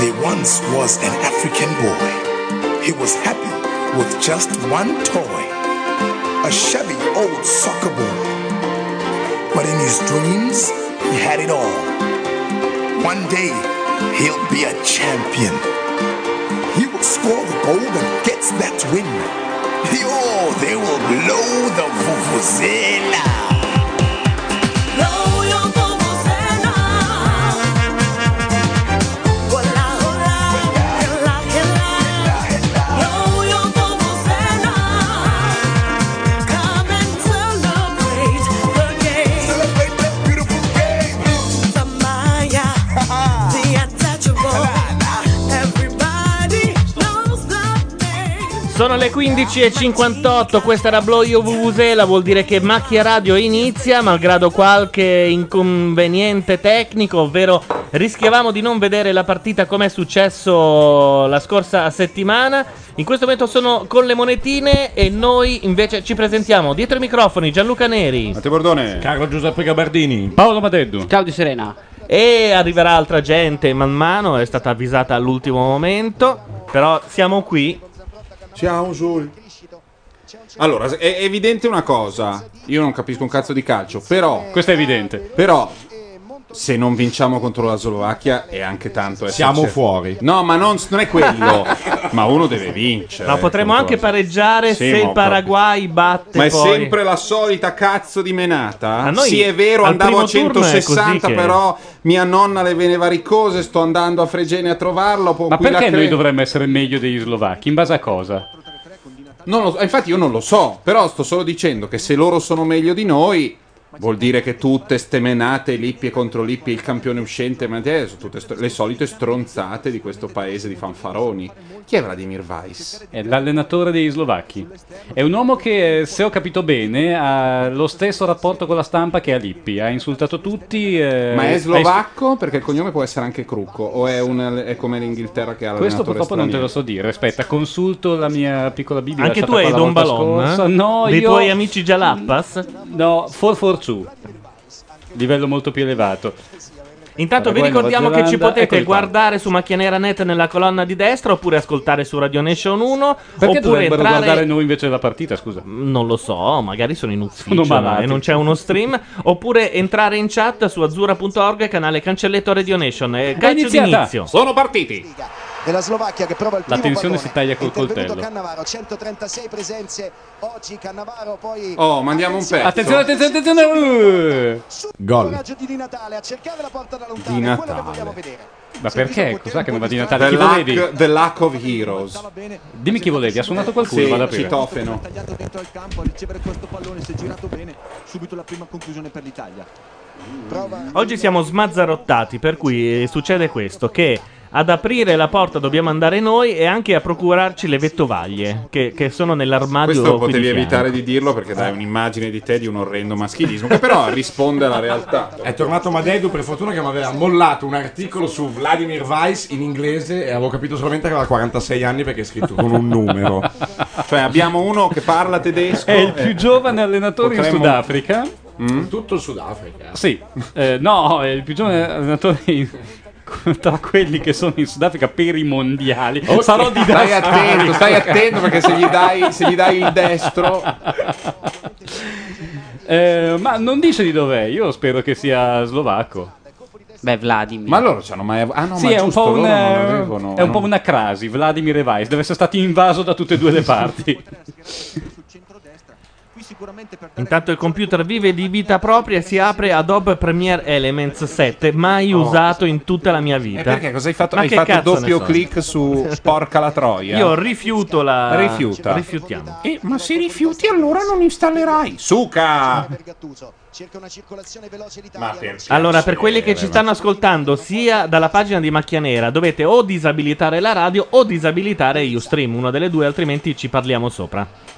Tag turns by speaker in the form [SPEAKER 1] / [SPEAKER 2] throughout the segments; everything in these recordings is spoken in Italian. [SPEAKER 1] There once was an African boy. He was happy with just one toy, a shabby old soccer ball. But in his dreams, he had it all. One day, he'll be a champion. He will score the goal that gets that win. Oh, they will blow the vuvuzela. Blow your vuvuzela.
[SPEAKER 2] Sono le 15.58, questa era Blow Yo Vuvuzela, vuol dire che Macchia Radio inizia, malgrado qualche inconveniente tecnico, ovvero rischiavamo di non vedere la partita come è successo la scorsa settimana. In questo momento sono con le monetine e noi invece ci presentiamo dietro i microfoni Gianluca Neri.
[SPEAKER 3] Matteo Bordone. Carlo Giuseppe Gabardini. Paolo Madeddu.
[SPEAKER 2] Claudio Serena. E arriverà altra gente man mano, è stata avvisata all'ultimo momento, però siamo qui.
[SPEAKER 4] Ciao Sul.
[SPEAKER 3] Allora, è evidente una cosa. Io non capisco un cazzo di calcio, però. Questo è evidente. Però. Se non vinciamo contro la Slovacchia è anche tanto essere
[SPEAKER 4] Siamo
[SPEAKER 3] cer-
[SPEAKER 4] fuori.
[SPEAKER 3] No, ma non, non è quello. ma uno deve vincere.
[SPEAKER 2] Ma potremmo anche pareggiare
[SPEAKER 3] Eh, Sì,
[SPEAKER 2] se
[SPEAKER 3] ma
[SPEAKER 2] il Paraguay batte
[SPEAKER 3] Ma è
[SPEAKER 2] poi.
[SPEAKER 3] sempre la solita cazzo di menata.
[SPEAKER 2] A noi
[SPEAKER 3] sì, è vero,
[SPEAKER 2] al
[SPEAKER 3] andavo a
[SPEAKER 2] primo turno è così
[SPEAKER 3] 160,
[SPEAKER 2] che-
[SPEAKER 3] però mia nonna le vene varicose, sto andando a Fregene a trovarlo.
[SPEAKER 5] Ma perché noi dovremmo essere meglio degli slovacchi? In base a cosa?
[SPEAKER 3] Non lo- eh, infatti io non lo so, però sto solo dicendo che se loro sono meglio di noi vuol dire che tutte ste menate Lippi e contro Lippi il campione uscente ma te, sono tutte st- le solite stronzate di questo paese di fanfaroni. Chi è Vladimir Weiss?
[SPEAKER 5] È l'allenatore degli slovacchi. È un uomo che, se ho capito bene, ha lo stesso rapporto con la stampa che ha Lippi. Ha insultato tutti. eh,
[SPEAKER 3] Ma
[SPEAKER 5] ha
[SPEAKER 3] è
[SPEAKER 5] ins-
[SPEAKER 3] slovacco? Perché il cognome può essere anche Crucco o è, un- è come l'Inghilterra che ha
[SPEAKER 5] Questo
[SPEAKER 3] l'allenatore
[SPEAKER 5] purtroppo non te
[SPEAKER 3] straniero?
[SPEAKER 5] lo so dire. Aspetta, consulto la mia piccola Bibbia.
[SPEAKER 2] Anche tu
[SPEAKER 5] lasciata
[SPEAKER 2] hai
[SPEAKER 5] qua la
[SPEAKER 2] Don
[SPEAKER 5] volta
[SPEAKER 2] Balon?
[SPEAKER 5] scorsa.
[SPEAKER 2] eh?
[SPEAKER 5] No,
[SPEAKER 2] Dei
[SPEAKER 5] io...
[SPEAKER 2] tuoi amici Jalappas?
[SPEAKER 5] No, 442. Livello molto più elevato.
[SPEAKER 2] Intanto vi
[SPEAKER 5] Paraguay,
[SPEAKER 2] ricordiamo
[SPEAKER 5] Nuova
[SPEAKER 2] che ci
[SPEAKER 5] Zelanda,
[SPEAKER 2] potete
[SPEAKER 5] eccoli qua.
[SPEAKER 2] guardare su Macchianera Net nella colonna di destra oppure ascoltare su Radio Nation 1
[SPEAKER 5] Perché
[SPEAKER 2] oppure
[SPEAKER 5] dovrebbero guardare
[SPEAKER 2] entrare Mm,
[SPEAKER 5] noi invece la partita, scusa?
[SPEAKER 2] Non lo so, magari sono in ufficio
[SPEAKER 5] Sono
[SPEAKER 2] no?
[SPEAKER 5] malati.
[SPEAKER 2] e non c'è uno stream oppure entrare in chat su azzurra.org canale cancelletto Radio Nation. Eh, Calcio
[SPEAKER 5] iniziata.
[SPEAKER 2] d'inizio.
[SPEAKER 3] Sono partiti.
[SPEAKER 6] E la Slovacchia che prova il
[SPEAKER 5] La
[SPEAKER 6] primo
[SPEAKER 5] tensione
[SPEAKER 6] pallone.
[SPEAKER 5] si taglia col
[SPEAKER 6] È intervenuto
[SPEAKER 5] coltello.
[SPEAKER 6] Cannavaro, 136 presenze oggi Cannavaro poi
[SPEAKER 3] Oh, mandiamo un pezzo.
[SPEAKER 5] Attenzione, attenzione, attenzione! uh!
[SPEAKER 3] Gol. Di
[SPEAKER 6] vogliamo
[SPEAKER 3] Natale.
[SPEAKER 6] vedere.
[SPEAKER 5] Ma perché? Cos'è che non va di Natale?
[SPEAKER 3] The
[SPEAKER 5] Chi volevi?
[SPEAKER 3] lack, the lack of heroes.
[SPEAKER 5] Dimmi chi volevi, ha suonato qualcuno,
[SPEAKER 3] Sì,
[SPEAKER 5] vado ad aprire.
[SPEAKER 3] Citofeno.
[SPEAKER 7] tagliato dentro al campo a ricevere questo pallone si è girato bene subito la prima conclusione per l'Italia
[SPEAKER 3] Mm.
[SPEAKER 2] Oggi siamo smazzarottati, per cui eh, succede questo, che ad aprire la porta dobbiamo andare noi e anche a procurarci le vettovaglie, che, che sono nell'armadio.
[SPEAKER 3] Questo
[SPEAKER 2] qui
[SPEAKER 3] potevi
[SPEAKER 2] di fianco.
[SPEAKER 3] evitare di dirlo perché dai un'immagine di te di un orrendo maschilismo, che però risponde alla realtà.
[SPEAKER 4] È tornato Madedu per fortuna che mi aveva mollato un articolo su Vladimir Weiss in inglese e avevo capito solamente che aveva 46 anni perché è scritto con un numero.
[SPEAKER 3] Cioè abbiamo uno che parla tedesco.
[SPEAKER 5] È il più giovane allenatore in
[SPEAKER 3] Potremmo-
[SPEAKER 5] Sudafrica.
[SPEAKER 4] Tutto il Sudafrica.
[SPEAKER 5] Sì, Eh, no, è il più giovane allenatore in- tra quelli che sono in Sudafrica per i mondiali.
[SPEAKER 3] Oh,
[SPEAKER 5] Sarò di
[SPEAKER 3] stai attento, stai attento, perché se gli dai- se gli dai il destro-
[SPEAKER 5] Eh, ma non dice di dov'è, io spero che sia slovacco.
[SPEAKER 7] Beh, Vladimir.
[SPEAKER 3] Ma loro c'hanno mai av- Ah no,
[SPEAKER 5] sì,
[SPEAKER 3] ma
[SPEAKER 5] è, un
[SPEAKER 3] giusto,
[SPEAKER 5] po
[SPEAKER 3] loro
[SPEAKER 5] un,
[SPEAKER 3] non
[SPEAKER 5] eh,
[SPEAKER 3] avevano-
[SPEAKER 5] è un po'
[SPEAKER 3] no.
[SPEAKER 5] una crasi, Vladimir e Weiss, deve essere stato invaso da tutte e due le parti.
[SPEAKER 2] Intanto il computer vive di vita propria e si apre Adobe Premiere Elements 7, mai
[SPEAKER 3] Oh.
[SPEAKER 2] usato in tutta la mia vita.
[SPEAKER 3] Eh, perché cosa hai fatto?
[SPEAKER 2] Ma
[SPEAKER 3] hai
[SPEAKER 2] che
[SPEAKER 3] fatto
[SPEAKER 2] cazzo ne
[SPEAKER 3] doppio
[SPEAKER 2] so?
[SPEAKER 3] clic su Sporca la Troia.
[SPEAKER 2] Io rifiuto la
[SPEAKER 3] Rifiuta.
[SPEAKER 2] Rifiutiamo.
[SPEAKER 3] Eh, ma se rifiuti allora non installerai. Suca! Ma perché?
[SPEAKER 2] Allora, per quelli che ci stanno ascoltando sia dalla pagina di Macchia Nera, dovete o disabilitare la radio o disabilitare Ustream, una delle due, altrimenti ci parliamo sopra.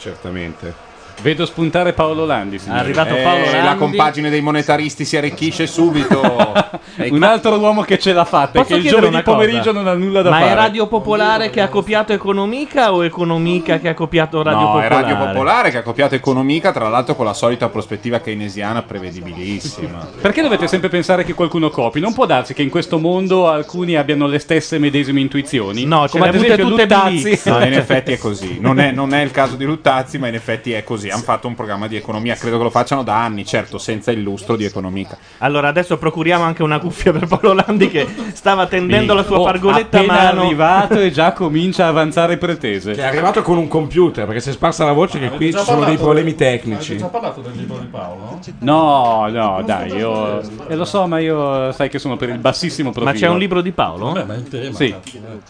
[SPEAKER 3] Certamente.
[SPEAKER 5] Vedo spuntare Paolo Landi. signori.
[SPEAKER 2] È arrivato Paolo
[SPEAKER 3] Eh,
[SPEAKER 2] Landi.
[SPEAKER 3] la compagine dei monetaristi si arricchisce subito.
[SPEAKER 5] Un altro uomo che ce l'ha
[SPEAKER 2] Ecco.
[SPEAKER 5] fatta,
[SPEAKER 2] Posso
[SPEAKER 5] che il
[SPEAKER 2] chiedere
[SPEAKER 5] giovedì
[SPEAKER 2] una cosa?
[SPEAKER 5] pomeriggio non ha nulla da
[SPEAKER 2] Ma
[SPEAKER 5] fare.
[SPEAKER 2] è Radio Popolare che ha copiato Economica o Economica che ha copiato Radio
[SPEAKER 3] no,
[SPEAKER 2] Popolare?
[SPEAKER 3] è Radio Popolare che ha copiato Economica, tra l'altro con la solita prospettiva keynesiana prevedibilissima.
[SPEAKER 5] Perché dovete sempre pensare che qualcuno copi? Non può darsi che in questo mondo alcuni abbiano le stesse medesime intuizioni.
[SPEAKER 2] No, ce
[SPEAKER 5] come
[SPEAKER 2] le
[SPEAKER 5] ad
[SPEAKER 2] ha avute
[SPEAKER 5] esempio
[SPEAKER 2] tutte
[SPEAKER 5] Luttazzi.
[SPEAKER 2] Bellizza.
[SPEAKER 3] No, in effetti è così. Non è, non è il caso di Luttazzi, ma in effetti è così. Hanno fatto un programma di economia, credo che lo facciano da anni, certo, senza il lustro di economica.
[SPEAKER 2] Allora, adesso procuriamo anche una cuffia per Paolo Landi che stava tendendo la sua
[SPEAKER 5] Oh,
[SPEAKER 2] pargoletta a
[SPEAKER 5] appena
[SPEAKER 2] mano.
[SPEAKER 5] arrivato e già comincia a avanzare pretese.
[SPEAKER 4] Che è arrivato con un computer, perché si è sparsa la voce che qui ci sono dei problemi tecnici.
[SPEAKER 8] parlato del libro di Paolo?
[SPEAKER 5] No, no, dai, io eh, lo so, ma io sai che sono per il bassissimo profilo.
[SPEAKER 2] Ma c'è un libro di Paolo?
[SPEAKER 8] Beh, ma è il tema.
[SPEAKER 5] Sì.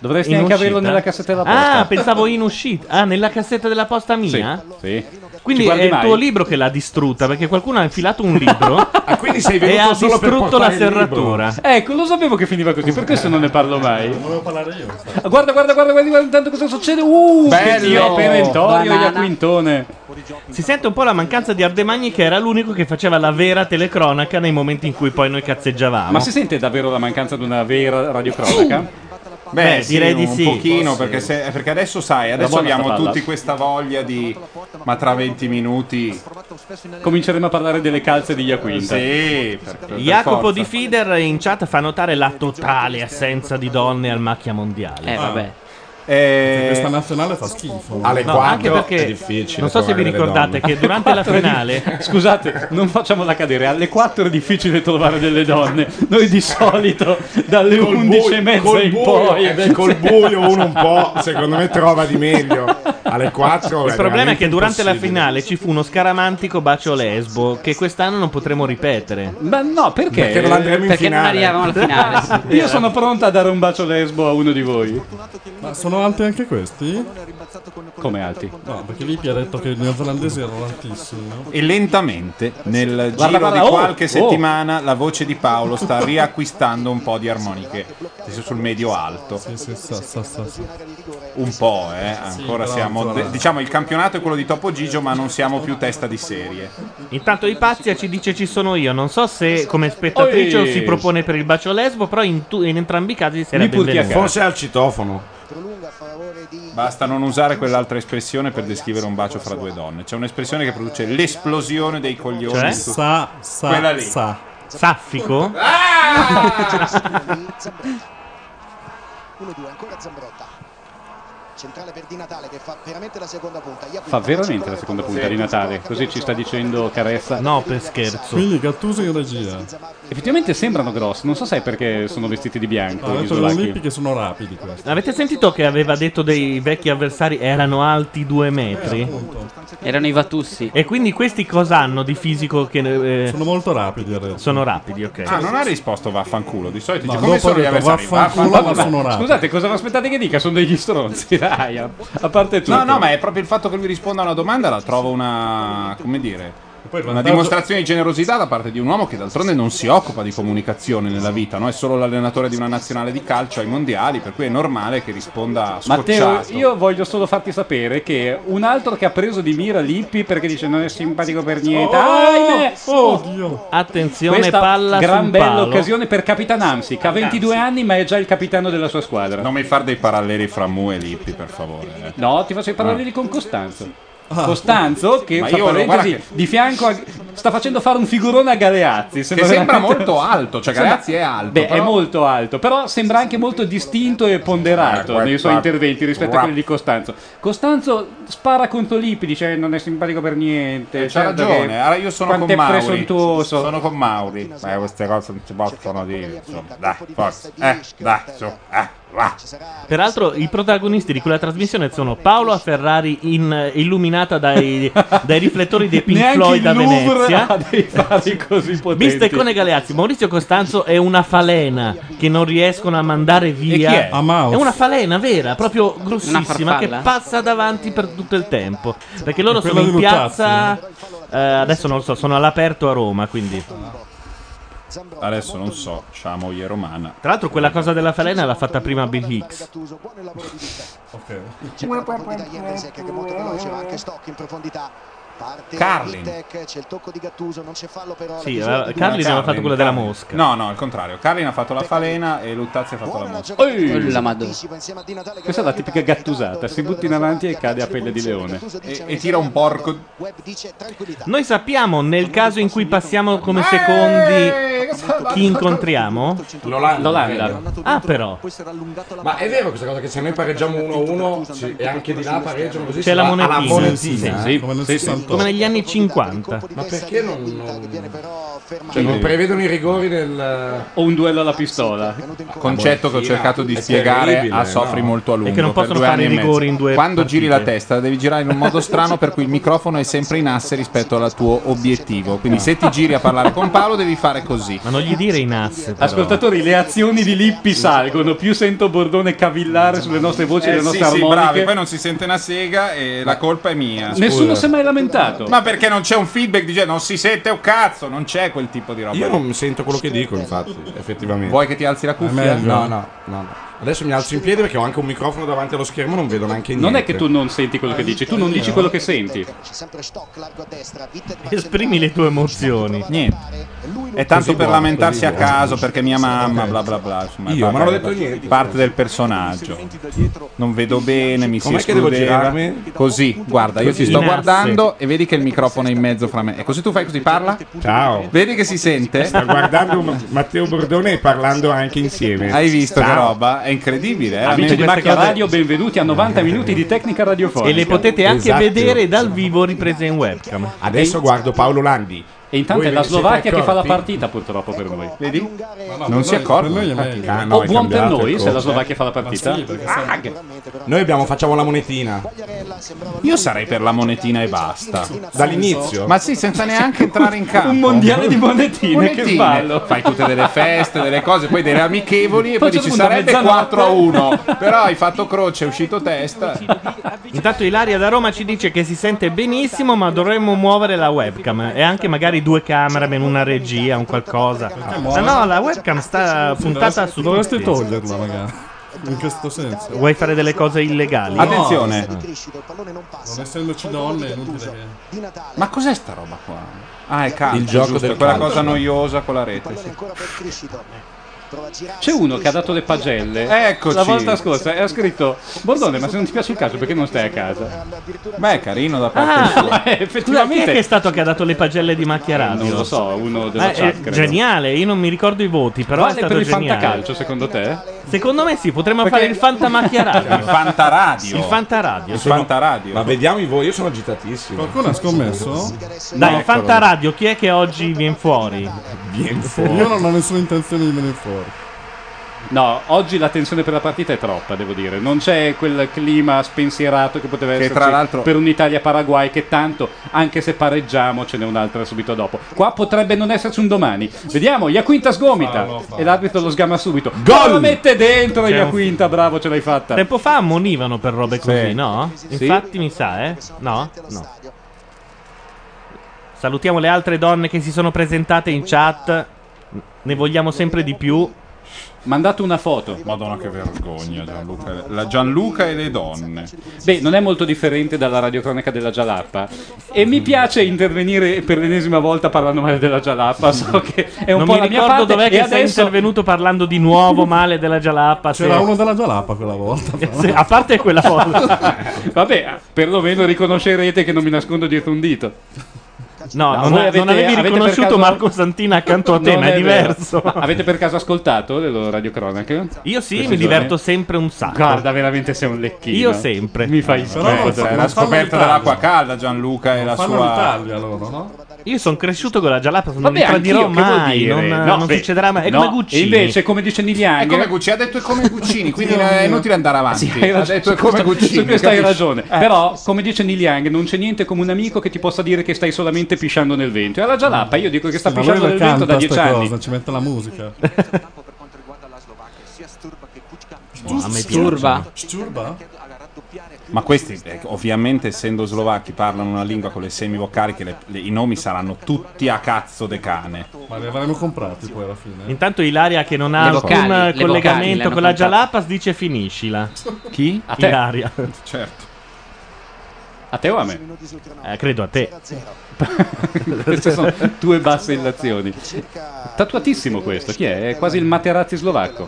[SPEAKER 5] Dovresti
[SPEAKER 2] In
[SPEAKER 5] anche
[SPEAKER 2] uscita?
[SPEAKER 5] averlo nella cassetta della posta.
[SPEAKER 2] Ah, pensavo in uscita. Ah, nella cassetta della posta mia?
[SPEAKER 5] Sì.
[SPEAKER 2] Quindi
[SPEAKER 5] Ci guardi
[SPEAKER 2] è il
[SPEAKER 5] mai?
[SPEAKER 2] tuo libro che l'ha distrutta perché qualcuno ha infilato un libro
[SPEAKER 5] Ah,
[SPEAKER 4] quindi sei
[SPEAKER 2] e
[SPEAKER 4] venuto
[SPEAKER 2] ha
[SPEAKER 4] solo per
[SPEAKER 2] distrutto la
[SPEAKER 4] portare il libro?
[SPEAKER 2] serratura.
[SPEAKER 5] Ecco, lo sapevo che finiva così, per questo non ne parlo mai.
[SPEAKER 8] Volevo parlare io.
[SPEAKER 5] Ah, Guarda, guarda, guarda, guarda, guarda intanto cosa succede. Uh,
[SPEAKER 3] Bello!
[SPEAKER 5] che tiro appena il Torio e a
[SPEAKER 7] Banana.
[SPEAKER 5] Quintone.
[SPEAKER 2] Si sente un po' la mancanza di Ardemagni che era l'unico che faceva la vera telecronaca nei momenti in cui poi noi cazzeggiavamo.
[SPEAKER 5] Ma si sente davvero la mancanza di una vera radiocronaca?
[SPEAKER 3] Beh,
[SPEAKER 2] Beh,
[SPEAKER 3] sì,
[SPEAKER 2] direi di
[SPEAKER 3] un
[SPEAKER 2] sì.
[SPEAKER 3] pochino, perché, se- perché adesso sai, adesso
[SPEAKER 5] buona
[SPEAKER 3] abbiamo
[SPEAKER 5] sta palla.
[SPEAKER 3] tutti questa voglia di... Ma tra 20 minuti...
[SPEAKER 5] Cominceremo a parlare delle calze di Iaquinta.
[SPEAKER 3] Sì, per- per- per
[SPEAKER 2] Jacopo
[SPEAKER 3] forza.
[SPEAKER 2] di Fider in chat fa notare la totale assenza di donne al macchia mondiale.
[SPEAKER 7] Eh, vabbè.
[SPEAKER 3] Eh,
[SPEAKER 8] Questa nazionale fa schifo.
[SPEAKER 4] Alle
[SPEAKER 2] No, anche
[SPEAKER 4] 4
[SPEAKER 2] perché
[SPEAKER 4] è difficile.
[SPEAKER 2] non so se vi
[SPEAKER 4] trovare le
[SPEAKER 2] ricordate
[SPEAKER 4] donne.
[SPEAKER 2] che durante la finale
[SPEAKER 5] Scusate, non facciamola cadere. Alle 4 è difficile trovare delle donne. Noi di solito dalle 11 e mezza
[SPEAKER 4] col
[SPEAKER 5] in
[SPEAKER 4] buio,
[SPEAKER 5] poi.
[SPEAKER 4] eh beh, col buio uno un po', secondo me trova di meglio. Alle 4
[SPEAKER 2] Il problema è che durante la
[SPEAKER 4] impossibile.
[SPEAKER 2] finale ci fu uno scaramantico bacio lesbo che quest'anno non potremo ripetere.
[SPEAKER 5] Ma no, perché?
[SPEAKER 4] Perché non andremo in
[SPEAKER 7] Perché non
[SPEAKER 4] finale.
[SPEAKER 7] arriviamo alla finale?
[SPEAKER 2] Ah.
[SPEAKER 7] sì.
[SPEAKER 5] Io sono pronta a dare un bacio lesbo a uno di voi.
[SPEAKER 8] Ma sono alti anche questi?
[SPEAKER 5] Come alti?
[SPEAKER 8] No, perché Lippi ha detto che i neozelandesi erano altissimi.
[SPEAKER 3] E lentamente, nel
[SPEAKER 5] Guarda,
[SPEAKER 3] giro
[SPEAKER 5] guarda,
[SPEAKER 3] di
[SPEAKER 5] oh,
[SPEAKER 3] qualche
[SPEAKER 5] oh.
[SPEAKER 3] settimana, la voce di Paolo sta riacquistando un po' di armoniche adesso sul medio alto.
[SPEAKER 8] Sì, sì, sa, sa, sa, sa.
[SPEAKER 3] Un po', eh. Ancora
[SPEAKER 8] però,
[SPEAKER 3] siamo.
[SPEAKER 8] ancora.
[SPEAKER 3] de- diciamo il campionato è quello di Topo Gigio, ma non siamo più testa di serie.
[SPEAKER 2] Intanto Ipazia ci dice ci sono io, non so se come spettatrice
[SPEAKER 5] Oi.
[SPEAKER 2] o si propone per il bacio lesbo, però in, tu- in entrambi i casi
[SPEAKER 5] Mi
[SPEAKER 2] sarebbe
[SPEAKER 5] pur chi a
[SPEAKER 2] benvenuto.
[SPEAKER 5] cazzo.
[SPEAKER 4] Forse al citofono.
[SPEAKER 3] Basta non usare quell'altra espressione per descrivere un bacio fra due donne. C'è un'espressione che produce l'esplosione dei coglioni.
[SPEAKER 2] Cioè?
[SPEAKER 3] su-
[SPEAKER 8] Sa,
[SPEAKER 3] Quella lì.
[SPEAKER 8] sa, sa.
[SPEAKER 2] Saffico?
[SPEAKER 6] Centrale per Di Natale che fa veramente la seconda punta.
[SPEAKER 5] Fa veramente la seconda punta di Natale, così ci sta dicendo Caressa.
[SPEAKER 2] No, per scherzo.
[SPEAKER 8] Quindi Gattuso in regia.
[SPEAKER 5] Effettivamente sembrano grossi, non so sai perché sono vestiti di bianco
[SPEAKER 8] Ha
[SPEAKER 5] gli
[SPEAKER 8] detto che
[SPEAKER 5] slovacchi.
[SPEAKER 8] i Lippi che sono rapidi questi.
[SPEAKER 2] Avete sentito che aveva detto dei vecchi avversari erano alti due metri?
[SPEAKER 8] Appunto.
[SPEAKER 7] Erano i Vatussi.
[SPEAKER 2] E quindi questi cosa hanno di fisico che eh,
[SPEAKER 8] Sono molto rapidi in realtà.
[SPEAKER 2] sono rapidi, ok.
[SPEAKER 3] Ah, non ha risposto vaffanculo. Di solito
[SPEAKER 8] No,
[SPEAKER 3] dice
[SPEAKER 8] dopo
[SPEAKER 3] come sono
[SPEAKER 8] ho
[SPEAKER 3] gli
[SPEAKER 8] detto,
[SPEAKER 3] avversari.
[SPEAKER 8] vaffanculo,
[SPEAKER 3] Vaffanculo.
[SPEAKER 8] ma sono rapidi.
[SPEAKER 5] Scusate, cosa vi aspettate che dica? Sono degli stronzi, dai. A a parte tutto.
[SPEAKER 3] No, no, ma è proprio il fatto che lui risponda a una domanda la trovo una. come dire.
[SPEAKER 8] Poi il
[SPEAKER 3] Una
[SPEAKER 8] vantaggio-
[SPEAKER 3] dimostrazione di generosità da parte di un uomo che d'altronde non si occupa di comunicazione nella vita, no? è solo l'allenatore di una nazionale di calcio ai mondiali, per cui è normale che risponda
[SPEAKER 5] Matteo,
[SPEAKER 3] scocciato.
[SPEAKER 5] io voglio solo farti sapere che un altro che ha preso di mira Lippi perché dice non è simpatico per niente.
[SPEAKER 8] Oh,
[SPEAKER 5] Ah, ahimè!
[SPEAKER 8] Oddio.
[SPEAKER 2] Attenzione,
[SPEAKER 5] Questa
[SPEAKER 2] palla
[SPEAKER 5] gran
[SPEAKER 2] sul
[SPEAKER 5] bella
[SPEAKER 2] palo.
[SPEAKER 5] occasione per Capitan Amsic, ha 22 anni ma è già il capitano della sua squadra.
[SPEAKER 3] Non mi far dei paralleli fra Mu e Lippi, per favore. eh.
[SPEAKER 5] No, ti faccio i paralleli con Costanzo. Costanzo che
[SPEAKER 3] Ah. Ma
[SPEAKER 5] fra
[SPEAKER 3] io lo-
[SPEAKER 5] parentesi,
[SPEAKER 3] guarda che-
[SPEAKER 5] di fianco a- sta facendo fare un figurone a Galeazzi.
[SPEAKER 3] Che sembra
[SPEAKER 5] veramente-
[SPEAKER 3] molto alto, cioè
[SPEAKER 5] Sembra-
[SPEAKER 3] Galeazzi è alto,
[SPEAKER 5] Beh, è
[SPEAKER 3] però-
[SPEAKER 5] molto alto, però sembra anche molto distinto e ponderato
[SPEAKER 3] guarda,
[SPEAKER 5] nei suoi
[SPEAKER 3] Eh, guarda.
[SPEAKER 5] interventi rispetto a
[SPEAKER 3] Guarda.
[SPEAKER 5] quelli di Costanzo. Costanzo spara contro Lippi, dice "Eh, non è simpatico per
[SPEAKER 3] Eh,
[SPEAKER 5] niente.
[SPEAKER 7] C'ha
[SPEAKER 5] certo
[SPEAKER 7] ragione,
[SPEAKER 5] che-
[SPEAKER 7] allora io sono
[SPEAKER 5] quanto
[SPEAKER 7] con
[SPEAKER 5] è
[SPEAKER 7] Mauri.
[SPEAKER 5] presuntuoso.
[SPEAKER 7] Sono con Mauri. Ma queste cose non si possono dire, insomma. Dai, forza. Eh, dai, su. Eh,
[SPEAKER 5] Ah.
[SPEAKER 7] va.
[SPEAKER 2] Peraltro i protagonisti di quella trasmissione sono Paolo a Ferrari in- illuminata dai, dai riflettori dei Pink
[SPEAKER 5] Neanche
[SPEAKER 2] Floyd
[SPEAKER 5] il
[SPEAKER 2] da
[SPEAKER 5] Louvre
[SPEAKER 2] Venezia.
[SPEAKER 5] ha dei fari così potenti.
[SPEAKER 2] Bistecone Galeazzi, Maurizio Costanzo è una falena che non riescono a mandare via.
[SPEAKER 5] E chi è? A Maus.
[SPEAKER 2] È una falena vera, proprio grossissima,
[SPEAKER 5] Una
[SPEAKER 2] che
[SPEAKER 5] farfalla?
[SPEAKER 2] passa davanti per tutto il tempo. Perché loro
[SPEAKER 5] È
[SPEAKER 2] sono
[SPEAKER 5] quella
[SPEAKER 2] in
[SPEAKER 5] di
[SPEAKER 2] piazza. eh, adesso non lo so, sono all'aperto a Roma, quindi.
[SPEAKER 3] Adesso non so, c'ha la moglie romana.
[SPEAKER 2] Tra l'altro quella cosa della falena l'ha fatta prima Bill Hicks.
[SPEAKER 6] C'è la profondità Jendrisek che è molto veloce, ma anche
[SPEAKER 2] eh,
[SPEAKER 6] Stock in profondità. Parte
[SPEAKER 3] Carlin.
[SPEAKER 6] Vitek, c'è il tocco di Gattuso, non c'è fallo però.
[SPEAKER 2] Sì,
[SPEAKER 6] la
[SPEAKER 2] eh, Carlin aveva fatto quella della Mosca.
[SPEAKER 3] No, no, al contrario. Carlin ha fatto la falena e Luttazzi ha fatto la mosca.
[SPEAKER 5] Oi! La
[SPEAKER 9] Madonna.
[SPEAKER 5] Questa è la tipica gattusata, si butta in avanti e cade a pelle di leone.
[SPEAKER 3] E, e tira un porco.
[SPEAKER 2] Noi sappiamo nel caso in cui passiamo come
[SPEAKER 3] Eh,
[SPEAKER 2] secondi chi incontriamo?
[SPEAKER 4] L'Olanda. L'Olanda.
[SPEAKER 2] Ah però.
[SPEAKER 4] Ma è vero questa cosa che se noi pareggiamo 1-1 ci- e anche di là pareggiano così
[SPEAKER 2] C'è
[SPEAKER 4] si
[SPEAKER 2] la
[SPEAKER 4] va
[SPEAKER 2] monetina.
[SPEAKER 4] alla monetina. eh.
[SPEAKER 2] Sì, sì, Come nel sì, sì. 68. Come negli anni 50.
[SPEAKER 4] Ma perché non, non...
[SPEAKER 5] Cioè,
[SPEAKER 4] non
[SPEAKER 5] non
[SPEAKER 4] prevedono i rigori del...
[SPEAKER 5] O un duello alla pistola. certo
[SPEAKER 3] Concetto che ho cercato di spiegare a Sofri molto a lungo.
[SPEAKER 2] che non
[SPEAKER 3] per
[SPEAKER 2] possono
[SPEAKER 3] due
[SPEAKER 2] fare
[SPEAKER 3] anni
[SPEAKER 2] i
[SPEAKER 3] e mezzo.
[SPEAKER 2] rigori in due
[SPEAKER 3] Quando giri la
[SPEAKER 2] partite.
[SPEAKER 3] testa devi girare in un modo strano per cui il microfono è sempre in asse rispetto al tuo obiettivo. Quindi se ti giri a parlare con Paolo devi fare così.
[SPEAKER 2] Ma non gli dire in asse. però.
[SPEAKER 5] Ascoltatori, le azioni di Lippi salgono, più sento Bordone cavillare sulle nostre voci e
[SPEAKER 3] Eh,
[SPEAKER 5] le
[SPEAKER 3] sì,
[SPEAKER 5] nostre
[SPEAKER 3] sì,
[SPEAKER 5] armoniche.
[SPEAKER 3] bravi, poi non si sente una sega e la colpa è mia.
[SPEAKER 5] Nessuno si è mai lamentato.
[SPEAKER 3] Ma perché non c'è un feedback di gente? Non si sente un cazzo, non c'è quel tipo di roba.
[SPEAKER 4] Io non sento quello che dico, infatti, effettivamente.
[SPEAKER 3] Vuoi che ti alzi la cuffia?
[SPEAKER 4] È meglio? No, no, no, no. Adesso mi alzo in piedi perché ho anche un microfono davanti allo schermo, non vedo neanche niente.
[SPEAKER 5] Non è che tu non senti quello che dici, tu non dici quello che senti.
[SPEAKER 2] Esprimi le tue emozioni.
[SPEAKER 3] Niente. È tanto
[SPEAKER 2] Così
[SPEAKER 3] per
[SPEAKER 2] buono,
[SPEAKER 3] lamentarsi
[SPEAKER 2] così
[SPEAKER 3] a
[SPEAKER 2] buono.
[SPEAKER 3] caso
[SPEAKER 6] eh.
[SPEAKER 3] perché mia mamma, bla bla bla. Insomma,
[SPEAKER 4] eh. Io?
[SPEAKER 3] fa
[SPEAKER 4] Ma non ho
[SPEAKER 3] parte-
[SPEAKER 4] detto niente.
[SPEAKER 3] Parte del personaggio. Non vedo bene, mi si
[SPEAKER 4] Com'è che devo
[SPEAKER 3] escludeva.
[SPEAKER 4] girarmi?
[SPEAKER 3] Così, guarda, io ti
[SPEAKER 2] Così.
[SPEAKER 3] sto
[SPEAKER 2] In asse.
[SPEAKER 3] guardando e vedi che il microfono è in mezzo fra me. E così tu fai così, parla?
[SPEAKER 7] Ciao.
[SPEAKER 3] Vedi che si sente?
[SPEAKER 7] Sta guardando Ma- Matteo Bordone e parlando anche insieme.
[SPEAKER 3] Hai visto che
[SPEAKER 7] Ciao.
[SPEAKER 3] roba? È incredibile. eh,
[SPEAKER 5] Amici di
[SPEAKER 3] veramente.
[SPEAKER 5] Macchia Radio, benvenuti a 90 minuti di tecnica radiofonica.
[SPEAKER 2] E le potete anche
[SPEAKER 7] Esatto.
[SPEAKER 2] vedere dal vivo riprese in webcam.
[SPEAKER 7] Adesso guardo Paolo Landi.
[SPEAKER 5] E intanto
[SPEAKER 7] Voi
[SPEAKER 5] è la
[SPEAKER 7] ve ne siete
[SPEAKER 5] Slovacchia che fa la
[SPEAKER 7] accorti?
[SPEAKER 5] partita purtroppo per voi.
[SPEAKER 3] Vedi? Non si accorge.
[SPEAKER 7] Ah, no,
[SPEAKER 5] O
[SPEAKER 7] è
[SPEAKER 5] buon per
[SPEAKER 7] cambiato
[SPEAKER 5] noi
[SPEAKER 7] il
[SPEAKER 5] se la
[SPEAKER 7] coach.
[SPEAKER 5] Slovacchia fa la partita. Ah, che-
[SPEAKER 4] Noi abbiamo, facciamo la monetina.
[SPEAKER 3] Io sarei per la monetina e basta.
[SPEAKER 4] Dall'inizio?
[SPEAKER 3] Ma sì, senza neanche entrare in campo.
[SPEAKER 5] Un mondiale di monetine, che
[SPEAKER 3] Monetine.
[SPEAKER 5] ballo.
[SPEAKER 3] Fai tutte delle feste, delle cose, poi delle amichevoli e
[SPEAKER 5] Poi
[SPEAKER 3] poi
[SPEAKER 5] a un
[SPEAKER 3] dici
[SPEAKER 5] certo punto
[SPEAKER 3] sarebbe
[SPEAKER 5] a mezzanotte-
[SPEAKER 3] 4 a 1. Però hai fatto croce, è uscito testa.
[SPEAKER 2] Intanto Ilaria da Roma ci dice che si sente benissimo, ma dovremmo muovere la webcam. E anche magari due cameraman, una regia, un qualcosa. Eh, Ma no, la webcam sta puntata su.
[SPEAKER 8] Dovresti
[SPEAKER 2] tutti.
[SPEAKER 8] toglierla, magari. In questo senso.
[SPEAKER 2] Vuoi fare delle cose illegali?
[SPEAKER 8] No.
[SPEAKER 3] Attenzione.
[SPEAKER 8] Non essendoci donne, è inutile che.
[SPEAKER 3] Ma cos'è sta roba qua? Ah, è calcio.
[SPEAKER 4] Il gioco
[SPEAKER 3] giusto,
[SPEAKER 4] del
[SPEAKER 3] quella
[SPEAKER 4] calcio.
[SPEAKER 3] cosa noiosa con la rete. sì.
[SPEAKER 5] C'è uno che ha dato le pagelle.
[SPEAKER 3] Eccoci.
[SPEAKER 5] La volta scorsa e ha scritto: Bordone, ma se non ti piace il calcio, perché non stai a casa?
[SPEAKER 3] Beh, è carino da parte
[SPEAKER 2] Ah, Scusa, chi è
[SPEAKER 5] Eh,
[SPEAKER 3] sua.
[SPEAKER 2] che è
[SPEAKER 5] effettivamente. Ah,
[SPEAKER 2] stato che ha dato le pagelle di Macchia Radio?
[SPEAKER 5] Non lo so, uno
[SPEAKER 2] Ah,
[SPEAKER 5] della
[SPEAKER 2] è
[SPEAKER 5] chat. credo.
[SPEAKER 2] geniale, io non mi ricordo i voti, però è
[SPEAKER 5] Vale
[SPEAKER 2] stato
[SPEAKER 5] per il
[SPEAKER 2] geniale.
[SPEAKER 5] fantacalcio, secondo te?
[SPEAKER 2] Secondo me sì, potremmo
[SPEAKER 5] Perché-
[SPEAKER 2] fare il Fantamacchia
[SPEAKER 3] Il
[SPEAKER 2] Radio.
[SPEAKER 3] Fantaradio.
[SPEAKER 2] il Fantaradio.
[SPEAKER 3] Il Fantaradio.
[SPEAKER 4] Ma vediamo i voi, io sono agitatissimo.
[SPEAKER 8] Qualcuno ha scommesso?
[SPEAKER 2] Dai,
[SPEAKER 3] eccolo.
[SPEAKER 2] Fantaradio, chi è che oggi viene fuori?
[SPEAKER 8] Io non ho nessuna intenzione di venire fuori.
[SPEAKER 5] No, oggi la tensione per la partita è troppa, devo dire. Non c'è quel clima spensierato che poteva
[SPEAKER 3] Che
[SPEAKER 5] esserci
[SPEAKER 3] tra l'altro-
[SPEAKER 5] per un'Italia-Paraguay che tanto, anche se pareggiamo, ce n'è un'altra subito dopo. Qua potrebbe non esserci un domani. Vediamo, Iaquinta sgomita e l'arbitro lo sgama subito. Gol! Lo mette dentro
[SPEAKER 2] C'è un-
[SPEAKER 5] Iaquinta, bravo, ce l'hai fatta.
[SPEAKER 2] Tempo fa ammonivano per robe così, no? Infatti mi sa, eh? No? No. Salutiamo le altre donne che si sono presentate in chat. Ne vogliamo sempre di più.
[SPEAKER 5] Mandato una foto.
[SPEAKER 3] Madonna che vergogna Gianluca. La Gianluca e le donne.
[SPEAKER 5] Beh, non è molto differente dalla radiocronaca della Gialappa. E mi piace intervenire per l'ennesima volta parlando male della Gialappa. So che è un
[SPEAKER 2] non
[SPEAKER 5] po'
[SPEAKER 2] mi
[SPEAKER 5] la mia
[SPEAKER 2] ricordo
[SPEAKER 5] parte.
[SPEAKER 2] dov'è
[SPEAKER 5] e
[SPEAKER 2] che sei
[SPEAKER 5] adesso
[SPEAKER 2] intervenuto parlando di nuovo male della Jalappa.
[SPEAKER 5] C'era uno
[SPEAKER 2] della Jalappa quella volta. a parte quella foto.
[SPEAKER 5] Vabbè, perlomeno riconoscerete che non mi nascondo dietro un dito.
[SPEAKER 2] No, non,
[SPEAKER 5] voi
[SPEAKER 2] non
[SPEAKER 5] avete-
[SPEAKER 2] avevi
[SPEAKER 5] avete per
[SPEAKER 2] riconosciuto
[SPEAKER 5] caso-
[SPEAKER 2] Marco Santina accanto a te,
[SPEAKER 5] Non
[SPEAKER 2] ma è,
[SPEAKER 5] vero.
[SPEAKER 2] diverso.
[SPEAKER 5] Ma Avete per caso ascoltato le loro radiocronache?
[SPEAKER 2] Io sì, mi diverto sempre un sacco.
[SPEAKER 5] Guarda, veramente sei un lecchino.
[SPEAKER 2] Io sempre.
[SPEAKER 5] Mi fai
[SPEAKER 2] Però
[SPEAKER 5] schifo.
[SPEAKER 2] non
[SPEAKER 5] te.
[SPEAKER 2] fa-
[SPEAKER 3] Eh, La scoperta dell'acqua calda Gianluca e la
[SPEAKER 2] fanno
[SPEAKER 3] sua...
[SPEAKER 2] l'Italia,
[SPEAKER 8] loro, no?
[SPEAKER 2] Io sono cresciuto con la Jalappa, non
[SPEAKER 3] Vabbè,
[SPEAKER 2] mi tradirò
[SPEAKER 3] anch'io, che vuol
[SPEAKER 2] mai.
[SPEAKER 3] dire?
[SPEAKER 2] Non,
[SPEAKER 3] No,
[SPEAKER 2] non
[SPEAKER 3] beh,
[SPEAKER 2] succederà mai. È
[SPEAKER 3] no.
[SPEAKER 2] come Guccini.
[SPEAKER 3] E invece,
[SPEAKER 5] Eh, come dice Neil Young.
[SPEAKER 3] È come Guccini, ha detto è come Guccini, quindi è inutile andare avanti.
[SPEAKER 5] Sì, hai
[SPEAKER 3] ha
[SPEAKER 5] ragione.
[SPEAKER 3] detto è come
[SPEAKER 5] Su questo-
[SPEAKER 3] Guccini.
[SPEAKER 5] Su questo hai
[SPEAKER 3] capisci?
[SPEAKER 5] ragione.
[SPEAKER 2] Eh.
[SPEAKER 5] Però, come dice Neil Young, non c'è niente come un amico che ti possa dire che stai solamente pisciando nel vento. E alla Gialappa io dico Diciamo che sta
[SPEAKER 8] Ma lui
[SPEAKER 5] pisciando
[SPEAKER 8] la
[SPEAKER 5] nel vento
[SPEAKER 8] canta
[SPEAKER 5] da
[SPEAKER 8] sta
[SPEAKER 5] dieci anni.
[SPEAKER 8] cosa, ci mette la musica.
[SPEAKER 3] a me piace.
[SPEAKER 8] Sturba. Sturba?
[SPEAKER 3] Ma questi, eh, ovviamente, essendo slovacchi, parlano una lingua con le semivocali che le- le- i nomi saranno tutti a cazzo de cane.
[SPEAKER 8] Ma li avremmo comprati poi alla fine.
[SPEAKER 2] Intanto Ilaria che non ha
[SPEAKER 3] Le
[SPEAKER 2] alcun
[SPEAKER 3] vocali, le vocali
[SPEAKER 2] collegamento
[SPEAKER 3] l'hanno
[SPEAKER 2] con la
[SPEAKER 3] contato.
[SPEAKER 2] Jalapas dice finiscila.
[SPEAKER 5] Chi? A te?
[SPEAKER 2] Ilaria.
[SPEAKER 3] Certo.
[SPEAKER 5] A te o a me?
[SPEAKER 2] Eh, credo a te.
[SPEAKER 5] Queste sono due basse illazioni. Tatuatissimo questo, chi è? È quasi il Materazzi slovacco.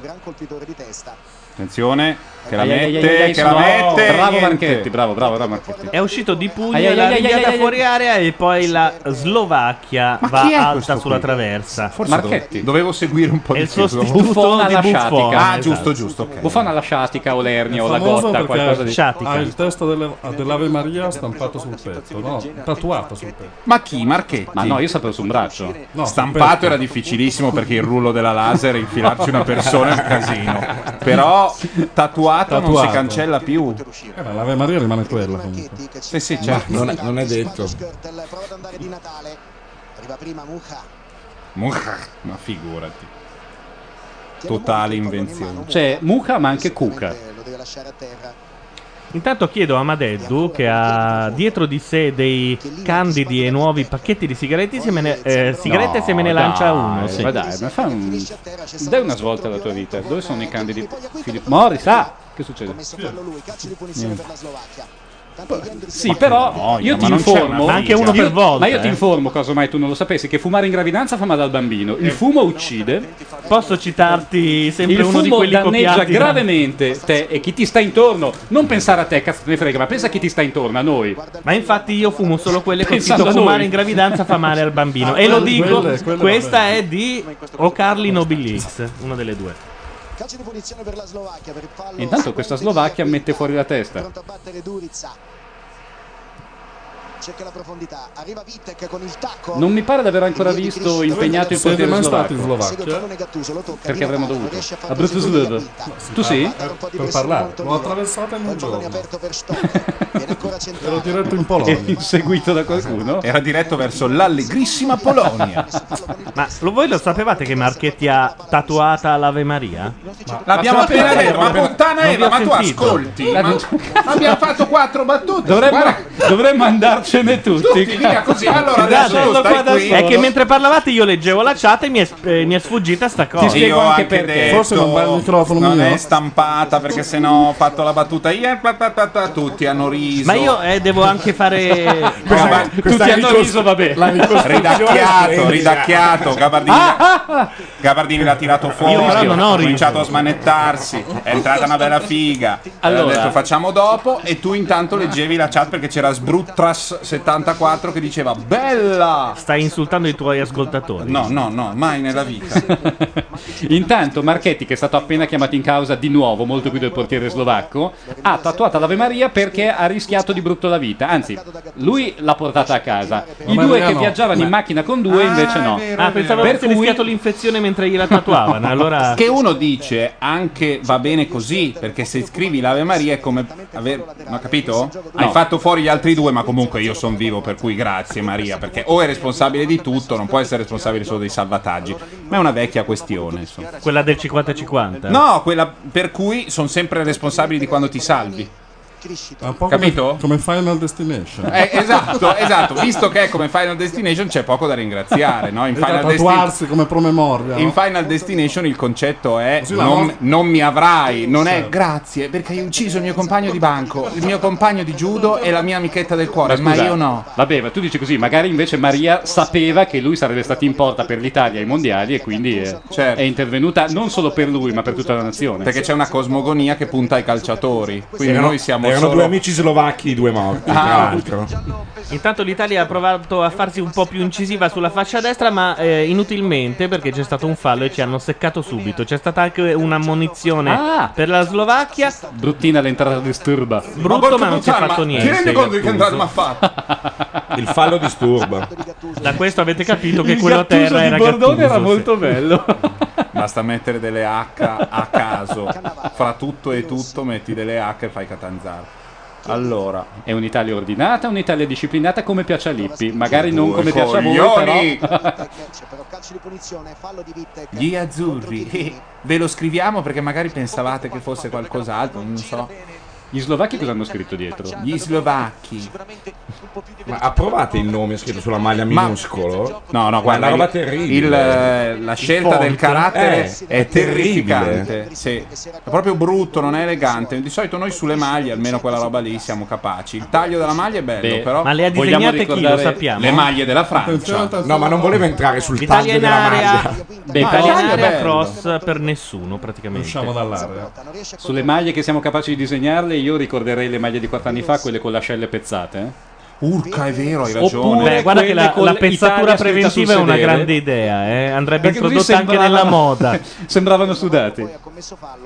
[SPEAKER 3] Attenzione, che la
[SPEAKER 5] Ai, ai, ai,
[SPEAKER 3] mette,
[SPEAKER 5] ai, ai,
[SPEAKER 3] che la
[SPEAKER 5] no.
[SPEAKER 3] mette.
[SPEAKER 5] Bravo
[SPEAKER 3] niente.
[SPEAKER 5] Marchetti, bravo, bravo, bravo Marchetti.
[SPEAKER 2] È uscito di pugno
[SPEAKER 5] Ai, ai,
[SPEAKER 2] la
[SPEAKER 5] ai, ai,
[SPEAKER 2] rinviata
[SPEAKER 5] ai, ai.
[SPEAKER 2] fuori area e poi la Slovacchia va
[SPEAKER 5] chi è questo
[SPEAKER 2] alta
[SPEAKER 5] qui?
[SPEAKER 2] sulla traversa.
[SPEAKER 5] Forse Marchetti.
[SPEAKER 3] Dovevo seguire un po'
[SPEAKER 2] È
[SPEAKER 3] di
[SPEAKER 2] il
[SPEAKER 3] più, dovevo-
[SPEAKER 2] sostituto
[SPEAKER 5] Buffon alla
[SPEAKER 2] di Buffon. Esatto.
[SPEAKER 5] sciatica.
[SPEAKER 3] Ah, giusto, giusto, ok.
[SPEAKER 5] Buffon alla sciatica o l'ernia o la
[SPEAKER 8] Famoso
[SPEAKER 5] gotta,
[SPEAKER 8] perché
[SPEAKER 5] qualcosa di
[SPEAKER 8] Ha il testo delle- dell'Ave Maria stampato sul petto, no? Tatuato sul petto.
[SPEAKER 3] Ma chi? Marchetti?
[SPEAKER 5] Ma no, io sapevo su un braccio.
[SPEAKER 8] No,
[SPEAKER 3] Stampato
[SPEAKER 8] sul
[SPEAKER 3] era difficilissimo perché il rullo della laser e infilarci una persona è un casino. Però tatuato, non si
[SPEAKER 8] Tatuato.
[SPEAKER 3] cancella più.
[SPEAKER 8] petto. Eh, ma l'Ave Maria rimane quella comunque.
[SPEAKER 3] Sì,
[SPEAKER 5] Eh
[SPEAKER 3] sì, certo.
[SPEAKER 4] non, è, non è detto.
[SPEAKER 6] Arriva prima Mucha.
[SPEAKER 3] Mucca, Ma figurati. Totale invenzione.
[SPEAKER 5] C'è Muca ma anche Cuca.
[SPEAKER 2] Intanto chiedo a Madeddu, che ha dietro di sé dei candidi e nuovi pacchetti di sigarette, se me ne, eh, sigarette se me ne
[SPEAKER 5] No,
[SPEAKER 2] lancia
[SPEAKER 5] dai,
[SPEAKER 2] uno. sì.
[SPEAKER 5] Ma dai, ma fa un... Dai una svolta alla tua vita. Dove sono i candidi? Filippo Morris, ah! Che succede? Sì, però io ti informo.
[SPEAKER 2] Ma anche uno
[SPEAKER 5] Io-
[SPEAKER 2] per volta.
[SPEAKER 5] Ma io ti
[SPEAKER 2] eh.
[SPEAKER 5] informo, casomai tu non lo sapessi, che fumare in gravidanza fa male al bambino. Il fumo uccide.
[SPEAKER 2] Posso citarti Eh. sempre
[SPEAKER 5] Il
[SPEAKER 2] uno di
[SPEAKER 5] fumo
[SPEAKER 2] quelli
[SPEAKER 5] danneggia
[SPEAKER 2] copiati da-
[SPEAKER 5] gravemente te e chi ti sta intorno. Non pensare a te, cazzo te ne frega, ma pensa a chi ti sta intorno, a noi.
[SPEAKER 2] Ma infatti io fumo solo quelle che ho
[SPEAKER 5] Pensando
[SPEAKER 2] scritto
[SPEAKER 5] a noi.
[SPEAKER 2] fumare in gravidanza fa male al bambino.
[SPEAKER 5] Ah,
[SPEAKER 2] e lo
[SPEAKER 5] quelle-
[SPEAKER 2] dico,
[SPEAKER 5] quelle- quelle
[SPEAKER 2] questa
[SPEAKER 5] vabbè.
[SPEAKER 2] è di O Carli Nobilix, una delle due.
[SPEAKER 5] Intanto questa Slovacchia mette fuori la testa.
[SPEAKER 6] Battere Durizza. Cerca la profondità. Arriva Vitek con il tacco.
[SPEAKER 5] Non mi pare di aver ancora visto impegnato il
[SPEAKER 8] Siete
[SPEAKER 5] potere
[SPEAKER 8] mai stati in
[SPEAKER 5] slovacco.
[SPEAKER 8] Slovacchia?
[SPEAKER 5] Perché avremmo dovuto. A Bratislava. Tu sì?
[SPEAKER 8] Per, per parlare. L'ho attraversata in un giorno. Ero diretto in
[SPEAKER 5] E
[SPEAKER 8] Polonia.
[SPEAKER 5] inseguito da qualcuno?
[SPEAKER 3] Era diretto verso l'allegrissima Polonia.
[SPEAKER 2] Ma lo- voi lo sapevate che Marchetti ha tatuata l'Ave Maria?
[SPEAKER 3] L'abbiamo
[SPEAKER 2] Ma
[SPEAKER 3] appena
[SPEAKER 2] perché?
[SPEAKER 3] detto, ma
[SPEAKER 2] L'abbiamo-
[SPEAKER 3] puttana
[SPEAKER 2] non
[SPEAKER 3] Eva,
[SPEAKER 2] vi ho
[SPEAKER 3] ma tu
[SPEAKER 2] sentito.
[SPEAKER 3] ascolti. Ma abbiamo fatto quattro battute.
[SPEAKER 5] Dovremmo,
[SPEAKER 3] guarda,
[SPEAKER 5] dovremmo andarcene tutti.
[SPEAKER 3] tutti via così. Allora
[SPEAKER 5] Scusate,
[SPEAKER 3] adesso
[SPEAKER 5] sono
[SPEAKER 3] stai
[SPEAKER 5] qua da
[SPEAKER 3] qui.
[SPEAKER 5] solo.
[SPEAKER 2] È che mentre parlavate io leggevo la chat e mi è, eh, mi è sfuggita sta cosa.
[SPEAKER 3] Sì, io ho anche detto,
[SPEAKER 8] Forse non va il microfono
[SPEAKER 3] non
[SPEAKER 8] mio.
[SPEAKER 3] è stampata perché sennò ho fatto la battuta io pa, pa, pa, pa, tutti hanno riso
[SPEAKER 2] Ma io eh, devo anche fare.
[SPEAKER 3] Questa-
[SPEAKER 5] Ma
[SPEAKER 3] questa
[SPEAKER 5] tutti hanno
[SPEAKER 3] ricos-
[SPEAKER 5] riso, vabbè.
[SPEAKER 3] ridacchiato ridacchiato Gabardini, Gabardini l'ha tirato fuori
[SPEAKER 2] Ah, Io però non ho
[SPEAKER 3] ha
[SPEAKER 2] riso.
[SPEAKER 3] cominciato a smanettarsi è entrata una bella figa allora
[SPEAKER 5] Allora.
[SPEAKER 3] ho detto facciamo dopo e tu intanto leggevi la chat perché c'era Sbruttras 74 che diceva bella
[SPEAKER 2] Stai insultando i tuoi ascoltatori.
[SPEAKER 3] no no no mai nella vita
[SPEAKER 5] Intanto Marchetti, che è stato appena chiamato in causa di nuovo, molto più del portiere slovacco, ha tatuato l'Ave Maria perché ha rischiato di brutto la vita. Anzi, lui l'ha portata a casa. I
[SPEAKER 8] Ma
[SPEAKER 5] due
[SPEAKER 8] Maria
[SPEAKER 5] che
[SPEAKER 8] no.
[SPEAKER 5] viaggiavano in macchina con due invece no.
[SPEAKER 2] Ah, pensavo
[SPEAKER 5] Per
[SPEAKER 2] avesse
[SPEAKER 5] cui-
[SPEAKER 2] rischiato l'infezione mentre gliela tatuavano. Allora.
[SPEAKER 3] Che uno dice anche va bene così, perché se scrivi l'Ave Maria è come aver. No, capito? Hai fatto fuori gli altri due, ma comunque io sono vivo, per cui grazie Maria, perché o è responsabile di tutto, non può essere responsabile solo dei salvataggi. Ma è una vecchia questione, insomma.
[SPEAKER 2] Quella del 50-50.
[SPEAKER 3] No, quella per cui sono sempre responsabili di quando ti salvi.
[SPEAKER 8] È un po'
[SPEAKER 3] Capito?
[SPEAKER 8] Come, come Final Destination.
[SPEAKER 3] Eh, esatto, esatto, visto che è come Final Destination c'è poco da ringraziare, no? In
[SPEAKER 8] E da
[SPEAKER 3] Final, Desti-
[SPEAKER 8] tatuarsi come promemoria.
[SPEAKER 3] in Final Destination il concetto è
[SPEAKER 8] Sì, la
[SPEAKER 3] non,
[SPEAKER 8] nostra-
[SPEAKER 3] non mi avrai, non è
[SPEAKER 4] certo.
[SPEAKER 3] grazie perché hai ucciso il mio compagno di banco, il mio compagno di judo e la mia amichetta del cuore, ma
[SPEAKER 5] scusa,
[SPEAKER 3] io no.
[SPEAKER 5] Vabbè, ma tu dici così, magari invece Maria sapeva che lui sarebbe stato in porta per l'Italia ai mondiali e quindi eh, è intervenuta non solo per lui, ma per tutta la nazione.
[SPEAKER 3] Certo. Perché c'è una cosmogonia che punta ai calciatori, quindi
[SPEAKER 4] erano,
[SPEAKER 3] noi siamo
[SPEAKER 4] erano
[SPEAKER 3] solo
[SPEAKER 4] due amici slovacchi, i due morti, tra
[SPEAKER 3] Ah.
[SPEAKER 4] l'altro.
[SPEAKER 2] Intanto l'Italia ha provato a farsi un po' più incisiva sulla fascia destra, ma eh, inutilmente perché c'è stato un fallo e ci hanno seccato subito. C'è stata anche un'ammonizione per la Slovacchia.
[SPEAKER 5] Bruttina l'entrata di Sturba.
[SPEAKER 2] Brutto, ma non ci ha fatto niente.
[SPEAKER 3] mi ha fatto?
[SPEAKER 4] Il fallo disturba.
[SPEAKER 2] Da questo avete capito che
[SPEAKER 5] Il
[SPEAKER 2] quello a
[SPEAKER 5] Gattuso
[SPEAKER 2] terra
[SPEAKER 5] di
[SPEAKER 2] era
[SPEAKER 5] Bordone
[SPEAKER 2] Gattuso,
[SPEAKER 5] era
[SPEAKER 2] sì.
[SPEAKER 5] molto bello.
[SPEAKER 3] Basta mettere delle H a caso. Fra tutto e tutto metti delle H e fai Catanzaro. Allora,
[SPEAKER 5] È un'Italia ordinata, un'Italia disciplinata come piace a Lippi. Magari non
[SPEAKER 3] Due
[SPEAKER 5] come piace a voi,
[SPEAKER 3] coglioni!
[SPEAKER 5] però...
[SPEAKER 3] gli azzurri, ve lo scriviamo perché magari pensavate che fosse qualcos'altro, non so.
[SPEAKER 5] Gli slovacchi cosa hanno scritto dietro?
[SPEAKER 3] Gli slovacchi.
[SPEAKER 4] Ma approvate il nome scritto sulla maglia
[SPEAKER 3] Ma-
[SPEAKER 4] minuscolo?
[SPEAKER 3] No, no, guarda,
[SPEAKER 4] È una roba
[SPEAKER 3] il-
[SPEAKER 4] terribile.
[SPEAKER 3] il, eh, la scelta del
[SPEAKER 4] font,
[SPEAKER 3] carattere
[SPEAKER 4] eh,
[SPEAKER 3] è
[SPEAKER 4] è
[SPEAKER 3] terrificante. Sì. È proprio brutto, non è elegante. Di solito noi sulle maglie, almeno quella roba lì, siamo capaci. Il taglio della maglia è bello,
[SPEAKER 5] Beh,
[SPEAKER 3] però.
[SPEAKER 2] Ma le ha
[SPEAKER 5] Vogliamo
[SPEAKER 2] disegnate chi lo
[SPEAKER 5] ricordare
[SPEAKER 2] sappiamo?
[SPEAKER 3] Le maglie della Francia.
[SPEAKER 4] No, ma non volevo entrare sul
[SPEAKER 2] L'Italia
[SPEAKER 4] taglio
[SPEAKER 2] in
[SPEAKER 4] della maglia.
[SPEAKER 2] area.
[SPEAKER 5] Beh,
[SPEAKER 2] Italia in
[SPEAKER 6] Ah,
[SPEAKER 3] taglio
[SPEAKER 2] area
[SPEAKER 3] bello.
[SPEAKER 2] cross per nessuno praticamente.
[SPEAKER 8] Usciamo dall'area.
[SPEAKER 5] Sulle maglie che siamo capaci di disegnarle, io ricorderei le maglie di quattro anni fa, quelle con le ascelle pezzate. eh.
[SPEAKER 3] Urca, è vero, hai
[SPEAKER 5] Oppure-
[SPEAKER 3] ragione.
[SPEAKER 2] Beh, guarda che la,
[SPEAKER 5] quelle con
[SPEAKER 2] la
[SPEAKER 5] l'Italia
[SPEAKER 2] pezzatura
[SPEAKER 5] scritta sul
[SPEAKER 2] preventiva è una
[SPEAKER 5] sedere.
[SPEAKER 2] grande idea, eh. andrebbe
[SPEAKER 5] Perché così
[SPEAKER 2] introdotta anche
[SPEAKER 5] sembrava-
[SPEAKER 2] nella moda.
[SPEAKER 5] Sembravano sudati.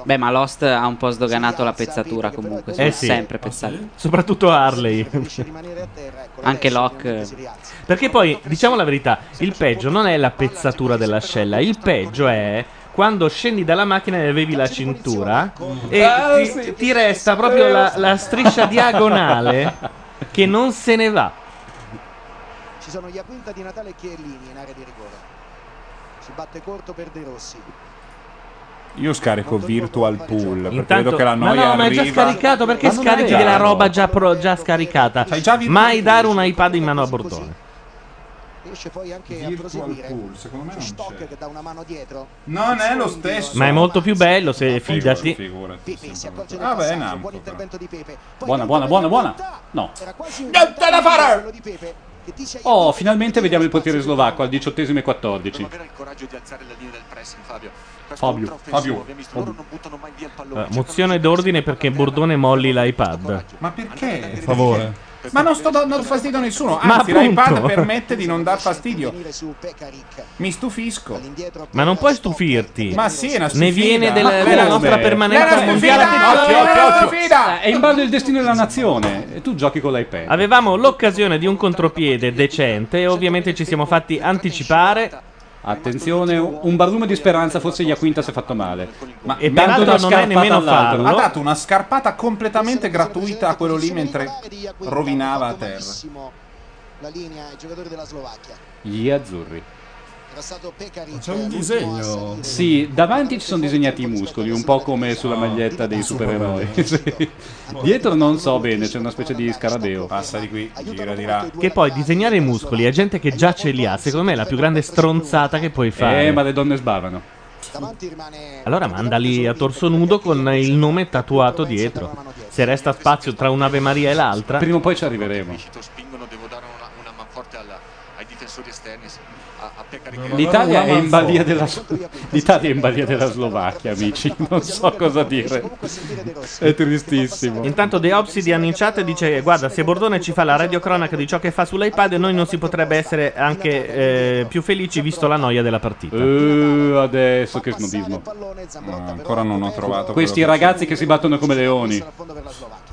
[SPEAKER 10] Beh, ma Lost ha un po' sdoganato la pezzatura comunque. Sono
[SPEAKER 2] Eh sì.
[SPEAKER 10] sempre pezzati.
[SPEAKER 2] Soprattutto Harley.
[SPEAKER 10] Anche Locke.
[SPEAKER 2] Perché poi, diciamo la verità, il peggio non è la pezzatura dell'ascella, il peggio è quando scendi dalla macchina e avevi la cintura e
[SPEAKER 5] Ah,
[SPEAKER 2] ti,
[SPEAKER 5] sì.
[SPEAKER 2] ti resta proprio la, la striscia diagonale che non se ne va.
[SPEAKER 6] Ci sono Iaquinta di Natale e Chiellini in area di rigore. Si batte corto per De Rossi.
[SPEAKER 3] Io scarico Virtual Pool. Perché
[SPEAKER 2] Intanto,
[SPEAKER 3] vedo che la
[SPEAKER 2] ma
[SPEAKER 3] noia
[SPEAKER 2] no, ma è
[SPEAKER 3] arriva.
[SPEAKER 2] già scaricato perché
[SPEAKER 5] Ma non
[SPEAKER 2] scarichi
[SPEAKER 5] è
[SPEAKER 2] della
[SPEAKER 5] vero.
[SPEAKER 2] roba già, pro- già scaricata.
[SPEAKER 3] C'hai già Virtual
[SPEAKER 2] Mai dare un iPad in mano a Bordone.
[SPEAKER 6] Riesce poi anche a
[SPEAKER 3] Virtual
[SPEAKER 6] proseguire.
[SPEAKER 3] Pool, secondo me
[SPEAKER 6] Su
[SPEAKER 3] non
[SPEAKER 6] Stock
[SPEAKER 3] c'è.
[SPEAKER 6] che dà una mano dietro.
[SPEAKER 3] Non è lo stesso.
[SPEAKER 2] Ma è molto più bello se fidati.
[SPEAKER 3] Figurati.
[SPEAKER 6] Pepe si accorge del
[SPEAKER 3] Ah, beh,
[SPEAKER 6] passaggio,
[SPEAKER 3] è un altro,
[SPEAKER 6] buon
[SPEAKER 3] però.
[SPEAKER 6] intervento di Pepe. Poi
[SPEAKER 5] Buona,
[SPEAKER 6] tenta
[SPEAKER 5] buona,
[SPEAKER 6] per
[SPEAKER 5] buona,
[SPEAKER 6] la
[SPEAKER 5] buona.
[SPEAKER 6] punta.
[SPEAKER 5] No.
[SPEAKER 6] Era quasi un
[SPEAKER 3] Non te la fare!
[SPEAKER 6] tentativo di Pepe, che dice
[SPEAKER 5] Oh,
[SPEAKER 6] aiuto,
[SPEAKER 5] finalmente
[SPEAKER 6] che
[SPEAKER 5] vediamo il
[SPEAKER 6] tira
[SPEAKER 5] portiere
[SPEAKER 6] spazio
[SPEAKER 5] slovacco al diciottesimo e 14.
[SPEAKER 7] avere il coraggio di alzare la linea del pressing, Fabio. Questo
[SPEAKER 5] Fabio,
[SPEAKER 7] è ultraoffensivo,
[SPEAKER 3] Fabio,
[SPEAKER 7] abbiamo visto, loro non buttano mai via il pallone.
[SPEAKER 2] Eh,
[SPEAKER 7] cercano
[SPEAKER 2] mozione
[SPEAKER 7] di-
[SPEAKER 2] d'ordine perché Bordone molli l'iPad.
[SPEAKER 3] Ma perché?
[SPEAKER 8] Per favore.
[SPEAKER 3] Ma non sto dando fastidio a nessuno.
[SPEAKER 2] Ma
[SPEAKER 3] Anzi,
[SPEAKER 2] appunto.
[SPEAKER 3] l'iPad permette di non dar fastidio.
[SPEAKER 6] Venire su Pekaric.
[SPEAKER 3] Mi stufisco.
[SPEAKER 6] All'indietro
[SPEAKER 2] Ma non puoi
[SPEAKER 6] Stock.
[SPEAKER 2] stupirti.
[SPEAKER 3] Ma sì, è una
[SPEAKER 2] Ne
[SPEAKER 3] sfida.
[SPEAKER 2] viene del-
[SPEAKER 3] Ma
[SPEAKER 2] della,
[SPEAKER 3] come?
[SPEAKER 2] nostra
[SPEAKER 3] È
[SPEAKER 2] permanenza
[SPEAKER 3] una
[SPEAKER 2] mondiale.
[SPEAKER 3] sfida.
[SPEAKER 2] Attenzione!
[SPEAKER 3] Occhio, occhio, occhio.
[SPEAKER 5] Ah, È in ballo il destino della nazione. E tu giochi con l'iPad.
[SPEAKER 2] Avevamo l'occasione di un contropiede decente e ovviamente ci siamo fatti anticipare.
[SPEAKER 5] Attenzione, un barlume di speranza, forse Iaquinta si è fatto male. Ma
[SPEAKER 2] E
[SPEAKER 5] tanto
[SPEAKER 2] peraltro
[SPEAKER 5] una
[SPEAKER 2] non è
[SPEAKER 5] scarpa
[SPEAKER 2] nemmeno
[SPEAKER 5] dall'altro.
[SPEAKER 2] fallo.
[SPEAKER 3] Ha dato una scarpata completamente gratuita a quello lì mentre rovinava a terra.
[SPEAKER 6] Malissimo La linea, il giocatore della Slovacchia.
[SPEAKER 5] Gli azzurri.
[SPEAKER 6] Era stato Pekaric.
[SPEAKER 8] C'è un
[SPEAKER 6] l'ultimo a
[SPEAKER 8] disegno.
[SPEAKER 6] salire.
[SPEAKER 5] Sì, davanti ci sono disegnati i muscoli, un po' come sulla maglietta dei supereroi. Sì. Dietro non so bene, c'è una specie di scarabeo.
[SPEAKER 3] Passa di qui, gira di là.
[SPEAKER 2] Che poi disegnare i muscoli a gente che già ce li ha, secondo me è la più grande stronzata che puoi fare.
[SPEAKER 5] Eh, ma le donne sbavano.
[SPEAKER 6] Davanti rimane
[SPEAKER 2] Allora mandali a torso nudo con il nome tatuato dietro. Se resta spazio tra un'Ave Maria e l'altra.
[SPEAKER 5] Prima o poi ci arriveremo.
[SPEAKER 7] Viscito, spingono, devo dare una, una manforte alla- ai difensori esterni, a, a Pecari che-
[SPEAKER 5] L'Italia è in balia della,
[SPEAKER 6] Iaquinta.
[SPEAKER 5] L'Italia è in balia della Slovacchia, amici. Non so cosa dire.
[SPEAKER 6] Comunque sentire De Rossi.
[SPEAKER 5] È tristissimo.
[SPEAKER 2] Intanto The Obsidian in chat dice: Guarda, se Bordone ci fa la radiocronaca di ciò che fa sull'iPad, noi non si potrebbe essere anche eh, più felici visto la noia della partita.
[SPEAKER 5] Eh, adesso che
[SPEAKER 6] Passare il
[SPEAKER 5] snobismo.
[SPEAKER 6] pallone, Zambrotta
[SPEAKER 3] No,
[SPEAKER 6] però
[SPEAKER 3] ancora non ho
[SPEAKER 6] Pepe
[SPEAKER 3] trovato.
[SPEAKER 5] Questi
[SPEAKER 3] quello che-
[SPEAKER 5] ragazzi che si battono come leoni.
[SPEAKER 6] sul fondo per la Slovacchia.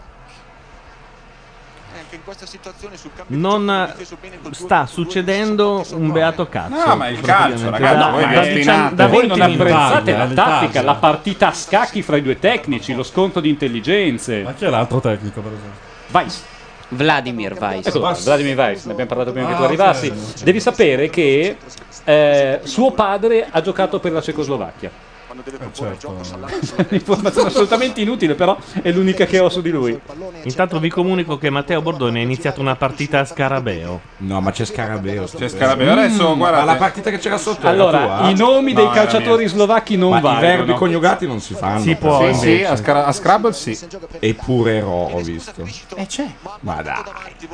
[SPEAKER 7] Eh, anche in questa situazione sul campo
[SPEAKER 2] Non
[SPEAKER 7] di gioco,
[SPEAKER 2] eh,
[SPEAKER 7] difeso bene col
[SPEAKER 2] sta
[SPEAKER 7] due- col due
[SPEAKER 2] succedendo
[SPEAKER 7] difensori
[SPEAKER 2] un
[SPEAKER 7] che
[SPEAKER 2] beato cazzo.
[SPEAKER 3] No, ma il calcio, ragazzi,
[SPEAKER 2] Da-
[SPEAKER 3] voi
[SPEAKER 2] da
[SPEAKER 3] vi
[SPEAKER 2] 10
[SPEAKER 3] ostinate.
[SPEAKER 2] da
[SPEAKER 5] diciamo Voi non
[SPEAKER 2] 20 minuti.
[SPEAKER 5] apprezzate la
[SPEAKER 8] Italia,
[SPEAKER 5] tattica,
[SPEAKER 8] Italia.
[SPEAKER 5] la partita a scacchi fra i due tecnici, lo scontro di
[SPEAKER 8] Ma
[SPEAKER 5] intelligenze.
[SPEAKER 8] chi è l'altro tecnico, per esempio?
[SPEAKER 5] Weiss.
[SPEAKER 10] Vladimir Weiss.
[SPEAKER 5] Ecco qua, Vladimir Weiss, ne abbiamo parlato prima che tu
[SPEAKER 8] Ah,
[SPEAKER 5] arrivassi.
[SPEAKER 8] sì.
[SPEAKER 5] Devi sapere che eh, suo padre ha giocato per la Cecoslovacchia.
[SPEAKER 11] quando deve proporre
[SPEAKER 8] certo.
[SPEAKER 11] gioco salato
[SPEAKER 5] Informazione assolutamente inutile, però è l'unica che ho su di lui.
[SPEAKER 8] Cioè,
[SPEAKER 2] Intanto vi comunico che Matteo Bordone ha iniziato una partita a Scarabeo.
[SPEAKER 4] No, ma c'è Scarabeo. C'è
[SPEAKER 3] Scarabeo. Cioè, Adesso, guarda-
[SPEAKER 4] Ma la partita che c'era sotto. era
[SPEAKER 5] Allora,
[SPEAKER 4] tua?
[SPEAKER 5] i nomi dei calciatori slovacchi non
[SPEAKER 4] Ma i
[SPEAKER 5] valgono.
[SPEAKER 4] verbi coniugati non si fanno.
[SPEAKER 5] Si può,
[SPEAKER 4] Sì,
[SPEAKER 5] invece.
[SPEAKER 4] sì, a Scar-
[SPEAKER 3] a Scrabble sì.
[SPEAKER 4] Eppure ero, ho visto.
[SPEAKER 3] Eh, c'è.
[SPEAKER 4] Ma dai.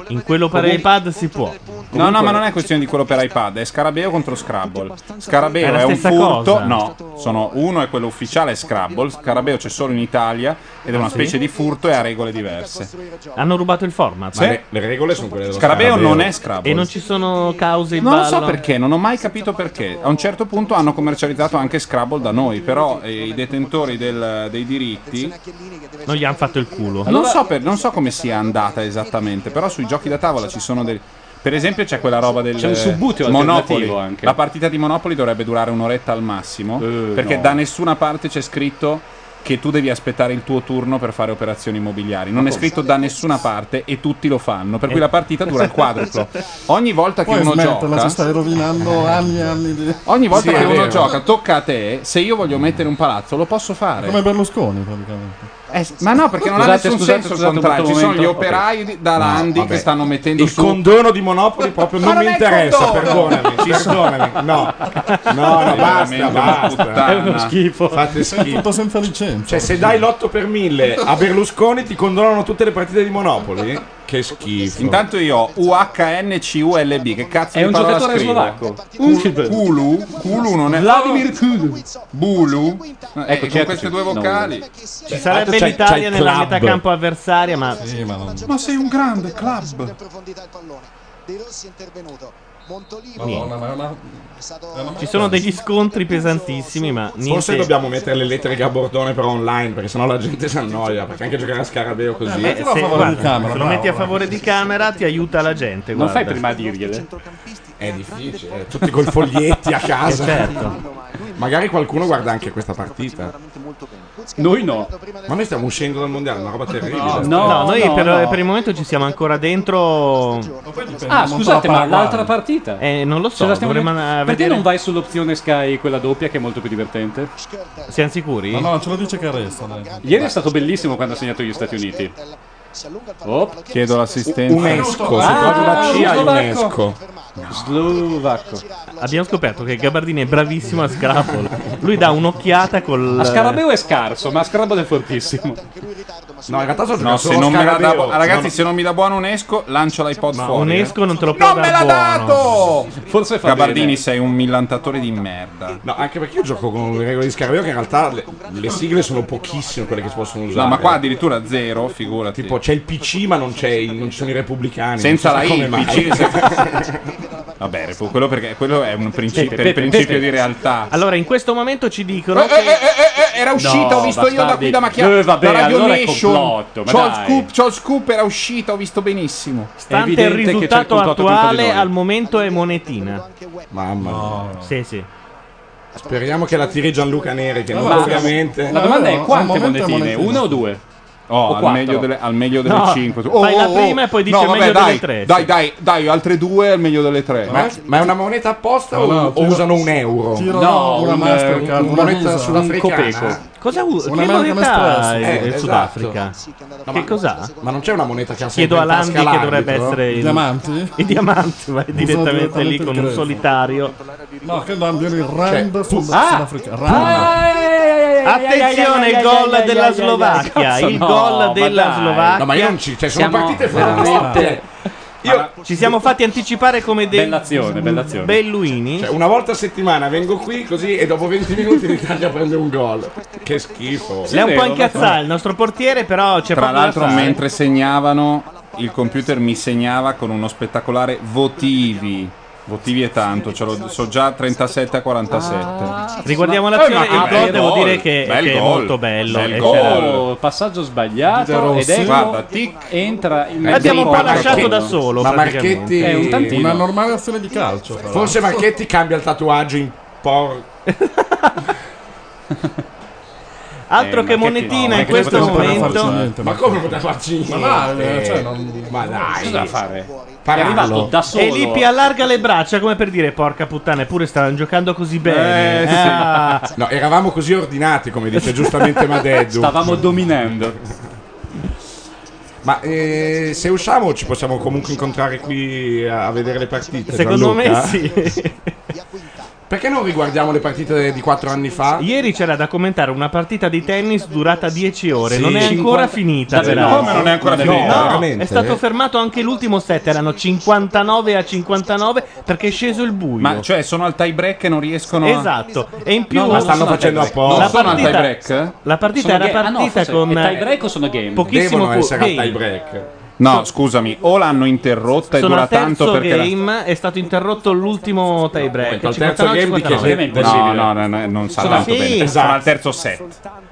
[SPEAKER 2] In quello per
[SPEAKER 3] Comunque-
[SPEAKER 2] iPad si può.
[SPEAKER 3] No, no, ma non è questione di quello per iPad, è Scarabeo contro Scrabble.
[SPEAKER 2] È
[SPEAKER 3] Scarabeo
[SPEAKER 2] la
[SPEAKER 3] è, un
[SPEAKER 2] stessa
[SPEAKER 3] furto,
[SPEAKER 2] cosa.
[SPEAKER 3] no, sono uno è quello ufficiale Scrabble, Scarabeo c'è solo in Italia ed è una
[SPEAKER 2] Ah, Sì?
[SPEAKER 3] specie di furto e ha regole diverse.
[SPEAKER 2] Hanno rubato il format.
[SPEAKER 3] Sì. Ma le- le
[SPEAKER 4] regole sono quelle dello
[SPEAKER 3] Scarabeo non è Scrabble.
[SPEAKER 2] E non ci sono cause in
[SPEAKER 3] Non lo
[SPEAKER 2] ballo.
[SPEAKER 3] so perché, non ho mai capito perché. A un certo punto hanno commercializzato anche Scrabble da noi, però eh, i detentori del- dei diritti
[SPEAKER 2] Non gli hanno fatto il culo.
[SPEAKER 3] non so, per- non so come sia andata esattamente, però sui giochi da tavola ci sono dei. Per esempio c'è quella roba del
[SPEAKER 5] C'è un subbuteo
[SPEAKER 3] Monopoly.
[SPEAKER 5] alternativo anche. Eh,
[SPEAKER 3] La partita di Monopoli dovrebbe durare un'oretta al massimo, perché
[SPEAKER 5] no.
[SPEAKER 3] da nessuna parte c'è scritto che tu devi aspettare il tuo turno per fare operazioni immobiliari. Non
[SPEAKER 5] Ma
[SPEAKER 3] è
[SPEAKER 5] come?
[SPEAKER 3] scritto da nessuna parte e tutti lo fanno, per cui
[SPEAKER 8] Eh.
[SPEAKER 3] la partita dura il quadruplo. Ogni volta che
[SPEAKER 8] Puoi
[SPEAKER 3] uno
[SPEAKER 8] smetterla,
[SPEAKER 3] gioca
[SPEAKER 8] ci stai rovinando anni e anni di...
[SPEAKER 3] Ogni volta
[SPEAKER 8] Sì,
[SPEAKER 3] che
[SPEAKER 8] è
[SPEAKER 3] uno
[SPEAKER 8] vero.
[SPEAKER 3] gioca, tocca a te. Se io voglio mettere un palazzo, lo posso fare.
[SPEAKER 8] Come Berlusconi, praticamente.
[SPEAKER 3] Eh, ma no, perché non ha
[SPEAKER 8] Scusate,
[SPEAKER 3] nessun
[SPEAKER 8] scusate,
[SPEAKER 3] senso il
[SPEAKER 8] scusate, un
[SPEAKER 3] contrario. Ci sono gli
[SPEAKER 8] momento.
[SPEAKER 3] operai di- da
[SPEAKER 8] No,
[SPEAKER 3] Landi
[SPEAKER 8] vabbè.
[SPEAKER 3] che stanno mettendo
[SPEAKER 4] Il
[SPEAKER 3] su.
[SPEAKER 4] condono di Monopoli proprio
[SPEAKER 3] Ma
[SPEAKER 4] non
[SPEAKER 3] non è
[SPEAKER 4] mi
[SPEAKER 3] il
[SPEAKER 4] interessa,
[SPEAKER 3] condono.
[SPEAKER 4] perdonami.
[SPEAKER 3] Ci sono-
[SPEAKER 4] perdonami. No, no, no, basta,
[SPEAKER 3] veramente una
[SPEAKER 4] basta.
[SPEAKER 3] puttana. È uno schifo.
[SPEAKER 4] Fate
[SPEAKER 8] È tutto
[SPEAKER 4] schifo.
[SPEAKER 8] senza licenza.
[SPEAKER 4] Cioè, se dai l'8 per 1000 a Berlusconi ti condonano tutte le partite di Monopoli? Che schifo.
[SPEAKER 3] Intanto io ho UHNCULB. Che cazzo
[SPEAKER 4] È
[SPEAKER 3] di
[SPEAKER 4] un
[SPEAKER 3] parola
[SPEAKER 4] giocatore
[SPEAKER 3] scrivo?
[SPEAKER 4] slovacco.
[SPEAKER 3] Kul- Kulu? Kulu non è.
[SPEAKER 5] Vladimir Kulu.
[SPEAKER 3] Bulu?
[SPEAKER 6] Ecco,
[SPEAKER 3] Eh, con
[SPEAKER 5] certo,
[SPEAKER 3] queste
[SPEAKER 5] sì.
[SPEAKER 3] due
[SPEAKER 5] No.
[SPEAKER 3] vocali.
[SPEAKER 2] Ci sarebbe l'Italia nella metà campo avversaria, ma.
[SPEAKER 3] Ma sei un grande club.
[SPEAKER 7] De Rossi è intervenuto. Montolino
[SPEAKER 2] Niente.
[SPEAKER 8] ma è una-
[SPEAKER 7] è stato
[SPEAKER 2] Ci sono degli scontri pesantissimi, ma niente.
[SPEAKER 4] Forse dobbiamo mettere le lettere a Bordone però online, perché sennò la gente si annoia, Cioè, perché anche giocare a Scarabeo così.
[SPEAKER 2] Eh, se, guarda, se lo metti a favore di camera ti aiuta la gente.
[SPEAKER 4] Non fai prima a
[SPEAKER 2] dirgliele.
[SPEAKER 4] È difficile, eh, tutti coi foglietti a casa.
[SPEAKER 2] Eh, certo.
[SPEAKER 4] Magari qualcuno guarda anche questa partita.
[SPEAKER 5] Noi no.
[SPEAKER 4] Ma noi stiamo uscendo dal mondiale, una roba terribile.
[SPEAKER 2] No, noi per, per il momento ci siamo ancora dentro.
[SPEAKER 5] Ah, scusate, ma l'altra partita?
[SPEAKER 2] Eh, non lo so,
[SPEAKER 5] Ce la stiamo
[SPEAKER 2] dovremmo
[SPEAKER 5] ved-
[SPEAKER 2] andare a
[SPEAKER 5] Perché
[SPEAKER 2] vedere.
[SPEAKER 5] non vai sull'opzione Sky, quella doppia, che è molto più divertente?
[SPEAKER 2] Siamo sicuri?
[SPEAKER 8] Ma no, ce lo dice che resta. dai.
[SPEAKER 5] Ieri è stato bellissimo quando ha segnato gli Stati Uniti. Oh,
[SPEAKER 3] chiedo l'assistenza.
[SPEAKER 8] UNESCO,
[SPEAKER 5] Ah,
[SPEAKER 8] si trova una
[SPEAKER 5] uno
[SPEAKER 8] CIA
[SPEAKER 5] slovacco.
[SPEAKER 8] UNESCO.
[SPEAKER 5] Slovacco.
[SPEAKER 2] Abbiamo scoperto che Gabardini è bravissimo a Scrabble. Lui dà un'occhiata col.
[SPEAKER 5] A Scarabeo è scarso, ma a Scarabeo è fortissimo.
[SPEAKER 4] No, in realtà sono
[SPEAKER 3] No, se non me la dà, ragazzi, se non mi dà buono UNESCO, lancio l'iPod fuori. eh.
[SPEAKER 2] UNESCO non te lo
[SPEAKER 3] Non me l'ha dato!
[SPEAKER 5] Forse fa
[SPEAKER 3] Gabardini
[SPEAKER 4] bene.
[SPEAKER 3] sei un millantatore di merda.
[SPEAKER 4] No, anche perché io gioco con le regole di Scarabeo che in realtà le, le sigle sono pochissime quelle che si possono usare.
[SPEAKER 3] No, ma qua addirittura zero, figurati.
[SPEAKER 4] Tipo c'è il PC ma non, c'è i- non ci sono i repubblicani.
[SPEAKER 3] Senza
[SPEAKER 4] Non
[SPEAKER 3] la
[SPEAKER 4] so
[SPEAKER 3] I,
[SPEAKER 4] come mai.
[SPEAKER 3] PC, senza- Vabbè, repu- quello, perché, quello è un principio, per principio di realtà.
[SPEAKER 2] Allora, in questo momento ci dicono.
[SPEAKER 3] Eh, eh, eh, eh, eh, era uscita, ho visto io da qui da Macchiato.
[SPEAKER 2] Eh, vabbè,
[SPEAKER 3] da Radio
[SPEAKER 2] allora è
[SPEAKER 3] Nation.
[SPEAKER 2] complotto, ma
[SPEAKER 3] C'ho il
[SPEAKER 2] dai.
[SPEAKER 3] scoop, c'ho il scoop, era uscita, ho visto benissimo.
[SPEAKER 2] Stante il risultato attuale, al momento è monetina.
[SPEAKER 4] Mamma mia.
[SPEAKER 2] Sì, sì.
[SPEAKER 4] Speriamo che la tiri Gianluca Neri eh, che
[SPEAKER 2] Ma-
[SPEAKER 4] non ovviamente...
[SPEAKER 2] la domanda è quante Al momento è
[SPEAKER 3] monetine? monetine. Una o due?
[SPEAKER 4] O
[SPEAKER 3] Oh, al
[SPEAKER 4] quattro?
[SPEAKER 3] meglio delle, al meglio delle Oh,
[SPEAKER 4] No,
[SPEAKER 3] 5.
[SPEAKER 4] fai la prima e poi dici al meglio
[SPEAKER 3] dai,
[SPEAKER 4] delle tre.
[SPEAKER 3] Dai, dai, dai, altre due al meglio delle tre.
[SPEAKER 4] Ma, ma è una moneta apposta o,
[SPEAKER 3] No, no,
[SPEAKER 4] o
[SPEAKER 3] tiro-
[SPEAKER 4] usano un euro?
[SPEAKER 3] tiro No, una un- Mastercard,
[SPEAKER 4] una
[SPEAKER 3] una
[SPEAKER 4] moneta
[SPEAKER 3] Visa,
[SPEAKER 4] sudafricana.
[SPEAKER 3] un Copeco.
[SPEAKER 2] Cosa usa?
[SPEAKER 4] Una
[SPEAKER 2] Che
[SPEAKER 4] American
[SPEAKER 2] moneta
[SPEAKER 4] Express.
[SPEAKER 2] è
[SPEAKER 4] Eh,
[SPEAKER 2] il
[SPEAKER 4] esatto.
[SPEAKER 2] Sudafrica?
[SPEAKER 4] No,
[SPEAKER 2] che
[SPEAKER 4] ma-
[SPEAKER 2] cos'ha?
[SPEAKER 4] Ma non c'è una moneta che ha
[SPEAKER 2] Chiedo
[SPEAKER 4] sempre
[SPEAKER 2] a
[SPEAKER 4] in tasca
[SPEAKER 2] Landi che dovrebbe
[SPEAKER 4] l'arbitro?
[SPEAKER 2] essere il... I diamanti, vai direttamente lì con un
[SPEAKER 8] direttamente il
[SPEAKER 2] solitario.
[SPEAKER 8] No, che danno il Rand sul
[SPEAKER 2] Ah!
[SPEAKER 8] Sudafrica.
[SPEAKER 2] Attenzione, il gol della Slovacchia. Il gol della Slovacchia.
[SPEAKER 4] No, ma io non ci... Cioè, sono partite veramente...
[SPEAKER 2] Ci siamo fatti anticipare come dei.
[SPEAKER 4] Bell'azione, bell'azione.
[SPEAKER 2] Belluini.
[SPEAKER 4] Cioè, una volta a settimana vengo qui così e dopo 20 minuti l'Italia prende un gol. Che schifo.
[SPEAKER 3] Cioè,
[SPEAKER 2] L'è un po' incazzato il nostro portiere, però c'è
[SPEAKER 3] Tra
[SPEAKER 2] poco da
[SPEAKER 3] l'altro,
[SPEAKER 2] fare.
[SPEAKER 3] mentre segnavano, il computer mi segnava con uno spettacolare votivi. Votivi è tanto, ce l'ho, so già 37 a 47.
[SPEAKER 4] Ah.
[SPEAKER 5] Eh,
[SPEAKER 2] Riguardiamo l'azione,
[SPEAKER 3] ma
[SPEAKER 5] ah,
[SPEAKER 2] il
[SPEAKER 3] che
[SPEAKER 2] gol
[SPEAKER 3] bel
[SPEAKER 2] devo dire che-
[SPEAKER 3] bel
[SPEAKER 2] che è
[SPEAKER 3] gol,
[SPEAKER 2] molto bello,
[SPEAKER 3] bel
[SPEAKER 2] e
[SPEAKER 3] gol.
[SPEAKER 5] Oh, passaggio sbagliato ed ecco
[SPEAKER 3] Guarda, tic.
[SPEAKER 5] entra in
[SPEAKER 2] L'abbiamo un po'
[SPEAKER 5] Marchetti.
[SPEAKER 2] lasciato da solo.
[SPEAKER 4] Ma
[SPEAKER 2] praticamente.
[SPEAKER 4] Marchetti-
[SPEAKER 5] è un tantino.
[SPEAKER 4] Una
[SPEAKER 8] normale azione di calcio. però.
[SPEAKER 4] Forse Marchetti cambia il tatuaggio in por...
[SPEAKER 3] Eh,
[SPEAKER 2] Altro che monetina in questo momento.
[SPEAKER 4] Ma come poteva farci niente?
[SPEAKER 2] Ma va, eh, cioè,
[SPEAKER 4] Ma dai.
[SPEAKER 2] Cosa da
[SPEAKER 4] fare?
[SPEAKER 2] È arrivato da solo. E Lippi allarga le braccia come per dire porca puttana, eppure stavano giocando così bene.
[SPEAKER 4] Eh, sì.
[SPEAKER 2] Ah.
[SPEAKER 4] No, eravamo così ordinati, come dice giustamente Madeddu.
[SPEAKER 5] Stavamo dominando.
[SPEAKER 4] Ma eh, se usciamo ci possiamo comunque incontrare qui a a vedere le partite.
[SPEAKER 2] Secondo
[SPEAKER 4] Gianluca?
[SPEAKER 2] me sì.
[SPEAKER 4] Perché non riguardiamo le partite di quattro anni fa?
[SPEAKER 2] Ieri c'era da commentare una partita di tennis durata 10 ore,
[SPEAKER 4] Sì.
[SPEAKER 2] non è ancora
[SPEAKER 4] 50
[SPEAKER 2] finita.
[SPEAKER 4] Davvero?
[SPEAKER 2] peraltro.
[SPEAKER 4] Come non è ancora finita?
[SPEAKER 2] No,
[SPEAKER 4] Veramente?
[SPEAKER 2] è stato fermato anche l'ultimo set, erano 59 a 59 perché è sceso il buio.
[SPEAKER 3] Ma cioè sono al tie break e non riescono a...
[SPEAKER 2] Esatto, e in più
[SPEAKER 3] No, ma stanno facendo apposta.
[SPEAKER 2] La
[SPEAKER 3] Non sono al
[SPEAKER 2] partita-
[SPEAKER 3] tie break?
[SPEAKER 2] La partita
[SPEAKER 3] Sono
[SPEAKER 2] era
[SPEAKER 3] ga- ah, no,
[SPEAKER 2] partita
[SPEAKER 3] forse
[SPEAKER 2] con
[SPEAKER 5] eh,
[SPEAKER 3] è tie break o sono game?
[SPEAKER 2] Pochissimo
[SPEAKER 3] Devono essere al
[SPEAKER 2] game.
[SPEAKER 3] tie break. No, scusami, o l'hanno interrotta e
[SPEAKER 2] Sono
[SPEAKER 3] dura
[SPEAKER 2] al
[SPEAKER 3] tanto
[SPEAKER 2] terzo
[SPEAKER 3] perché... la-
[SPEAKER 2] game, è stato interrotto l'ultimo tie break.
[SPEAKER 3] Al terzo game di
[SPEAKER 2] 59.
[SPEAKER 3] Chiesa- No, no, no, no, non sa
[SPEAKER 2] Sono
[SPEAKER 3] tanto
[SPEAKER 2] finiti.
[SPEAKER 3] bene. Sono
[SPEAKER 2] Esatto.
[SPEAKER 3] al terzo set.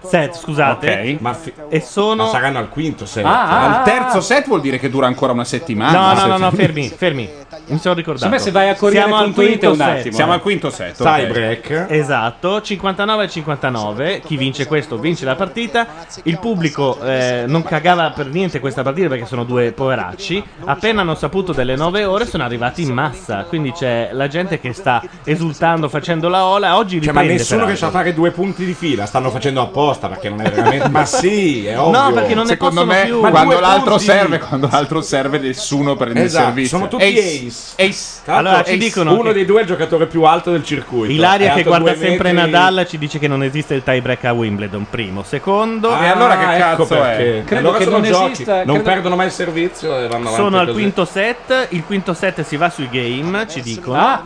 [SPEAKER 2] Set, scusate.
[SPEAKER 3] Ok.
[SPEAKER 4] Ma,
[SPEAKER 2] e sono...
[SPEAKER 4] ma saranno al quinto set.
[SPEAKER 2] Ah, ah,
[SPEAKER 3] al terzo set vuol dire che dura ancora una
[SPEAKER 2] No,
[SPEAKER 3] settimana.
[SPEAKER 2] no, no, no, fermi, fermi. Mi sono ricordato.
[SPEAKER 3] Secondo me se vai a Corriere
[SPEAKER 2] Siamo al
[SPEAKER 3] con Twitter
[SPEAKER 2] quinto
[SPEAKER 3] un
[SPEAKER 2] set.
[SPEAKER 3] attimo. Siamo al quinto set, ok. Tie
[SPEAKER 8] eh.
[SPEAKER 3] break.
[SPEAKER 2] Esatto, 59 a 59. Chi vince questo vince la partita. Il pubblico eh, non cagava per niente questa partita perché sono due poveracci. Appena hanno saputo delle 9 ore sono arrivati in massa. Quindi c'è la gente che sta esultando, facendo la ola. Oggi
[SPEAKER 4] Cioè, ma
[SPEAKER 2] riprende,
[SPEAKER 4] nessuno
[SPEAKER 2] peraltro.
[SPEAKER 4] riesce a fare due punti di fila, stanno facendo apposta perché non è veramente. ma sì, è
[SPEAKER 2] No,
[SPEAKER 4] ovvio.
[SPEAKER 2] perché non ne
[SPEAKER 3] Secondo
[SPEAKER 2] possono
[SPEAKER 3] me,
[SPEAKER 2] più. Ma
[SPEAKER 3] quando
[SPEAKER 2] due
[SPEAKER 3] l'altro
[SPEAKER 2] punti.
[SPEAKER 3] serve, quando l'altro serve, nessuno prende
[SPEAKER 4] Esatto,
[SPEAKER 3] il servizio.
[SPEAKER 4] sono tutti ace. Tra l'altro
[SPEAKER 2] Allora, ci
[SPEAKER 4] ace.
[SPEAKER 2] dicono
[SPEAKER 4] uno
[SPEAKER 2] che-
[SPEAKER 4] dei due è il giocatore più alto del circuito. È
[SPEAKER 2] Ilaria che
[SPEAKER 4] alto
[SPEAKER 2] guarda
[SPEAKER 4] due
[SPEAKER 2] sempre
[SPEAKER 4] metri.
[SPEAKER 2] Nadal ci dice che non esiste il tie break a Wimbledon, primo. Secondo...
[SPEAKER 4] Ah, ecco perché.
[SPEAKER 2] Credo
[SPEAKER 4] Allora
[SPEAKER 2] che
[SPEAKER 4] sono
[SPEAKER 2] non
[SPEAKER 4] giochi.
[SPEAKER 2] esista-
[SPEAKER 4] Non
[SPEAKER 2] credo-
[SPEAKER 4] perdono mai il servizio e vanno avanti.
[SPEAKER 2] Sono al
[SPEAKER 4] così.
[SPEAKER 2] quinto set, il quinto set si va sui game, ci dicono.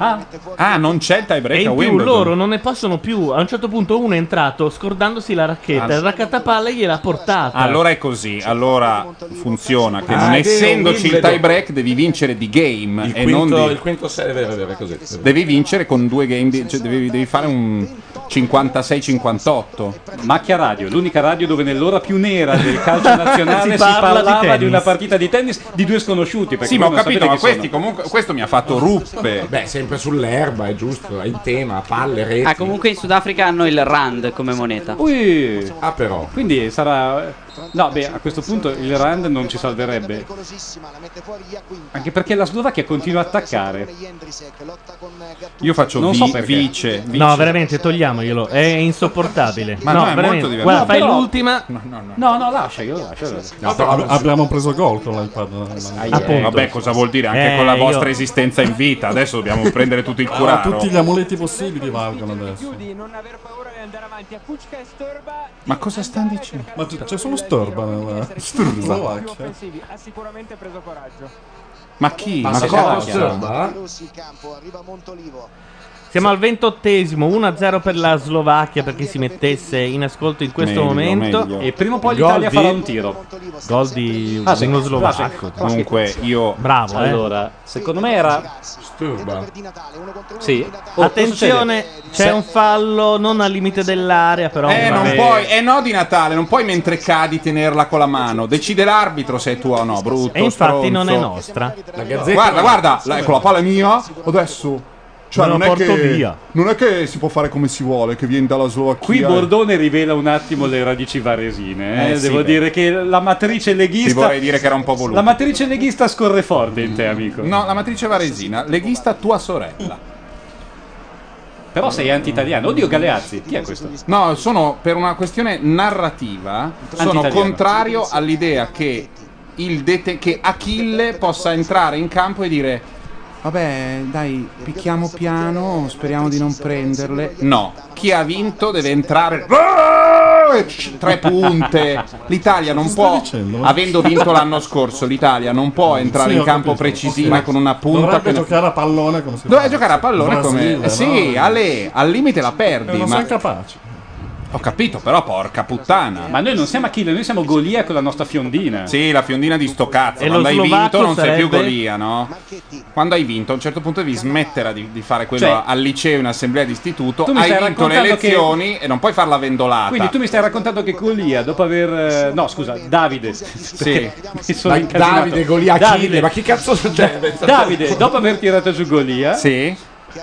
[SPEAKER 3] Ah, non c'è il tie break
[SPEAKER 2] E
[SPEAKER 3] a
[SPEAKER 2] in più
[SPEAKER 3] Wimbledon.
[SPEAKER 2] loro non ne possono più. A un certo punto uno è entrato scordandosi la racchetta,
[SPEAKER 3] Ah.
[SPEAKER 2] il raccattapalla gliel'ha portata.
[SPEAKER 3] Allora è così, allora funziona che
[SPEAKER 2] Ah,
[SPEAKER 3] non
[SPEAKER 2] è vero,
[SPEAKER 3] essendoci il
[SPEAKER 2] Wimbledon.
[SPEAKER 3] tie break devi vincere di game
[SPEAKER 4] Il
[SPEAKER 3] e non
[SPEAKER 4] quinto,
[SPEAKER 3] di...
[SPEAKER 4] il quinto set è vero, è vero, è così.
[SPEAKER 3] Devi vincere con due game, di- cioè devi, devi fare un 56-58.
[SPEAKER 5] Macchia Radio, l'unica radio dove nell'ora più nera del calcio nazionale si,
[SPEAKER 3] Si parla di
[SPEAKER 5] parlava di,
[SPEAKER 3] tennis.
[SPEAKER 5] una partita di tennis di due sconosciuti. perché
[SPEAKER 3] Sì, ma ho
[SPEAKER 5] voi non
[SPEAKER 3] capito,
[SPEAKER 5] sapete
[SPEAKER 3] ma
[SPEAKER 5] chi sono.
[SPEAKER 3] questi comunque, questo mi ha fatto ruppe.
[SPEAKER 4] Beh, sempre sull'erba, è giusto, è in tema, palle, reti.
[SPEAKER 10] Ah, comunque in Sudafrica hanno il rand come moneta.
[SPEAKER 5] Ui.
[SPEAKER 4] Ah, però.
[SPEAKER 5] Quindi sarà. No, beh, a questo punto il Rand non ci salverebbe. Anche perché la Slovacchia continua a attaccare.
[SPEAKER 3] Io faccio
[SPEAKER 5] Non
[SPEAKER 3] vi-
[SPEAKER 5] so perché.
[SPEAKER 3] vice, vice.
[SPEAKER 2] No, veramente, togliamoglielo. È insopportabile.
[SPEAKER 3] Ma
[SPEAKER 2] no,
[SPEAKER 3] no, è molto
[SPEAKER 2] veramente.
[SPEAKER 3] divertente.
[SPEAKER 2] Guarda,
[SPEAKER 3] No,
[SPEAKER 2] fai
[SPEAKER 3] però-
[SPEAKER 2] l'ultima.
[SPEAKER 5] No, no, lascia, io lo lascio. allora.
[SPEAKER 8] abbiamo preso gol con l'iPad.
[SPEAKER 3] Eh, Vabbè, cosa vuol dire? Anche
[SPEAKER 8] Eh,
[SPEAKER 3] con la
[SPEAKER 8] io-
[SPEAKER 3] vostra esistenza in vita. Adesso dobbiamo prendere tutto
[SPEAKER 5] Ah,
[SPEAKER 3] il
[SPEAKER 8] Ora
[SPEAKER 3] curaro.
[SPEAKER 8] tutti gli amuleti possibili valgono adesso.
[SPEAKER 3] Ma cosa stanno dicendo?
[SPEAKER 8] Ma c'è solo Storba eh, nella Slovacchia.
[SPEAKER 12] Ha sicuramente preso coraggio.
[SPEAKER 3] Ma chi?
[SPEAKER 8] Ma
[SPEAKER 3] Ma
[SPEAKER 8] cosa?
[SPEAKER 3] cosa?
[SPEAKER 2] Siamo al ventottesimo, 1-0 per la Slovacchia perché si mettesse in ascolto in questo
[SPEAKER 5] Meglio,
[SPEAKER 2] momento.
[SPEAKER 5] meglio. E prima o poi l'Italia farà un tiro.
[SPEAKER 2] Gol di
[SPEAKER 5] Ah, sì.
[SPEAKER 2] uno
[SPEAKER 5] Ah, sì.
[SPEAKER 2] slovacco.
[SPEAKER 5] Comunque,
[SPEAKER 3] io.
[SPEAKER 2] Bravo, eh.
[SPEAKER 5] Allora, secondo me era. Sì. Oh,
[SPEAKER 2] Attenzione,
[SPEAKER 5] cosa succede?
[SPEAKER 2] c'è un fallo non al limite dell'area, però.
[SPEAKER 3] Eh, non
[SPEAKER 2] vabbè.
[SPEAKER 3] puoi, eh no di Natale, non puoi mentre cadi tenerla con la mano. Decide l'arbitro se è tua o no, brutto.
[SPEAKER 2] E infatti non è
[SPEAKER 3] stronzo.
[SPEAKER 2] nostra.
[SPEAKER 4] Gazzetta-
[SPEAKER 3] Guarda, guarda, la, ecco la palla è mia. Adesso. Cioè,
[SPEAKER 2] Me la
[SPEAKER 3] non è,
[SPEAKER 2] porto
[SPEAKER 3] che,
[SPEAKER 2] via.
[SPEAKER 3] non è che si può fare come si vuole, che viene dalla Slovacchia.
[SPEAKER 5] Qui
[SPEAKER 3] eh.
[SPEAKER 5] Bordone rivela un attimo le radici varesine. eh.
[SPEAKER 3] Eh, sì,
[SPEAKER 5] Devo
[SPEAKER 3] beh.
[SPEAKER 5] dire che la matrice leghista.
[SPEAKER 3] Ti vorrei dire che era un po' voluto.
[SPEAKER 5] La matrice leghista scorre forte in te, amico.
[SPEAKER 3] No, la matrice varesina, leghista tua sorella.
[SPEAKER 5] Però sei anti-italiano. Oddio, Galeazzi, chi è questo?
[SPEAKER 3] No, sono per una questione narrativa, sono
[SPEAKER 5] Anti-italiano.
[SPEAKER 3] contrario all'idea che, il dete- che Achille possa entrare in campo e dire Vabbè, dai, picchiamo piano, speriamo di non prenderle. No, chi ha vinto deve entrare. Ah! E c- Tre punte. L'Italia non può, avendo vinto l'anno scorso, l'Italia non può entrare
[SPEAKER 8] Sì,
[SPEAKER 3] in
[SPEAKER 8] ho
[SPEAKER 3] campo
[SPEAKER 8] capito.
[SPEAKER 3] precisina
[SPEAKER 8] Ok.
[SPEAKER 3] con una punta.
[SPEAKER 8] Dovrebbe
[SPEAKER 3] Che...
[SPEAKER 8] giocare a pallone come si
[SPEAKER 3] Doveva giocare a pallone
[SPEAKER 8] Brasile,
[SPEAKER 3] come. eh, Sì,
[SPEAKER 8] no? Eh,
[SPEAKER 3] Ale, al limite la perdi.
[SPEAKER 8] non
[SPEAKER 3] ma...
[SPEAKER 8] sono capaci.
[SPEAKER 3] Ho capito, però, porca puttana.
[SPEAKER 5] Ma noi non siamo Achille, noi siamo Golia con la nostra fiondina.
[SPEAKER 3] Sì, la fiondina di sto cazzo.
[SPEAKER 5] E lo
[SPEAKER 3] Quando hai
[SPEAKER 5] slovacco
[SPEAKER 3] vinto non sei più
[SPEAKER 5] sarebbe-
[SPEAKER 3] Golia, no? Quando hai vinto, a un certo punto devi smettere di, di fare quello
[SPEAKER 5] Cioè-
[SPEAKER 3] al liceo, in assemblea di istituto.
[SPEAKER 5] Tu mi stai
[SPEAKER 3] Hai vinto le
[SPEAKER 5] raccontando che-
[SPEAKER 3] elezioni e non puoi farla vendolata.
[SPEAKER 5] Quindi tu mi stai raccontando che Golia, dopo aver. eh, No, scusa, Davide. Sì. Mi sono
[SPEAKER 4] Da-
[SPEAKER 5] incasinato.
[SPEAKER 4] Davide, Golia, Achille, ma chi cazzo succede?
[SPEAKER 5] Davide, dopo aver tirato giù Golia,
[SPEAKER 3] Cioè,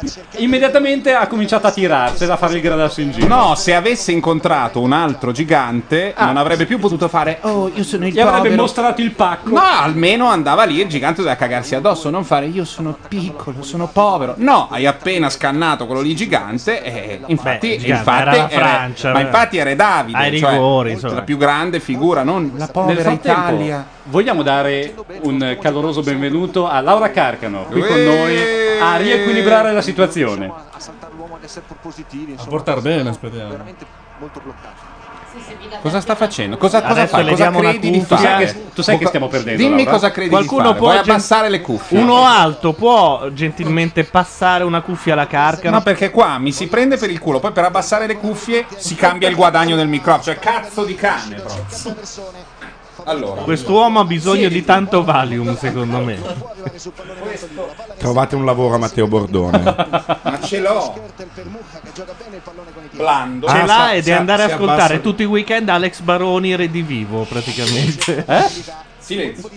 [SPEAKER 3] Sì.
[SPEAKER 5] Immediatamente ha cominciato a tirarsela, a fare il gradasso in giro.
[SPEAKER 3] No, se avesse incontrato un altro gigante,
[SPEAKER 5] Ah.
[SPEAKER 3] non avrebbe più potuto fare. Oh, io sono il
[SPEAKER 5] Gli avrebbe
[SPEAKER 3] povero."
[SPEAKER 5] mostrato il pacco.
[SPEAKER 3] No, almeno andava lì e il gigante doveva cagarsi addosso, non fare io sono piccolo, sono povero. No, hai appena scannato quello lì gigante e infatti,
[SPEAKER 2] Beh, gigante,
[SPEAKER 3] infatti
[SPEAKER 2] era la Francia,
[SPEAKER 3] ma
[SPEAKER 2] beh.
[SPEAKER 3] infatti era Davide,
[SPEAKER 2] Ai
[SPEAKER 3] cioè,
[SPEAKER 2] rigori, insomma.
[SPEAKER 3] la più grande figura, non la
[SPEAKER 5] Nel
[SPEAKER 3] povera
[SPEAKER 5] frattempo,
[SPEAKER 3] Italia.
[SPEAKER 5] vogliamo dare un caloroso benvenuto a Laura Carcano, qui con noi a riequilibrare la situazione.
[SPEAKER 7] a saltare l'uomo ad essere pur positivi.
[SPEAKER 8] A
[SPEAKER 7] insomma.
[SPEAKER 8] portare bene, speriamo.
[SPEAKER 7] Veramente molto bloccato.
[SPEAKER 3] Cosa sta facendo? Cosa, cosa
[SPEAKER 8] Adesso
[SPEAKER 3] fa?
[SPEAKER 8] le
[SPEAKER 3] Cosa
[SPEAKER 8] diamo una
[SPEAKER 3] credi di
[SPEAKER 8] cuffia.
[SPEAKER 3] fare?
[SPEAKER 8] Tu sai che-
[SPEAKER 5] tu sai che stiamo perdendo,
[SPEAKER 3] Dimmi
[SPEAKER 5] Laura.
[SPEAKER 3] cosa credi
[SPEAKER 5] Qualcuno
[SPEAKER 3] di fare.
[SPEAKER 5] può
[SPEAKER 3] Vuoi
[SPEAKER 5] gen-
[SPEAKER 3] abbassare le cuffie?
[SPEAKER 2] Uno alto può gentilmente passare una cuffia alla carca.
[SPEAKER 3] No, perché qua mi si prende per il culo, poi per abbassare le cuffie si cambia il guadagno del microfono. Cioè, cazzo di cane, bro. Allora,
[SPEAKER 2] Quest'uomo ha bisogno di tanto Valium, secondo me.
[SPEAKER 4] Trovate un lavoro a Matteo Bordone.
[SPEAKER 3] ma ce l'ho. Blando.
[SPEAKER 2] Ce
[SPEAKER 4] Ah,
[SPEAKER 2] l'ha
[SPEAKER 4] sa-
[SPEAKER 2] ed è
[SPEAKER 4] sa-
[SPEAKER 2] andare a
[SPEAKER 4] si
[SPEAKER 2] ascoltare
[SPEAKER 4] abbassa-
[SPEAKER 2] tutti i weekend Alex Baroni Redivivo, praticamente.
[SPEAKER 3] Silenzio.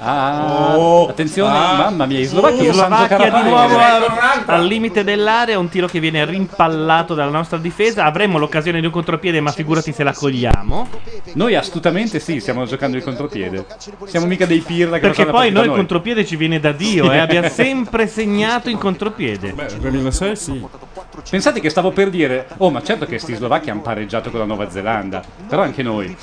[SPEAKER 5] Ah,
[SPEAKER 2] Oh.
[SPEAKER 5] attenzione,
[SPEAKER 2] Ah.
[SPEAKER 5] mamma mia, in
[SPEAKER 2] Oh,
[SPEAKER 5] Slovacchia,
[SPEAKER 2] Slovacchia di nuovo al,
[SPEAKER 5] al
[SPEAKER 2] al limite dell'area, un tiro che viene rimpallato dalla nostra difesa. Avremmo l'occasione di un contropiede, ma figurati se la cogliamo.
[SPEAKER 5] Noi astutamente sì, stiamo giocando il contropiede. Siamo mica dei pirla che
[SPEAKER 2] Perché
[SPEAKER 5] giocano
[SPEAKER 2] poi
[SPEAKER 5] la partita
[SPEAKER 2] noi il contropiede ci viene da Dio,
[SPEAKER 5] Sì.
[SPEAKER 2] eh, abbiamo sempre segnato in contropiede. Beh,
[SPEAKER 8] 2006 sì.
[SPEAKER 5] Pensate che stavo per dire, oh ma certo che sti slovacchi hanno pareggiato con la Nuova Zelanda, però anche noi.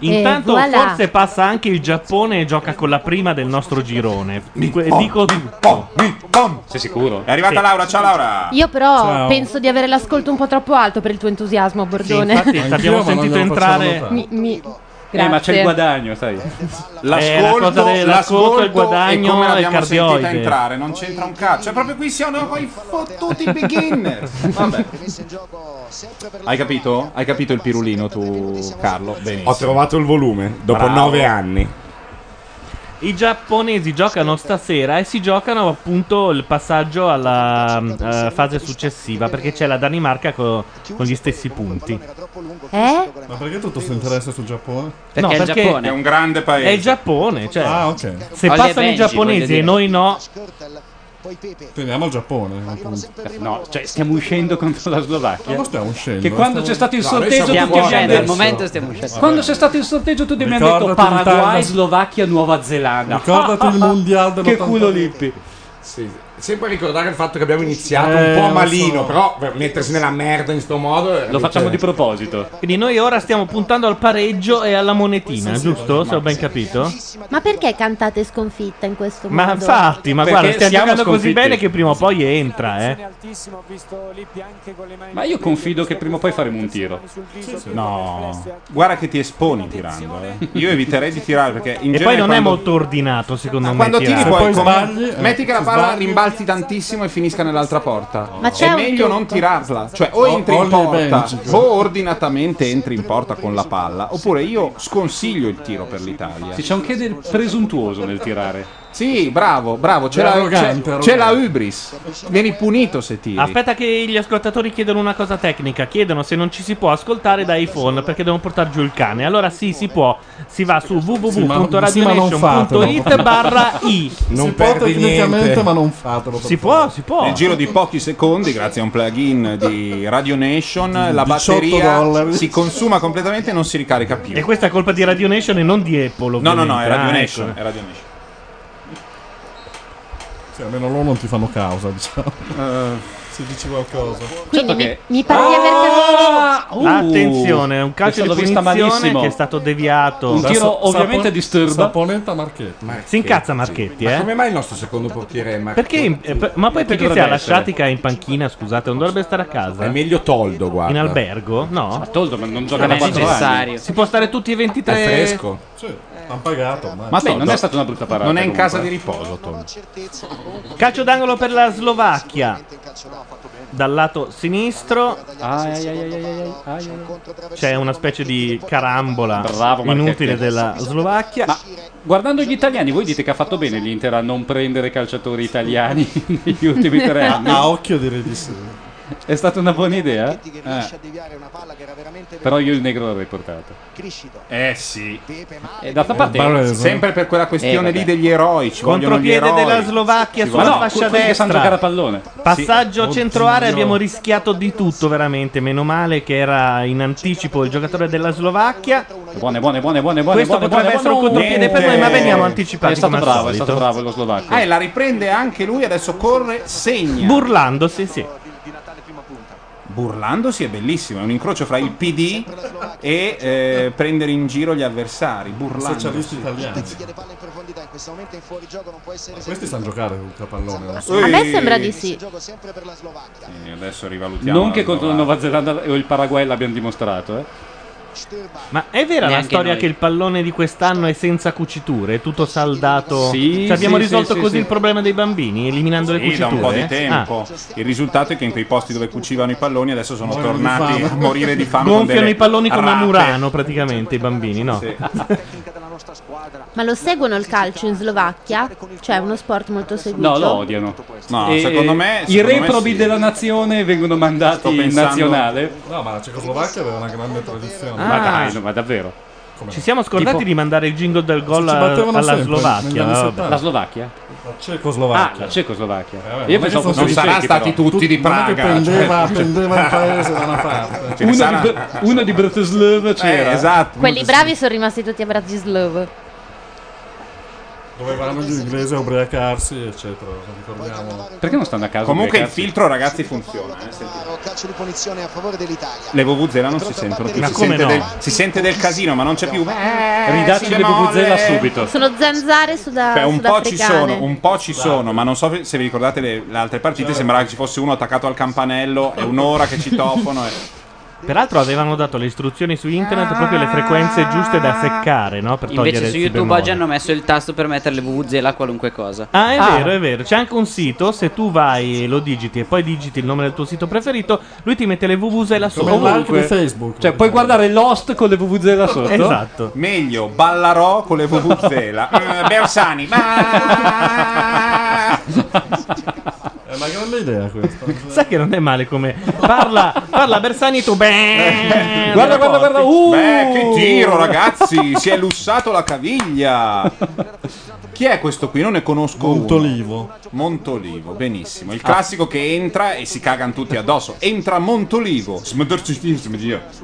[SPEAKER 2] Intanto
[SPEAKER 5] voilà.
[SPEAKER 2] forse passa anche il Giappone e gioca con la prima del nostro girone. Di que- dico tutto.
[SPEAKER 5] Sei sicuro?
[SPEAKER 3] È arrivata Laura, ciao Laura.
[SPEAKER 13] Io però
[SPEAKER 2] Ciao.
[SPEAKER 13] penso di avere l'ascolto un po' troppo alto per il tuo entusiasmo, Bordone.
[SPEAKER 2] infatti, Anch'io, t'abbiamo ma non sentito glielo facciamo entrare- notare.
[SPEAKER 13] Mi- mi-
[SPEAKER 5] Eh, ma c'è
[SPEAKER 13] grazie.
[SPEAKER 5] il guadagno, sai.
[SPEAKER 3] L'ascolto, l'ascolto e come l'abbiamo sentita
[SPEAKER 5] cardioide.
[SPEAKER 3] entrare, non c'entra un cazzo. Cioè, proprio qui siamo poi fottuti beginner. Vabbè. Hai capito? Hai capito il pirulino tu, Carlo? Benissimo.
[SPEAKER 4] Ho trovato il volume dopo
[SPEAKER 3] Bravo.
[SPEAKER 4] nove anni.
[SPEAKER 2] I giapponesi giocano stasera e si giocano appunto il passaggio alla eh, fase successiva perché c'è la Danimarca co- con gli stessi punti.
[SPEAKER 13] Eh?
[SPEAKER 8] Ma perché tutto questo interesse sul Giappone?
[SPEAKER 2] No, perché È il Giappone, cioè.
[SPEAKER 8] Ah, ok.
[SPEAKER 2] Se
[SPEAKER 8] Olli e
[SPEAKER 2] passano i
[SPEAKER 8] Benji, voglio
[SPEAKER 2] giapponesi
[SPEAKER 8] dire.
[SPEAKER 2] e noi no,
[SPEAKER 8] Teniamo il Giappone. eh, appunto.
[SPEAKER 5] No, cioè stiamo uscendo contro la Slovacchia.
[SPEAKER 8] Ma non stiamo uscendo,
[SPEAKER 5] Che quando
[SPEAKER 8] stiamo-
[SPEAKER 5] c'è stato il
[SPEAKER 8] No, noi
[SPEAKER 5] sorteggio
[SPEAKER 8] stiamo
[SPEAKER 5] tutti abbiamo
[SPEAKER 8] uscendo,
[SPEAKER 5] detto
[SPEAKER 8] al momento stiamo uscendo.
[SPEAKER 5] Quando c'è stato il sorteggio tutti abbiamo
[SPEAKER 8] Ricordati
[SPEAKER 5] detto
[SPEAKER 8] un
[SPEAKER 5] Paraguay,
[SPEAKER 8] time-
[SPEAKER 5] Slovacchia, Nuova Zelanda.
[SPEAKER 8] Ricordati il mondiale
[SPEAKER 5] Che
[SPEAKER 8] dell'82.
[SPEAKER 5] culo lippi.
[SPEAKER 4] Sì. Sempre ricordare il fatto che abbiamo iniziato
[SPEAKER 8] Eh,
[SPEAKER 4] un po'
[SPEAKER 8] lo
[SPEAKER 4] malino,
[SPEAKER 8] so.
[SPEAKER 4] però per mettersi nella merda in sto modo.
[SPEAKER 5] Lo facciamo di proposito.
[SPEAKER 2] quindi noi ora stiamo puntando al pareggio e alla monetina, giusto? Se ho ben capito.
[SPEAKER 14] Ma perché cantate sconfitta in questo modo?
[SPEAKER 2] Ma infatti, ma
[SPEAKER 5] Perché
[SPEAKER 2] guarda, stiamo
[SPEAKER 5] siamo
[SPEAKER 2] giocando così
[SPEAKER 5] sconfitti.
[SPEAKER 2] bene che prima o poi entra, eh.
[SPEAKER 5] Ma io confido che prima o poi faremo un tiro.
[SPEAKER 3] No. Guarda che ti esponi tirando. eh. Io eviterei di tirare perché in
[SPEAKER 2] E
[SPEAKER 3] genere
[SPEAKER 2] poi non è
[SPEAKER 3] quando- Ah,
[SPEAKER 2] molto ordinato, secondo me.
[SPEAKER 3] Quando tiri
[SPEAKER 2] tirare.
[SPEAKER 3] poi, come-
[SPEAKER 2] eh.
[SPEAKER 3] metti che la palla rimbalzi tantissimo e finisca nell'altra porta.
[SPEAKER 2] Ma c'è
[SPEAKER 3] è
[SPEAKER 2] un
[SPEAKER 3] meglio
[SPEAKER 2] trucco.
[SPEAKER 3] non tirarla. Cioè, o
[SPEAKER 2] O-
[SPEAKER 3] entri in
[SPEAKER 2] Olli e
[SPEAKER 3] porta,
[SPEAKER 2] Benji.
[SPEAKER 3] o ordinatamente entri in porta con la palla. Oppure io sconsiglio il tiro per l'Italia.
[SPEAKER 5] Sì, c'è anche del presuntuoso nel tirare.
[SPEAKER 3] Sì, bravo, bravo. C'è,
[SPEAKER 5] È
[SPEAKER 3] la,
[SPEAKER 5] arrogante,
[SPEAKER 3] c'è-
[SPEAKER 5] arrogante.
[SPEAKER 3] c'è la Ubris. Vieni punito se tiri.
[SPEAKER 2] Aspetta che gli ascoltatori chiedono una cosa tecnica, chiedono se non ci si può ascoltare da iPhone perché devono portare giù il cane. Allora sì, si può. Si va su
[SPEAKER 8] Sì, ma- sì, ma non
[SPEAKER 2] www.radionation.it
[SPEAKER 8] fatelo.
[SPEAKER 2] barra i.
[SPEAKER 8] Non Si può perdi tecnicamente, niente. ma non fatelo, per
[SPEAKER 2] Si può, si può.
[SPEAKER 3] Nel giro di pochi secondi, grazie a un plugin di Radio Nation, la
[SPEAKER 8] 18
[SPEAKER 3] batteria
[SPEAKER 8] dollari.
[SPEAKER 3] si consuma completamente e non si ricarica più.
[SPEAKER 2] E questa è colpa di Radio Nation e non di Apple.
[SPEAKER 3] No, no, no,
[SPEAKER 2] ovviamente.
[SPEAKER 3] è Radio
[SPEAKER 2] Ah,
[SPEAKER 3] Nation.
[SPEAKER 2] ecco.
[SPEAKER 3] è Radio Nation.
[SPEAKER 8] Sì, almeno loro non ti fanno causa, diciamo. Se dici qualcosa.
[SPEAKER 14] Quindi mi, mi pare di
[SPEAKER 2] Ah!
[SPEAKER 14] aver capito.
[SPEAKER 2] uh. Attenzione, è un calcio di
[SPEAKER 5] Questa l'ho Uh, vista
[SPEAKER 2] punizione
[SPEAKER 5] malissimo.
[SPEAKER 2] che è stato deviato.
[SPEAKER 5] Un tiro ovviamente di Sturba.
[SPEAKER 8] Saponetta Marchetti.
[SPEAKER 2] Si incazza Marchetti, eh?
[SPEAKER 4] Ma come mai il nostro secondo portiere è Marchetti?
[SPEAKER 2] Perché, eh, per- ma poi perché se
[SPEAKER 4] dovrebbe
[SPEAKER 2] ha
[SPEAKER 4] essere?
[SPEAKER 2] lasciatica in panchina, scusate, non dovrebbe stare a casa?
[SPEAKER 4] È meglio Toldo, guarda.
[SPEAKER 2] In albergo? No. Ma
[SPEAKER 5] Toldo non
[SPEAKER 8] gioca da quattro anni.
[SPEAKER 2] Si può stare tutti i 23.
[SPEAKER 3] Eh,
[SPEAKER 8] È fresco. Sì, hanno pagato. ormai.
[SPEAKER 5] Beh, non è stata una brutta parata.
[SPEAKER 3] Non è in casa di
[SPEAKER 4] eh.
[SPEAKER 5] comunque.
[SPEAKER 3] riposo, Tom.
[SPEAKER 2] Calcio d'angolo per la Slovacchia. Dal lato sinistro c'è una specie di carambola
[SPEAKER 5] Bravo, Marchetti.
[SPEAKER 2] inutile della Slovacchia.
[SPEAKER 5] Ma guardando gli italiani, voi dite che ha fatto bene l'Inter a non prendere calciatori italiani negli ultimi tre anni?
[SPEAKER 8] A occhio direi di sì.
[SPEAKER 5] È stata una buona idea. Ah, però io il negro l'avrei portato.
[SPEAKER 3] Eh sì.
[SPEAKER 2] Eh,
[SPEAKER 5] E d'altra parte,
[SPEAKER 3] Barese. Eh, Sempre per quella questione
[SPEAKER 5] Eh, vabbè.
[SPEAKER 3] lì degli eroi. Ci vogliono gli
[SPEAKER 2] Contropiede
[SPEAKER 3] eroi.
[SPEAKER 2] della Slovacchia
[SPEAKER 3] Ci
[SPEAKER 2] sulla
[SPEAKER 3] vogliono-
[SPEAKER 2] fascia
[SPEAKER 3] quelli che
[SPEAKER 2] destra.
[SPEAKER 3] sanno giocare a
[SPEAKER 5] pallone.
[SPEAKER 2] Passaggio
[SPEAKER 3] Sì.
[SPEAKER 2] centro area,
[SPEAKER 3] Oddio.
[SPEAKER 2] abbiamo rischiato di tutto veramente. Meno male che era in anticipo il giocatore della Slovacchia.
[SPEAKER 5] Buone, buone, buone, buone, buone.
[SPEAKER 2] Questo potrebbe
[SPEAKER 5] buone, buone,
[SPEAKER 2] essere un
[SPEAKER 5] buone.
[SPEAKER 2] contropiede per noi, ma veniamo anticipati
[SPEAKER 5] È stato
[SPEAKER 2] come al
[SPEAKER 5] bravo, è
[SPEAKER 2] solito.
[SPEAKER 5] stato
[SPEAKER 2] Eh,
[SPEAKER 5] bravo lo slovacco.
[SPEAKER 3] Ah, e la riprende anche lui. Adesso corre, segna.
[SPEAKER 2] Burlandosi, sì.
[SPEAKER 3] Burlandosi è bellissimo. È un incrocio fra il PD e eh, prendere in giro gli avversari. Burlandosi.
[SPEAKER 8] Socialisti italiani. Questi sanno giocare eh. con pallone. no?
[SPEAKER 14] A me sembra di sì.
[SPEAKER 3] E adesso rivalutiamo.
[SPEAKER 5] Non che
[SPEAKER 3] la
[SPEAKER 5] contro la
[SPEAKER 3] Slovacchia.
[SPEAKER 5] Nuova Zelanda o il Paraguay l'abbiamo dimostrato, eh.
[SPEAKER 2] Ma è vera la
[SPEAKER 5] Neanche
[SPEAKER 2] storia
[SPEAKER 5] noi.
[SPEAKER 2] che il pallone di quest'anno è senza cuciture, è tutto saldato.
[SPEAKER 3] Sì,
[SPEAKER 2] Cioè, abbiamo
[SPEAKER 3] sì,
[SPEAKER 2] risolto
[SPEAKER 3] sì,
[SPEAKER 2] così
[SPEAKER 3] sì.
[SPEAKER 2] il problema dei bambini, eliminando le
[SPEAKER 3] Sì, da
[SPEAKER 2] cuciture.
[SPEAKER 3] un po'
[SPEAKER 5] eh?
[SPEAKER 3] di
[SPEAKER 2] Ah.
[SPEAKER 3] tempo. Il risultato è che in quei posti dove cucivano i palloni adesso sono
[SPEAKER 2] Muoiono di
[SPEAKER 3] tornati a
[SPEAKER 2] fame.
[SPEAKER 3] morire di fame. con
[SPEAKER 2] Gonfiano
[SPEAKER 3] delle
[SPEAKER 2] i palloni come a
[SPEAKER 3] rape.
[SPEAKER 2] Murano praticamente i bambini, no?
[SPEAKER 14] Ma lo seguono il calcio in Slovacchia? Cioè, è uno sport molto seguito.
[SPEAKER 5] No, lo odiano.
[SPEAKER 3] No, secondo me-
[SPEAKER 5] I
[SPEAKER 3] secondo me
[SPEAKER 5] reprobi
[SPEAKER 3] sì.
[SPEAKER 5] della nazione vengono mandati
[SPEAKER 8] Sto
[SPEAKER 5] in
[SPEAKER 8] pensando-
[SPEAKER 5] nazionale.
[SPEAKER 8] No, ma la Cecoslovacchia aveva una grande tradizione.
[SPEAKER 5] Ma Ah, dai, no, ma davvero.
[SPEAKER 2] Ci siamo scordati
[SPEAKER 5] Tipo-
[SPEAKER 2] di mandare il jingle del gol
[SPEAKER 8] Ci
[SPEAKER 2] a-
[SPEAKER 8] battevano
[SPEAKER 2] alla
[SPEAKER 8] sempre, negli
[SPEAKER 2] Slovacchia.
[SPEAKER 8] anni
[SPEAKER 2] vabbè.
[SPEAKER 8] 70.
[SPEAKER 5] La Slovacchia?
[SPEAKER 8] La Cecoslovacchia.
[SPEAKER 5] Ah, la Cecoslovacchia.
[SPEAKER 8] vabbè, non è
[SPEAKER 5] Io
[SPEAKER 8] che
[SPEAKER 5] pensavo
[SPEAKER 8] sono
[SPEAKER 5] fossero i
[SPEAKER 8] tutti
[SPEAKER 5] cechi,
[SPEAKER 8] sarà stati
[SPEAKER 5] però.
[SPEAKER 8] tutti di Non è che Praga, prendeva- cioè. prendeva il paese da una parte. Ce ne
[SPEAKER 5] uno,
[SPEAKER 8] sarà-
[SPEAKER 5] di, Br- uno di Bratislava c'era.
[SPEAKER 8] Eh, esatto.
[SPEAKER 14] Quelli bravi sono rimasti tutti a Bratislava.
[SPEAKER 8] Dove vanno gli inglesi a ubriacarsi, eccetera. non Ricordiamo.
[SPEAKER 5] Perché non stanno a casa?
[SPEAKER 3] Comunque il
[SPEAKER 5] ubriacarsi?
[SPEAKER 3] filtro, ragazzi, funziona. eh, sentite.
[SPEAKER 6] Calcio di punizione a favore dell'Italia.
[SPEAKER 3] Le VVZ non si sentono più.
[SPEAKER 6] Ma
[SPEAKER 3] Si,
[SPEAKER 6] come
[SPEAKER 3] sente
[SPEAKER 6] no?
[SPEAKER 3] del, si sente del casino, ma non c'è più. Eh,
[SPEAKER 5] Ridaci
[SPEAKER 3] si
[SPEAKER 5] le
[SPEAKER 3] molle.
[SPEAKER 5] VVZ subito.
[SPEAKER 14] Sono zanzare suda-
[SPEAKER 3] Cioè, un po' ci
[SPEAKER 14] sudafricane.
[SPEAKER 3] sono, un po' ci sono, ma non so se vi ricordate le, le altre partite. Sembrava che ci fosse uno attaccato al campanello. È un'ora che citofono. e-
[SPEAKER 2] Peraltro avevano dato le istruzioni su internet proprio le frequenze giuste da seccare, no? Per togliere
[SPEAKER 10] Invece
[SPEAKER 2] il
[SPEAKER 10] su
[SPEAKER 2] si
[SPEAKER 10] YouTube
[SPEAKER 2] bemolle.
[SPEAKER 10] oggi hanno messo il tasto per mettere le VVZela a qualunque cosa.
[SPEAKER 2] Ah, è vero, è vero. C'è anche un sito, se tu vai, lo digiti e poi digiti il nome del tuo sito preferito, lui ti mette le VVZ sopra.
[SPEAKER 5] Ovunque. Cioè, puoi guardare Lost con le VVZ sotto.
[SPEAKER 2] Esatto.
[SPEAKER 3] Meglio, ballarò con le VVZ. Eh, Bersani,
[SPEAKER 8] È una grande idea questa.
[SPEAKER 2] Sai che non è male come parla, parla Bersani tu beh,
[SPEAKER 3] Guarda,
[SPEAKER 2] guarda guarda Oh. uh!
[SPEAKER 3] Beh, che tiro, ragazzi! si è lussato la caviglia. Chi è questo qui? Non ne conosco Montolivo. Montolivo, benissimo. Il classico che entra e si cagano tutti addosso. Entra Montolivo.
[SPEAKER 2] Intanto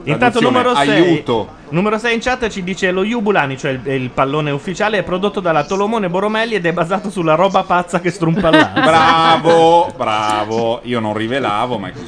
[SPEAKER 3] Intanto
[SPEAKER 2] numero 6
[SPEAKER 3] Aiuto.
[SPEAKER 2] Numero 6 in chat ci dice lo Yubulani, cioè il, il pallone ufficiale, è prodotto dalla Tolomone Boromelli ed è basato sulla roba pazza che strumpa l'altro.
[SPEAKER 3] Bravo, bravo. Io non rivelavo, ma è così.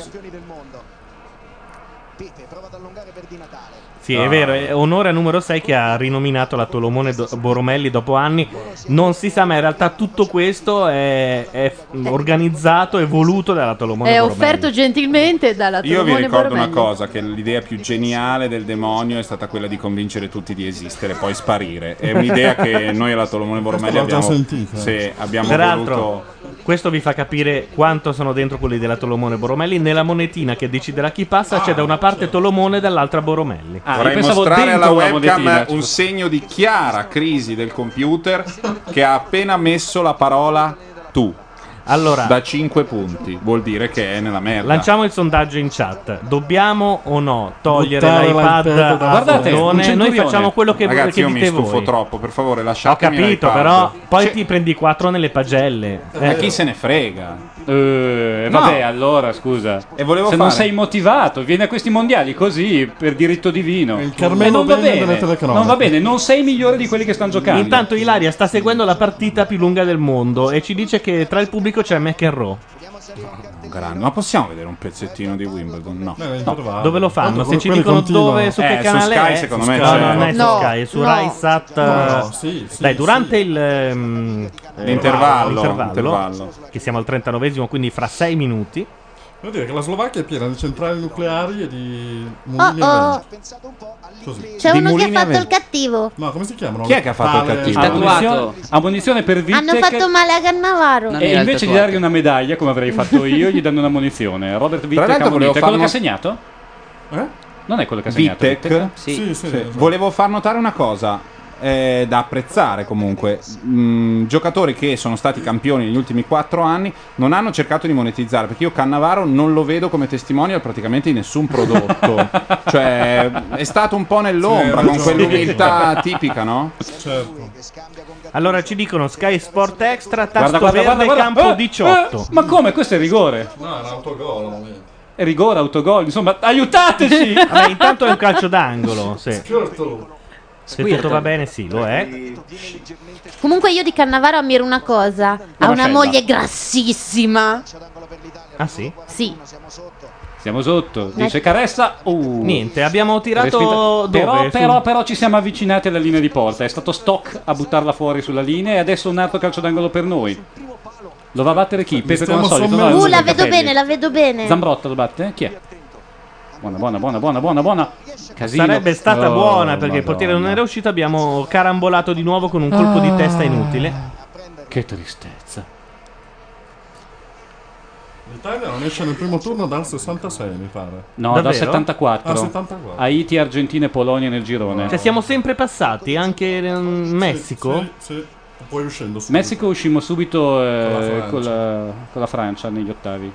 [SPEAKER 2] Sì, è vero, è onore a numero 6 che ha rinominato la Tolomone do- Boromelli dopo anni. Non si sa, ma in realtà tutto questo è, è f- organizzato e voluto dalla Tolomone
[SPEAKER 14] È
[SPEAKER 2] Boromelli.
[SPEAKER 14] offerto gentilmente dalla
[SPEAKER 3] Io vi
[SPEAKER 14] Tolomone
[SPEAKER 3] ricordo una
[SPEAKER 14] Bormelli.
[SPEAKER 3] cosa, che l'idea più geniale del demonio è stata quella di convincere tutti di esistere, poi sparire. È un'idea che noi alla Tolomone Bormelli
[SPEAKER 8] Questo l'ho
[SPEAKER 3] abbiamo,
[SPEAKER 8] già sentito.
[SPEAKER 3] sì, abbiamo
[SPEAKER 2] Peraltro,
[SPEAKER 3] voluto...
[SPEAKER 2] questo vi fa capire quanto sono dentro quelli della Tolomone Boromelli. Nella monetina che deciderà chi passa c'è da una parte Tolomone e dall'altra Boromelli.
[SPEAKER 5] Ah,
[SPEAKER 3] Vorrei mostrare alla webcam un segno di chiara crisi del computer che ha appena messo la parola tu.
[SPEAKER 2] Allora,
[SPEAKER 3] da 5 punti, vuol dire che è nella merda.
[SPEAKER 2] Lanciamo il sondaggio in chat. Dobbiamo o no togliere
[SPEAKER 3] Buttare
[SPEAKER 2] l'iPad
[SPEAKER 3] l'iPad
[SPEAKER 2] a
[SPEAKER 3] da- Guardate, un
[SPEAKER 2] Fotone? Noi
[SPEAKER 3] centurione.
[SPEAKER 2] facciamo quello che,
[SPEAKER 3] Ragazzi,
[SPEAKER 2] che
[SPEAKER 3] io mi
[SPEAKER 2] dite voi.
[SPEAKER 3] stufo troppo, per favore,
[SPEAKER 2] Ho
[SPEAKER 3] lasciatemi
[SPEAKER 2] capito,
[SPEAKER 3] l'iPad.
[SPEAKER 2] però poi ti eh. prendi 4 nelle pagelle.
[SPEAKER 3] Ma chi se ne frega?
[SPEAKER 5] Eh, vabbè, allora scusa.
[SPEAKER 3] E volevo
[SPEAKER 5] Se
[SPEAKER 3] fare-
[SPEAKER 5] non sei motivato, vieni a questi mondiali così per diritto divino. Il
[SPEAKER 8] Carmelo
[SPEAKER 5] non va
[SPEAKER 8] Bene
[SPEAKER 5] bene.
[SPEAKER 8] delle telecronache.
[SPEAKER 5] Non va bene, non sei migliore di quelli che stanno giocando.
[SPEAKER 2] Intanto Ilaria sta seguendo la partita più lunga del mondo e ci dice che tra il pubblico c'è McEnroe.
[SPEAKER 3] Grande. Ma possiamo vedere un pezzettino di Wimbledon? No.
[SPEAKER 8] Beh,
[SPEAKER 3] No.
[SPEAKER 8] intervallo.
[SPEAKER 2] Dove lo fanno?
[SPEAKER 8] Tanto
[SPEAKER 2] Se ci
[SPEAKER 8] quelli
[SPEAKER 2] dicono
[SPEAKER 8] continuano.
[SPEAKER 2] dove, su
[SPEAKER 3] Eh,
[SPEAKER 2] che
[SPEAKER 3] su
[SPEAKER 2] canale
[SPEAKER 3] Sky
[SPEAKER 2] è?
[SPEAKER 3] secondo
[SPEAKER 2] Su
[SPEAKER 3] me
[SPEAKER 2] Sky. No,
[SPEAKER 3] c'è.
[SPEAKER 2] no, non è su
[SPEAKER 3] No,
[SPEAKER 2] Sky, è su
[SPEAKER 3] no.
[SPEAKER 2] Rai Sat. eh,
[SPEAKER 3] No, sì, sì,
[SPEAKER 2] Dai,
[SPEAKER 3] sì.
[SPEAKER 2] durante il ehm,
[SPEAKER 3] L'intervallo,
[SPEAKER 2] l'intervallo,
[SPEAKER 3] l'intervallo.
[SPEAKER 2] che siamo al 39esimo, quindi fra 6 minuti.
[SPEAKER 8] Devo dire che la Slovacchia è piena di centrali nucleari e di
[SPEAKER 14] Oh,
[SPEAKER 8] mulini
[SPEAKER 14] oh. C'è
[SPEAKER 8] Di
[SPEAKER 14] uno che ha
[SPEAKER 8] mulini a
[SPEAKER 14] fatto
[SPEAKER 8] vento.
[SPEAKER 14] il cattivo.
[SPEAKER 8] No, come si chiamano?
[SPEAKER 5] Chi è che ha fatto il cattivo?
[SPEAKER 8] Ah,
[SPEAKER 5] Tatuato. A munizione per
[SPEAKER 14] Hanno
[SPEAKER 5] Vitek
[SPEAKER 14] fatto male a Cannavaro.
[SPEAKER 5] e invece di dargli una medaglia, come avrei fatto io, gli danno una munizione. Robert Vitek
[SPEAKER 3] l'altro
[SPEAKER 5] ha
[SPEAKER 3] volevo
[SPEAKER 5] munito. È quello
[SPEAKER 3] fare
[SPEAKER 5] che ha
[SPEAKER 3] una-
[SPEAKER 5] segnato?
[SPEAKER 8] Eh?
[SPEAKER 5] Non è quello che ha segnato.
[SPEAKER 3] Vitek? Volevo far notare una cosa. eh, da apprezzare comunque. Mm, giocatori che sono stati campioni negli ultimi 4 anni non hanno cercato di monetizzare perché io Cannavaro non lo vedo come testimonial praticamente di nessun prodotto. cioè è stato un po' nell'ombra
[SPEAKER 2] Sì, hai
[SPEAKER 3] con
[SPEAKER 2] ragione.
[SPEAKER 3] quell'umiltà tipica, no?
[SPEAKER 2] Allora ci dicono Sky Sport Extra, tasto
[SPEAKER 5] Guarda, guarda,
[SPEAKER 2] verde
[SPEAKER 5] guarda, guarda.
[SPEAKER 2] campo
[SPEAKER 5] Eh,
[SPEAKER 2] 18.
[SPEAKER 5] eh, ma come? Questo è rigore.
[SPEAKER 8] No, era autogol.
[SPEAKER 5] È rigore, autogol. Insomma, aiutateci.
[SPEAKER 2] Vabbè, intanto è un calcio d'angolo. Sì.
[SPEAKER 8] Certo.
[SPEAKER 2] Se tutto va bene, sì, lo è.
[SPEAKER 14] Comunque io di Cannavaro ammiro una cosa. ha una
[SPEAKER 2] scena.
[SPEAKER 14] moglie grassissima.
[SPEAKER 2] Ah sì?
[SPEAKER 5] Uh.
[SPEAKER 14] Sì.
[SPEAKER 5] Siamo sotto. Dice
[SPEAKER 14] Ecco.
[SPEAKER 5] Caressa. Uh.
[SPEAKER 2] Niente, abbiamo tirato
[SPEAKER 5] Respinta-
[SPEAKER 2] dove?
[SPEAKER 5] Però,
[SPEAKER 2] Sul-
[SPEAKER 5] però, però ci siamo avvicinati alla linea di porta. È stato Stock a buttarla fuori sulla linea e adesso un altro calcio d'angolo per noi. Lo va a battere chi? Pepe come al
[SPEAKER 14] Uh,
[SPEAKER 5] solito. no?
[SPEAKER 14] la vedo
[SPEAKER 5] Capelli.
[SPEAKER 14] bene, la vedo bene.
[SPEAKER 5] Zambrotta lo batte? Chi è? Buona, buona, buona, buona, buona, buona. Casino.
[SPEAKER 2] Sarebbe stata
[SPEAKER 5] Oh,
[SPEAKER 2] buona perché il portiere
[SPEAKER 5] Madonna.
[SPEAKER 2] non era uscito. Abbiamo carambolato di nuovo con un colpo di
[SPEAKER 5] Ah.
[SPEAKER 2] testa inutile.
[SPEAKER 5] Che tristezza.
[SPEAKER 8] L'Italia non esce nel primo turno dal 66, mi pare.
[SPEAKER 5] No, dal 74.
[SPEAKER 8] Ah, 74.
[SPEAKER 5] Haiti, Argentina e Polonia nel girone.
[SPEAKER 2] Cioè, siamo sempre passati anche in Messico.
[SPEAKER 8] Sì, sì. Poi uscendo su.
[SPEAKER 5] Messico uscimo subito eh,
[SPEAKER 8] Con la Francia.
[SPEAKER 5] con, la, con la Francia negli ottavi.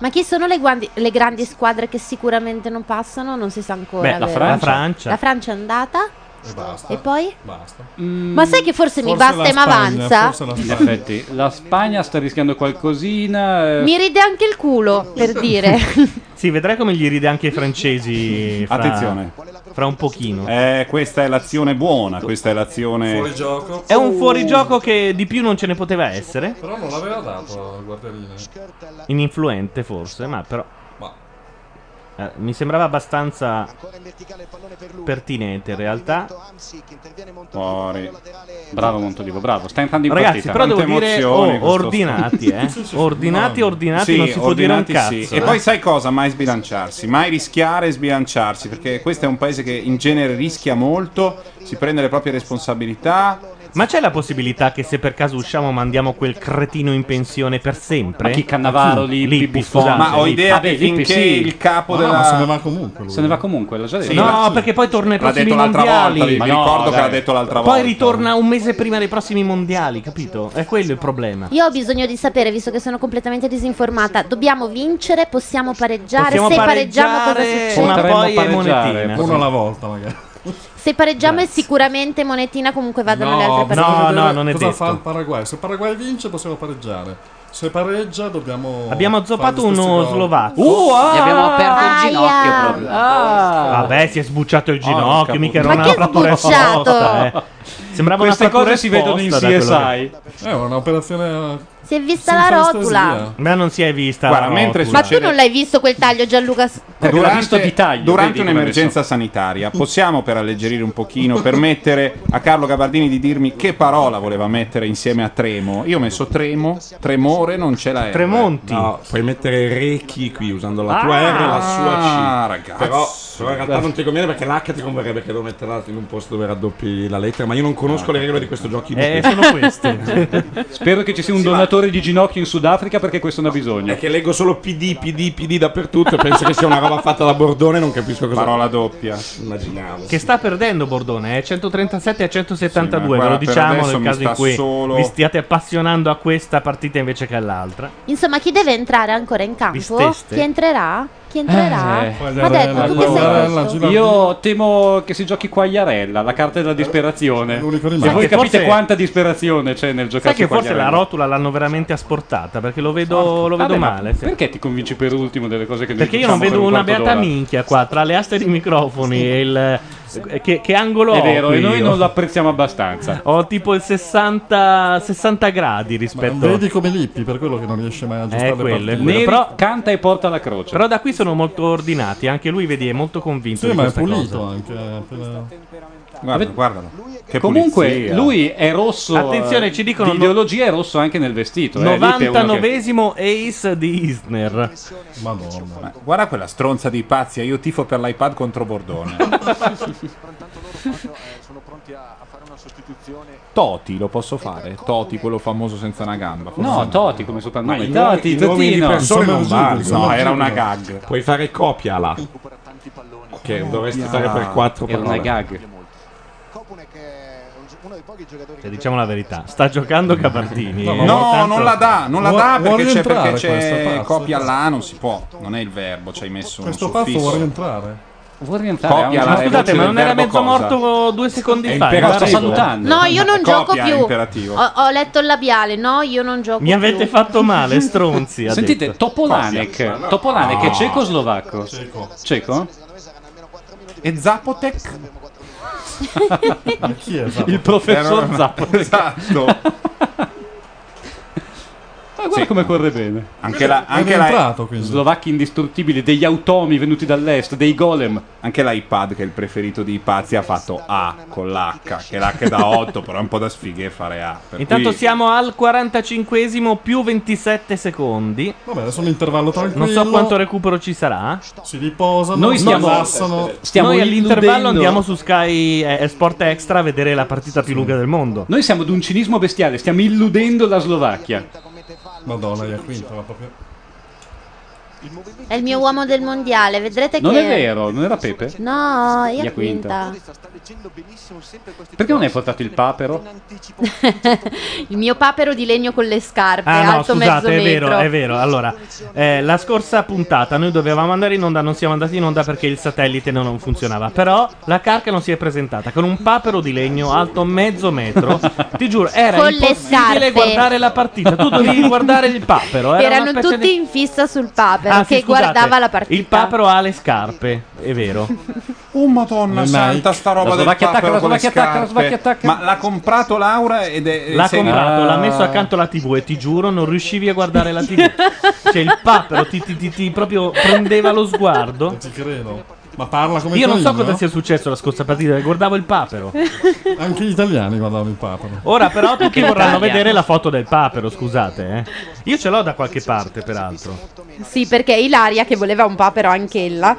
[SPEAKER 14] Ma chi sono le, guandi- le grandi squadre che sicuramente non passano? Non si sa ancora.
[SPEAKER 5] Beh, la
[SPEAKER 14] vero?
[SPEAKER 5] Francia. La Francia.
[SPEAKER 14] La Francia è andata.
[SPEAKER 8] E basta.
[SPEAKER 14] E poi?
[SPEAKER 8] Basta.
[SPEAKER 2] Mm,
[SPEAKER 14] Ma sai che forse, mi basta e mi avanza?
[SPEAKER 5] In effetti, la Spagna sta rischiando qualcosina. eh,
[SPEAKER 14] Mi ride anche il culo, per dire.
[SPEAKER 2] Sì, vedrai come gli ride anche i francesi. Fra,
[SPEAKER 3] Attenzione.
[SPEAKER 2] Fra un pochino.
[SPEAKER 3] Eh, questa è l'azione buona, questa è l'azione
[SPEAKER 8] gioco.
[SPEAKER 2] È un fuorigioco che di più non ce ne poteva essere.
[SPEAKER 8] Però non l'aveva dato al guardiolino.
[SPEAKER 2] Ininfluente forse, ma però.
[SPEAKER 8] Ma-
[SPEAKER 2] Eh, mi sembrava abbastanza pertinente in realtà.
[SPEAKER 5] Fuori. Bravo Montolivo, bravo. Sta entrando in
[SPEAKER 2] Ragazzi,
[SPEAKER 5] partita.
[SPEAKER 2] però devo
[SPEAKER 5] Quante
[SPEAKER 2] dire
[SPEAKER 5] emozioni
[SPEAKER 2] oh,
[SPEAKER 5] questo-
[SPEAKER 2] ordinati, eh. Ordinati, ordinati,
[SPEAKER 3] Sì,
[SPEAKER 2] non si può dire un
[SPEAKER 3] ordinati
[SPEAKER 2] cazzo.
[SPEAKER 3] sì.
[SPEAKER 2] eh.
[SPEAKER 3] E poi sai cosa? Mai sbilanciarsi, mai rischiare e sbilanciarsi, perché questo è un paese che in genere rischia molto, si prende le proprie responsabilità.
[SPEAKER 2] Ma c'è la possibilità che se per caso usciamo mandiamo quel cretino in pensione per sempre?
[SPEAKER 3] Ma chi, Cannavaro,
[SPEAKER 2] lì
[SPEAKER 3] Lippi, Buffon? Ma ho idea che finché il capo No, della- ma se ne va
[SPEAKER 8] comunque.
[SPEAKER 5] Se ne va comunque, l'ho già detto.
[SPEAKER 2] Sì, no, perché poi torna ai
[SPEAKER 5] L'ha
[SPEAKER 2] prossimi
[SPEAKER 5] detto l'altra
[SPEAKER 2] mondiali.
[SPEAKER 5] volta, vi-
[SPEAKER 2] Ma
[SPEAKER 5] vi
[SPEAKER 2] no,
[SPEAKER 5] ricordo che
[SPEAKER 2] dai.
[SPEAKER 5] l'ha detto l'altra
[SPEAKER 2] Poi
[SPEAKER 5] volta.
[SPEAKER 2] ritorna un mese prima dei prossimi mondiali, capito? È quello il problema.
[SPEAKER 14] Io ho bisogno di sapere, visto che sono completamente disinformata. Dobbiamo vincere, possiamo pareggiare.
[SPEAKER 2] Possiamo
[SPEAKER 14] Se pareggiamo, cosa
[SPEAKER 2] pareggiare,
[SPEAKER 14] succede?
[SPEAKER 2] ma poi è
[SPEAKER 8] Potremmo pareggiare,
[SPEAKER 2] monetina.
[SPEAKER 8] Uno alla volta, magari.
[SPEAKER 14] Se pareggiamo, è sicuramente monetina. Comunque vadano le altre
[SPEAKER 8] bisogna
[SPEAKER 14] partite.
[SPEAKER 8] vedere
[SPEAKER 2] no, non è
[SPEAKER 8] cosa
[SPEAKER 2] detto.
[SPEAKER 8] fa il Paraguay? Se il Paraguay vince, possiamo pareggiare. Se pareggia, dobbiamo.
[SPEAKER 2] Abbiamo zoppato uno slovacco.
[SPEAKER 8] Uh, ah! Gli
[SPEAKER 13] Oh,
[SPEAKER 8] abbiamo
[SPEAKER 5] aperto il Aia! ginocchio
[SPEAKER 8] proprio.
[SPEAKER 2] Vabbè, Ah, si è sbucciato il ginocchio,
[SPEAKER 5] Porca
[SPEAKER 2] mica era
[SPEAKER 5] puttana.
[SPEAKER 2] una
[SPEAKER 5] Ma che
[SPEAKER 2] frattura
[SPEAKER 5] sbucciato?
[SPEAKER 2] esposta, eh. Sembrava una
[SPEAKER 5] Queste
[SPEAKER 2] frattura
[SPEAKER 5] cose si vedono in
[SPEAKER 2] esposta, da quello che-
[SPEAKER 5] CSI.
[SPEAKER 8] È un'operazione.
[SPEAKER 14] Si è vista la rotula.
[SPEAKER 2] Ma non si è vista.
[SPEAKER 3] Guarda,
[SPEAKER 2] la
[SPEAKER 3] mentre
[SPEAKER 2] rotula.
[SPEAKER 14] Ma tu non l'hai visto quel taglio, Gianluca? S-
[SPEAKER 3] Durante, durante
[SPEAKER 5] vedi come
[SPEAKER 3] un'emergenza sanitaria possiamo per alleggerire un pochino permettere a Carlo Gabardini di dirmi che parola voleva mettere insieme a Tremo io ho messo Tremo Tremore non ce l'hai
[SPEAKER 2] Tremonti
[SPEAKER 4] No, puoi mettere Reiki qui usando la tua
[SPEAKER 3] Ah,
[SPEAKER 4] R e la sua C.
[SPEAKER 3] ragazzi.
[SPEAKER 4] Però, però in realtà
[SPEAKER 3] Beh.
[SPEAKER 4] non ti conviene perché l'H ti converrebbe che devo metterla in un posto dove raddoppi la lettera. Ma io non conosco le regole di questo gioco.
[SPEAKER 5] Eh, sono queste. Spero che ci sia un donatore di ginocchio in Sudafrica perché questo ne ha bisogno.
[SPEAKER 3] Eh,
[SPEAKER 4] È che leggo solo PD, PD, PD dappertutto e penso che sia una roba fatta da Bordone. Non capisco cosa.
[SPEAKER 3] Parola doppia.
[SPEAKER 14] Cioè,
[SPEAKER 4] Immaginavo.
[SPEAKER 2] Che sta perdendo Bordone, eh? 137 a 172,
[SPEAKER 3] Sì, ma
[SPEAKER 2] ve
[SPEAKER 3] guarda,
[SPEAKER 2] lo
[SPEAKER 3] per
[SPEAKER 2] diciamo
[SPEAKER 3] adesso
[SPEAKER 2] nel
[SPEAKER 3] mi
[SPEAKER 2] caso in
[SPEAKER 3] sta
[SPEAKER 2] cui
[SPEAKER 3] solo-
[SPEAKER 2] vi stiate appassionando a questa partita invece che all'altra.
[SPEAKER 14] Insomma, chi deve entrare ancora in campo?
[SPEAKER 2] Visteste.
[SPEAKER 14] Chi entrerà? Chi entrerà?
[SPEAKER 5] Eh,
[SPEAKER 14] Ma detto, tu che sei questo?
[SPEAKER 5] Io temo che si giochi Quagliarella, la carta della disperazione. E
[SPEAKER 2] Sai
[SPEAKER 5] voi
[SPEAKER 2] che
[SPEAKER 5] capite
[SPEAKER 2] forse-
[SPEAKER 5] quanta disperazione c'è nel
[SPEAKER 2] Sai
[SPEAKER 5] giocarsi
[SPEAKER 2] che forse la
[SPEAKER 5] Quagliarella.
[SPEAKER 2] rotta l'hanno veramente asportata perché lo
[SPEAKER 14] Esatto.
[SPEAKER 2] vedo, lo vedo
[SPEAKER 5] Vabbè, ma
[SPEAKER 2] male. sì.
[SPEAKER 5] Perché ti convinci per ultimo delle cose che noi
[SPEAKER 2] Perché io non
[SPEAKER 5] diciamo
[SPEAKER 2] vedo
[SPEAKER 5] per un
[SPEAKER 2] una
[SPEAKER 5] quarto
[SPEAKER 2] beata
[SPEAKER 5] d'ora?
[SPEAKER 2] minchia qua tra le aste di microfoni e il. eh, Che, che angolo
[SPEAKER 5] È
[SPEAKER 2] ho
[SPEAKER 5] vero,
[SPEAKER 2] qui
[SPEAKER 5] e noi
[SPEAKER 2] io?
[SPEAKER 5] non lo apprezziamo abbastanza.
[SPEAKER 2] Ho tipo il 60, 60 gradi rispetto.
[SPEAKER 8] Vedi come Lippi, per quello che non riesce mai a aggiustare
[SPEAKER 2] Eh,
[SPEAKER 8] le
[SPEAKER 2] quello, è
[SPEAKER 8] partite.
[SPEAKER 2] quello. Però
[SPEAKER 5] canta e porta la croce.
[SPEAKER 2] Però da qui sono molto ordinati. Anche lui, vedi, è molto convinto.
[SPEAKER 8] Sì,
[SPEAKER 2] di
[SPEAKER 8] ma è
[SPEAKER 2] questa
[SPEAKER 8] pulito
[SPEAKER 15] eh.
[SPEAKER 5] Eh,
[SPEAKER 2] cosa.
[SPEAKER 8] anche. appena-
[SPEAKER 3] Guarda, guardalo. Che
[SPEAKER 5] Comunque,
[SPEAKER 3] pulizia.
[SPEAKER 5] lui è rosso.
[SPEAKER 2] Attenzione,
[SPEAKER 5] eh,
[SPEAKER 2] ci dicono
[SPEAKER 5] Di
[SPEAKER 2] no-
[SPEAKER 5] ideologia è rosso anche nel vestito. eh. Lippi è uno che-
[SPEAKER 2] 99esimo ace di Isner.
[SPEAKER 3] Ma guarda quella stronza di pazzia, io tifo per l'iPad contro Bordone. Toti lo posso fare? Toti quello famoso senza una gamba.
[SPEAKER 5] No, Toti come
[SPEAKER 3] Ma
[SPEAKER 5] soprannome.
[SPEAKER 3] i
[SPEAKER 5] Toti,
[SPEAKER 3] nomi- i nomi di
[SPEAKER 5] Totino.
[SPEAKER 3] persone non valgono. No, era una
[SPEAKER 4] gag. Puoi fare copia là. Che dovresti
[SPEAKER 5] Copia.
[SPEAKER 4] fare per quattro
[SPEAKER 5] Era
[SPEAKER 4] parole.
[SPEAKER 5] una gag.
[SPEAKER 2] Cioè, diciamo la verità, sta
[SPEAKER 5] Mm.
[SPEAKER 2] giocando Capartini.
[SPEAKER 15] No,
[SPEAKER 2] eh,
[SPEAKER 15] no
[SPEAKER 2] tanto-
[SPEAKER 15] non la dà, non la
[SPEAKER 8] Vuo-
[SPEAKER 15] dà
[SPEAKER 8] vuole
[SPEAKER 15] perché c'è,
[SPEAKER 8] entrare
[SPEAKER 15] perché c'è
[SPEAKER 8] questo pazzo.
[SPEAKER 15] copia là, non si può, non è il verbo, ci hai messo un
[SPEAKER 8] Questo pazzo vuole
[SPEAKER 15] suffisso.
[SPEAKER 8] rientrare.
[SPEAKER 5] Vuole
[SPEAKER 15] Copia la
[SPEAKER 2] Ma scusate, ma non era mezzo morto due
[SPEAKER 15] È
[SPEAKER 2] secondi fa?
[SPEAKER 15] imperativo.
[SPEAKER 2] Guarda,
[SPEAKER 15] Sto salutando.
[SPEAKER 14] No, io non
[SPEAKER 2] Copia,
[SPEAKER 14] gioco più.
[SPEAKER 2] imperativo.
[SPEAKER 14] Ho, ho letto il labiale, no, io non gioco
[SPEAKER 2] Mi
[SPEAKER 14] più.
[SPEAKER 2] avete fatto male, stronzi. ha
[SPEAKER 5] Sentite,
[SPEAKER 2] detto.
[SPEAKER 5] Topolanek, Topolanek è ceco o slovacco? Ceco.
[SPEAKER 3] E Zapotec?
[SPEAKER 5] Ma chi è Zapotec? Il professor
[SPEAKER 3] Era-
[SPEAKER 5] Zapotec.
[SPEAKER 3] Esatto.
[SPEAKER 5] Ma guarda come corre bene.
[SPEAKER 3] Anche la- anche È la- rientrato,
[SPEAKER 2] Esatto.
[SPEAKER 3] quindi.
[SPEAKER 5] Slovacchi indistruttibili, degli automi venuti dall'est, dei golem.
[SPEAKER 3] Anche l'iPad, che è il preferito di pazzi, ha fatto A con l'H, che l'H è da 8, però è un po' da sfighe fare A. per
[SPEAKER 2] Intanto
[SPEAKER 3] cui-
[SPEAKER 2] siamo al 45esimo più 27 secondi.
[SPEAKER 8] Vabbè, adesso un intervallo tranquillo.
[SPEAKER 2] Non so quanto recupero ci sarà.
[SPEAKER 8] Si riposano,
[SPEAKER 2] Noi stiamo-
[SPEAKER 8] rilassano.
[SPEAKER 2] Noi all'intervallo andiamo su Sky eh, Sport Extra a vedere la partita più lunga del mondo.
[SPEAKER 5] Noi siamo d'un cinismo bestiale, stiamo illudendo la Slovacchia.
[SPEAKER 8] Madonna, è quinta, ma proprio.
[SPEAKER 14] È il mio uomo del mondiale, vedrete
[SPEAKER 5] Non
[SPEAKER 14] che
[SPEAKER 5] è vero, non era Pepe?
[SPEAKER 14] No, è
[SPEAKER 5] Ia
[SPEAKER 14] a quinta.
[SPEAKER 5] Perché non hai portato il papero?
[SPEAKER 14] il mio papero di legno con le scarpe,
[SPEAKER 2] Ah no,
[SPEAKER 14] alto mezzo
[SPEAKER 2] scusate, è
[SPEAKER 14] metro.
[SPEAKER 2] vero, è vero. Allora, eh, la scorsa puntata noi dovevamo andare in onda, non siamo andati in onda perché il satellite non- non funzionava. Però la carca non si è presentata con un papero di legno alto mezzo metro. Ti giuro, era
[SPEAKER 14] Con le
[SPEAKER 2] impossibile
[SPEAKER 14] scarpe.
[SPEAKER 2] guardare la partita. Tu dovevi guardare il papero. Era una
[SPEAKER 14] Erano
[SPEAKER 2] specie
[SPEAKER 14] tutti
[SPEAKER 2] di-
[SPEAKER 14] in fissa sul papero
[SPEAKER 2] Ah, sì,
[SPEAKER 14] che
[SPEAKER 2] scusate,
[SPEAKER 14] guardava la partita.
[SPEAKER 2] Il papero ha le scarpe, è vero.
[SPEAKER 3] Oh madonna
[SPEAKER 2] Le
[SPEAKER 3] santa
[SPEAKER 2] Nike.
[SPEAKER 3] sta roba
[SPEAKER 2] La
[SPEAKER 3] del
[SPEAKER 2] Slovacchia attacca,
[SPEAKER 3] papero
[SPEAKER 2] la
[SPEAKER 3] con le
[SPEAKER 2] Slovacchia attacca, la
[SPEAKER 3] scarpe.
[SPEAKER 2] Slovacchia attacca.
[SPEAKER 3] Ma l'ha comprato Laura ed è
[SPEAKER 2] L'ha
[SPEAKER 3] sei-
[SPEAKER 2] comprato,
[SPEAKER 3] Ah.
[SPEAKER 2] l'ha messo accanto alla TV e ti giuro non riuscivi a guardare la TV. cioè il papero ti, ti- ti- ti proprio prendeva lo sguardo. Non
[SPEAKER 8] ci credo. Ma parla come
[SPEAKER 2] Io non so
[SPEAKER 8] Torino? eh?
[SPEAKER 2] cosa sia successo la scorsa partita, guardavo il papero.
[SPEAKER 8] Anche gli italiani guardavano il papero.
[SPEAKER 2] Ora però tutti
[SPEAKER 8] Che
[SPEAKER 2] vorranno
[SPEAKER 8] Italia.
[SPEAKER 2] vedere la foto del papero, scusate. eh. Io ce l'ho da qualche parte, peraltro.
[SPEAKER 14] Sì, perché Ilaria, che voleva un papero anch'ella,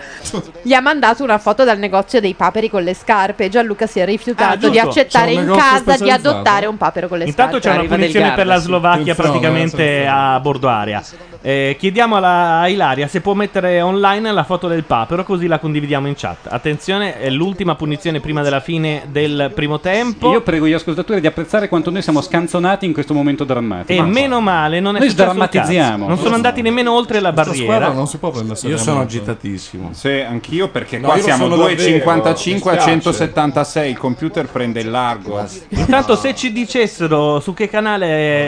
[SPEAKER 14] gli ha mandato una foto dal negozio dei paperi con le scarpe. Gianluca si è
[SPEAKER 2] Ah,
[SPEAKER 14] rifiutato
[SPEAKER 2] giusto.
[SPEAKER 14] di accettare
[SPEAKER 2] C'è un
[SPEAKER 14] in
[SPEAKER 2] negozio
[SPEAKER 14] casa di
[SPEAKER 2] specializzato.
[SPEAKER 14] adottare un papero con le
[SPEAKER 2] Intanto c'è
[SPEAKER 14] scarpe.
[SPEAKER 2] una punizione per la Slovacchia praticamente a bordo aria. Eh, chiediamo alla- a Ilaria se può mettere online la foto del papero così la condividiamo in chat. Attenzione, è l'ultima punizione prima della fine del primo tempo.
[SPEAKER 5] Io prego gli ascoltatori di apprezzare quanto noi siamo scanzonati in questo momento
[SPEAKER 2] E
[SPEAKER 5] drammatico.
[SPEAKER 2] meno male, non è
[SPEAKER 5] Noi
[SPEAKER 2] successo un
[SPEAKER 5] sdrammatizziamo.
[SPEAKER 2] cazzo. Non sono andati nemmeno oltre la
[SPEAKER 8] Questa squadra
[SPEAKER 2] barriera.
[SPEAKER 8] non si può prendere
[SPEAKER 4] Io sono
[SPEAKER 8] seriamente.
[SPEAKER 4] agitatissimo.
[SPEAKER 3] Sì, anch'io perché
[SPEAKER 4] No,
[SPEAKER 3] qua
[SPEAKER 4] io lo
[SPEAKER 3] siamo
[SPEAKER 4] sono
[SPEAKER 3] 2,55 a
[SPEAKER 4] davvero, mi
[SPEAKER 3] 176. Il computer prende il largo.
[SPEAKER 2] Intanto se ci dicessero su che canale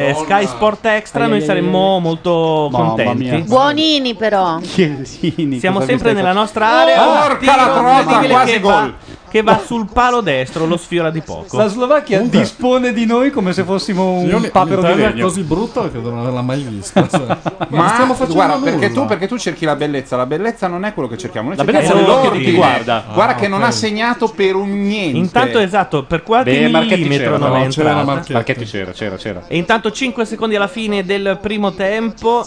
[SPEAKER 2] è Sky Sport Extra
[SPEAKER 3] Ai,
[SPEAKER 2] noi
[SPEAKER 3] ai,
[SPEAKER 2] saremmo molto
[SPEAKER 3] Mamma
[SPEAKER 2] contenti.
[SPEAKER 14] Buonini, però.
[SPEAKER 2] Siamo
[SPEAKER 5] cosa
[SPEAKER 2] sempre
[SPEAKER 5] mi stai
[SPEAKER 2] nella
[SPEAKER 5] facendo?
[SPEAKER 2] nostra area.
[SPEAKER 5] Oh, Porca
[SPEAKER 2] Un tiro
[SPEAKER 5] la trota,
[SPEAKER 2] incredibile
[SPEAKER 5] quasi
[SPEAKER 2] che
[SPEAKER 5] gol.
[SPEAKER 2] va- Che va sul palo destro, lo sfiora di poco.
[SPEAKER 5] La Slovacchia dispone di noi come se fossimo un
[SPEAKER 8] Io
[SPEAKER 5] papero di
[SPEAKER 8] l'Italia è
[SPEAKER 5] legno.
[SPEAKER 8] così brutta che non averla mai vista. cioè. Ma,
[SPEAKER 3] Ma
[SPEAKER 8] non stiamo facendo
[SPEAKER 3] guarda,
[SPEAKER 8] nulla.
[SPEAKER 3] perché tu, perché tu cerchi la bellezza, la bellezza non è quello che cerchiamo. Noi
[SPEAKER 8] La
[SPEAKER 3] cerchiamo
[SPEAKER 8] bellezza è quello che ti
[SPEAKER 3] l'ordine.
[SPEAKER 8] riguarda.
[SPEAKER 3] Guarda
[SPEAKER 8] Ah,
[SPEAKER 3] che non
[SPEAKER 8] ok.
[SPEAKER 3] ha segnato per un niente.
[SPEAKER 2] Intanto esatto, per qualche
[SPEAKER 5] Beh, Marchetti
[SPEAKER 2] millimetro
[SPEAKER 5] c'era,
[SPEAKER 2] non
[SPEAKER 5] no,
[SPEAKER 2] è
[SPEAKER 5] c'era
[SPEAKER 2] entrata.
[SPEAKER 5] Marchetti. Marchetti c'era, c'era, c'era.
[SPEAKER 2] E intanto 5 secondi alla fine del primo tempo.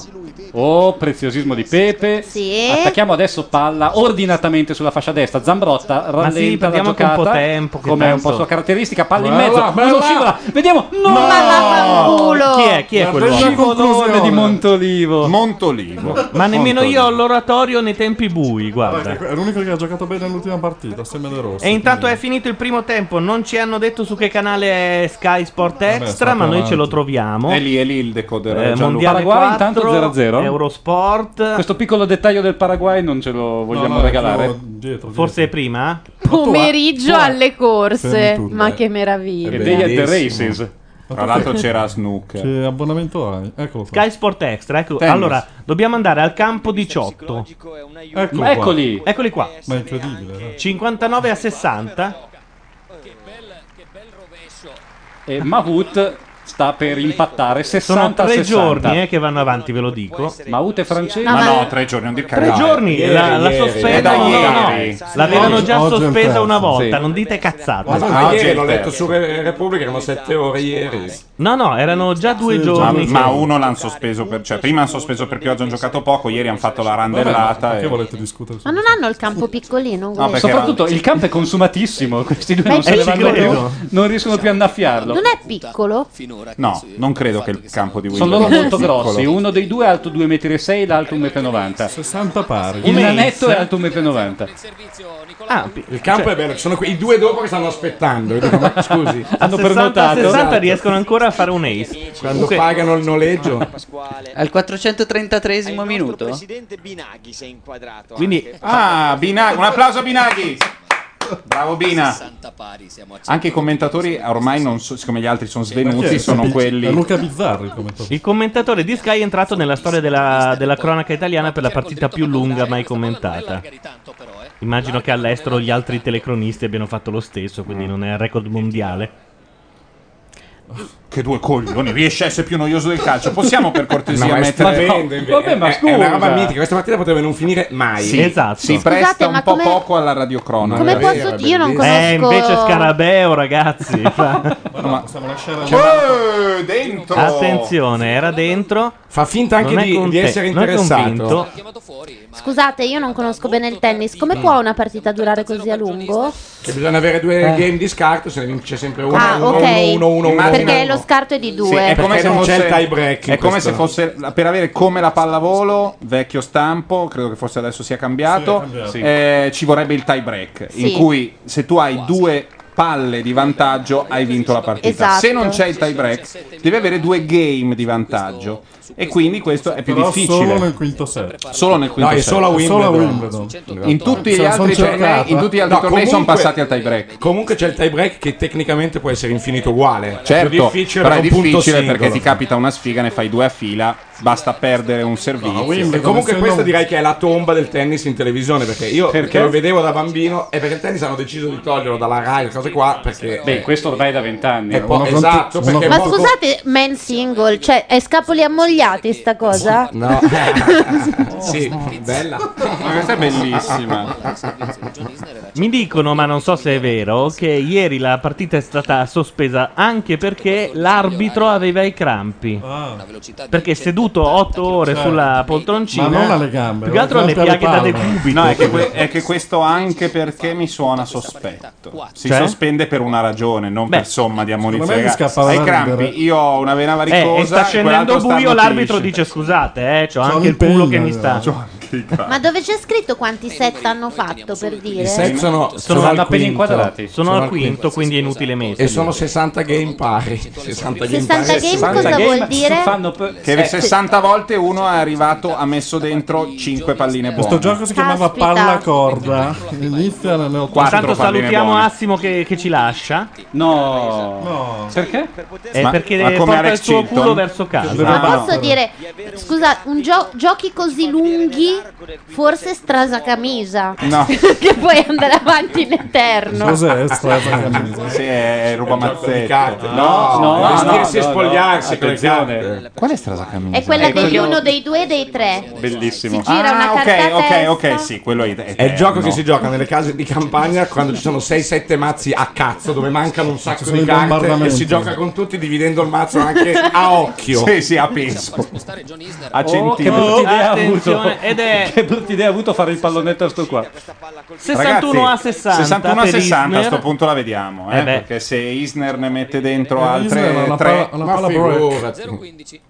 [SPEAKER 5] Oh, preziosismo di Pepe.
[SPEAKER 14] Sì.
[SPEAKER 5] Attacchiamo adesso palla ordinatamente sulla fascia destra. Zambrotta
[SPEAKER 2] Ma
[SPEAKER 5] rallenta
[SPEAKER 2] sì,
[SPEAKER 5] la
[SPEAKER 2] perdiamo anche
[SPEAKER 5] giocata.
[SPEAKER 2] un po' tempo. che
[SPEAKER 5] come è un
[SPEAKER 2] tanto-
[SPEAKER 5] po' sua caratteristica. Palla in
[SPEAKER 2] Bella,
[SPEAKER 5] mezzo. Uno
[SPEAKER 2] bella.
[SPEAKER 5] scivola. Vediamo. No,
[SPEAKER 2] Ma vaffanculo! Chi è? Chi è
[SPEAKER 5] Ma
[SPEAKER 2] quell'uomo?
[SPEAKER 5] bella conclusione di
[SPEAKER 3] Montolivo. Montolivo.
[SPEAKER 2] Ma nemmeno io ho l'oratorio nei tempi bui, guarda.
[SPEAKER 8] Guarda, È l'unico che ha giocato bene nell'ultima partita, assieme De Rossi.
[SPEAKER 2] E intanto è finito il primo tempo, non ci hanno detto su che canale è Sky Sport Extra,
[SPEAKER 8] sta
[SPEAKER 2] ma noi
[SPEAKER 8] avanti.
[SPEAKER 2] ce lo troviamo.
[SPEAKER 3] È lì, è lì il decoder.
[SPEAKER 2] Eh,
[SPEAKER 3] Gianluca.
[SPEAKER 2] mondiale
[SPEAKER 5] Paraguay
[SPEAKER 2] 4,
[SPEAKER 5] intanto 0-0.
[SPEAKER 2] Eurosport.
[SPEAKER 5] Questo piccolo dettaglio del Paraguay non ce lo vogliamo
[SPEAKER 2] no, è
[SPEAKER 5] regalare.
[SPEAKER 2] quello Eh, Forse è prima?
[SPEAKER 14] Pomeriggio alle corse.
[SPEAKER 8] Fermi tutti,
[SPEAKER 14] Ma
[SPEAKER 8] eh.
[SPEAKER 14] che meraviglia.
[SPEAKER 3] Tra l'altro c'era Snook.
[SPEAKER 8] Che abbonamento hai? Eccolo qua.
[SPEAKER 2] Sky Sport Extra, ecco.
[SPEAKER 8] Tennis.
[SPEAKER 2] Allora, dobbiamo andare al campo 18.
[SPEAKER 8] Eccolo qua. Eccoli.
[SPEAKER 2] Eccoli qua.
[SPEAKER 8] Ma è incredibile.
[SPEAKER 2] 59 a 60.
[SPEAKER 5] E Mahut sta per impattare 60
[SPEAKER 2] Sono tre
[SPEAKER 5] 60.
[SPEAKER 2] giorni eh, che vanno avanti, ve lo dico.
[SPEAKER 5] Mahut è francese.
[SPEAKER 2] No, Ma ma-
[SPEAKER 3] No, tre giorni, non dir
[SPEAKER 2] Tre
[SPEAKER 3] cagate.
[SPEAKER 2] giorni
[SPEAKER 3] Ieri,
[SPEAKER 2] la, la
[SPEAKER 3] ieri. È da
[SPEAKER 2] sospendono. No, no,
[SPEAKER 3] ieri.
[SPEAKER 2] L'avevano già
[SPEAKER 4] Oggi è un
[SPEAKER 2] sospesa
[SPEAKER 4] terzo,
[SPEAKER 2] una volta.
[SPEAKER 4] sì.
[SPEAKER 2] Non dite cazzate.
[SPEAKER 4] Ma guarda, ieri l'ho letto su Re- Repubblica, erano 7 ore ieri.
[SPEAKER 2] No, no, erano già due giorni.
[SPEAKER 3] Ma, ma uno l'hanno sospeso per, cioè, prima hanno sospeso per pioggia, hanno giocato poco. Ieri hanno fatto la randellata.
[SPEAKER 8] Perché
[SPEAKER 3] e...
[SPEAKER 8] volete discutere?
[SPEAKER 14] Ma non hanno il campo piccolino?
[SPEAKER 3] No, perché
[SPEAKER 5] Soprattutto il campo è consumatissimo. Questi due
[SPEAKER 14] Ma
[SPEAKER 5] non, se
[SPEAKER 14] infatti-
[SPEAKER 5] ne vanno
[SPEAKER 14] Eh, ci
[SPEAKER 5] più,
[SPEAKER 14] credo.
[SPEAKER 5] non riescono più a annaffiarlo.
[SPEAKER 14] Non è piccolo?
[SPEAKER 3] No, non credo che il campo di Wimbledon
[SPEAKER 5] Sono loro
[SPEAKER 3] sia
[SPEAKER 5] molto
[SPEAKER 3] piccolo.
[SPEAKER 5] grossi, uno dei due è alto 2,6 m, l'altro 1,90 m. 60 pari. Il
[SPEAKER 4] Immenso.
[SPEAKER 5] nanetto è alto 1,90 m.
[SPEAKER 4] Ah, Il campo
[SPEAKER 2] Cioè-
[SPEAKER 4] è bello, ci sono quei due dopo che stanno aspettando. Io dico, ma scusi,
[SPEAKER 2] Hanno 60, 60 riescono ancora a fare un ace.
[SPEAKER 4] esatto. Quando pagano il noleggio.
[SPEAKER 10] Al 433 minuto.
[SPEAKER 16] Binaghi si è inquadrato.
[SPEAKER 3] Quindi, ah, Binaghi, un applauso a Binaghi. Bravo Bina. Anche i commentatori ormai non so, siccome gli altri sono svenuti, sono quelli
[SPEAKER 2] Bizzarri il commentatore. di Sky è entrato nella storia della, della cronaca italiana per la partita più lunga mai commentata. Immagino che all'estero gli altri telecronisti abbiano fatto lo stesso,
[SPEAKER 4] Mm.
[SPEAKER 2] quindi non è il record mondiale.
[SPEAKER 3] Che due coglioni, riesce a essere più noioso del calcio. Possiamo per cortesia
[SPEAKER 4] No, ma è
[SPEAKER 3] mettere
[SPEAKER 4] stupendo, invece. Vabbè, ma Eh, È- è scusa. una roba mitica, questa mattina poteva non finire mai.
[SPEAKER 3] Sì,
[SPEAKER 4] Esatto.
[SPEAKER 3] Si
[SPEAKER 4] Scusate,
[SPEAKER 3] presta
[SPEAKER 4] ma
[SPEAKER 3] un po'
[SPEAKER 4] come-
[SPEAKER 3] poco alla radiocronaca.
[SPEAKER 13] come posso Era dire, io non bellissimo.
[SPEAKER 2] Eh,
[SPEAKER 13] conosco-
[SPEAKER 2] invece Scarabeo, ragazzi. fa-
[SPEAKER 8] Possiamo lasciare
[SPEAKER 3] Eh, dentro.
[SPEAKER 2] Attenzione, era dentro.
[SPEAKER 4] Fa finta anche di- di essere interessato.
[SPEAKER 13] Scusate, io non conosco bene il tennis. Come può una partita durare così a lungo?
[SPEAKER 4] Che bisogna avere due
[SPEAKER 8] Eh.
[SPEAKER 4] game di scarto, se ne vince sempre uno.
[SPEAKER 13] Ah,
[SPEAKER 4] uno,
[SPEAKER 13] ok.
[SPEAKER 4] uno, uno, uno, uno,
[SPEAKER 13] Perché
[SPEAKER 4] uno.
[SPEAKER 13] lo scarto è di
[SPEAKER 3] Sì,
[SPEAKER 13] due.
[SPEAKER 3] è come se
[SPEAKER 4] non
[SPEAKER 3] fosse,
[SPEAKER 4] c'è il tie break in
[SPEAKER 3] È come
[SPEAKER 4] questo.
[SPEAKER 3] se fosse la- per avere come la pallavolo, vecchio stampo, credo che forse adesso sia cambiato.
[SPEAKER 5] Sì, è cambiato. Sì.
[SPEAKER 3] eh, ci vorrebbe il tie break,
[SPEAKER 5] Sì.
[SPEAKER 3] in cui se tu hai due palle di vantaggio hai vinto la partita.
[SPEAKER 5] Esatto.
[SPEAKER 3] Se non c'è il tie break, devi avere due game di vantaggio. E quindi questo è più
[SPEAKER 8] Però
[SPEAKER 3] difficile.
[SPEAKER 8] solo nel quinto set.
[SPEAKER 3] Solo nel quinto
[SPEAKER 8] No, è
[SPEAKER 3] set.
[SPEAKER 8] solo a Wimbledon. Solo a Wimbledon.
[SPEAKER 3] In tutti gli
[SPEAKER 8] Sono- sono
[SPEAKER 3] altri tornei,
[SPEAKER 8] cercato. eh.
[SPEAKER 3] in tutti gli altri
[SPEAKER 4] No,
[SPEAKER 3] tornei sono
[SPEAKER 4] comunque-
[SPEAKER 3] passati al tie break.
[SPEAKER 4] Comunque c'è il tie break che tecnicamente può essere infinito uguale.
[SPEAKER 3] Certo,
[SPEAKER 4] Più difficile
[SPEAKER 3] però è
[SPEAKER 4] da un punto
[SPEAKER 3] difficile perché
[SPEAKER 4] singolo.
[SPEAKER 3] ti capita una sfiga, ne fai due a fila, basta perdere un
[SPEAKER 4] No,
[SPEAKER 3] servizio.
[SPEAKER 4] Wimbledon, comunque questa direi che è la tomba del tennis in televisione perché io
[SPEAKER 3] Perché?
[SPEAKER 4] che lo vedevo da bambino e perché il tennis hanno deciso di toglierlo dalla Rai, cose qua perché
[SPEAKER 5] Beh, questo ormai da vent'anni.
[SPEAKER 4] E poi- Una fronte- esatto, una perché
[SPEAKER 13] Ma scusate, men single, cioè è scapoli ammogliati sta cosa?
[SPEAKER 4] No. sì, bella. Ma
[SPEAKER 3] questa è bellissima.
[SPEAKER 2] Mi dicono, ma non so se è vero, che ieri la partita è stata sospesa anche perché l'arbitro aveva i crampi. Perché seduto 8 ore
[SPEAKER 8] Cioè,
[SPEAKER 2] sulla poltroncina.
[SPEAKER 8] ma non alle gambe,
[SPEAKER 2] Più che altro le
[SPEAKER 8] guarda
[SPEAKER 2] piaghe da
[SPEAKER 8] alle palle.
[SPEAKER 2] decubito.
[SPEAKER 3] No, è che, que-
[SPEAKER 5] ecco,
[SPEAKER 3] è che questo anche perché mi suona sospetto. Si
[SPEAKER 2] Cioè?
[SPEAKER 3] sospende per una ragione, non per somma di
[SPEAKER 2] Secondo
[SPEAKER 3] ammonizione.
[SPEAKER 2] me mi scappava
[SPEAKER 3] Hai
[SPEAKER 2] da ridere.
[SPEAKER 3] crampi, io ho una vena varicosa.
[SPEAKER 2] Eh, e sta
[SPEAKER 3] e
[SPEAKER 2] scendendo
[SPEAKER 3] quell'altro sta
[SPEAKER 2] buio,
[SPEAKER 3] a
[SPEAKER 2] l'arbitro
[SPEAKER 3] notisce.
[SPEAKER 2] dice scusate, eh, c'ho
[SPEAKER 3] Sono
[SPEAKER 2] anche
[SPEAKER 3] in
[SPEAKER 2] il culo
[SPEAKER 3] pena,
[SPEAKER 2] che mi
[SPEAKER 3] io.
[SPEAKER 2] sta.
[SPEAKER 3] C'ho anche i crampi.
[SPEAKER 13] Ma dove c'è scritto quanti set hanno fatto per dire?
[SPEAKER 4] set sono-
[SPEAKER 2] sono,
[SPEAKER 4] sono al
[SPEAKER 2] appena
[SPEAKER 4] quinto.
[SPEAKER 2] inquadrati. Sono,
[SPEAKER 4] Sono
[SPEAKER 2] al
[SPEAKER 4] al
[SPEAKER 2] quinto, quindi è inutile mettere.
[SPEAKER 4] E sono 60 game pari. 60 game
[SPEAKER 13] 60
[SPEAKER 4] pari.
[SPEAKER 13] game cosa vuol dire?
[SPEAKER 3] Che
[SPEAKER 13] Eh,
[SPEAKER 3] 60 volte uno è arrivato, ha messo dentro 5 palline buone.
[SPEAKER 8] Questo gioco si chiamava
[SPEAKER 13] Caspita.
[SPEAKER 8] palla corda. Inizia nelle 8
[SPEAKER 2] Intanto salutiamo Assimo che, che ci lascia.
[SPEAKER 5] No, perché?
[SPEAKER 2] È
[SPEAKER 5] Ma-
[SPEAKER 2] perché
[SPEAKER 5] ma come
[SPEAKER 2] porta
[SPEAKER 5] Alex
[SPEAKER 2] il suo
[SPEAKER 5] Chilton?
[SPEAKER 2] culo verso casa.
[SPEAKER 13] Ma posso dire, scusa, un gio- giochi così lunghi, forse strasa camisa,
[SPEAKER 3] No.
[SPEAKER 13] che puoi andare avanti in eterno.
[SPEAKER 8] Cos'è
[SPEAKER 3] Sì, è rubamazzetto.
[SPEAKER 4] No, no, vestirsi e spogliarsi con le
[SPEAKER 3] Attenzione. Qual è strasa camisa?
[SPEAKER 13] È quella degli uno, dei due e dei tre.
[SPEAKER 3] Bellissimo.
[SPEAKER 13] Si gira una
[SPEAKER 3] ah, ok,
[SPEAKER 13] carta a
[SPEAKER 3] ok,
[SPEAKER 13] testa.
[SPEAKER 3] ok, sì, quello è
[SPEAKER 4] È il gioco che si gioca nelle case di campagna quando ci sono 6-7 mazzi a cazzo dove mancano un sacco
[SPEAKER 8] sono
[SPEAKER 4] di
[SPEAKER 8] i
[SPEAKER 4] carte e
[SPEAKER 8] bombardamenti.
[SPEAKER 4] si gioca con tutti dividendo il mazzo anche a occhio.
[SPEAKER 3] Sì, sì, a peso. A
[SPEAKER 5] Oh, che
[SPEAKER 3] centinaia.
[SPEAKER 5] brutta idea ha
[SPEAKER 2] Attenzione, eh,
[SPEAKER 5] avuto.
[SPEAKER 2] ed è-
[SPEAKER 5] Che brutta idea ha avuto fare il pallonetto a sto qua.
[SPEAKER 2] 61 a 60
[SPEAKER 3] 61 a
[SPEAKER 2] per
[SPEAKER 3] 60 a
[SPEAKER 2] Isner.
[SPEAKER 3] sto punto la vediamo, eh,
[SPEAKER 2] Eh beh.
[SPEAKER 3] perché se Isner ne mette dentro
[SPEAKER 4] Eh, Isner ha
[SPEAKER 3] altre
[SPEAKER 4] una
[SPEAKER 3] tre
[SPEAKER 4] palla- una Ma palla break. figurati.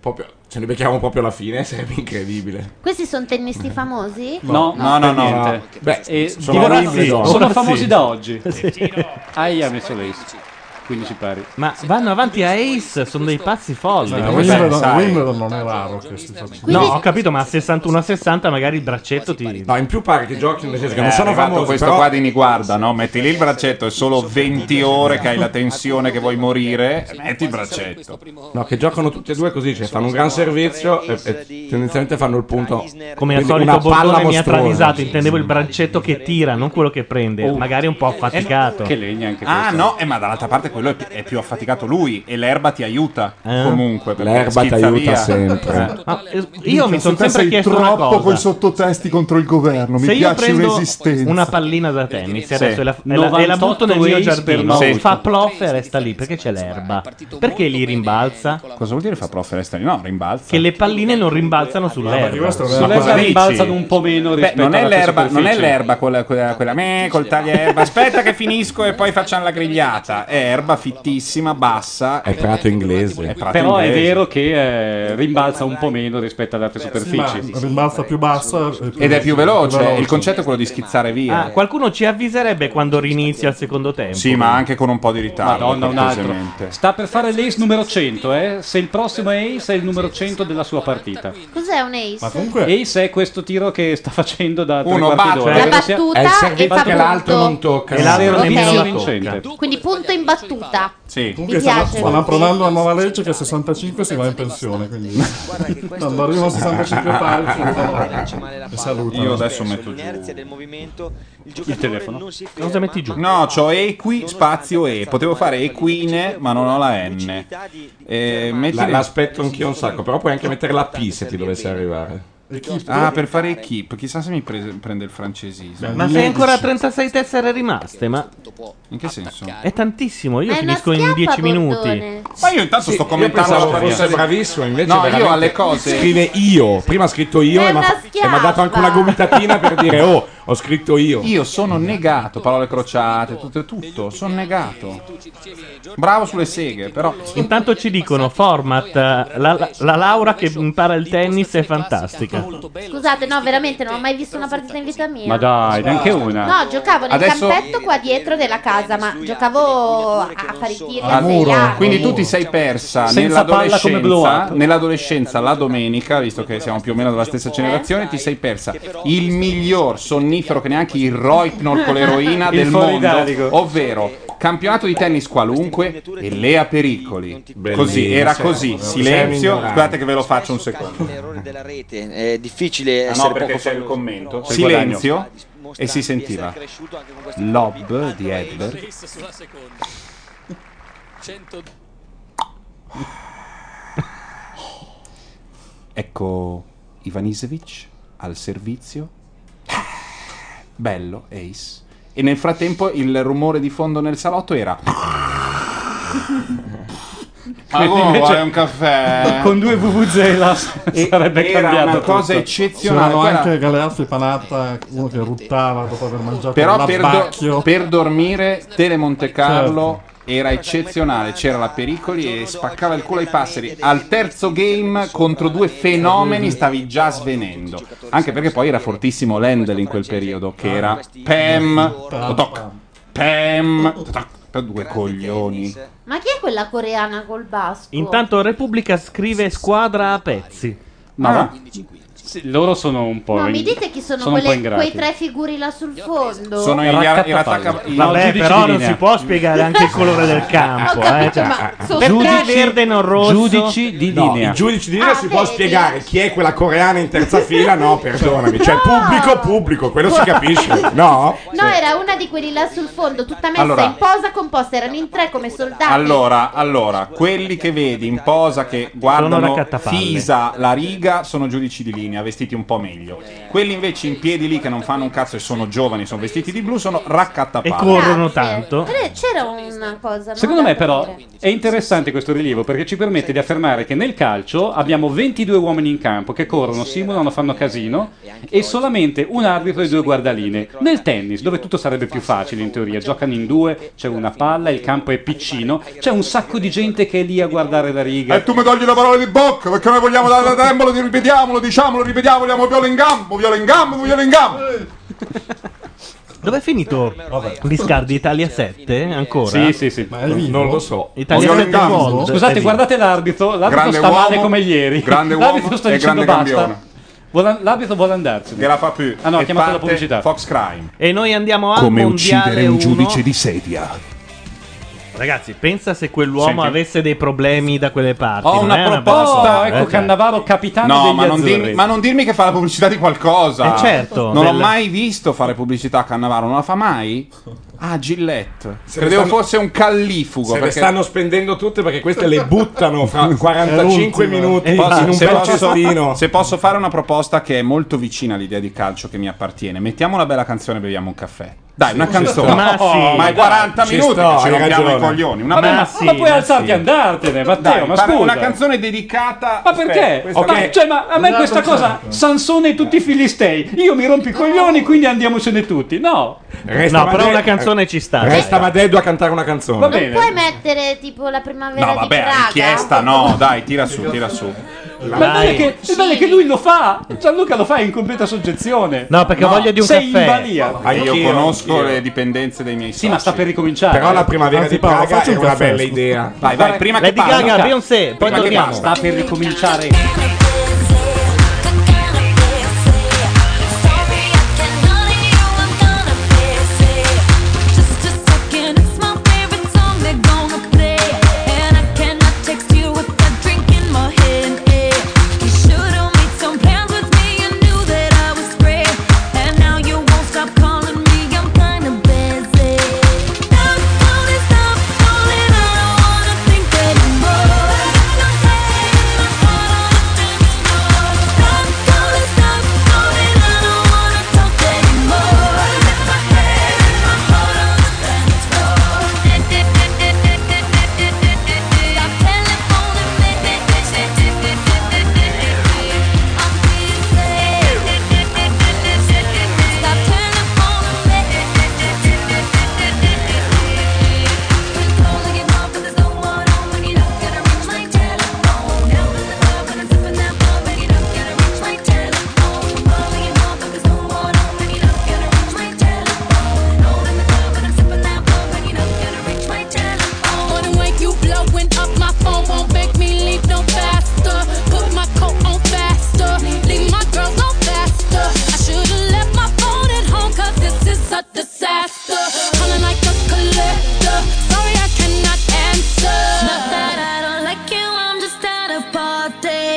[SPEAKER 4] Proprio, ce ne becchiamo proprio alla fine, sarebbe incredibile.
[SPEAKER 13] Questi sono tennisti famosi?
[SPEAKER 5] No, no, no, niente.
[SPEAKER 4] Beh,
[SPEAKER 5] E
[SPEAKER 4] sono
[SPEAKER 5] dicono-
[SPEAKER 4] orribili.
[SPEAKER 5] sono
[SPEAKER 4] Sono
[SPEAKER 5] famosi
[SPEAKER 4] sì.
[SPEAKER 5] da oggi.
[SPEAKER 2] Sì.
[SPEAKER 5] Aia, ha messo l'ace. 15 pari.
[SPEAKER 2] Ma vanno avanti a Ace, sono dei pazzi folli.
[SPEAKER 8] Eh,
[SPEAKER 17] Ah,
[SPEAKER 2] Come
[SPEAKER 8] Wimbledon,
[SPEAKER 2] sai?
[SPEAKER 8] Wimbledon non è raro che si faccia.
[SPEAKER 2] No, ho capito, ma a 61 a 60 magari il braccetto ti...
[SPEAKER 4] No, eh, in più pare che giochi nel senso
[SPEAKER 3] Eh,
[SPEAKER 4] non
[SPEAKER 3] è
[SPEAKER 4] sono
[SPEAKER 3] arrivato
[SPEAKER 4] famosi,
[SPEAKER 3] questo
[SPEAKER 4] però-
[SPEAKER 3] qua di mi guarda, no? Metti lì il braccetto, è solo 20 ore che hai la tensione che vuoi morire, metti il braccetto.
[SPEAKER 4] No, che giocano tutti e due così, cioè fanno un gran servizio e, e tendenzialmente fanno il punto.
[SPEAKER 2] Come al
[SPEAKER 4] Quindi
[SPEAKER 2] solito
[SPEAKER 4] una palla
[SPEAKER 2] Bordone mi ha
[SPEAKER 4] mostruosa.
[SPEAKER 2] travisato, intendevo il braccetto che tira, non quello che prende,
[SPEAKER 3] Oh.
[SPEAKER 2] magari un po' affaticato. Eh.
[SPEAKER 5] Che legna anche
[SPEAKER 3] Ah no, eh, ma dall'altra parte quello è, pi- è più affaticato lui e l'erba ti aiuta
[SPEAKER 2] Eh?
[SPEAKER 3] comunque. perché
[SPEAKER 4] L'erba ti
[SPEAKER 3] schizza
[SPEAKER 4] aiuta
[SPEAKER 3] via.
[SPEAKER 4] sempre.
[SPEAKER 3] Eh.
[SPEAKER 2] Ma, eh, io mi sono sempre chiesto una
[SPEAKER 17] Cioè, troppo
[SPEAKER 2] cosa.
[SPEAKER 17] coi sottotesti contro il governo.
[SPEAKER 2] Se
[SPEAKER 17] mi
[SPEAKER 2] io
[SPEAKER 17] piace
[SPEAKER 2] prendo
[SPEAKER 17] un'esistenza.
[SPEAKER 2] una pallina da tennis
[SPEAKER 17] Sì.
[SPEAKER 2] adesso e la, e la- e la butto nel
[SPEAKER 5] 98
[SPEAKER 2] mio
[SPEAKER 5] ace
[SPEAKER 2] giardino,
[SPEAKER 5] per
[SPEAKER 2] fa plof e resta lì perché c'è l'erba. Perché li rimbalza?
[SPEAKER 3] Cosa vuol dire fa prof esterni? No, rimbalza.
[SPEAKER 2] Che le palline non rimbalzano
[SPEAKER 3] perché questo
[SPEAKER 2] sull'erba.
[SPEAKER 3] è vero. Ma cosa dici?
[SPEAKER 5] rimbalzano un po' meno
[SPEAKER 3] Beh,
[SPEAKER 5] rispetto
[SPEAKER 3] non è
[SPEAKER 5] alla
[SPEAKER 3] l'erba,
[SPEAKER 5] superficie.
[SPEAKER 3] non è l'erba quella, quella, quella me col taglierba. Aspetta che finisco e poi facciamo la grigliata. È erba fittissima, bassa.
[SPEAKER 4] È prato inglese. È prato
[SPEAKER 5] Però è
[SPEAKER 3] inglese.
[SPEAKER 5] vero che eh, rimbalza un po' meno rispetto ad altre superfici.
[SPEAKER 8] Ma rimbalza più bassa eh, e
[SPEAKER 3] Ed è più veloce. Il concetto
[SPEAKER 5] è quello di schizzare
[SPEAKER 2] Ah, qualcuno ci avviserebbe quando rinizia il secondo tempo.
[SPEAKER 3] Eh. Sì, ma anche con un po' di ritardo.
[SPEAKER 5] Madonna, un altro.
[SPEAKER 3] cortesemente.
[SPEAKER 5] Sta per fare l'ace numero 100, eh? Se il prossimo è ace, è il numero 100 della sua partita.
[SPEAKER 13] Cos'è un ace?
[SPEAKER 5] ace è questo tiro che sta facendo da tre
[SPEAKER 4] Uno
[SPEAKER 5] quarti
[SPEAKER 4] batte.
[SPEAKER 5] d'ora.
[SPEAKER 4] La
[SPEAKER 5] Credo sia-
[SPEAKER 13] battuta Ah, È il servizio e fa che l'altro punto. non
[SPEAKER 4] tocca.
[SPEAKER 5] E l'altro
[SPEAKER 13] Ok.
[SPEAKER 5] nemmeno la
[SPEAKER 8] Vincente.
[SPEAKER 5] tocca.
[SPEAKER 13] Quindi punto in battuta.
[SPEAKER 3] Sì.
[SPEAKER 8] Comunque
[SPEAKER 13] Mi
[SPEAKER 8] stanno,
[SPEAKER 13] piace.
[SPEAKER 8] stanno approvando una nuova legge che a 65 si va in pensione, quindi quando arrivano a 65 pari saluto.
[SPEAKER 3] Io adesso metto giù il telefono.
[SPEAKER 2] Cosa metti giù?
[SPEAKER 3] No, c'ho equi, spazio e. Potevo fare equine, ma non ho la N. Eh, metti
[SPEAKER 4] La- l'aspetto anch'io un sacco, però puoi anche mettere la P se ti dovesse arrivare.
[SPEAKER 3] Ah, per fare equip. Chissà se mi prese- prende il francesismo.
[SPEAKER 2] Ma sei ancora a 36 tessere rimaste, ma
[SPEAKER 3] In che senso?
[SPEAKER 2] è tantissimo, io
[SPEAKER 3] È una
[SPEAKER 2] finisco in
[SPEAKER 3] schiappa,
[SPEAKER 2] 10
[SPEAKER 3] Bordone.
[SPEAKER 2] minuti.
[SPEAKER 3] Ma io intanto
[SPEAKER 4] Sì,
[SPEAKER 3] sto
[SPEAKER 4] io
[SPEAKER 3] commentando
[SPEAKER 4] pensavo
[SPEAKER 3] la
[SPEAKER 4] fosse
[SPEAKER 3] partita.
[SPEAKER 4] bravissimo, invece
[SPEAKER 3] No, io
[SPEAKER 4] veramente
[SPEAKER 3] alle cose.
[SPEAKER 4] Scrive io, prima ha scritto io e mi ha e m'ha dato anche una gomitatina per dire oh, ho scritto io.
[SPEAKER 3] Io sono negato, parole crociate, tutto, tutto, sono negato. Bravo sulle seghe, però.
[SPEAKER 2] Intanto ci dicono format, la, la- la Laura che impara il tennis è fantastica.
[SPEAKER 13] Scusate, no, veramente non ho mai visto una partita in vita mia.
[SPEAKER 5] Ma dai, neanche una.
[SPEAKER 13] No, giocavo nel
[SPEAKER 5] Adesso-
[SPEAKER 13] campetto qua dietro della casa, ma giocavo a, a fare i tiri a
[SPEAKER 3] Al
[SPEAKER 13] sei anni.
[SPEAKER 3] Quindi tu ti sei persa
[SPEAKER 5] Diciamo Senza palla come blow
[SPEAKER 3] nell'adolescenza,
[SPEAKER 5] up.
[SPEAKER 3] nell'adolescenza, la domenica, visto che siamo più o meno della stessa generazione, ti sei persa il miglior sonnifero che neanche il Roipnol con l'eroina
[SPEAKER 5] Il
[SPEAKER 3] del
[SPEAKER 5] Foridarico.
[SPEAKER 3] mondo, ovvero campionato di tennis qualunque e Lea Pericoli. Così, era così, silenzio. Guardate che ve lo faccio un secondo.
[SPEAKER 16] È difficile
[SPEAKER 3] Ah,
[SPEAKER 16] essere
[SPEAKER 3] no, perché
[SPEAKER 16] poco
[SPEAKER 3] c'è il
[SPEAKER 16] famoso.
[SPEAKER 3] commento.
[SPEAKER 16] Sì.
[SPEAKER 3] Silenzio e si sentiva l'ob di Edward.
[SPEAKER 18] sulla seconda. 100
[SPEAKER 3] Ecco Ivanisevic al servizio. Bello, Ace. E nel frattempo il rumore di fondo nel salotto era... Ma
[SPEAKER 5] Quindi
[SPEAKER 3] come
[SPEAKER 5] invece-
[SPEAKER 3] vuoi oh, un caffè?
[SPEAKER 5] Con due VVZela
[SPEAKER 3] E
[SPEAKER 5] sarebbe
[SPEAKER 3] era
[SPEAKER 5] cambiato
[SPEAKER 3] una
[SPEAKER 5] tutto.
[SPEAKER 3] cosa eccezionale.
[SPEAKER 8] C'erano
[SPEAKER 3] quella-
[SPEAKER 8] anche Galeazzi e Panatta, uno che ruttava dopo aver mangiato
[SPEAKER 3] Però per, do-
[SPEAKER 8] l'abbacchio.
[SPEAKER 3] per dormire Tele Monte Carlo era eccezionale, c'era la pericoli e spaccava il culo ai passeri. Al terzo game contro due fenomeni stavi già svenendo. Anche perché poi era fortissimo Lendl in quel periodo che era Pam, totoc, Pam, totoc, per due coglioni.
[SPEAKER 13] Ma chi è quella coreana col basco?
[SPEAKER 2] Intanto Repubblica scrive squadra a pezzi.
[SPEAKER 5] Ma va. Sì, loro sono un po'.
[SPEAKER 13] No,
[SPEAKER 5] in-
[SPEAKER 13] mi dite chi sono,
[SPEAKER 5] sono un po'
[SPEAKER 13] quelle-
[SPEAKER 5] ingrati.
[SPEAKER 13] quei tre figuri là sul fondo?
[SPEAKER 5] Sono i- Raccattapalli.
[SPEAKER 2] i-
[SPEAKER 5] No,
[SPEAKER 2] Vabbè,
[SPEAKER 5] giudici
[SPEAKER 2] però
[SPEAKER 5] di
[SPEAKER 2] non
[SPEAKER 5] linea.
[SPEAKER 2] si può spiegare anche il colore del campo.
[SPEAKER 4] Ho capito,
[SPEAKER 2] eh.
[SPEAKER 4] ma sono
[SPEAKER 2] Perché
[SPEAKER 4] giudici-
[SPEAKER 2] verde e non rosso?
[SPEAKER 4] No, I giudici di linea si può spiegare chi è quella coreana in terza fila? No, perdonami. Cioè, pubblico, pubblico, quello si capisce. No?
[SPEAKER 13] No, era una di quelli là sul fondo, tutta messa
[SPEAKER 3] Allora.
[SPEAKER 13] in posa composta, erano in tre come soldati.
[SPEAKER 3] Allora, allora, quelli che vedi in posa che guardano
[SPEAKER 2] raccattapalle.
[SPEAKER 3] fisa la riga sono giudici di linea, vestiti un po' meglio. Quelli invece in piedi lì che non fanno un cazzo e sono giovani, sono vestiti di blu, sono raccattapalle.
[SPEAKER 2] E corrono tanto.
[SPEAKER 13] Però C'era una cosa. no?
[SPEAKER 5] Secondo me,
[SPEAKER 13] Da
[SPEAKER 5] però,
[SPEAKER 13] capire.
[SPEAKER 5] è interessante questo rilievo perché ci permette di affermare che nel calcio abbiamo 22 uomini in campo che corrono, simulano, fanno casino e solamente un arbitro e due guardaline. Nel tennis, dove tutto sarebbe più facile in teoria, giocano in due, c'è una palla, il campo è piccino, c'è un sacco di gente che è lì a guardare la riga.
[SPEAKER 3] E tu mi togli le parole di bocca perché noi vogliamo dare tempo, di- ripetiamolo, diciamolo, ripetiamo, vogliamo viola in gambo, viola in gambo, viola in gambo.
[SPEAKER 2] Dove è finito Biscardi Italia 7? Ancora?
[SPEAKER 5] Sì, sì, sì.
[SPEAKER 2] Ma
[SPEAKER 5] è vivo?
[SPEAKER 4] Non lo so.
[SPEAKER 2] Italia 7 Gold. È
[SPEAKER 5] Scusate,
[SPEAKER 2] vivo.
[SPEAKER 5] guardate l'arbitro. L'arbitro
[SPEAKER 3] Grande
[SPEAKER 5] sta male
[SPEAKER 3] uomo,
[SPEAKER 5] come ieri.
[SPEAKER 3] grande
[SPEAKER 5] l'arbitro
[SPEAKER 3] uomo
[SPEAKER 5] sta
[SPEAKER 3] e
[SPEAKER 5] dicendo
[SPEAKER 3] grande
[SPEAKER 5] basta.
[SPEAKER 3] campione.
[SPEAKER 5] Vuole- l'arbitro vuole andarsene.
[SPEAKER 3] Che la fa più.
[SPEAKER 5] Ah no, ha
[SPEAKER 3] E
[SPEAKER 5] chiamato la
[SPEAKER 3] parte
[SPEAKER 5] pubblicità.
[SPEAKER 3] Fox Crime.
[SPEAKER 2] E noi andiamo al
[SPEAKER 5] Come
[SPEAKER 2] mondiale
[SPEAKER 5] uccidere un
[SPEAKER 2] uno.
[SPEAKER 5] giudice
[SPEAKER 3] di sedia.
[SPEAKER 2] Ragazzi, pensa se quell'uomo
[SPEAKER 5] Senti.
[SPEAKER 2] avesse dei problemi da quelle parti.
[SPEAKER 3] Ho una
[SPEAKER 2] non è
[SPEAKER 3] proposta,
[SPEAKER 2] bella cosa,
[SPEAKER 5] ecco
[SPEAKER 2] eh.
[SPEAKER 5] Cannavaro capitano
[SPEAKER 3] No,
[SPEAKER 5] degli
[SPEAKER 3] ma non,
[SPEAKER 5] azzurri.
[SPEAKER 3] dirmi, ma non dirmi che fa la pubblicità di qualcosa.
[SPEAKER 2] Eh, certo.
[SPEAKER 3] Non l'ho
[SPEAKER 2] Del-
[SPEAKER 3] mai visto fare pubblicità a Cannavaro, non la fa mai? Ah, Gillette.
[SPEAKER 4] ne
[SPEAKER 3] Credevo
[SPEAKER 4] stanno-
[SPEAKER 3] fosse un callifugo.
[SPEAKER 4] Se le
[SPEAKER 3] perché
[SPEAKER 4] stanno spendendo tutte perché queste le buttano fra 45
[SPEAKER 2] Eh,
[SPEAKER 4] minuti
[SPEAKER 3] Posso-
[SPEAKER 4] Eh, in un
[SPEAKER 3] se,
[SPEAKER 4] pezzettino.
[SPEAKER 3] posso, se posso fare una proposta che è molto vicina all'idea di calcio che mi appartiene, mettiamo una bella canzone e beviamo un caffè. Dai, una canzone. Oh,
[SPEAKER 5] Ma sì.
[SPEAKER 3] ma è 40
[SPEAKER 5] Ci
[SPEAKER 3] minuti
[SPEAKER 5] sto,
[SPEAKER 3] che ci
[SPEAKER 5] hai
[SPEAKER 3] rompiamo i
[SPEAKER 5] ragione.
[SPEAKER 3] coglioni. Una
[SPEAKER 5] Vabbè, ma- ma puoi alzarti e andartene, Matteo,
[SPEAKER 3] Dai,
[SPEAKER 5] ma
[SPEAKER 3] parla-
[SPEAKER 5] scusa.
[SPEAKER 3] Una canzone dedicata.
[SPEAKER 5] Ma perché?
[SPEAKER 3] Aspetta, questa-
[SPEAKER 5] Ma, cioè, ma a me
[SPEAKER 3] Una
[SPEAKER 5] questa
[SPEAKER 3] canzone.
[SPEAKER 5] cosa, Sansone e tutti i filistei, io mi rompo i coglioni, quindi andiamocene tutti. No,
[SPEAKER 4] Resta Madè- Resta
[SPEAKER 5] dai.
[SPEAKER 4] Madeddu a cantare una canzone.
[SPEAKER 5] Va
[SPEAKER 13] Non puoi mettere tipo la primavera
[SPEAKER 3] No,
[SPEAKER 13] di
[SPEAKER 3] vabbè,
[SPEAKER 13] Praga?
[SPEAKER 3] richiesta, no, dai, tira su, tira su.
[SPEAKER 5] Ma il bello, è che, il bello è che lui lo fa, Gianluca lo fa in completa soggezione.
[SPEAKER 3] No, perché ho voglia di un
[SPEAKER 5] sei
[SPEAKER 3] caffè.
[SPEAKER 5] in balia.
[SPEAKER 3] Anche io conosco le dipendenze dei miei
[SPEAKER 5] Sì, ma sta per ricominciare.
[SPEAKER 3] Però la primavera
[SPEAKER 5] Anzi,
[SPEAKER 3] di
[SPEAKER 5] Paolo,
[SPEAKER 3] Praga
[SPEAKER 5] facci
[SPEAKER 3] è
[SPEAKER 5] un
[SPEAKER 3] una
[SPEAKER 5] caffè,
[SPEAKER 3] bella
[SPEAKER 5] scusa.
[SPEAKER 3] idea. Vai, vai, prima che
[SPEAKER 5] Lady
[SPEAKER 3] parla.
[SPEAKER 5] Gaga,
[SPEAKER 3] Luca.
[SPEAKER 5] Beyoncé, poi
[SPEAKER 3] Prima che
[SPEAKER 5] torniamo.
[SPEAKER 3] parla.
[SPEAKER 5] Sta per ricominciare.
[SPEAKER 19] On the way you blowing up my phone won't make me leave no faster. Put my coat on faster, leave my girls on faster. I should've left my phone at home 'cause this is a disaster. Calling like a collector, sorry I cannot answer.
[SPEAKER 20] Not that I don't like you, I'm just at a party.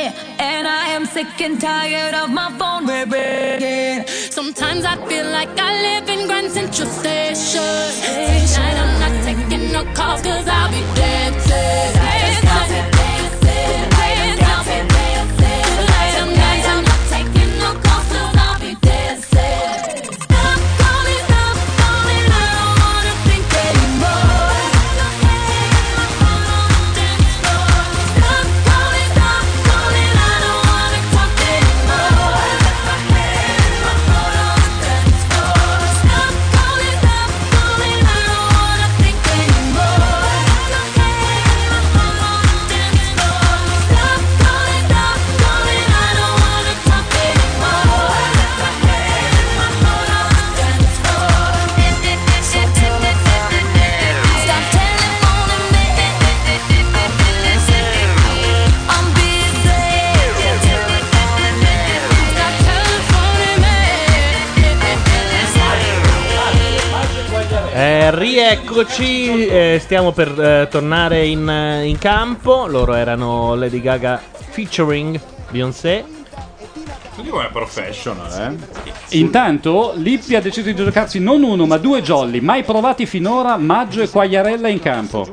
[SPEAKER 20] And I am sick and tired of my phone ringing.
[SPEAKER 19] Sometimes I feel like I live in Grand Central Station. Tonight I'm not taking no calls cause I'll be dancing. Tonight I'm not taking no calls 'cause I'll be dancing. Stop calling, stop calling, I don't wanna think anymore. Stop calling, stop calling, I don't wanna talk anymore.
[SPEAKER 2] Eh, rieccoci, eh, stiamo per eh, tornare in, eh, in campo. Loro erano Lady Gaga featuring Beyoncé.
[SPEAKER 3] Quindi vuoi professional, eh?
[SPEAKER 5] Intanto Lippi ha deciso di giocarsi non uno ma due jolly, mai provati finora, Maggio e Quagliarella in campo.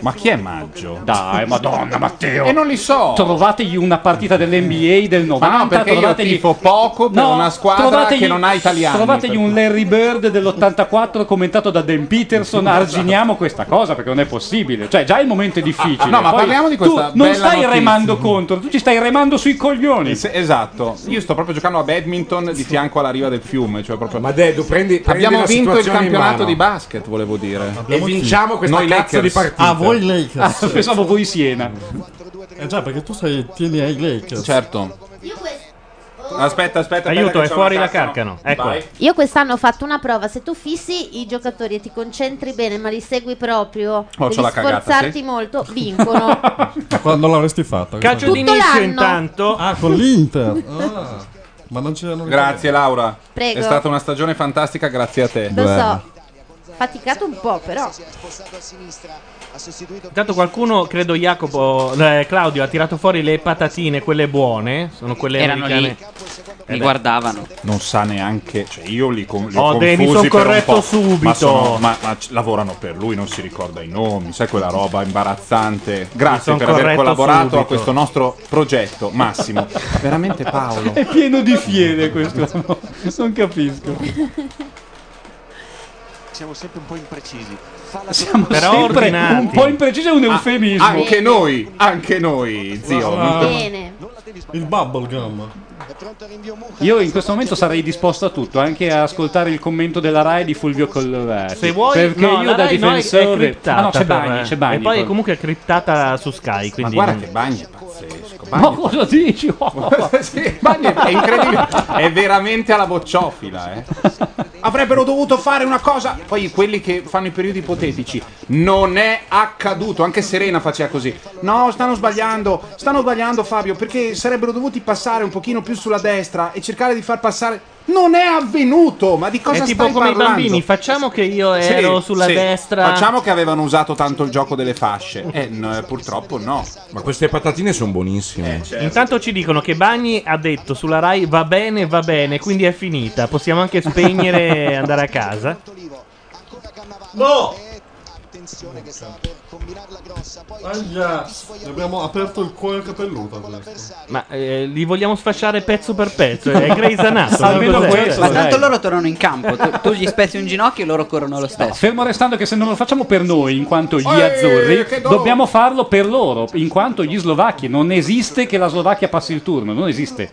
[SPEAKER 3] Ma chi è Maggio?
[SPEAKER 5] Dai, madonna Matteo.
[SPEAKER 3] E non li so.
[SPEAKER 5] Oh. Trovategli una partita dell'NBA del 90.
[SPEAKER 3] Ma no, perché io
[SPEAKER 5] trovategli...
[SPEAKER 3] tifo poco per una squadra
[SPEAKER 5] trovategli-
[SPEAKER 3] che non ha italiani,
[SPEAKER 5] Trovategli
[SPEAKER 3] per
[SPEAKER 5] un Larry Bird dell'84 commentato da Dan Peterson. Arginiamo questa cosa perché non è possibile. Cioè, già il momento è difficile.
[SPEAKER 3] Ah, no, ma
[SPEAKER 5] Poi
[SPEAKER 3] parliamo di
[SPEAKER 5] tu
[SPEAKER 3] questa
[SPEAKER 5] non
[SPEAKER 3] bella
[SPEAKER 5] stai
[SPEAKER 3] notizia.
[SPEAKER 5] remando contro, tu ci stai remando sui coglioni.
[SPEAKER 3] esatto. Io sto proprio giocando a badminton di fianco alla riva del fiume. Cioè proprio... Ma
[SPEAKER 4] Dedu, prendi, prendi
[SPEAKER 3] Abbiamo
[SPEAKER 4] la
[SPEAKER 3] vinto il
[SPEAKER 4] situazione in
[SPEAKER 3] campionato
[SPEAKER 4] mano.
[SPEAKER 3] di basket, volevo dire.
[SPEAKER 4] E vinciamo questa
[SPEAKER 3] Noi
[SPEAKER 4] cazzo di
[SPEAKER 3] Lakers.
[SPEAKER 4] partita.
[SPEAKER 5] Ah, pensavo voi Siena.
[SPEAKER 8] Eh già, perché tu sei, tieni ai Lakers.
[SPEAKER 3] Certo. Aspetta, aspetta.
[SPEAKER 2] Aiuto,
[SPEAKER 3] aspetta che
[SPEAKER 2] è
[SPEAKER 3] c'è
[SPEAKER 2] fuori
[SPEAKER 3] una
[SPEAKER 2] la Ecco.
[SPEAKER 3] cassa,
[SPEAKER 2] Carcano.
[SPEAKER 3] no?
[SPEAKER 2] Eccola.
[SPEAKER 3] Vai.
[SPEAKER 13] Io quest'anno ho fatto una prova, se tu fissi i giocatori e ti concentri bene, ma li segui proprio,
[SPEAKER 8] Oh, c'ho
[SPEAKER 13] devi
[SPEAKER 8] la cagata,
[SPEAKER 13] sforzarti
[SPEAKER 8] sì.
[SPEAKER 13] molto, vincono.
[SPEAKER 8] Ma cioè, Quando l'avresti fatta?
[SPEAKER 13] Calcio
[SPEAKER 8] questa?
[SPEAKER 13] di Tutto inizio, l'anno. intanto.
[SPEAKER 8] Ah, con l'Inter. Ah, ma non c'erano le
[SPEAKER 3] Grazie Laura.
[SPEAKER 13] Prego.
[SPEAKER 3] È stata una stagione fantastica, grazie a te.
[SPEAKER 13] Lo so. Faticato un po' però.
[SPEAKER 2] Intanto qualcuno, credo Jacopo, eh, Claudio, ha tirato fuori le patatine, quelle buone. Sono quelle
[SPEAKER 10] Erano
[SPEAKER 2] americane.
[SPEAKER 10] lì.
[SPEAKER 2] Eh
[SPEAKER 10] Mi
[SPEAKER 2] beh.
[SPEAKER 10] guardavano.
[SPEAKER 3] Non sa neanche, cioè io li, con, li
[SPEAKER 2] Oh,
[SPEAKER 3] ho confusi
[SPEAKER 2] Denis, son
[SPEAKER 3] per un
[SPEAKER 2] corretto
[SPEAKER 3] po',
[SPEAKER 2] subito.
[SPEAKER 3] Ma, sono- ma- ma c- lavorano per lui, non si ricorda i nomi, sai quella roba imbarazzante. Grazie
[SPEAKER 2] son
[SPEAKER 3] per aver
[SPEAKER 2] corretto
[SPEAKER 3] collaborato
[SPEAKER 2] subito.
[SPEAKER 3] a questo nostro progetto, Massimo. Veramente Paolo.
[SPEAKER 5] È pieno di fiere questo. non capisco.
[SPEAKER 21] siamo sempre un po' imprecisi. Fa la Ah,
[SPEAKER 5] Siamo sempre un po' imprecisi, è un eufemismo.
[SPEAKER 3] anche noi, anche noi, zio.
[SPEAKER 8] Esatto.
[SPEAKER 13] Bene.
[SPEAKER 8] Il bubblegum.
[SPEAKER 5] Io in questo momento sarei disposto a tutto, anche a ascoltare il commento della Rai di Fulvio Colverti.
[SPEAKER 2] Se vuoi,
[SPEAKER 5] perché
[SPEAKER 2] no,
[SPEAKER 5] io
[SPEAKER 2] la
[SPEAKER 5] da
[SPEAKER 2] Rai no, è- è
[SPEAKER 5] difensore.
[SPEAKER 2] criptata
[SPEAKER 5] ah, no, c'è
[SPEAKER 2] però,
[SPEAKER 5] Bagni,
[SPEAKER 2] eh.
[SPEAKER 5] c'è Bagni.
[SPEAKER 2] E poi è comunque criptata su Sky, quindi
[SPEAKER 3] guarda
[SPEAKER 2] non-
[SPEAKER 3] che bagno è pazzesco.
[SPEAKER 5] Ma cosa dici?
[SPEAKER 3] è incredibile. È veramente alla bocciofila, eh. Avrebbero dovuto fare una cosa. Poi quelli che fanno i periodi ipotetici. Non è accaduto. Anche Serena faceva così. No, stanno sbagliando. Stanno sbagliando, Fabio. Perché sarebbero dovuti passare un pochino più sulla destra e cercare di far passare. Non è avvenuto. Ma di cosa
[SPEAKER 2] È
[SPEAKER 3] stai
[SPEAKER 2] tipo come
[SPEAKER 3] parlando?
[SPEAKER 2] i bambini, facciamo che io
[SPEAKER 3] Sì,
[SPEAKER 2] ero sulla
[SPEAKER 3] sì.
[SPEAKER 2] destra.
[SPEAKER 3] Facciamo che avevano usato tanto il gioco delle fasce. Eh, no, purtroppo no. Eh,
[SPEAKER 4] Ma queste patatine sono buonissime.
[SPEAKER 2] Intanto ci dicono che Bagni ha detto sulla Rai va bene, va bene, quindi è finita. Possiamo anche spegnere e andare a casa.
[SPEAKER 8] No! Aia, abbiamo aperto il cuore capelluto adesso.
[SPEAKER 2] Ma eh, li vogliamo sfasciare pezzo per pezzo. È Grey's Anatomy.
[SPEAKER 5] Almeno
[SPEAKER 2] cos'è?
[SPEAKER 5] questo,
[SPEAKER 22] Ma tanto loro tornano in campo. Tu, tu gli spezzi un ginocchio e loro corrono lo stesso.
[SPEAKER 5] Fermo restando che se non lo facciamo per noi, in quanto gli
[SPEAKER 3] Eh,
[SPEAKER 22] Ehi,
[SPEAKER 5] azzurri,
[SPEAKER 22] che do-
[SPEAKER 5] dobbiamo farlo per loro, in quanto gli slovacchi. Non esiste che la Slovacchia passi il turno, non esiste.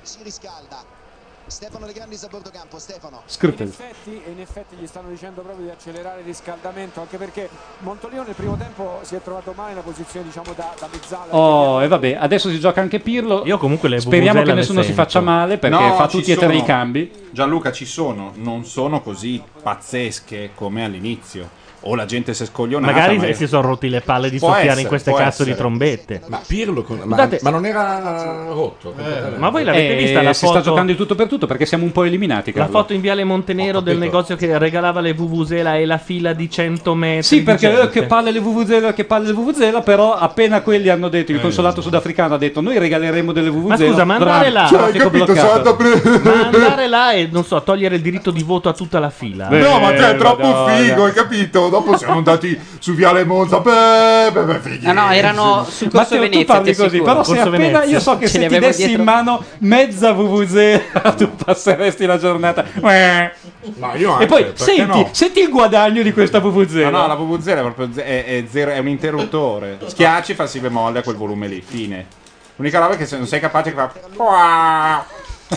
[SPEAKER 6] Stefano De Grandis a bordo campo, Stefano.
[SPEAKER 5] Skrtel.
[SPEAKER 7] In effetti, in effetti gli stanno dicendo proprio di accelerare il riscaldamento, anche perché Montolino nel primo tempo si è trovato male in una posizione diciamo da, da mezzala.
[SPEAKER 5] Oh, e vabbè, adesso si gioca anche Pirlo.
[SPEAKER 2] Io comunque le
[SPEAKER 5] Speriamo
[SPEAKER 2] vuvuzela
[SPEAKER 5] che
[SPEAKER 2] le
[SPEAKER 5] nessuno si
[SPEAKER 2] sento.
[SPEAKER 5] faccia male perché
[SPEAKER 3] No,
[SPEAKER 5] fa
[SPEAKER 3] ci
[SPEAKER 5] tutti e tre
[SPEAKER 3] sono.
[SPEAKER 5] i cambi.
[SPEAKER 3] Gianluca, ci sono, non sono così pazzesche come all'inizio. O la gente si è scoglionata.
[SPEAKER 2] Magari
[SPEAKER 3] ma-
[SPEAKER 2] si sono rotti le palle di
[SPEAKER 3] Può
[SPEAKER 2] soffiare
[SPEAKER 3] essere,
[SPEAKER 2] in queste
[SPEAKER 3] può
[SPEAKER 2] cazzo di
[SPEAKER 3] essere.
[SPEAKER 2] trombette.
[SPEAKER 4] Ma Pirlo con... ma,
[SPEAKER 2] Scusate-
[SPEAKER 4] ma non era
[SPEAKER 8] Eh.
[SPEAKER 4] rotto.
[SPEAKER 2] ma voi l'avete
[SPEAKER 5] Eh,
[SPEAKER 2] vista la
[SPEAKER 5] si sta
[SPEAKER 2] foto-
[SPEAKER 5] giocando di tutto per tutto perché siamo un po' eliminati.
[SPEAKER 2] La
[SPEAKER 5] Carlo.
[SPEAKER 2] foto in Viale Montenero del negozio che regalava le Vuvuzela e la fila di 100 metri.
[SPEAKER 5] Sì, perché
[SPEAKER 2] di
[SPEAKER 5] eh,
[SPEAKER 2] gente.
[SPEAKER 5] che palle le Vuvuzela, che palle le Vuvuzela, però appena quelli hanno detto,
[SPEAKER 3] Eh,
[SPEAKER 5] il consolato sudafricano ha detto noi regaleremo delle
[SPEAKER 2] Ma
[SPEAKER 5] Vuvuzela.
[SPEAKER 2] scusa, ma andare là,
[SPEAKER 5] bravo,
[SPEAKER 4] Cioè,
[SPEAKER 5] traffico bloccato.
[SPEAKER 2] ma andare là e non so, togliere il diritto di voto a tutta la fila.
[SPEAKER 23] No, ma te è troppo figo, hai capito? Dopo siamo andati su Viale Monza. Beh, beh, beh,
[SPEAKER 13] Ah,
[SPEAKER 23] fighissimo.
[SPEAKER 22] Ah, No, no,
[SPEAKER 3] Eh,
[SPEAKER 22] erano sul corso
[SPEAKER 5] Matteo,
[SPEAKER 22] Venezia.
[SPEAKER 5] tu parli
[SPEAKER 22] ti
[SPEAKER 5] così,
[SPEAKER 22] assicuro.
[SPEAKER 5] però se appena io so che
[SPEAKER 22] Ce li
[SPEAKER 5] se ti
[SPEAKER 22] avevo
[SPEAKER 5] dessi
[SPEAKER 22] dietro.
[SPEAKER 5] in mano mezza Vuvuzela, tu passeresti la giornata. Eh.
[SPEAKER 4] Ma io
[SPEAKER 5] e
[SPEAKER 4] anche,
[SPEAKER 5] poi
[SPEAKER 4] perché
[SPEAKER 5] senti,
[SPEAKER 4] no?
[SPEAKER 5] senti il guadagno di questa Vuvuzela.
[SPEAKER 3] No, Ah, no, la VVZera è proprio ze- è, è zero, è un interruttore. Schiacci, fa si bemolle a quel volume lì. Fine. L'unica roba è che se non sei capace che fa.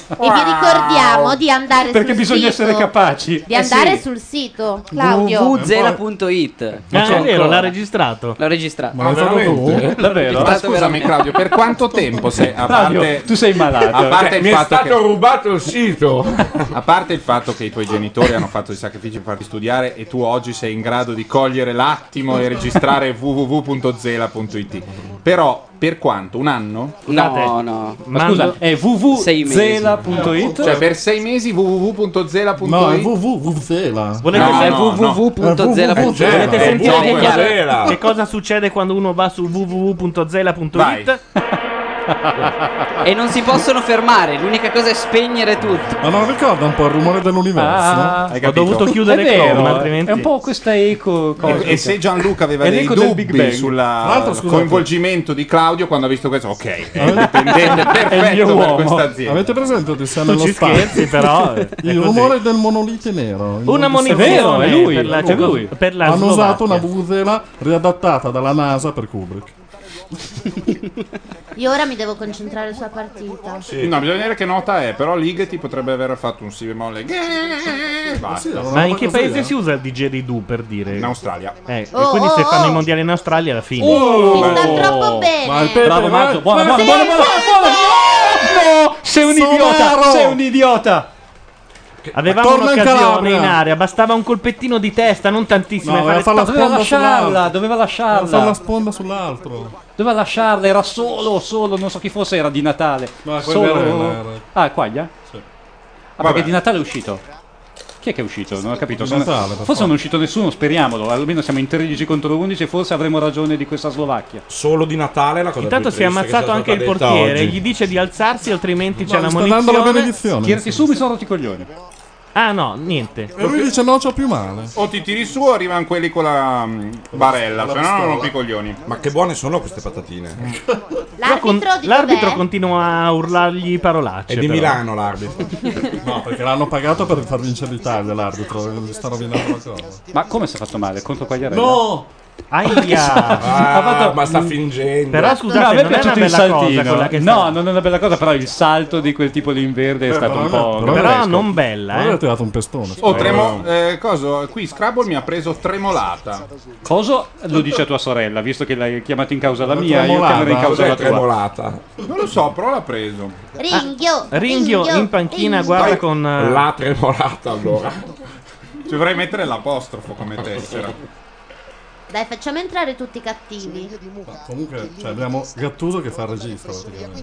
[SPEAKER 13] E vi ricordiamo di andare
[SPEAKER 5] Perché
[SPEAKER 13] sul
[SPEAKER 5] bisogna
[SPEAKER 13] sito.
[SPEAKER 5] essere capaci. Eh,
[SPEAKER 13] Di andare sul sito, Claudio.
[SPEAKER 3] eh.
[SPEAKER 22] www.zela.it
[SPEAKER 2] Ah, è vero, l'ha registrato.
[SPEAKER 22] L'ho registrato.
[SPEAKER 2] Ma l'hai fatto
[SPEAKER 3] veramente?
[SPEAKER 2] tu? Davvero?
[SPEAKER 3] Ma scusami, Claudio, per quanto tempo sei a
[SPEAKER 5] Claudio,
[SPEAKER 3] Oh. parte,
[SPEAKER 5] tu sei malato.
[SPEAKER 3] A parte
[SPEAKER 5] Cioè,
[SPEAKER 3] il
[SPEAKER 5] mi è
[SPEAKER 3] fatto
[SPEAKER 5] stato
[SPEAKER 3] che-
[SPEAKER 4] rubato il sito.
[SPEAKER 3] A parte il fatto che i tuoi genitori hanno fatto dei sacrifici per farti studiare e tu oggi sei in grado di cogliere l'attimo e registrare www.zela.it. Però per quanto? Un anno?
[SPEAKER 22] Scusate. No, no.
[SPEAKER 5] Ma scusa, è www.zela.it?
[SPEAKER 3] Cioè per sei mesi www.zela.it?
[SPEAKER 8] No, è www.vuzela.
[SPEAKER 2] Volete
[SPEAKER 3] No,
[SPEAKER 2] sapere-
[SPEAKER 3] no, no. Eh,
[SPEAKER 8] È www.zela.
[SPEAKER 2] Volete
[SPEAKER 8] È
[SPEAKER 2] sentire che
[SPEAKER 8] www.zela.
[SPEAKER 2] cosa, che cosa succede quando uno va su
[SPEAKER 3] Ah.
[SPEAKER 2] www.zela.it?
[SPEAKER 22] E non si possono fermare, l'unica cosa è spegnere tutto.
[SPEAKER 8] Ma non ricorda un po' il rumore dell'universo?
[SPEAKER 22] Ah,
[SPEAKER 8] no?
[SPEAKER 22] Hai capito?
[SPEAKER 5] È vero, eh.
[SPEAKER 8] Chrome,
[SPEAKER 5] È un po' questa eco cosa.
[SPEAKER 3] E, e se Gianluca aveva
[SPEAKER 5] È
[SPEAKER 3] dei
[SPEAKER 5] l'eco del Big Bang.
[SPEAKER 3] dubbi sul
[SPEAKER 5] Tra l'altro, scusate.
[SPEAKER 3] coinvolgimento di Claudio quando ha visto questo, ok, è un dipendente
[SPEAKER 8] È il mio
[SPEAKER 3] perfetto per
[SPEAKER 8] uomo.
[SPEAKER 3] questa azienda.
[SPEAKER 8] Avete presente Odissea
[SPEAKER 3] Tu
[SPEAKER 8] nello
[SPEAKER 3] ci
[SPEAKER 8] spazio?
[SPEAKER 3] scherzi, però, è
[SPEAKER 8] Il
[SPEAKER 3] così.
[SPEAKER 8] rumore del monolite nero.
[SPEAKER 2] eh. Una munizione per la, cioè, per la
[SPEAKER 8] Hanno
[SPEAKER 2] Slovacchia.
[SPEAKER 8] usato una buvuzela riadattata dalla NASA per Kubrick.
[SPEAKER 13] Io ora mi devo concentrare sulla partita.
[SPEAKER 3] No, bisogna vedere che nota è, però Ligeti potrebbe aver fatto un si bemolle. Basta.
[SPEAKER 2] Ma in che
[SPEAKER 5] eh.
[SPEAKER 8] eh.
[SPEAKER 2] paese si usa il digeridu per dire? In
[SPEAKER 3] Australia.
[SPEAKER 2] Eh, e
[SPEAKER 13] Oh,
[SPEAKER 2] quindi se
[SPEAKER 13] oh,
[SPEAKER 2] fanno
[SPEAKER 13] oh.
[SPEAKER 2] i mondiali in Australia alla fine.
[SPEAKER 13] Oh. Mi sta troppo bene. Ma il Pepe,
[SPEAKER 8] eh.
[SPEAKER 5] Bravo
[SPEAKER 2] vai.
[SPEAKER 5] Mazzo, buona,
[SPEAKER 2] Ma
[SPEAKER 5] buona,
[SPEAKER 2] sì,
[SPEAKER 5] buona, buona,
[SPEAKER 2] sì,
[SPEAKER 5] buona. No, no, sei un
[SPEAKER 2] Somaro.
[SPEAKER 5] idiota, sei un idiota.
[SPEAKER 2] Avevamo
[SPEAKER 5] Torna in
[SPEAKER 2] un'occasione
[SPEAKER 5] Calabria.
[SPEAKER 2] in area, bastava un colpettino di testa, non tantissimo.
[SPEAKER 5] No,
[SPEAKER 2] e fare
[SPEAKER 5] doveva farla
[SPEAKER 2] toc.
[SPEAKER 5] sponda Doveva lasciarla, sull'altro. doveva lasciarla.
[SPEAKER 8] Fa la sponda sull'altro.
[SPEAKER 5] Doveva lasciarla, era solo, solo, non so chi fosse, era di Natale.
[SPEAKER 8] Ma quello
[SPEAKER 5] solo.
[SPEAKER 8] era- era-
[SPEAKER 5] Ah, Quaglia?
[SPEAKER 8] Sì.
[SPEAKER 5] Ah, perché di Natale è uscito. Chi è che è uscito? Non ho capito.
[SPEAKER 8] Di
[SPEAKER 5] Sono-
[SPEAKER 8] Natale, per
[SPEAKER 5] forse
[SPEAKER 8] forza.
[SPEAKER 5] non è uscito nessuno, speriamolo. Almeno siamo in 13 contro 11 e forse avremo ragione di questa Slovacchia.
[SPEAKER 4] Solo di Natale la cosa
[SPEAKER 2] Intanto
[SPEAKER 4] più
[SPEAKER 2] si è
[SPEAKER 4] triste che
[SPEAKER 2] ammazzato
[SPEAKER 4] sia
[SPEAKER 2] anche il
[SPEAKER 4] stata detta
[SPEAKER 2] portiere,
[SPEAKER 4] oggi.
[SPEAKER 2] gli dice di alzarsi altrimenti
[SPEAKER 4] Ma
[SPEAKER 2] c'è
[SPEAKER 4] mi
[SPEAKER 2] la
[SPEAKER 4] sta dando la
[SPEAKER 2] munizione.
[SPEAKER 4] benedizione.
[SPEAKER 5] Tirati su, mi sono rotti i coglioni.
[SPEAKER 2] Ah no, niente.
[SPEAKER 8] E lui dice no, c'ho più male.
[SPEAKER 3] O ti tiri su o arrivano quelli con la mm, barella,
[SPEAKER 4] la
[SPEAKER 3] se no non
[SPEAKER 4] pistola.
[SPEAKER 3] rompi i coglioni.
[SPEAKER 4] Ma che buone sono queste patatine.
[SPEAKER 2] L'arbitro, l'arbitro continua a urlargli parolacce.
[SPEAKER 4] È di
[SPEAKER 2] però.
[SPEAKER 4] Milano Ah, l'arbitro.
[SPEAKER 10] Ah,
[SPEAKER 8] No, perché l'hanno pagato per far vincere l'Italia l'arbitro. Mi sta rovinando la cosa.
[SPEAKER 5] Ma come si è fatto male? Contro Quagliarella?
[SPEAKER 8] No!
[SPEAKER 2] Aia!
[SPEAKER 5] Ha fatto-
[SPEAKER 4] Ah, ma sta fingendo.
[SPEAKER 2] Però scusate,
[SPEAKER 5] no, a me è
[SPEAKER 2] non è
[SPEAKER 5] piaciuto
[SPEAKER 2] una
[SPEAKER 5] il
[SPEAKER 2] bella cosa
[SPEAKER 5] saltino.
[SPEAKER 2] quella che
[SPEAKER 5] no, non è una bella cosa, però il salto di quel tipo lì in verde è stato un po'. grottesco.
[SPEAKER 3] Ho
[SPEAKER 2] eh.
[SPEAKER 8] Allora ha tirato un pestone.
[SPEAKER 3] Oh, tremo- eh, coso, qui Scrabble mi ha preso tremolata.
[SPEAKER 5] Coso lo dice a tua sorella, visto che l'hai chiamato in causa la
[SPEAKER 3] Ma
[SPEAKER 5] mia, io
[SPEAKER 3] tremolata?
[SPEAKER 5] chiamerei in
[SPEAKER 2] eh,
[SPEAKER 5] causa la
[SPEAKER 3] Cos'è
[SPEAKER 5] tua.
[SPEAKER 3] tremolata? Non lo so, però l'ha preso.
[SPEAKER 13] Ringhio.
[SPEAKER 5] Oh,
[SPEAKER 2] Ringhio in panchina guarda con
[SPEAKER 5] Ah.
[SPEAKER 2] eh,
[SPEAKER 3] La tremolata allora. Ci dovrei mettere l'apostrofo come tessera.
[SPEAKER 13] Dai, facciamo entrare tutti i cattivi.
[SPEAKER 8] Comunque, cioè, abbiamo Gattuso che fa il regista praticamente.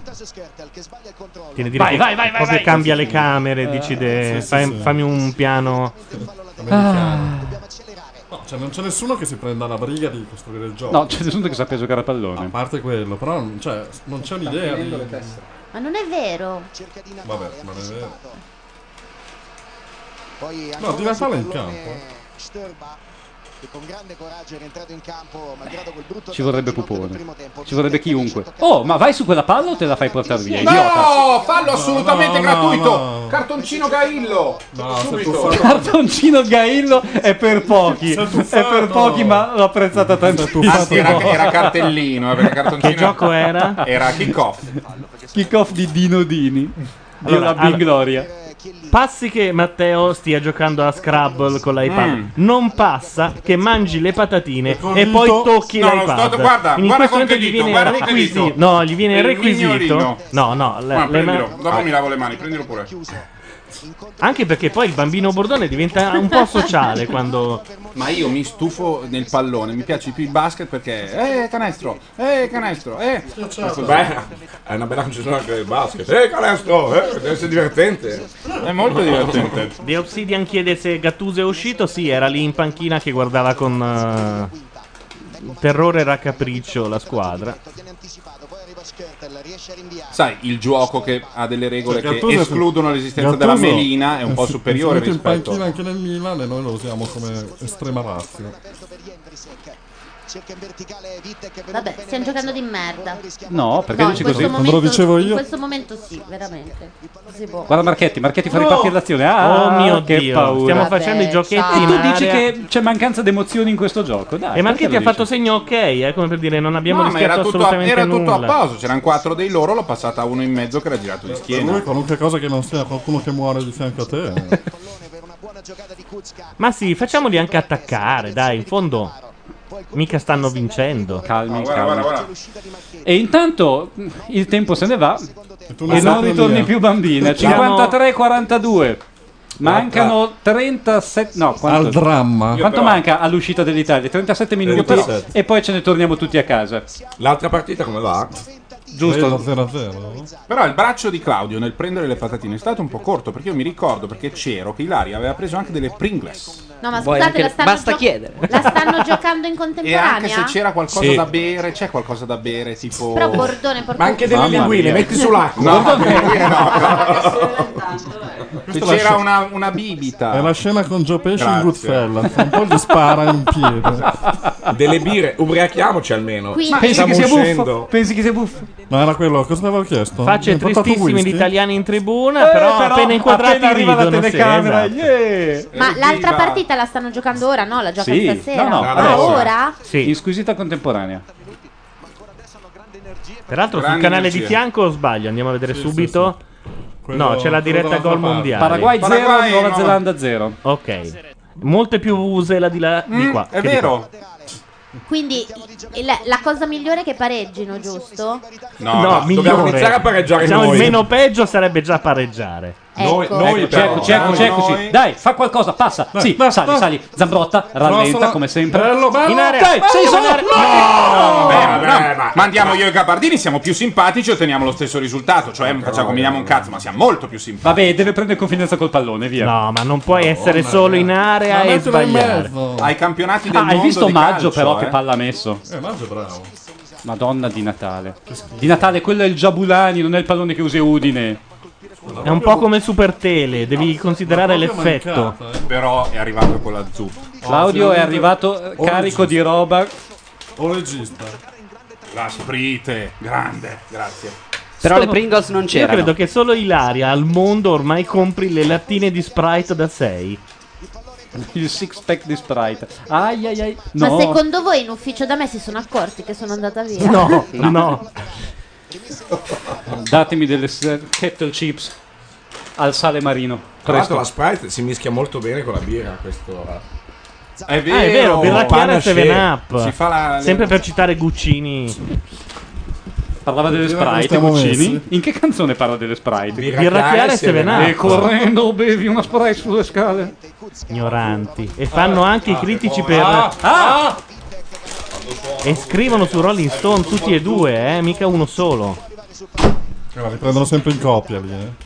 [SPEAKER 2] Tiene di vai, vai, vai, proprio cambia le camere,
[SPEAKER 8] Eh,
[SPEAKER 2] decide
[SPEAKER 8] sì, sì,
[SPEAKER 2] fai-
[SPEAKER 8] sì.
[SPEAKER 2] fammi un piano.
[SPEAKER 5] Ah.
[SPEAKER 8] No, cioè, non c'è nessuno che si prenda la briga di costruire il gioco.
[SPEAKER 5] No, c'è nessuno che sappia giocare a pallone.
[SPEAKER 8] A parte quello, però cioè, non c'è un'idea. Di...
[SPEAKER 13] Ma non è vero.
[SPEAKER 8] Vabbè, ma non è vero.
[SPEAKER 6] Poi
[SPEAKER 8] No,
[SPEAKER 6] ancora
[SPEAKER 8] Di Raffaele è in
[SPEAKER 6] sul pallone
[SPEAKER 8] campo. eh.
[SPEAKER 6] Sterba, che con grande coraggio è rientrato in campo, malgrado quel brutto
[SPEAKER 5] Ci vorrebbe Pupone. Ci vorrebbe
[SPEAKER 6] "Ecco,
[SPEAKER 5] chiunque. Oh, ma vai su quella palla o te la fai portare via? Idiota.
[SPEAKER 3] No, fallo assolutamente
[SPEAKER 5] no,
[SPEAKER 3] gratuito.
[SPEAKER 5] no, no.
[SPEAKER 3] Cartoncino Gaillo. Subito.
[SPEAKER 5] Cartoncino Gaillo è per pochi. È per pochi, ma l'ho apprezzata tantissimo.
[SPEAKER 3] Anzi, era, era cartellino, eh, perché cartoncino
[SPEAKER 5] Che gioco era?
[SPEAKER 3] Era kickoff.
[SPEAKER 5] Kickoff di Dino Dini. Dio la
[SPEAKER 2] Allora,
[SPEAKER 5] Big
[SPEAKER 2] allora-
[SPEAKER 5] Gloria.
[SPEAKER 2] Passi che Matteo stia giocando a Scrabble con l'iPad.
[SPEAKER 5] Mm.
[SPEAKER 2] Non passa che mangi le patatine
[SPEAKER 3] col
[SPEAKER 2] e
[SPEAKER 3] dito-
[SPEAKER 2] poi tocchi
[SPEAKER 3] No, no,
[SPEAKER 2] l'iPad.
[SPEAKER 3] aspetta, guarda,
[SPEAKER 2] Quindi in questo
[SPEAKER 3] guarda con che
[SPEAKER 2] momento gli
[SPEAKER 3] dito,
[SPEAKER 2] viene
[SPEAKER 3] guarda con che
[SPEAKER 2] requisito-
[SPEAKER 3] dito.
[SPEAKER 2] No, gli viene
[SPEAKER 3] Il
[SPEAKER 2] requisito.
[SPEAKER 3] mignolino.
[SPEAKER 2] No, no, le-
[SPEAKER 3] Ma Ah.
[SPEAKER 2] le ma-
[SPEAKER 3] prendilo, dopo mi lavo le mani, prendilo pure.
[SPEAKER 2] Anche perché poi il bambino bordone diventa un po' sociale quando
[SPEAKER 3] Ma io mi stufo nel pallone, mi piace di più il basket perché eh canestro, eh canestro, eh.
[SPEAKER 4] Beh, è una bella concessione anche del basket. Ehi, canestro, eh, deve essere divertente.
[SPEAKER 3] È molto divertente.
[SPEAKER 2] The Obsidian chiede se Gattuso è uscito. Sì, era lì in panchina che guardava con eh, terrore e raccapriccio la squadra.
[SPEAKER 3] Sai, il gioco che ha delle regole
[SPEAKER 8] Cioè,
[SPEAKER 3] che
[SPEAKER 8] Gattuso-
[SPEAKER 3] escludono l'esistenza
[SPEAKER 8] Gattuso
[SPEAKER 3] della melina è un po'
[SPEAKER 8] fi-
[SPEAKER 3] superiore
[SPEAKER 8] finito eh in
[SPEAKER 3] rispetto
[SPEAKER 8] panchina anche nel Milan e noi lo usiamo come estrema razza.
[SPEAKER 13] Vabbè, stiamo giocando di merda.
[SPEAKER 5] No, perché
[SPEAKER 13] No,
[SPEAKER 5] dici
[SPEAKER 13] in questo
[SPEAKER 5] così?
[SPEAKER 13] momento-
[SPEAKER 5] Quando lo dicevo io-
[SPEAKER 13] In questo momento sì, veramente. Si può.
[SPEAKER 5] Guarda Marchetti, Marchetti fa
[SPEAKER 13] No.
[SPEAKER 5] ripartire l'azione. Ah,
[SPEAKER 2] Oh mio
[SPEAKER 5] che
[SPEAKER 2] Dio,
[SPEAKER 5] paura.
[SPEAKER 2] stiamo Vabbè, facendo i giochetti ciao. in
[SPEAKER 5] E tu dici
[SPEAKER 2] area.
[SPEAKER 5] che c'è mancanza di emozioni in questo gioco. Dai,
[SPEAKER 2] e
[SPEAKER 5] perché
[SPEAKER 2] Marchetti
[SPEAKER 5] lo
[SPEAKER 2] ha
[SPEAKER 5] dici?
[SPEAKER 2] fatto segno ok, eh, come per dire non abbiamo
[SPEAKER 3] No, ma
[SPEAKER 2] rischiato
[SPEAKER 3] era tutto, a,
[SPEAKER 2] assolutamente
[SPEAKER 3] era tutto a
[SPEAKER 2] nulla.
[SPEAKER 3] poso, c'erano quattro dei loro, l'ho passata a uno in mezzo che era girato di
[SPEAKER 8] Per
[SPEAKER 3] schiena.
[SPEAKER 8] lui qualunque cosa che non sia qualcuno che muore di fianco a te. eh.
[SPEAKER 2] Ma sì, facciamoli anche attaccare, dai, in fondo mica stanno vincendo.
[SPEAKER 5] Calmi,
[SPEAKER 3] Guarda, guarda, guarda.
[SPEAKER 5] E intanto mh, il tempo se ne va
[SPEAKER 8] non
[SPEAKER 5] e
[SPEAKER 8] sei
[SPEAKER 5] non ritorni
[SPEAKER 8] mia.
[SPEAKER 5] più bambina.
[SPEAKER 8] Siamo-
[SPEAKER 5] 53-42. Mancano 37 no, quanto,
[SPEAKER 8] Al dramma. Io
[SPEAKER 5] Quanto
[SPEAKER 8] però-
[SPEAKER 5] manca all'uscita dell'Italia?
[SPEAKER 3] Eh,
[SPEAKER 5] 37 minuti
[SPEAKER 8] 37.
[SPEAKER 5] e poi ce ne torniamo tutti a casa.
[SPEAKER 4] L'altra partita come va?
[SPEAKER 5] Giusto.
[SPEAKER 8] 0-0.
[SPEAKER 3] Però il braccio di Claudio nel prendere le patatine è stato un po' corto perché io mi ricordo perché c'ero che Ilaria aveva preso anche delle Pringles.
[SPEAKER 13] No, ma
[SPEAKER 3] Vuoi
[SPEAKER 13] scusate,
[SPEAKER 3] anche-
[SPEAKER 13] la stanno,
[SPEAKER 3] basta
[SPEAKER 13] gio-
[SPEAKER 3] chiedere.
[SPEAKER 13] la stanno giocando in
[SPEAKER 3] E anche se
[SPEAKER 13] contemporanea.
[SPEAKER 3] c'era qualcosa
[SPEAKER 15] Sì.
[SPEAKER 3] da bere, c'è qualcosa da bere tipo...
[SPEAKER 13] Però Bordone, porca
[SPEAKER 3] Mamma mia. No, linguine no. Se
[SPEAKER 8] Questa è la
[SPEAKER 3] c'era
[SPEAKER 8] scena-
[SPEAKER 3] una, una bibita.
[SPEAKER 8] È la scena con Joe Pesci
[SPEAKER 3] Grazie.
[SPEAKER 8] in Goodfellas. Tra Un po' gli spara in
[SPEAKER 3] Esatto.
[SPEAKER 8] piede.
[SPEAKER 4] Delle birre, ubriachiamoci almeno.
[SPEAKER 8] Qui-
[SPEAKER 4] Ma
[SPEAKER 8] Pensi
[SPEAKER 4] stiamo
[SPEAKER 8] che sia buffo?
[SPEAKER 4] uscendo.
[SPEAKER 5] Pensi che sia buffo?
[SPEAKER 8] Ma era quello, cosa ne avevo chiesto? Mi
[SPEAKER 2] Facce
[SPEAKER 8] hai portato
[SPEAKER 2] tristissime
[SPEAKER 8] whisky?
[SPEAKER 2] di italiani in tribuna,
[SPEAKER 8] Eh,
[SPEAKER 2] però,
[SPEAKER 8] però
[SPEAKER 2] appena inquadrati
[SPEAKER 8] appena arriva la
[SPEAKER 2] ridono, sì,
[SPEAKER 8] telecamera,
[SPEAKER 2] esatto.
[SPEAKER 13] Ma
[SPEAKER 3] Eh,
[SPEAKER 13] l'altra partita la stanno giocando ora, no? La gioca
[SPEAKER 5] Sì.
[SPEAKER 13] stasera.
[SPEAKER 5] No, no,
[SPEAKER 13] Ah,
[SPEAKER 5] adesso.
[SPEAKER 13] ora?
[SPEAKER 5] In squisita contemporanea.
[SPEAKER 2] Peraltro sul
[SPEAKER 5] Grande
[SPEAKER 2] canale di
[SPEAKER 5] energia.
[SPEAKER 2] fianco o sbaglio, andiamo a vedere subito.
[SPEAKER 5] Quello-
[SPEAKER 2] no, c'è la
[SPEAKER 5] quello
[SPEAKER 2] diretta
[SPEAKER 5] dall'altra
[SPEAKER 2] gol
[SPEAKER 5] parte.
[SPEAKER 2] mondiale.
[SPEAKER 5] Paraguay zero, Paraguay, Nuova no. Zelanda 0.
[SPEAKER 2] Ok. Molte più vuse la di, là, di
[SPEAKER 5] Mm,
[SPEAKER 2] qua.
[SPEAKER 5] è
[SPEAKER 2] che di
[SPEAKER 5] vero.
[SPEAKER 2] qua.
[SPEAKER 13] Quindi i- la, la cosa migliore è che pareggino, giusto?
[SPEAKER 2] No,
[SPEAKER 4] no, dobbiamo
[SPEAKER 2] migliore.
[SPEAKER 4] iniziare a pareggiare
[SPEAKER 2] Diciamo
[SPEAKER 4] noi.
[SPEAKER 2] il meno peggio sarebbe già pareggiare.
[SPEAKER 13] Noi- Ecco.
[SPEAKER 5] Ecco, eccoci, eccoci, eccoci. Dai, fa qualcosa, passa. sì, sali, sali. Zambrotta, rallenta
[SPEAKER 3] Basta.
[SPEAKER 5] come sempre.
[SPEAKER 3] Bello, bello.
[SPEAKER 5] In area.
[SPEAKER 3] Dai,
[SPEAKER 5] Ok, sei
[SPEAKER 3] bello,
[SPEAKER 5] solo.
[SPEAKER 3] bello.
[SPEAKER 5] No!
[SPEAKER 3] Beh, Eh, vabbè, ma- ma andiamo io e Capardini, siamo più simpatici e otteniamo lo stesso risultato. Cioè, facciamo, combiniamo un cazzo, ma siamo molto più simpatici.
[SPEAKER 5] Vabbè, deve prendere confidenza col pallone, via.
[SPEAKER 2] No, ma non puoi essere solo in area e sbagliare.
[SPEAKER 3] Ai campionati del
[SPEAKER 5] Ah, hai
[SPEAKER 3] mondo
[SPEAKER 5] visto
[SPEAKER 3] di
[SPEAKER 5] Maggio
[SPEAKER 3] calcio,
[SPEAKER 5] però
[SPEAKER 3] eh?
[SPEAKER 5] che palla ha messo?
[SPEAKER 8] Eh, Maggio è bravo.
[SPEAKER 5] Madonna di Natale. Di Natale, quello è il Giabulani, non è il pallone che usa Udine.
[SPEAKER 2] È un po' come Super Tele, devi considerare l'effetto.
[SPEAKER 8] eh.
[SPEAKER 3] Però è arrivato con la zuppa.
[SPEAKER 5] Claudio è arrivato eh,
[SPEAKER 3] Oh,
[SPEAKER 5] carico
[SPEAKER 3] giusto.
[SPEAKER 5] di roba.
[SPEAKER 8] O regista.
[SPEAKER 3] La sprite, grande, grazie.
[SPEAKER 2] Solo- Io credo che solo Ilaria al mondo ormai compri le lattine di Sprite da 6.
[SPEAKER 5] Il six pack di Sprite. Ai ai ai. No.
[SPEAKER 13] Ma secondo voi in ufficio da me si sono accorti che sono andata via?
[SPEAKER 5] No, no. Datemi delle s- kettle chips al sale marino.
[SPEAKER 4] Tra l'altro
[SPEAKER 5] Presto.
[SPEAKER 4] la Sprite si mischia molto bene con la birra questo eh.
[SPEAKER 2] Ah,
[SPEAKER 3] È
[SPEAKER 2] è vero, birra chiara e 7 up.
[SPEAKER 4] Si fa la-
[SPEAKER 2] Sempre per citare Guccini.
[SPEAKER 5] Parlava delle Sprite, Guccini. In che canzone parla delle Sprite?
[SPEAKER 2] Birra chiara chiara e e 7 Up.
[SPEAKER 5] E correndo bevi una Sprite sulle scale.
[SPEAKER 2] Ignoranti. E fanno
[SPEAKER 5] Ah,
[SPEAKER 2] anche i
[SPEAKER 5] ah,
[SPEAKER 2] critici
[SPEAKER 5] ah,
[SPEAKER 2] per...
[SPEAKER 5] ah, ah.
[SPEAKER 2] E scrivono su Rolling Stone tutti e due, eh, mica uno solo.
[SPEAKER 8] Guarda, li prendono sempre in coppia lì, eh.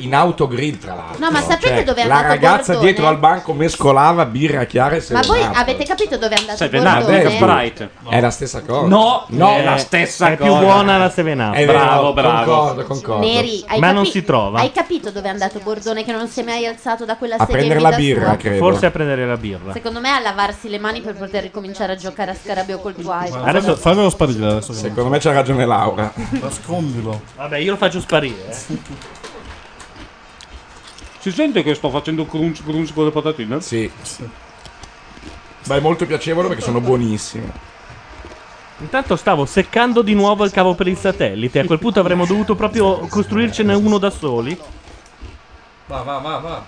[SPEAKER 4] in autogrill tra l'altro. Cioè,
[SPEAKER 13] No, ma sapete dove è
[SPEAKER 4] La
[SPEAKER 13] andato
[SPEAKER 4] ragazza
[SPEAKER 13] Bordone?
[SPEAKER 4] dietro al banco mescolava birra chiara e
[SPEAKER 13] Ma voi
[SPEAKER 4] 7 Up.
[SPEAKER 13] avete capito dove è andato
[SPEAKER 4] Seven Up,
[SPEAKER 13] Bordone?
[SPEAKER 4] eh, Sprite. È la stessa cosa.
[SPEAKER 5] No,
[SPEAKER 4] no,
[SPEAKER 2] è la stessa eh, è più cosa. buona la 7 Up.
[SPEAKER 4] È vero,
[SPEAKER 2] Bravo, bravo.
[SPEAKER 4] Concordo, concordo.
[SPEAKER 13] Neri, hai
[SPEAKER 2] Ma
[SPEAKER 13] capi-
[SPEAKER 2] non si trova.
[SPEAKER 13] Hai capito dove è andato Bordone che non si è mai alzato da quella
[SPEAKER 4] A
[SPEAKER 13] sedia in
[SPEAKER 4] prendere
[SPEAKER 13] vita
[SPEAKER 4] la birra,
[SPEAKER 13] sua?
[SPEAKER 4] credo.
[SPEAKER 2] Forse a prendere la birra.
[SPEAKER 13] Secondo me a lavarsi le mani per poter ricominciare a giocare a scarabeo col tuo iPhone.
[SPEAKER 8] Adesso fammelo sparire adesso.
[SPEAKER 4] Secondo me c'ha ragione Laura.
[SPEAKER 8] Nascondilo.
[SPEAKER 2] Vabbè, io lo faccio sparire. eh.
[SPEAKER 5] Si sente che sto facendo crunch crunch con le patatine?
[SPEAKER 4] Sì. Ma è molto piacevole perché sono buonissime.
[SPEAKER 2] Intanto stavo seccando di nuovo il cavo per il satellite. A quel punto avremmo dovuto proprio costruircene uno da soli.
[SPEAKER 8] Va, va, va, va.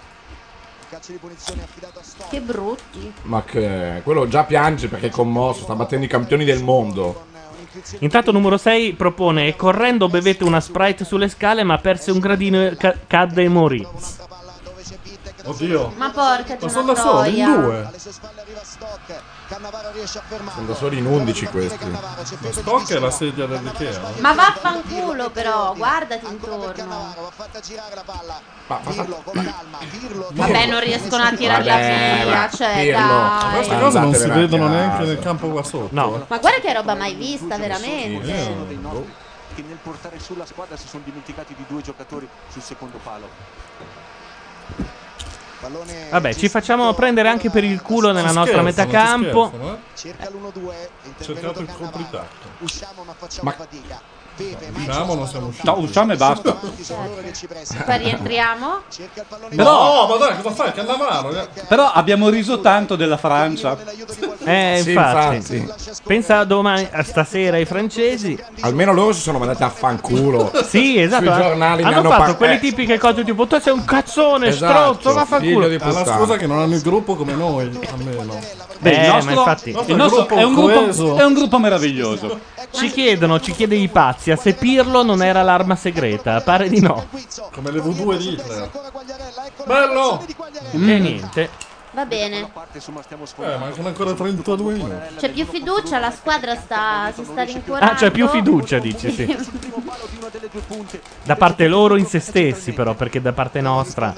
[SPEAKER 13] Che brutti.
[SPEAKER 4] Ma che quello già piange perché è commosso, sta battendo i campioni del mondo.
[SPEAKER 2] Intanto numero 6 propone e correndo bevete una Sprite sulle scale ma perse un gradino e ca- cadde e morì.
[SPEAKER 8] Oddio.
[SPEAKER 13] Ma porca di
[SPEAKER 8] Ma
[SPEAKER 13] una
[SPEAKER 8] sono da soli, in
[SPEAKER 13] troia.
[SPEAKER 8] due.
[SPEAKER 4] Sono da soli in 11 questi.
[SPEAKER 8] Ma Stock è la sedia dell'Ikea.
[SPEAKER 13] Ma vaffanculo però, guardati intorno. Vabbè, non riescono a tirarla
[SPEAKER 8] Vabbè,
[SPEAKER 13] via,
[SPEAKER 8] va,
[SPEAKER 13] cioè
[SPEAKER 8] Pirlo. Ma
[SPEAKER 13] dai.
[SPEAKER 8] queste cose non si
[SPEAKER 4] Andatevene a
[SPEAKER 8] vedono
[SPEAKER 4] casa.
[SPEAKER 8] neanche nel campo qua sotto.
[SPEAKER 2] No.
[SPEAKER 13] Ma guarda che roba mai vista, veramente.
[SPEAKER 12] Sono dei nostri
[SPEAKER 4] Boh.
[SPEAKER 12] che nel portare sulla squadra si sono dimenticati di due giocatori sul secondo palo.
[SPEAKER 2] Vabbè, ci facciamo prendere anche per il culo nella
[SPEAKER 8] Si
[SPEAKER 2] nostra metà
[SPEAKER 8] scherzano, si
[SPEAKER 2] campo.
[SPEAKER 8] scherzano, eh?
[SPEAKER 6] Cerca l'1-2, è
[SPEAKER 8] Cercato
[SPEAKER 6] intervenuto
[SPEAKER 8] il
[SPEAKER 6] Cannavaro. Usciamo ma facciamo
[SPEAKER 5] Ma-
[SPEAKER 6] fatica. Beve, ma
[SPEAKER 8] Usciamo, non siamo usciti.
[SPEAKER 5] No, usciamo e basta.
[SPEAKER 6] tanti sono loro che ci prestano.
[SPEAKER 13] Poi rientriamo?
[SPEAKER 5] Però-
[SPEAKER 8] No, madonna, cosa fai? Cannavaro? eh?
[SPEAKER 5] Però abbiamo riso tanto della Francia.
[SPEAKER 2] Eh,
[SPEAKER 4] Sì,
[SPEAKER 2] infatti.
[SPEAKER 4] infatti.
[SPEAKER 2] Pensa a domani, a stasera ai francesi.
[SPEAKER 4] Almeno loro si sono mandati a fanculo.
[SPEAKER 2] Sì, esatto.
[SPEAKER 4] Sui
[SPEAKER 2] eh.
[SPEAKER 4] giornali ne
[SPEAKER 2] hanno,
[SPEAKER 4] hanno
[SPEAKER 2] fatto
[SPEAKER 4] par-
[SPEAKER 2] quelle
[SPEAKER 4] eh.
[SPEAKER 2] tipiche cose tipo tu sei un cazzone,
[SPEAKER 4] Esatto,
[SPEAKER 2] stronzo, vaffanculo.
[SPEAKER 4] figlio di
[SPEAKER 8] Ha la
[SPEAKER 4] puttana.
[SPEAKER 8] scusa che non hanno il gruppo come noi, almeno.
[SPEAKER 2] Beh, il Eh, nostro- ma infatti- il
[SPEAKER 8] nostro
[SPEAKER 5] Il nostro è, un
[SPEAKER 8] coeso.
[SPEAKER 5] gruppo, è un gruppo meraviglioso.
[SPEAKER 2] Ci chiedono, ci chiede Ipazia se Pirlo non era l'arma segreta. Pare di no.
[SPEAKER 8] Come le V2 di Hitler. Bello!
[SPEAKER 2] E eh,
[SPEAKER 4] Mm.
[SPEAKER 2] niente.
[SPEAKER 13] Va bene.
[SPEAKER 8] Eh, mancano ancora 32 minuti.
[SPEAKER 13] C'è Cioè, più fiducia, la squadra sta, si sta rincuorando.
[SPEAKER 2] Ah, c'è più fiducia, dici, sì. Da parte loro in se stessi, però, perché da parte nostra.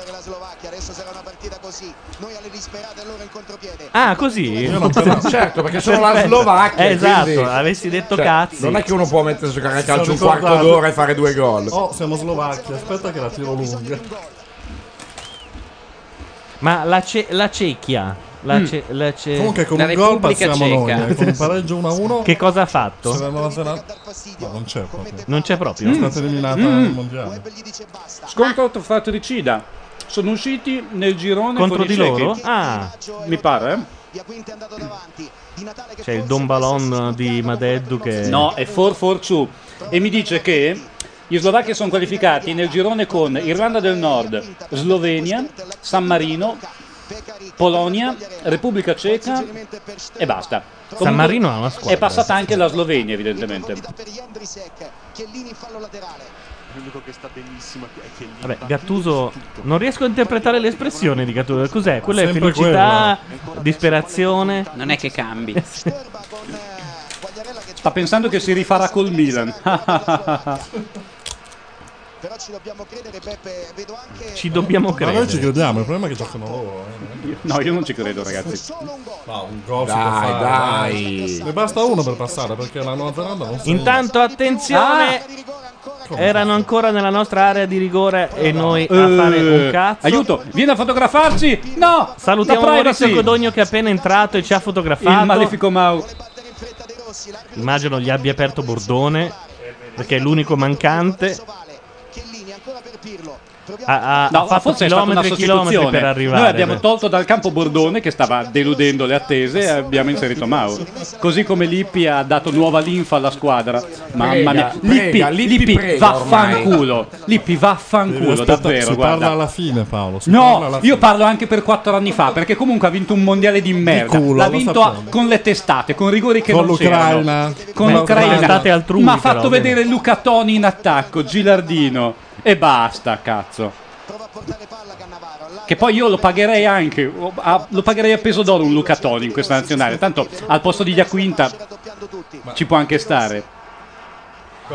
[SPEAKER 2] Ah, così?
[SPEAKER 4] Io non però- certo, perché sono la
[SPEAKER 2] Perfetto.
[SPEAKER 4] Slovacchia,
[SPEAKER 2] Eh, Esatto,
[SPEAKER 4] quindi-
[SPEAKER 2] avessi detto
[SPEAKER 4] Cioè,
[SPEAKER 2] cazzi.
[SPEAKER 4] Non è che uno può mettere a giocare a
[SPEAKER 8] Si
[SPEAKER 4] calcio
[SPEAKER 8] sono
[SPEAKER 4] un quarto
[SPEAKER 8] ricordati.
[SPEAKER 4] d'ora e fare due gol.
[SPEAKER 8] Oh, siamo Slovacchia, aspetta che la tiro lunga.
[SPEAKER 2] Ma la, ce- la Cecchia. La
[SPEAKER 8] Mm.
[SPEAKER 2] ce- la ce-
[SPEAKER 8] Comunque con un gol passiamo noi, eh, con un pareggio 1-1.
[SPEAKER 2] Che cosa ha fatto?
[SPEAKER 8] Saremo la sera- No, non c'è proprio.
[SPEAKER 2] Non c'è proprio.
[SPEAKER 8] È stata eliminata
[SPEAKER 5] Mm.
[SPEAKER 8] al mondiale.
[SPEAKER 5] Scontro fratricida. Sono usciti nel girone
[SPEAKER 2] Contro
[SPEAKER 5] con i
[SPEAKER 2] di
[SPEAKER 5] cechi.
[SPEAKER 2] loro? Ah.
[SPEAKER 5] Mi pare.
[SPEAKER 2] eh. C'è il Don Balon di Madeddu che.
[SPEAKER 5] Eh. No, è 4-4-2. E mi dice che gli slovacchi sono qualificati nel girone con Irlanda del Nord, Slovenia, San Marino, Polonia, Repubblica Ceca e basta. Comunque
[SPEAKER 2] Marino ha una squadra.
[SPEAKER 5] È passata anche la Slovenia, evidentemente.
[SPEAKER 12] L'unico che sta benissimo è che lì
[SPEAKER 2] Vabbè, Gattuso. Non riesco a interpretare l'espressione di Gattuso. Cos'è? Quella è
[SPEAKER 8] Sempre
[SPEAKER 2] felicità, disperazione.
[SPEAKER 10] Non è che cambi.
[SPEAKER 6] eh,
[SPEAKER 5] Sta pensando che si rifarà col Milan.
[SPEAKER 2] Ci dobbiamo
[SPEAKER 8] Ma noi ci
[SPEAKER 2] credere.
[SPEAKER 8] crediamo, il problema è che giocano loro. eh.
[SPEAKER 5] No, io non ci credo, ragazzi.
[SPEAKER 8] No, un gol si
[SPEAKER 5] Dai,
[SPEAKER 8] può fare,
[SPEAKER 5] dai.
[SPEAKER 8] Ne basta uno per passare perché la Nuova Zelanda non si
[SPEAKER 5] Ah!
[SPEAKER 2] Intanto attenzione. Erano ancora nella nostra area di rigore e noi a fare un
[SPEAKER 5] Eh,
[SPEAKER 2] cazzo.
[SPEAKER 5] aiuto, vieni a fotografarci! No!
[SPEAKER 2] Salutiamo
[SPEAKER 5] La privacy!
[SPEAKER 2] Maurizio Codogno che è appena entrato e ci ha fotografato.
[SPEAKER 5] Il malefico Mau.
[SPEAKER 2] Immagino gli abbia aperto Bordone, perché è l'unico mancante. Ha, ha- ha
[SPEAKER 5] No,
[SPEAKER 2] fatto
[SPEAKER 5] forse è stata una
[SPEAKER 2] chilometri e chilometri
[SPEAKER 5] sostituzione. eh.
[SPEAKER 2] per arrivare.
[SPEAKER 5] Noi abbiamo tolto dal campo Bordone che stava deludendo le attese e abbiamo inserito Mauro. Così come Lippi ha dato nuova linfa alla squadra. Mamma mia, Lippi,
[SPEAKER 4] prega, Lippi
[SPEAKER 5] Lippi,
[SPEAKER 4] prega
[SPEAKER 5] vaffanculo. Lippi, vaffanculo,
[SPEAKER 8] Aspetta,
[SPEAKER 5] davvero.
[SPEAKER 8] si
[SPEAKER 5] guarda.
[SPEAKER 8] parla alla fine, Paolo. si parla
[SPEAKER 5] No,
[SPEAKER 8] alla
[SPEAKER 5] io parlo anche per quattro anni fa, perché comunque ha vinto un mondiale di merda.
[SPEAKER 8] culo,
[SPEAKER 5] L'ha
[SPEAKER 8] lo
[SPEAKER 5] vinto
[SPEAKER 8] sappiamo.
[SPEAKER 5] a- con le testate, con rigori che
[SPEAKER 8] Con
[SPEAKER 5] non
[SPEAKER 8] l'Ucraina.
[SPEAKER 5] c'erano. Con
[SPEAKER 8] Beh,
[SPEAKER 5] l'Ucraina.
[SPEAKER 8] testate altrui,
[SPEAKER 5] Ma ha fatto
[SPEAKER 8] però,
[SPEAKER 5] vedere Luca Toni in attacco, Gilardino. E basta, cazzo. Che poi io lo pagherei anche, o- a- lo pagherei a peso d'oro un Luca Toni in questa nazionale. Tanto al posto di Iaquinta ci può anche stare.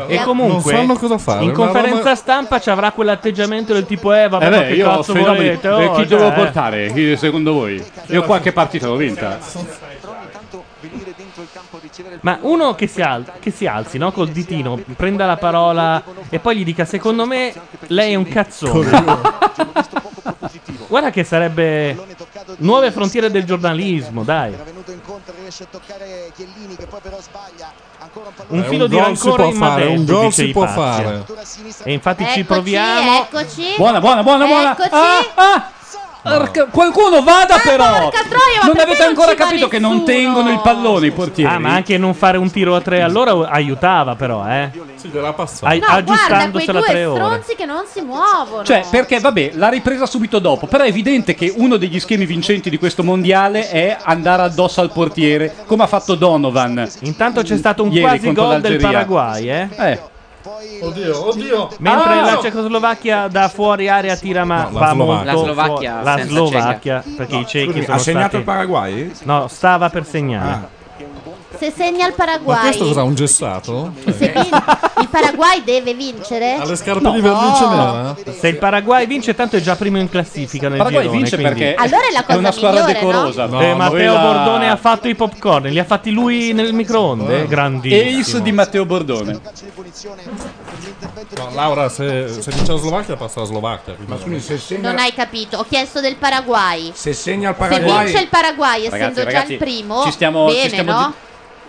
[SPEAKER 2] E comunque,
[SPEAKER 5] Non sanno cosa fare,
[SPEAKER 2] in
[SPEAKER 5] una
[SPEAKER 2] conferenza
[SPEAKER 5] roba-
[SPEAKER 2] stampa ci avrà quell'atteggiamento del tipo: Eh, vabbè,
[SPEAKER 5] Eh
[SPEAKER 2] ma
[SPEAKER 5] beh,
[SPEAKER 2] che
[SPEAKER 5] io ho
[SPEAKER 2] cazzo
[SPEAKER 5] fenomeni.
[SPEAKER 2] volete?
[SPEAKER 5] eh,
[SPEAKER 2] Oh,
[SPEAKER 5] chi
[SPEAKER 2] cioè,
[SPEAKER 5] dovevo
[SPEAKER 2] eh.
[SPEAKER 5] portare? Chi- secondo voi? Io qualche partita l'ho vinta.
[SPEAKER 2] Ma uno che si, al- che si alzi, no? Col ditino, prenda la parola e poi gli dica: Secondo me lei è un cazzone. Guarda che sarebbe nuove frontiere del giornalismo, dai. Un
[SPEAKER 8] Eh,
[SPEAKER 2] filo
[SPEAKER 8] un
[SPEAKER 2] di
[SPEAKER 8] gol si
[SPEAKER 2] rancore
[SPEAKER 8] può
[SPEAKER 2] in
[SPEAKER 8] fare,
[SPEAKER 2] Madrid,
[SPEAKER 8] un gol
[SPEAKER 2] dice
[SPEAKER 8] si
[SPEAKER 2] i
[SPEAKER 8] può
[SPEAKER 2] pazzi.
[SPEAKER 8] fare.
[SPEAKER 2] E infatti
[SPEAKER 13] Eccoci,
[SPEAKER 2] ci proviamo.
[SPEAKER 13] Eccoci.
[SPEAKER 5] Buona, buona, buona, buona.
[SPEAKER 13] Eccoci.
[SPEAKER 5] Porca- qualcuno vada però!
[SPEAKER 13] troia, ma
[SPEAKER 5] non
[SPEAKER 13] perché
[SPEAKER 5] avete
[SPEAKER 13] non
[SPEAKER 5] ancora
[SPEAKER 13] ci va
[SPEAKER 5] capito che non tengono il pallone i portieri.
[SPEAKER 2] Ah, ma anche non fare un tiro a tre all'ora aiutava, però, eh. Sì, della passata.
[SPEAKER 13] No, guarda quei
[SPEAKER 2] Ah, aggiustandosela a
[SPEAKER 13] due
[SPEAKER 2] tre ore.
[SPEAKER 13] stronzi che non si muovono.
[SPEAKER 5] Cioè, perché vabbè, l'ha ripresa subito dopo, però è evidente che uno degli schemi vincenti di questo mondiale è andare addosso al portiere, come ha fatto Donovan.
[SPEAKER 2] Intanto c'è stato un
[SPEAKER 5] ieri
[SPEAKER 2] quasi
[SPEAKER 5] contro
[SPEAKER 2] gol del
[SPEAKER 5] l'Algeria.
[SPEAKER 2] Paraguay, eh.
[SPEAKER 8] Oddio, oddio.
[SPEAKER 2] Mentre
[SPEAKER 8] Ah!
[SPEAKER 2] la Cecoslovacchia da fuori aria tira ma
[SPEAKER 8] No, la
[SPEAKER 2] va
[SPEAKER 8] Slovacchia.
[SPEAKER 2] molto
[SPEAKER 8] La Slovacchia
[SPEAKER 2] fuori- la
[SPEAKER 8] senza
[SPEAKER 2] Slovacchia perché i cechi
[SPEAKER 4] Scusi,
[SPEAKER 2] sono
[SPEAKER 4] ha segnato
[SPEAKER 2] stati-
[SPEAKER 4] il Paraguay?
[SPEAKER 2] No, stava per segnare.
[SPEAKER 13] Se segna il
[SPEAKER 8] Ma
[SPEAKER 13] Paraguay,
[SPEAKER 8] questo cos'ha un gessato?
[SPEAKER 13] se vin- il Paraguay deve vincere.
[SPEAKER 8] Alle scarpe di vernice nera?
[SPEAKER 2] Se il Paraguay vince tanto è già primo in classifica nel
[SPEAKER 5] Paraguay
[SPEAKER 2] girone,
[SPEAKER 5] vince
[SPEAKER 2] quindi-
[SPEAKER 5] perché
[SPEAKER 13] Allora è la cosa
[SPEAKER 5] una squadra
[SPEAKER 13] migliore, no?
[SPEAKER 5] decorosa.
[SPEAKER 2] Eh, Matteo
[SPEAKER 5] quella-
[SPEAKER 2] Bordone ha fatto i popcorn, li ha fatti lui nel microonde, grandissimo.
[SPEAKER 5] Ace di Matteo Bordone.
[SPEAKER 8] No, Laura, se, se vince la Slovacchia passa la Slovacchia. Ma
[SPEAKER 4] scusi, se segna,
[SPEAKER 13] Non hai capito, ho chiesto del Paraguay.
[SPEAKER 4] se segna il
[SPEAKER 13] Se
[SPEAKER 4] Paraguay...
[SPEAKER 13] vince il Paraguay, essendo
[SPEAKER 4] Ragazzi,
[SPEAKER 13] già
[SPEAKER 4] ragazzi,
[SPEAKER 13] il primo,
[SPEAKER 5] ci stiamo- ci
[SPEAKER 13] bene,
[SPEAKER 5] stiamo
[SPEAKER 13] no?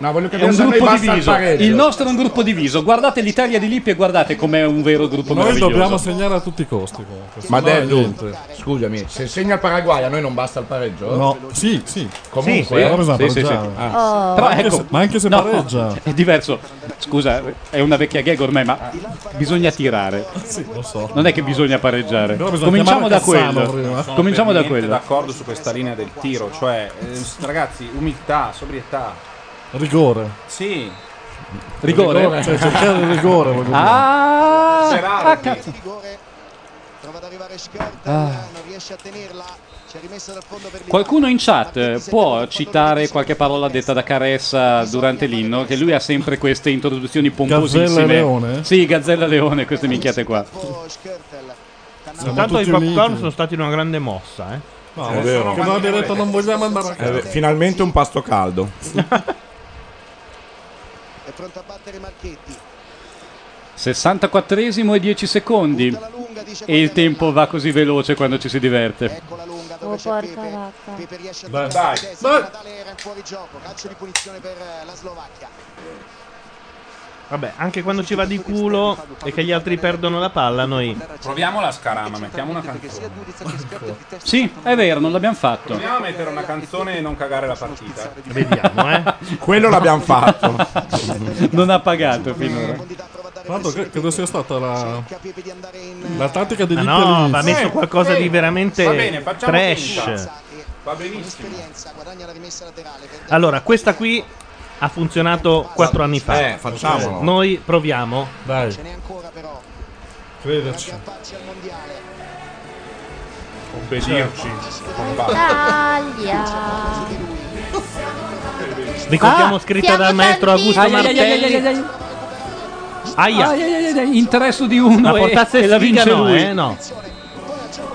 [SPEAKER 4] No, voglio
[SPEAKER 5] È
[SPEAKER 4] capire
[SPEAKER 5] un
[SPEAKER 4] se a noi
[SPEAKER 5] gruppo
[SPEAKER 4] basta il
[SPEAKER 5] diviso.
[SPEAKER 4] pareggio.
[SPEAKER 5] Il nostro è un gruppo diviso. Guardate l'Italia di Lippi e guardate com'è un vero gruppo
[SPEAKER 8] Noi
[SPEAKER 5] meraviglioso.
[SPEAKER 8] dobbiamo segnare a tutti i costi. comunque.
[SPEAKER 4] Ma
[SPEAKER 8] Se no è
[SPEAKER 4] Dello,
[SPEAKER 8] niente.
[SPEAKER 4] scusami, se segna il Paraguay a noi non basta il pareggio?
[SPEAKER 8] No, sì, sì.
[SPEAKER 4] Comunque,
[SPEAKER 8] Sì, sì, però bisogna
[SPEAKER 5] Sì, sì, sì.
[SPEAKER 8] pareggiare.
[SPEAKER 5] Ah.
[SPEAKER 8] Oh.
[SPEAKER 5] Però
[SPEAKER 8] Ma anche
[SPEAKER 5] ecco-
[SPEAKER 8] se- ma anche se
[SPEAKER 5] no,
[SPEAKER 8] pareggia.
[SPEAKER 5] È diverso. Scusa, è una vecchia gag ormai, ma bisogna tirare. Non è che bisogna pareggiare.
[SPEAKER 3] Però bisogna
[SPEAKER 5] Cominciamo da
[SPEAKER 3] chiamare Cassano
[SPEAKER 5] quello.
[SPEAKER 3] prima. Sono
[SPEAKER 5] Cominciamo da
[SPEAKER 3] veramente
[SPEAKER 5] quello.
[SPEAKER 3] d'accordo su questa linea del tiro, cioè eh, ragazzi, umiltà, sobrietà.
[SPEAKER 8] Rigore.
[SPEAKER 3] Sì.
[SPEAKER 8] Rigore? Cioè, cercare il rigore, voglio dire.
[SPEAKER 5] Ah,
[SPEAKER 3] Berardi.
[SPEAKER 5] ah, cazzo. Ah. Qualcuno in chat eh, può citare qualche parola detta da Caressa durante l'inno? Che lui ha sempre queste introduzioni pomposissime.
[SPEAKER 8] Gazzella Leone?
[SPEAKER 5] Sì, Gazzella Leone, queste minchiate qua.
[SPEAKER 2] Intanto i
[SPEAKER 5] tutti
[SPEAKER 2] popcorn
[SPEAKER 5] uniti.
[SPEAKER 2] sono stati una grande mossa, eh.
[SPEAKER 8] No, è vero. Che non abbia detto non vogliamo andare a
[SPEAKER 4] Eh, beh,
[SPEAKER 8] casa.
[SPEAKER 4] finalmente un pasto caldo.
[SPEAKER 6] È pronto a battere Marchetti.
[SPEAKER 5] 64esimo e 10 secondi. E il tempo va così veloce quando ci si diverte.
[SPEAKER 6] Ecco
[SPEAKER 13] Oh, porca vacca.
[SPEAKER 5] Dai,
[SPEAKER 6] Natale era in fuori gioco, calcio di punizione per eh, la Slovacchia.
[SPEAKER 2] Vabbè, anche quando ci va di culo e che gli altri perdono la palla, noi
[SPEAKER 3] Proviamo la scarama, mettiamo una canzone.
[SPEAKER 5] Sì, è vero, non l'abbiamo fatto.
[SPEAKER 3] Proviamo a mettere
[SPEAKER 6] eh,
[SPEAKER 3] una canzone e non cagare la partita.
[SPEAKER 2] Vediamo, eh.
[SPEAKER 4] Quello l'abbiamo fatto.
[SPEAKER 5] non ha pagato finora.
[SPEAKER 8] Tanto che- credo sia stata la,
[SPEAKER 6] eh,
[SPEAKER 8] la tattica di
[SPEAKER 2] Ma
[SPEAKER 8] Lippi
[SPEAKER 2] no,
[SPEAKER 8] all'inizio.
[SPEAKER 2] va messo Eh, qualcosa eh, di veramente va bene, facciamo trash. finta.
[SPEAKER 3] Va benissimo.
[SPEAKER 2] Allora, questa qui ha funzionato quattro anni fa.
[SPEAKER 4] Eh, facciamolo.
[SPEAKER 2] Noi proviamo.
[SPEAKER 8] Dai.
[SPEAKER 2] Crederci.
[SPEAKER 3] Obbedirci.
[SPEAKER 2] Ricordiamo scritta dal maestro Augusto
[SPEAKER 5] Ai, ai, ai,
[SPEAKER 2] Martelli.
[SPEAKER 5] ai, ai, ai, ai.
[SPEAKER 2] Aia.
[SPEAKER 5] Ai, ai, ai, ai, in tre su di uno
[SPEAKER 2] La
[SPEAKER 5] e,
[SPEAKER 2] portazza
[SPEAKER 5] e la
[SPEAKER 2] sfiga
[SPEAKER 5] vince
[SPEAKER 2] no,
[SPEAKER 5] lui.
[SPEAKER 2] eh, no.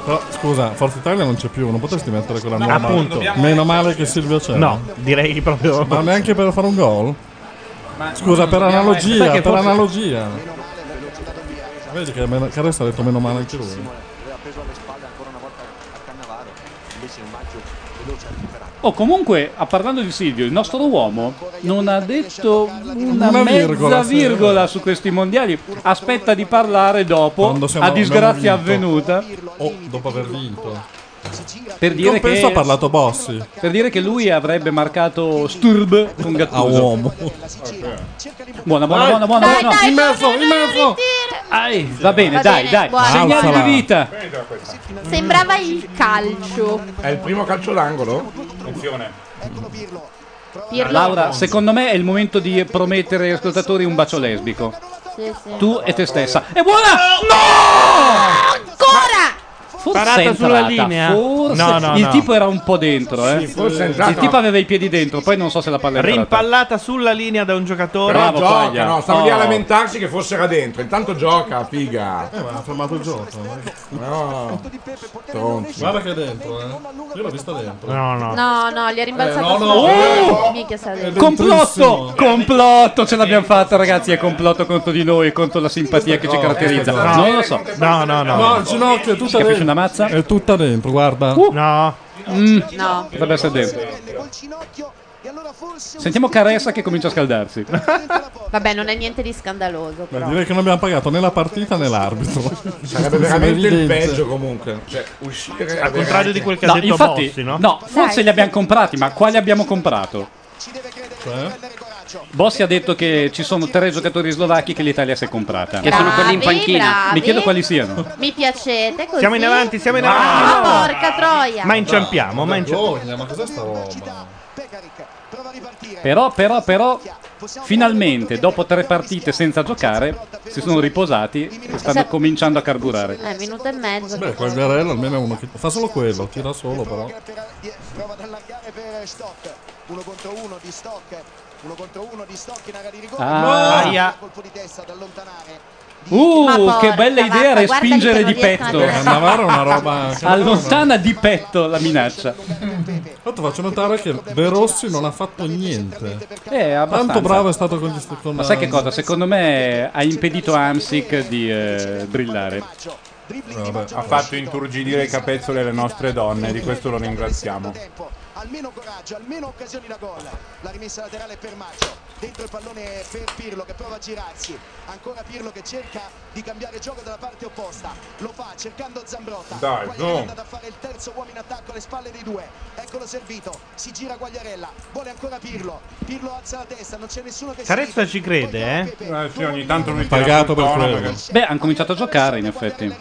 [SPEAKER 8] Però, scusa, Forza Italia non c'è più, non potresti mettere quella nuova.
[SPEAKER 2] appunto.
[SPEAKER 8] Meno male che Silvio c'è.
[SPEAKER 2] No, direi proprio.
[SPEAKER 8] Ma neanche per fare un gol?
[SPEAKER 3] Ma-
[SPEAKER 8] Scusa, per
[SPEAKER 3] Dobbiamo-
[SPEAKER 8] analogia,
[SPEAKER 3] Sai che
[SPEAKER 8] per
[SPEAKER 3] forse-
[SPEAKER 8] analogia. Vedi che, meno- che adesso ha detto meno male anche lui.
[SPEAKER 7] Aveva preso alle spalle ancora una volta a Cannavaro. Invece un maggio veloce ha recuperato.
[SPEAKER 5] Oh, comunque, a parlando di Silvio, il nostro uomo non ha detto una,
[SPEAKER 8] Una
[SPEAKER 5] mezza virgola,
[SPEAKER 8] virgola, sì.
[SPEAKER 5] su questi mondiali. Aspetta di parlare dopo,
[SPEAKER 8] Quando siamo-
[SPEAKER 5] a disgrazia
[SPEAKER 8] abbiamo
[SPEAKER 5] avvenuta,
[SPEAKER 8] O Oh, dopo aver vinto.
[SPEAKER 5] per dire,
[SPEAKER 8] In compenso
[SPEAKER 5] che,
[SPEAKER 8] ha parlato Bossi.
[SPEAKER 5] per dire che lui avrebbe marcato Sturb con Gattuso.
[SPEAKER 8] A uomo.
[SPEAKER 5] Buona, buona, buona, buona.
[SPEAKER 19] Dai,
[SPEAKER 5] buona.
[SPEAKER 19] dai,
[SPEAKER 8] In mezzo, in mezzo.
[SPEAKER 5] Ai, va bene,
[SPEAKER 14] Va
[SPEAKER 5] dai,
[SPEAKER 14] bene,
[SPEAKER 5] dai.
[SPEAKER 14] buona.
[SPEAKER 5] Segnali di
[SPEAKER 14] Alzala.
[SPEAKER 5] vita.
[SPEAKER 14] Sembrava il calcio.
[SPEAKER 4] È il primo calcio d'angolo?
[SPEAKER 3] Attenzione.
[SPEAKER 14] Pirlo.
[SPEAKER 5] Laura, secondo me è il momento di promettere agli ascoltatori un bacio lesbico. Tu e te stessa. E buona! No!
[SPEAKER 14] Ancora!
[SPEAKER 5] Forse
[SPEAKER 2] Parata
[SPEAKER 5] è
[SPEAKER 2] sulla
[SPEAKER 5] entrata,
[SPEAKER 2] linea.
[SPEAKER 5] Forse
[SPEAKER 2] No, no,
[SPEAKER 5] il
[SPEAKER 2] no.
[SPEAKER 5] tipo era un po' dentro, eh.
[SPEAKER 2] Sì, forse è entrata,
[SPEAKER 5] il tipo
[SPEAKER 2] ma-
[SPEAKER 5] aveva i piedi dentro, poi non so se la palla è entrata.
[SPEAKER 2] Rimpallata sulla linea da un giocatore.
[SPEAKER 4] Però gioca, no? Stavo lì a
[SPEAKER 5] Oh.
[SPEAKER 4] lamentarsi che fosse era dentro. Intanto gioca, figa.
[SPEAKER 8] Eh, ma ha fermato il gioco. ma-
[SPEAKER 4] No. Stronzo.
[SPEAKER 8] Guarda che è dentro, eh. Io l'ho vista dentro.
[SPEAKER 2] No, no.
[SPEAKER 14] No, no, gli ha rimbalzato
[SPEAKER 8] Eh, no,
[SPEAKER 14] sulla
[SPEAKER 8] no.
[SPEAKER 14] testa.
[SPEAKER 5] Oh!
[SPEAKER 14] Minchia, se la devo-
[SPEAKER 5] Complotto! Complotto! Ce l'abbiamo fatta, ragazzi. È complotto contro di noi, contro la simpatia che ci caratterizza.
[SPEAKER 8] No.
[SPEAKER 5] Non lo so.
[SPEAKER 2] No, no, no.
[SPEAKER 8] No, il ginocchio è
[SPEAKER 5] Si
[SPEAKER 8] tutta
[SPEAKER 5] capisce una
[SPEAKER 8] dentro.
[SPEAKER 5] mazza?
[SPEAKER 8] È tutta dentro, guarda.
[SPEAKER 2] No.
[SPEAKER 14] Mm, No.
[SPEAKER 5] Dovrebbe essere dentro. Sentiamo Caressa che comincia a scaldarsi.
[SPEAKER 14] Vabbè, non è niente di scandaloso.
[SPEAKER 8] Beh,
[SPEAKER 14] Però.
[SPEAKER 8] direi che non abbiamo pagato né la partita né l'arbitro.
[SPEAKER 4] Sarebbe veramente il peggio comunque. Cioè, uscire
[SPEAKER 2] Al contrario di quel che ha
[SPEAKER 5] No,
[SPEAKER 2] detto
[SPEAKER 5] infatti,
[SPEAKER 2] Bossi, no?
[SPEAKER 5] forse li abbiamo comprati, ma quali abbiamo comprato? Cioè? Bossi ha detto che ci sono tre giocatori slovacchi che l'Italia si è comprata.
[SPEAKER 10] Che sono quelli in Bravi, panchina. bravi.
[SPEAKER 5] Mi chiedo quali siano.
[SPEAKER 14] Mi piacete così?
[SPEAKER 2] Siamo in avanti, siamo in
[SPEAKER 14] Ah,
[SPEAKER 2] avanti.
[SPEAKER 14] porca troia.
[SPEAKER 2] Ma inciampiamo, ma inciampiamo.
[SPEAKER 8] Ma cos'è sta roba?
[SPEAKER 5] Però, però, però, finalmente, dopo tre partite senza giocare, si sono riposati e stanno
[SPEAKER 14] Esatto.
[SPEAKER 5] cominciando a carburare.
[SPEAKER 14] Eh, minuto e mezzo.
[SPEAKER 8] Beh, quel Garello almeno è uno che fa solo quello, tira solo però.
[SPEAKER 5] Ah.
[SPEAKER 2] Aia.
[SPEAKER 14] Ma
[SPEAKER 5] Uh,
[SPEAKER 14] porca
[SPEAKER 5] che bella idea
[SPEAKER 14] vacca, guarda
[SPEAKER 5] respingere
[SPEAKER 14] che non
[SPEAKER 5] di
[SPEAKER 14] riescono
[SPEAKER 5] petto.
[SPEAKER 14] a tirare.
[SPEAKER 8] Cannavaro è una roba-
[SPEAKER 5] Allontana di petto la minaccia.
[SPEAKER 8] Tanto faccio notare che De Rossi non ha fatto niente.
[SPEAKER 5] Eh, abbastanza.
[SPEAKER 8] Tanto bravo è stato con gli stu- con
[SPEAKER 5] Ma sai che cosa? Secondo me ha impedito a Amsic di eh, brillare.
[SPEAKER 3] Ha fatto inturgidire i capezzoli alle nostre donne, di questo lo ringraziamo.
[SPEAKER 6] Almeno coraggio, almeno occasioni da gol. La rimessa laterale per Maggio. Dentro il pallone per Pirlo che prova a girarsi. Ancora Pirlo che cerca di cambiare gioco dalla parte opposta. Lo fa cercando Zambrotta.
[SPEAKER 17] Dai,
[SPEAKER 6] Quagliarella
[SPEAKER 17] no.
[SPEAKER 6] è andato a fare il terzo uomo in attacco alle spalle dei due. Eccolo servito. Si gira Guagliarella. Vuole ancora Pirlo. Pirlo alza la testa, non c'è nessuno che
[SPEAKER 2] Carezza ci crede, eh?
[SPEAKER 3] Eh sì, ogni tanto mi
[SPEAKER 8] Pagato per quello.
[SPEAKER 5] Beh, hanno cominciato a giocare in effetti.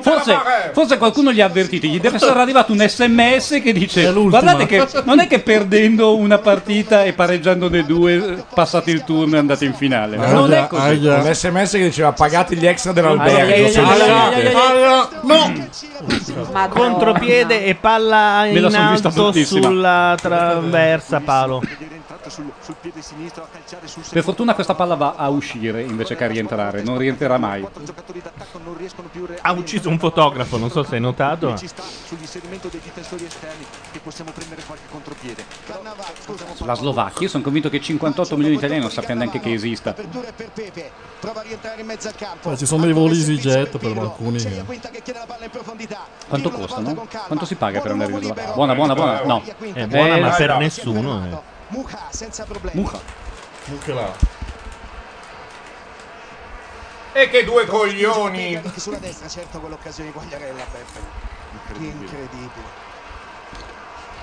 [SPEAKER 5] Forse, forse qualcuno li ha avvertiti. Gli deve essere arrivato un sms che dice: Guardate che non è che perdendo una partita e pareggiandone due passate il turno e andate in finale. Non è così.
[SPEAKER 4] Un sms che diceva pagate gli extra dell'albergo.
[SPEAKER 5] Aia, aia,
[SPEAKER 4] se
[SPEAKER 5] aia,
[SPEAKER 4] riuscite."
[SPEAKER 5] aia, aia,
[SPEAKER 8] No!
[SPEAKER 14] Madonna.
[SPEAKER 2] Contropiede e palla
[SPEAKER 5] Me la
[SPEAKER 2] in
[SPEAKER 5] son vista
[SPEAKER 2] alto
[SPEAKER 5] bruttissima.
[SPEAKER 2] sulla traversa palo.
[SPEAKER 5] Per fortuna questa palla va a uscire invece che a rientrare. Non rientrerà mai.
[SPEAKER 2] Ha ucciso un fotografo, non so se hai notato. ma-
[SPEAKER 7] Ci sta sull'inserimento dei difensori esterni che possiamo prendere qualche contropiede.
[SPEAKER 5] La Slovacchia, io sono convinto che 58 milioni di italiani non sappiano neanche che esista.
[SPEAKER 8] Poi ci sono dei voli di jet per alcuni. eh.
[SPEAKER 5] Quanto costano? Quanto si paga per andare in Slovacchia? Buona, buona, buona. No.
[SPEAKER 2] È buona,
[SPEAKER 5] Eh,
[SPEAKER 2] ma per
[SPEAKER 5] no.
[SPEAKER 2] nessuno. eh.
[SPEAKER 6] Muca senza problemi.
[SPEAKER 5] Mucca.
[SPEAKER 8] Anche là.
[SPEAKER 3] E che due coglioni!
[SPEAKER 6] Anche sulla destra certo quell'occasione di Quagliarella Beppe. Incredibile.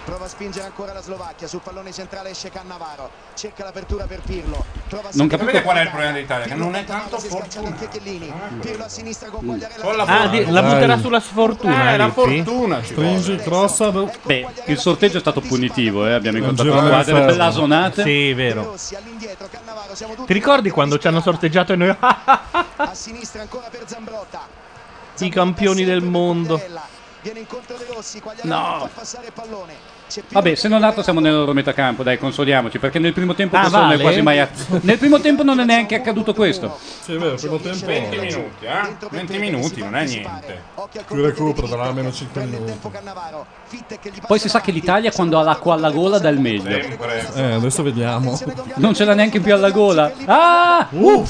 [SPEAKER 6] Prova a spingere ancora la Slovacchia, sul pallone centrale esce Cannavaro, cerca l'apertura per Pirlo, prova a
[SPEAKER 5] Non
[SPEAKER 6] segnare-
[SPEAKER 5] capite
[SPEAKER 3] qual è il problema dell'Italia? Che non è tanto Mm.
[SPEAKER 6] Si schiaccia da Chiellini, Pirlo a sinistra con Quagliarella.
[SPEAKER 3] Con la
[SPEAKER 2] Ah, di- la
[SPEAKER 8] Dai.
[SPEAKER 2] butterà sulla sfortuna.
[SPEAKER 3] Eh, la
[SPEAKER 2] Lippi?
[SPEAKER 3] fortuna ci
[SPEAKER 8] Stringi,
[SPEAKER 6] Ecco,
[SPEAKER 3] vuole.
[SPEAKER 8] crossa.
[SPEAKER 2] boh.
[SPEAKER 5] Beh, il sorteggio è stato punitivo, eh. abbiamo incontrato
[SPEAKER 8] giro
[SPEAKER 5] squadre
[SPEAKER 8] d'inferno.
[SPEAKER 5] blasonate.
[SPEAKER 2] Sì, vero. Ti ricordi quando ci hanno sorteggiato e noi
[SPEAKER 6] A sinistra ancora per Zambrotta.
[SPEAKER 2] i campioni del mondo?
[SPEAKER 6] Viene incontro De Rossi, Quagliarella
[SPEAKER 5] No.
[SPEAKER 6] fa passare il pallone. C'è Pirlo
[SPEAKER 5] Vabbè, se non altro siamo nel loro metacampo, dai, consoliamoci, perché nel primo tempo
[SPEAKER 2] Ah,
[SPEAKER 5] questo non è
[SPEAKER 2] vale?
[SPEAKER 5] quasi mai acc- Nel primo tempo non è neanche accaduto questo.
[SPEAKER 8] Sì, è vero, primo tempo.
[SPEAKER 3] 20 minuti, eh? 20 minuti non è niente.
[SPEAKER 8] Più recupero, darà almeno 5 minuti.
[SPEAKER 5] Poi si sa che l'Italia quando ha l'acqua alla gola dà il meglio.
[SPEAKER 3] Sempre.
[SPEAKER 8] Eh, adesso vediamo.
[SPEAKER 5] Non ce l'ha neanche più alla gola. Ah!
[SPEAKER 8] Uh,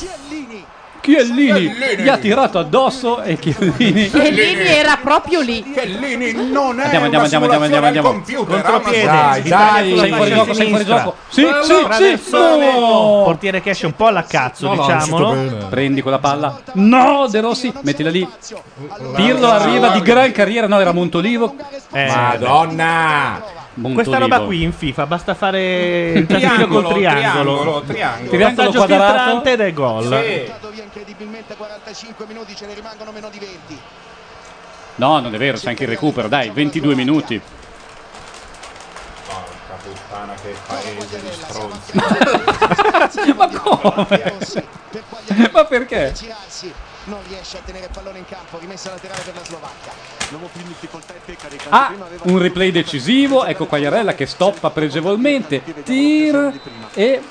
[SPEAKER 5] Chiellini gli ha tirato addosso e Chiellini
[SPEAKER 24] Chiellini era proprio lì.
[SPEAKER 3] Chiellini non
[SPEAKER 5] Andiamo, andiamo, andiamo, andiamo, andiamo, andiamo. Contropiede.
[SPEAKER 3] Dai,
[SPEAKER 5] dai. Sei fuori gioco, sei fuori gioco. Sì, sì, sì. No.
[SPEAKER 2] Portiere che esce un po' alla cazzo,
[SPEAKER 5] No, no, è uscito
[SPEAKER 2] diciamolo.
[SPEAKER 5] bene. Prendi quella palla. No, De Rossi, mettila lì.
[SPEAKER 8] Oh,
[SPEAKER 5] Pirlo arriva di gran carriera, no, era Montolivo.
[SPEAKER 8] Eh.
[SPEAKER 2] Madonna! Questa roba qui in FIFA basta fare il triangolo
[SPEAKER 5] Triangolo,
[SPEAKER 2] col triangolo.
[SPEAKER 5] triangolo, triangolo.
[SPEAKER 2] Triangolo
[SPEAKER 5] Passaggio
[SPEAKER 2] quadrato.
[SPEAKER 5] filtrante
[SPEAKER 2] ed è gol.
[SPEAKER 5] No, non è vero, c'è anche il recupero, dai, 22 minuti.
[SPEAKER 3] Porca puttana che paese di stronzi.
[SPEAKER 5] Ma come? Ma perché?
[SPEAKER 7] Girarsi, non riesce a tenere il pallone in campo, rimessa laterale per la Slovacca. L'uomo più in difficoltà è Pecca dei
[SPEAKER 5] Ah, un replay decisivo, ecco Quagliarella che stoppa pregevolmente, tir e...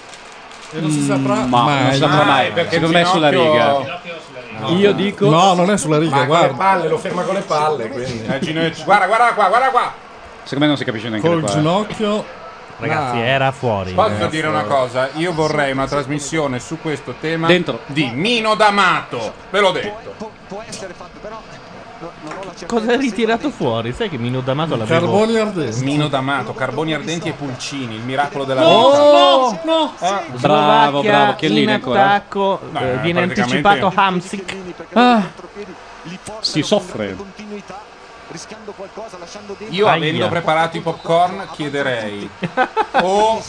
[SPEAKER 8] non si saprà
[SPEAKER 5] Mm, ma
[SPEAKER 8] mai.
[SPEAKER 5] non si
[SPEAKER 3] Ah,
[SPEAKER 5] saprà
[SPEAKER 8] Mai,
[SPEAKER 5] mai,
[SPEAKER 8] perché
[SPEAKER 5] secondo me è sulla
[SPEAKER 8] Ginocchio-
[SPEAKER 5] riga. Io dico...
[SPEAKER 8] No, non è sulla riga,
[SPEAKER 4] con le
[SPEAKER 8] guarda.
[SPEAKER 4] palle, lo ferma con le palle. Quindi.
[SPEAKER 5] Eh,
[SPEAKER 3] Guarda, guarda qua, guarda qua.
[SPEAKER 5] Secondo me non si capisce neanche
[SPEAKER 8] Col
[SPEAKER 5] da qua.
[SPEAKER 8] ginocchio.
[SPEAKER 2] Ragazzi,
[SPEAKER 8] Ah.
[SPEAKER 2] era fuori.
[SPEAKER 8] Era
[SPEAKER 5] eh,
[SPEAKER 3] Posso dire
[SPEAKER 8] fuori.
[SPEAKER 3] una cosa? Io vorrei una trasmissione su questo tema
[SPEAKER 5] Dentro.
[SPEAKER 3] di Mino D'Amato. Ve l'ho detto.
[SPEAKER 2] Cosa hai ritirato fuori? Sai che Mino D'Amato l'avevo
[SPEAKER 8] ardenti.
[SPEAKER 3] Mino D'Amato, carboni ardenti e pulcini, il miracolo della
[SPEAKER 5] Oh!
[SPEAKER 2] No,
[SPEAKER 3] vita.
[SPEAKER 2] no, no.
[SPEAKER 3] Ah,
[SPEAKER 2] Bravo, bravo, che
[SPEAKER 3] Chiellini
[SPEAKER 2] in
[SPEAKER 3] ancora.
[SPEAKER 2] attacco
[SPEAKER 3] No,
[SPEAKER 2] eh, viene
[SPEAKER 3] praticamente-
[SPEAKER 2] anticipato Ah, Hamsik.
[SPEAKER 5] Si soffre.
[SPEAKER 3] Io
[SPEAKER 5] Aia.
[SPEAKER 3] avendo preparato i popcorn chiederei o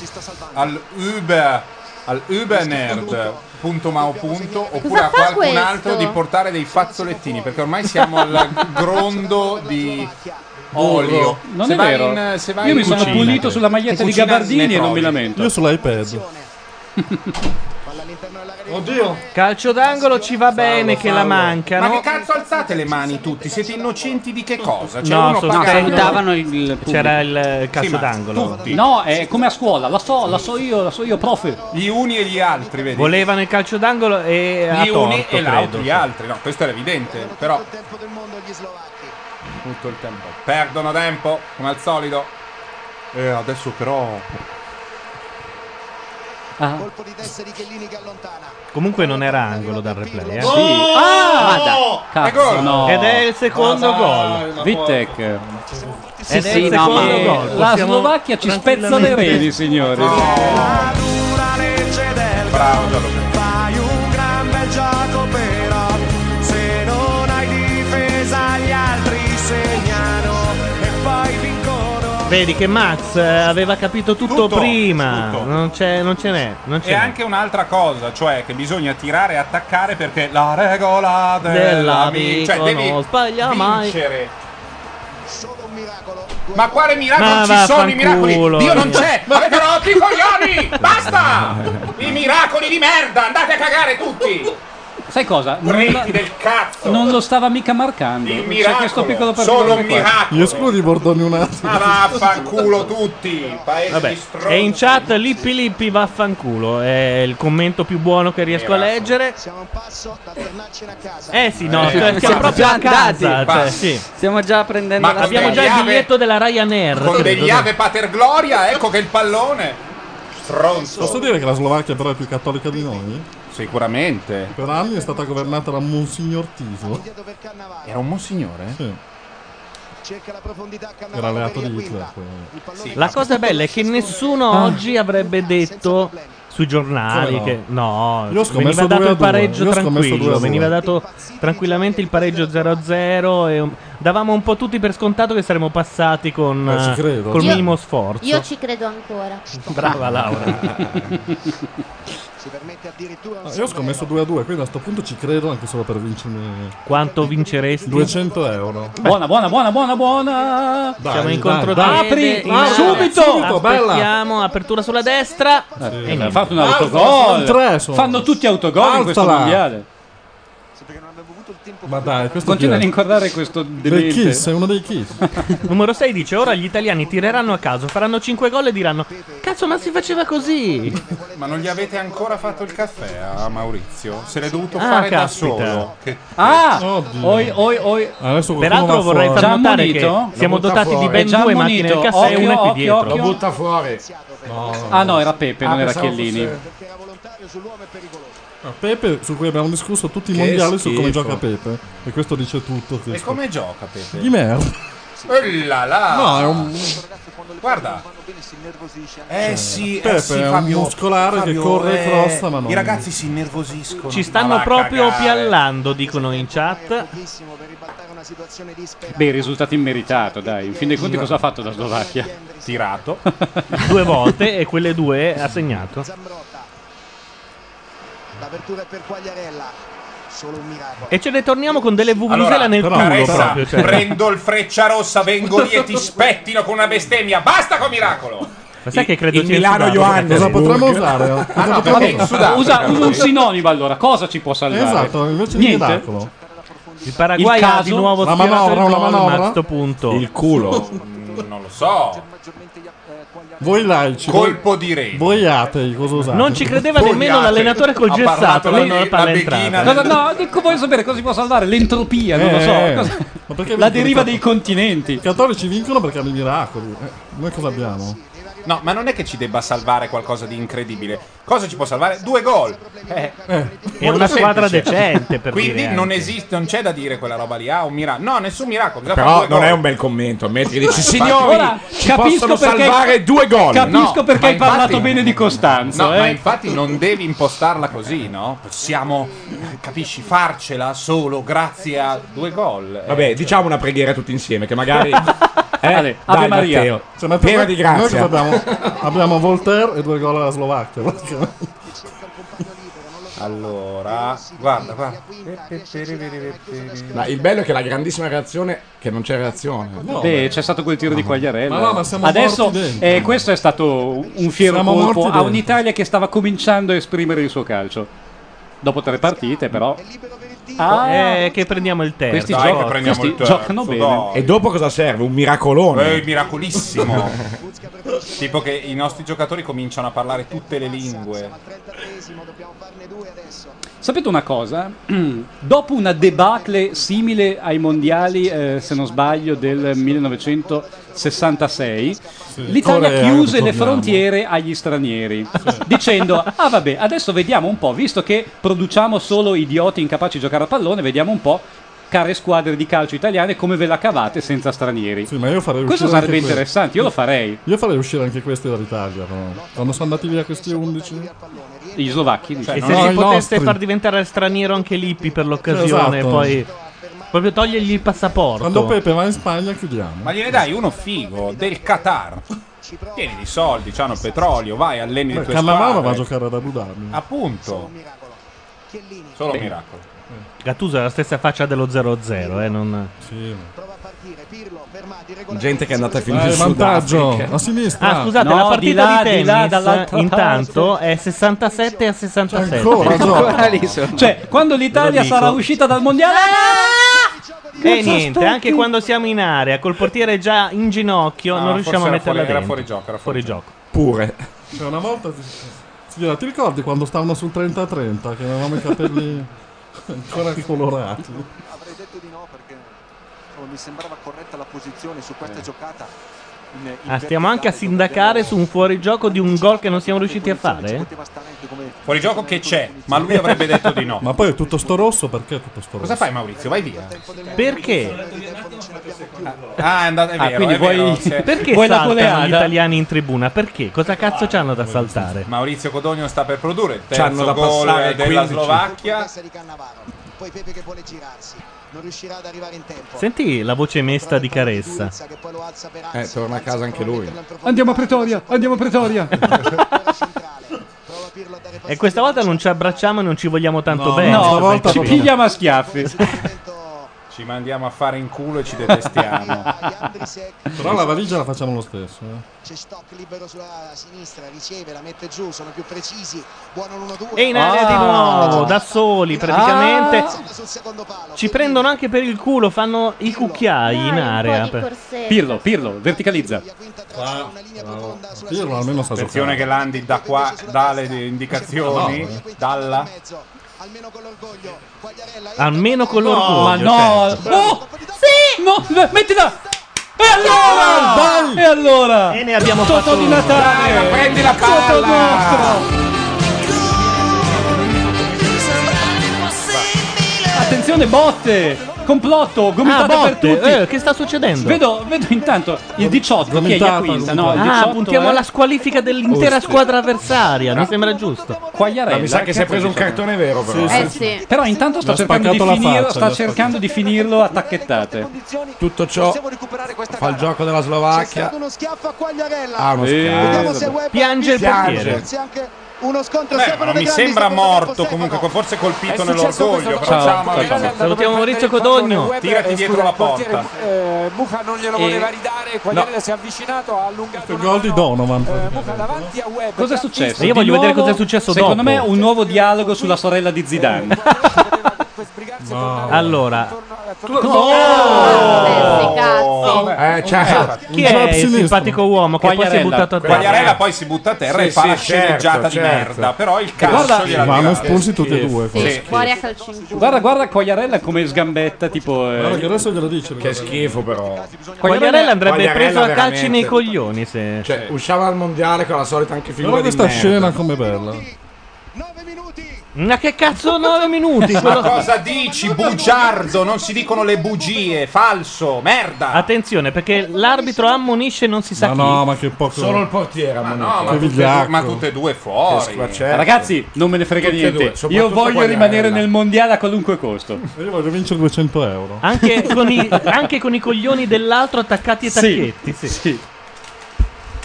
[SPEAKER 3] al Uber al ubernerd.mao. oppure
[SPEAKER 13] fa
[SPEAKER 3] a qualcun
[SPEAKER 13] questo?
[SPEAKER 3] altro di portare dei fazzolettini perché ormai siamo al grondo di olio.
[SPEAKER 5] Non
[SPEAKER 3] Se
[SPEAKER 5] è
[SPEAKER 3] vai
[SPEAKER 5] vero.
[SPEAKER 3] in- se vai
[SPEAKER 5] Io
[SPEAKER 3] in
[SPEAKER 5] mi sono
[SPEAKER 3] cucina-
[SPEAKER 5] pulito sulla maglietta di
[SPEAKER 3] cucina ne
[SPEAKER 5] Gabardini e non
[SPEAKER 3] trovi.
[SPEAKER 5] mi lamento.
[SPEAKER 8] Io sull'iPad.
[SPEAKER 3] Oddio.
[SPEAKER 2] Calcio d'angolo ci va bene che la mancano.
[SPEAKER 3] Ma che cazzo alzate le mani tutti? Siete innocenti di che cosa? C'è
[SPEAKER 2] No,
[SPEAKER 3] uno
[SPEAKER 2] sono-
[SPEAKER 3] pagato-
[SPEAKER 2] no, salutavano il-
[SPEAKER 5] pubblico.
[SPEAKER 2] C'era il eh, calcio
[SPEAKER 3] Sì, ma
[SPEAKER 2] d'angolo.
[SPEAKER 3] tutti.
[SPEAKER 5] No, è come a scuola, la so, la so io, la so io, prof.
[SPEAKER 3] Gli uni e gli altri, vedi?
[SPEAKER 2] Volevano il calcio d'angolo e a
[SPEAKER 3] gli uni
[SPEAKER 2] torto,
[SPEAKER 3] e ah. l'altro
[SPEAKER 2] credo.
[SPEAKER 3] gli altri. No, questo era evidente, però tutto il tempo. Perdono tempo, come al solito. Eh, adesso però
[SPEAKER 7] Colpo di testa di Chiellini che allontana.
[SPEAKER 2] Comunque non era angolo dal replay, eh.
[SPEAKER 7] Sì.
[SPEAKER 3] Oh.
[SPEAKER 7] Ah!
[SPEAKER 5] Cazzo,
[SPEAKER 2] È gol.
[SPEAKER 5] Oh! no.
[SPEAKER 2] Ed è il secondo
[SPEAKER 5] Cosa- Ah,
[SPEAKER 2] gol.
[SPEAKER 5] Vitek.
[SPEAKER 2] Ed è il secondo gol.
[SPEAKER 5] La
[SPEAKER 2] Possiamo
[SPEAKER 5] Slovacchia ci spezza le
[SPEAKER 2] tranquillamente-
[SPEAKER 5] reni, signori.
[SPEAKER 3] Bravo,
[SPEAKER 6] Fai un gran bel gioco però Se non hai difesa gli altri segnano E poi vincono
[SPEAKER 2] Vedi che Max eh, aveva capito tutto,
[SPEAKER 3] Tutto,
[SPEAKER 2] prima. Non, c'è, non ce n'è. Non ce
[SPEAKER 3] E
[SPEAKER 2] n'è.
[SPEAKER 3] anche un'altra cosa, cioè che bisogna tirare e attaccare perché la regola della
[SPEAKER 2] Dell'amico
[SPEAKER 3] cioè devi
[SPEAKER 2] non sbaglia mai.
[SPEAKER 3] vincere. Ma quale miracolo
[SPEAKER 2] Ma
[SPEAKER 3] ci sono i
[SPEAKER 2] vaffanculo,
[SPEAKER 3] miracoli? Dio non
[SPEAKER 2] Dio.
[SPEAKER 3] c'è! Avete rotto i coglioni! Basta! I miracoli di merda! Andate a cagare tutti!
[SPEAKER 5] Sai cosa?
[SPEAKER 3] Preti del cazzo!
[SPEAKER 5] Non lo stava mica marcando.
[SPEAKER 3] Il
[SPEAKER 5] C'è questo
[SPEAKER 3] miracolo,
[SPEAKER 5] piccolo
[SPEAKER 3] solo
[SPEAKER 5] particolare
[SPEAKER 3] un
[SPEAKER 5] qua.
[SPEAKER 3] miracolo.
[SPEAKER 8] Gli escludi Bordoni un attimo.
[SPEAKER 3] Ma vaffanculo tutti! Paese di
[SPEAKER 2] Vabbè.
[SPEAKER 3] stronzi.
[SPEAKER 2] E in chat Lippi Lippi vaffanculo. È il commento più buono che riesco a leggere.
[SPEAKER 7] Siamo a un passo da tornarcene a casa.
[SPEAKER 2] Eh sì, no,
[SPEAKER 25] Eh,
[SPEAKER 2] cioè,
[SPEAKER 25] sì,
[SPEAKER 2] siamo
[SPEAKER 25] sì,
[SPEAKER 2] proprio
[SPEAKER 25] sì,
[SPEAKER 2] a casa.
[SPEAKER 25] andati.
[SPEAKER 2] Cioè, sì.
[SPEAKER 25] Stiamo già prendendo
[SPEAKER 2] Ma
[SPEAKER 25] la
[SPEAKER 2] abbiamo già
[SPEAKER 25] strada.
[SPEAKER 2] il biglietto della Ryanair.
[SPEAKER 3] Con degli
[SPEAKER 2] credo.
[SPEAKER 3] ave pater gloria, ecco che il pallone. Stronzo.
[SPEAKER 8] Posso dire che la Slovacchia però è più cattolica di noi?
[SPEAKER 3] Sicuramente.
[SPEAKER 8] Per anni è stata governata da Monsignor Tifo.
[SPEAKER 3] Era un monsignore?
[SPEAKER 8] Sì.
[SPEAKER 7] Cerca la profondità
[SPEAKER 8] Era alleato di Hitler. poi.
[SPEAKER 2] La cosa bella è che nessuno oggi avrebbe detto sui giornali
[SPEAKER 8] Ah. Come no?
[SPEAKER 2] che no,
[SPEAKER 8] Io ho scommesso
[SPEAKER 2] veniva
[SPEAKER 8] due
[SPEAKER 2] dato
[SPEAKER 8] a
[SPEAKER 2] il
[SPEAKER 8] due,
[SPEAKER 2] pareggio
[SPEAKER 8] io ho scommesso due a
[SPEAKER 2] tranquillo,
[SPEAKER 8] due.
[SPEAKER 2] veniva dato tranquillamente il pareggio 0-0 e um, davamo un po' tutti per scontato che saremmo passati con
[SPEAKER 8] Eh, ci
[SPEAKER 2] eh,
[SPEAKER 8] credo.
[SPEAKER 2] col
[SPEAKER 8] Io-
[SPEAKER 2] minimo sforzo.
[SPEAKER 13] Io ci credo ancora.
[SPEAKER 2] Brava Laura.
[SPEAKER 8] Ah, io ho scommesso 2 a 2, quindi a sto punto ci credo anche solo per vincere
[SPEAKER 2] Quanto vinceresti?
[SPEAKER 8] 200 euro.
[SPEAKER 5] Buona, buona, buona, buona, buona.
[SPEAKER 8] Dai,
[SPEAKER 2] Siamo in
[SPEAKER 8] dai,
[SPEAKER 2] contropiede.
[SPEAKER 8] dai. Apri,
[SPEAKER 2] in
[SPEAKER 8] apri,
[SPEAKER 2] area.
[SPEAKER 8] subito, subito, bella.
[SPEAKER 2] Aspettiamo, apertura sulla destra.
[SPEAKER 5] Eh,
[SPEAKER 2] E niente.
[SPEAKER 5] Fate un
[SPEAKER 8] Alza,
[SPEAKER 5] autogol.
[SPEAKER 8] sono tre, sono.
[SPEAKER 5] Fanno tutti autogol in questo
[SPEAKER 8] Alzala.
[SPEAKER 5] mondiale.
[SPEAKER 8] Ma dai, questo
[SPEAKER 5] Continua
[SPEAKER 8] chi
[SPEAKER 5] a
[SPEAKER 8] è?
[SPEAKER 5] inquadrare questo
[SPEAKER 8] Dei
[SPEAKER 5] demente.
[SPEAKER 8] Kiss, è uno dei Kiss.
[SPEAKER 2] Numero 6 dice: Ora gli italiani tireranno a caso, faranno 5 gol e diranno: Cazzo, ma si faceva così.
[SPEAKER 3] Ma non gli avete ancora fatto il caffè a Maurizio? Se l'è dovuto
[SPEAKER 2] Ah,
[SPEAKER 3] fare da
[SPEAKER 2] caspita.
[SPEAKER 3] solo. Che-
[SPEAKER 5] Ah!
[SPEAKER 8] Oddio. Ah.
[SPEAKER 5] Oi, oi, oi.
[SPEAKER 8] Adesso qualcuno
[SPEAKER 2] Peraltro
[SPEAKER 8] va
[SPEAKER 2] vorrei
[SPEAKER 8] fuori.
[SPEAKER 2] far
[SPEAKER 5] Gian
[SPEAKER 2] notare
[SPEAKER 5] Munito?
[SPEAKER 2] che siamo
[SPEAKER 8] Lo butta
[SPEAKER 2] dotati di
[SPEAKER 8] fuori.
[SPEAKER 2] ben
[SPEAKER 5] Gian
[SPEAKER 2] due macchine del
[SPEAKER 5] Munito,
[SPEAKER 2] caffè e
[SPEAKER 5] occhio,
[SPEAKER 2] una qui
[SPEAKER 5] occhio,
[SPEAKER 2] dietro.
[SPEAKER 5] occhio.
[SPEAKER 4] Lo butta fuori.
[SPEAKER 8] Ah,
[SPEAKER 5] Ah no, era Pepe, non era Chiellini.
[SPEAKER 4] fosse-
[SPEAKER 8] No, Pepe, su cui abbiamo discusso tutti i
[SPEAKER 3] Che
[SPEAKER 8] mondiali su come
[SPEAKER 3] schifo.
[SPEAKER 8] gioca Pepe. E questo dice tutto.
[SPEAKER 3] E
[SPEAKER 8] questo.
[SPEAKER 3] come gioca Pepe?
[SPEAKER 8] Di merda.
[SPEAKER 3] Eh là là.
[SPEAKER 8] No, è un- Cioè,
[SPEAKER 3] Guarda. Eh sì, eh
[SPEAKER 8] Pepe
[SPEAKER 3] sì,
[SPEAKER 8] è un
[SPEAKER 3] Fabio,
[SPEAKER 8] muscolare che
[SPEAKER 3] Fabio,
[SPEAKER 8] corre e
[SPEAKER 3] eh,
[SPEAKER 8] crossa, ma non-
[SPEAKER 3] I ragazzi si innervosiscono.
[SPEAKER 2] Ci stanno
[SPEAKER 3] Ma va a
[SPEAKER 2] proprio
[SPEAKER 3] cagare.
[SPEAKER 2] piallando, dicono in chat.
[SPEAKER 5] Beh, risultato immeritato, dai. In fin dei conti cosa ha fatto la Slovacchia?
[SPEAKER 3] Tirato.
[SPEAKER 2] Due volte e quelle due ha segnato.
[SPEAKER 6] L'apertura è per Quagliarella. Solo un miracolo.
[SPEAKER 2] E ce ne torniamo con delle vuvuzela
[SPEAKER 3] Allora,
[SPEAKER 2] nel culo
[SPEAKER 3] Caressa,
[SPEAKER 2] proprio. cioè.
[SPEAKER 3] prendo il freccia rossa, vengo lì e ti spettino con una bestemmia. Basta con miracolo.
[SPEAKER 2] Ma sai che credo
[SPEAKER 3] il
[SPEAKER 2] sia in
[SPEAKER 3] Milano
[SPEAKER 2] Sudafrica,
[SPEAKER 3] Johannes.
[SPEAKER 2] Pieter?
[SPEAKER 3] Cosa potremmo
[SPEAKER 8] usare?
[SPEAKER 3] Ah, no, perché in Sudafrica,
[SPEAKER 5] Usa usa un
[SPEAKER 3] così.
[SPEAKER 5] sinonimo allora, cosa ci può salvare?
[SPEAKER 8] Esatto, invece di
[SPEAKER 5] Niente?
[SPEAKER 8] miracolo.
[SPEAKER 2] Il Paraguay
[SPEAKER 5] Il
[SPEAKER 2] ha
[SPEAKER 5] caso?
[SPEAKER 2] di nuovo
[SPEAKER 5] La
[SPEAKER 2] sfiorato
[SPEAKER 5] manovra,
[SPEAKER 2] il
[SPEAKER 5] una
[SPEAKER 2] gol, ma a
[SPEAKER 5] manovra?
[SPEAKER 2] questo punto.
[SPEAKER 5] Il culo.
[SPEAKER 3] Mm, Non lo so.
[SPEAKER 8] Voi laici.
[SPEAKER 3] Colpo
[SPEAKER 8] voi-
[SPEAKER 3] di reni.
[SPEAKER 8] Voi atei, cosa usate?
[SPEAKER 2] Non ci credeva nemmeno l'allenatore col gessato. Lei non parla entrata.
[SPEAKER 5] Cosa- no, dico, voglio sapere cosa si può salvare. L'entropia, non lo so.
[SPEAKER 8] Eh,
[SPEAKER 5] cosa-
[SPEAKER 8] ma perché
[SPEAKER 5] La
[SPEAKER 8] vincono
[SPEAKER 5] deriva
[SPEAKER 8] tanto?
[SPEAKER 5] dei continenti.
[SPEAKER 8] I cattolici vincono perché hanno i miracoli. Eh, noi cosa abbiamo?
[SPEAKER 3] No, ma non è che ci debba salvare qualcosa di incredibile. Cosa ci può salvare? Due gol. Eh.
[SPEAKER 2] È una
[SPEAKER 3] Molto
[SPEAKER 2] squadra
[SPEAKER 3] semplice.
[SPEAKER 2] decente per
[SPEAKER 3] Quindi
[SPEAKER 2] dire
[SPEAKER 3] non
[SPEAKER 2] anche.
[SPEAKER 3] esiste, non c'è da dire quella roba lì. Ah, un miracolo. No, nessun miracolo. bisogna
[SPEAKER 4] Però
[SPEAKER 3] fare due
[SPEAKER 4] non
[SPEAKER 3] gol.
[SPEAKER 4] è un bel commento. Ammetti che dici,
[SPEAKER 3] Infatti,
[SPEAKER 4] signori,
[SPEAKER 3] ora
[SPEAKER 4] ci
[SPEAKER 3] capisco
[SPEAKER 4] possono
[SPEAKER 3] perché-
[SPEAKER 4] salvare due gol.
[SPEAKER 3] Capisco
[SPEAKER 4] No,
[SPEAKER 3] perché
[SPEAKER 4] ma
[SPEAKER 3] hai parlato
[SPEAKER 4] infatti-
[SPEAKER 3] bene di
[SPEAKER 5] Costanzo.
[SPEAKER 3] No,
[SPEAKER 5] eh.
[SPEAKER 3] ma infatti non devi impostarla così, no? Possiamo, eh, capisci, farcela solo grazie a due gol. eh.
[SPEAKER 4] Vabbè, diciamo una preghiera tutti insieme, che magari. eh,
[SPEAKER 3] Ave
[SPEAKER 4] dai,
[SPEAKER 3] Maria.
[SPEAKER 4] Matteo.
[SPEAKER 8] Cioè, ma per
[SPEAKER 4] Piena
[SPEAKER 8] me-
[SPEAKER 4] di
[SPEAKER 8] Noi cosa
[SPEAKER 4] grazia.
[SPEAKER 8] abbiamo? abbiamo Voltaire e due gol alla Slovacchia. praticamente.
[SPEAKER 3] Allora, guarda, guarda.
[SPEAKER 4] Ma il bello è che la grandissima reazione, che non c'è reazione.
[SPEAKER 5] Beh, c'è stato quel tiro di Quagliarella.
[SPEAKER 4] Ma no, ma siamo
[SPEAKER 5] Adesso
[SPEAKER 4] morti dentro.
[SPEAKER 5] eh, questo è stato un fiero
[SPEAKER 4] Siamo morti
[SPEAKER 5] colpo a
[SPEAKER 4] dentro.
[SPEAKER 5] un'Italia che stava cominciando a esprimere il suo calcio. Dopo tre partite, però. Ah,
[SPEAKER 2] Eh, che prendiamo il terzo.
[SPEAKER 5] Questi giochi- questi giocano bene.
[SPEAKER 4] E dopo cosa serve? Un miracolone.
[SPEAKER 3] Eh, miracolissimo. tipo che i nostri giocatori cominciano a parlare tutte le lingue.
[SPEAKER 5] Sapete una cosa? Dopo una debacle simile ai mondiali, eh, se non sbaglio, del 1966, l'Italia
[SPEAKER 8] Corea,
[SPEAKER 5] chiuse le
[SPEAKER 8] ritorniamo.
[SPEAKER 5] frontiere agli stranieri, dicendo, ah vabbè, adesso vediamo un po', visto che produciamo solo idioti incapaci di giocare a pallone, vediamo un po', care squadre di calcio italiane, come ve la cavate senza stranieri.
[SPEAKER 8] Ma io farei
[SPEAKER 5] Questo
[SPEAKER 8] uscire
[SPEAKER 5] sarebbe
[SPEAKER 8] anche que-
[SPEAKER 5] interessante, io lo farei.
[SPEAKER 8] Io farei uscire anche questi dall'Italia. però. Quando sono andati via questi 11?
[SPEAKER 5] Gli slovacchi,
[SPEAKER 2] E
[SPEAKER 3] Cioè,
[SPEAKER 5] diciamo.
[SPEAKER 2] se
[SPEAKER 8] No,
[SPEAKER 2] si
[SPEAKER 8] i
[SPEAKER 2] potesse
[SPEAKER 8] nostri.
[SPEAKER 2] far diventare straniero anche Lippi per l'occasione,
[SPEAKER 8] Esatto.
[SPEAKER 2] poi proprio togliergli il passaporto.
[SPEAKER 8] Quando
[SPEAKER 4] Certo.
[SPEAKER 8] Pepe va in Spagna chiudiamo.
[SPEAKER 3] Ma gliene dai uno figo del Qatar. Tieni i soldi, c'hanno il petrolio, vai, alleni le tue
[SPEAKER 4] Ah,
[SPEAKER 8] Cannavaro va a
[SPEAKER 4] ecco.
[SPEAKER 3] squadre.
[SPEAKER 8] giocare ad Abu Dhabi.
[SPEAKER 3] Appunto. Solo
[SPEAKER 2] Beh.
[SPEAKER 3] miracolo.
[SPEAKER 2] Gattuso ha la stessa faccia dello 0-0, eh, non...
[SPEAKER 4] Gente che è andata a
[SPEAKER 8] finire Eh, in vantaggio, Sudafrica. a sinistra.
[SPEAKER 2] Ah, scusate,
[SPEAKER 8] No,
[SPEAKER 2] la
[SPEAKER 8] di
[SPEAKER 2] partita di,
[SPEAKER 8] là, di là,
[SPEAKER 2] tennis
[SPEAKER 8] dall'altra
[SPEAKER 2] intanto è 67 a Eh, 67.
[SPEAKER 4] Eh,
[SPEAKER 5] Ancora gioca. Ancora lì Cioè, quando l'Italia
[SPEAKER 2] Lo dico.
[SPEAKER 5] sarà uscita dal mondiale...
[SPEAKER 2] E
[SPEAKER 5] Cazzo,
[SPEAKER 2] niente,
[SPEAKER 5] aspetti.
[SPEAKER 2] anche quando siamo in area, col portiere già in ginocchio,
[SPEAKER 3] No,
[SPEAKER 2] non riusciamo a
[SPEAKER 3] Ah, forse era
[SPEAKER 2] metterla
[SPEAKER 3] fuori- era
[SPEAKER 2] dentro.
[SPEAKER 3] fuori gioco, era fuori
[SPEAKER 2] gioco.
[SPEAKER 4] Pure.
[SPEAKER 8] Cioè, una volta. si- Signora, ti ricordi quando stavano sul 30-30? Che avevamo i capelli ancora colorati?
[SPEAKER 7] Avrei detto di no perché insomma, mi sembrava corretta la posizione su
[SPEAKER 3] Eh.
[SPEAKER 7] questa giocata. In, in
[SPEAKER 2] Ah, stiamo anche a
[SPEAKER 7] verticale,
[SPEAKER 2] sindacare su un fuorigioco di un gol che non siamo riusciti a fare? eh.
[SPEAKER 3] Fuori gioco che c'è, ma lui avrebbe detto di no.
[SPEAKER 8] Ma poi tutto sto rosso, perché tutto sto rosso?
[SPEAKER 3] Cosa fai Maurizio? Vai via.
[SPEAKER 2] Perché?
[SPEAKER 3] Ah, è andato, è
[SPEAKER 2] Ah,
[SPEAKER 3] vero,
[SPEAKER 2] quindi
[SPEAKER 3] è
[SPEAKER 2] vuoi-
[SPEAKER 3] vero, se-
[SPEAKER 2] Perché
[SPEAKER 3] vuoi la
[SPEAKER 2] saltano
[SPEAKER 3] coleata?
[SPEAKER 2] gli italiani in tribuna? Perché? Cosa cazzo c'hanno da saltare?
[SPEAKER 3] Maurizio Codogno sta per produrre il
[SPEAKER 2] C'hanno
[SPEAKER 3] terzo
[SPEAKER 2] da
[SPEAKER 3] gol
[SPEAKER 2] passare
[SPEAKER 3] della
[SPEAKER 2] 15.
[SPEAKER 3] Slovacchia.
[SPEAKER 6] Poi Pepe che vuole girarsi. Non riuscirà ad arrivare in tempo.
[SPEAKER 2] Senti la voce mesta di Caressa.
[SPEAKER 4] Eh, torna a casa anche lui.
[SPEAKER 5] Andiamo a Pretoria, andiamo a Pretoria.
[SPEAKER 2] E questa volta non ci abbracciamo e non ci vogliamo tanto bene.
[SPEAKER 5] no, stavolta ci pigliamo a schiaffi.
[SPEAKER 3] Ci mandiamo a fare in culo e ci detestiamo.
[SPEAKER 8] Però la valigia la facciamo lo stesso. eh.
[SPEAKER 6] C'è Stock libero sulla sinistra, riceve, la mette giù, sono più precisi. Buono l'1-2.
[SPEAKER 2] E in area
[SPEAKER 3] Ah.
[SPEAKER 2] di nuovo, da soli praticamente.
[SPEAKER 6] Sul secondo palo.
[SPEAKER 2] Ci prendono anche per il culo, fanno i cucchiai in area.
[SPEAKER 5] Pirlo, Pirlo, verticalizza.
[SPEAKER 8] Pirlo almeno sa
[SPEAKER 3] Attenzione
[SPEAKER 8] giocare.
[SPEAKER 3] che Landi da qua dà le indicazioni.
[SPEAKER 8] No, eh.
[SPEAKER 3] Dalla.
[SPEAKER 2] Almeno con l'orgoglio.
[SPEAKER 5] ma no.
[SPEAKER 2] cioè.
[SPEAKER 5] Oh! Sì! mettila! E
[SPEAKER 8] Ah,
[SPEAKER 5] allora? E allora?
[SPEAKER 2] E ne abbiamo
[SPEAKER 5] Toto
[SPEAKER 2] fatto
[SPEAKER 5] di
[SPEAKER 2] uno.
[SPEAKER 5] Natale.
[SPEAKER 2] Dai, prendi la
[SPEAKER 5] Toto
[SPEAKER 2] palla.
[SPEAKER 5] nostro. Attenzione, botte! Complotto, gomitate
[SPEAKER 2] Ah,
[SPEAKER 5] per
[SPEAKER 2] botte,
[SPEAKER 5] tutti.
[SPEAKER 2] eh, che sta succedendo?
[SPEAKER 5] Vedo, vedo intanto il 18 che è
[SPEAKER 2] Gomitata,
[SPEAKER 5] Iaquinta, no? Il eh.
[SPEAKER 2] gomitata.
[SPEAKER 5] 18
[SPEAKER 2] Ah, puntiamo
[SPEAKER 5] è-
[SPEAKER 2] alla squalifica dell'intera
[SPEAKER 5] Ostia.
[SPEAKER 2] squadra avversaria. Mi sembra giusto.
[SPEAKER 5] Quagliarella, che cazzo dice?
[SPEAKER 14] Eh sì.
[SPEAKER 5] Però intanto sta
[SPEAKER 2] Mi ha
[SPEAKER 5] cercando, di,
[SPEAKER 2] spaccato la
[SPEAKER 5] finirlo-
[SPEAKER 2] faccia,
[SPEAKER 5] sta
[SPEAKER 2] mi ha
[SPEAKER 5] cercando di finirlo a tacchettate.
[SPEAKER 26] Tutto ciò fa il gioco della Slovacchia.
[SPEAKER 6] Uno schiaffo a Quagliarella.
[SPEAKER 26] Ah, uno schiaffo.
[SPEAKER 2] Eh,
[SPEAKER 4] Eh,
[SPEAKER 6] Vediamo se Web
[SPEAKER 26] Piange il
[SPEAKER 6] piange.
[SPEAKER 26] portiere.
[SPEAKER 6] C'è anche uno scontro
[SPEAKER 3] Beh,
[SPEAKER 6] Stefano
[SPEAKER 3] non
[SPEAKER 6] De
[SPEAKER 3] mi
[SPEAKER 6] Grandi,
[SPEAKER 3] sembra
[SPEAKER 6] Stefano
[SPEAKER 3] morto comunque, forse colpito nell'orgoglio. Però ciao, Maurizio.
[SPEAKER 2] Salutiamo Maurizio Codogno.
[SPEAKER 3] Tirati dietro la porta.
[SPEAKER 12] Eh, Buca non glielo
[SPEAKER 8] E-
[SPEAKER 12] voleva ridare, Quagliarella si è avvicinato, ha allungato
[SPEAKER 8] Il gol di Donovan.
[SPEAKER 7] Eh,
[SPEAKER 12] davanti a Web.
[SPEAKER 5] Cosa è successo?
[SPEAKER 2] esatto. Io
[SPEAKER 5] Di
[SPEAKER 2] voglio vedere
[SPEAKER 5] nuovo,
[SPEAKER 2] cosa è successo
[SPEAKER 5] Secondo
[SPEAKER 2] dopo.
[SPEAKER 5] me un nuovo dialogo sulla sorella di Zidane.
[SPEAKER 2] Allora,
[SPEAKER 8] Oh!
[SPEAKER 3] Eh, certo.
[SPEAKER 2] chi è il
[SPEAKER 3] Sinistro.
[SPEAKER 2] simpatico uomo che poi si è buttato a terra?
[SPEAKER 3] Quagliarella poi si butta a terra
[SPEAKER 2] Sì,
[SPEAKER 3] e fa
[SPEAKER 2] sì,
[SPEAKER 3] la
[SPEAKER 2] certo,
[SPEAKER 3] sceneggiata di
[SPEAKER 2] certo.
[SPEAKER 3] merda. Però il
[SPEAKER 5] Guarda-
[SPEAKER 3] calcio gliela
[SPEAKER 5] Ma hanno
[SPEAKER 3] regala.
[SPEAKER 5] espulsi tutti e
[SPEAKER 3] Sì.
[SPEAKER 5] due, forse.
[SPEAKER 3] Sì.
[SPEAKER 13] Fuori a calcini.
[SPEAKER 5] Guarda, guarda Quagliarella come sgambetta, tipo... eh,
[SPEAKER 8] Guarda che adesso glielo dice.
[SPEAKER 4] Che schifo, però.
[SPEAKER 3] Eh.
[SPEAKER 2] Quagliarella andrebbe preso a calci
[SPEAKER 4] veramente.
[SPEAKER 2] nei coglioni. Se...
[SPEAKER 8] Eh,
[SPEAKER 4] Cioè, usciava al mondiale con la solita anche figura
[SPEAKER 8] Guarda
[SPEAKER 4] di
[SPEAKER 8] questa
[SPEAKER 4] merda.
[SPEAKER 8] scena com'è bella.
[SPEAKER 2] Ma che cazzo, 9 minuti?
[SPEAKER 3] Ma
[SPEAKER 2] Quello-
[SPEAKER 3] cosa dici, bugiardo? Non si dicono le bugie, falso, merda.
[SPEAKER 2] Attenzione perché l'arbitro ammonisce non si sa chi.
[SPEAKER 8] no, ma che poco-
[SPEAKER 4] Solo il portiere, ma
[SPEAKER 3] No, ma tutte, e due- ma tutte e due fuori.
[SPEAKER 5] Ragazzi, non me ne frega
[SPEAKER 8] Tutte e due,
[SPEAKER 5] niente. Io
[SPEAKER 8] soprattutto
[SPEAKER 5] voglio
[SPEAKER 8] Quagliarella.
[SPEAKER 5] rimanere nel mondiale a qualunque costo.
[SPEAKER 8] Io voglio vincere 200 euro.
[SPEAKER 2] Anche con, i, anche con i coglioni dell'altro attaccati ai
[SPEAKER 5] Sì.
[SPEAKER 2] tacchetti. Sì.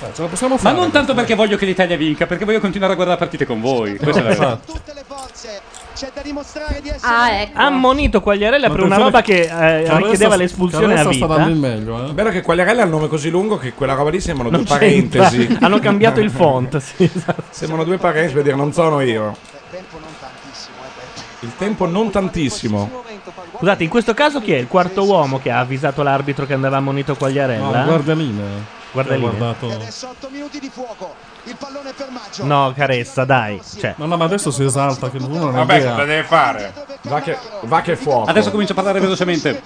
[SPEAKER 8] Eh, ce la possiamo
[SPEAKER 5] Ma
[SPEAKER 8] fare.
[SPEAKER 5] non tanto perché voglio che l'Italia vinca, perché voglio continuare a guardare partite con voi. Questa
[SPEAKER 2] Esatto.
[SPEAKER 5] è la verità.
[SPEAKER 13] Ah, ecco.
[SPEAKER 2] Ammonito Quagliarella per una roba che eh, richiedeva l'espulsione a vita.
[SPEAKER 8] meglio,
[SPEAKER 4] Bello che Quagliarella ha il nome così lungo che quella roba lì sembrano
[SPEAKER 2] Non
[SPEAKER 4] due parentesi.
[SPEAKER 2] c'entra. Hanno cambiato il font. Sì, esatto.
[SPEAKER 4] Sembrano due parentesi per dire non sono io.
[SPEAKER 6] eh,
[SPEAKER 4] Il tempo non tantissimo.
[SPEAKER 2] Scusate, in questo caso chi è? Il quarto uomo che ha avvisato l'arbitro che andava ammonito Quagliarella?
[SPEAKER 8] No, guardaline.
[SPEAKER 2] Guardaline.
[SPEAKER 8] Che ha guardato-
[SPEAKER 2] Ecco. No, Caressa, dai. Cioè.
[SPEAKER 8] No, no, ma adesso si esalta che uno non ha
[SPEAKER 3] Vabbè,
[SPEAKER 8] idea.
[SPEAKER 3] cosa deve fare?
[SPEAKER 4] Va che, va che fuoco.
[SPEAKER 5] Adesso comincio a parlare velocemente.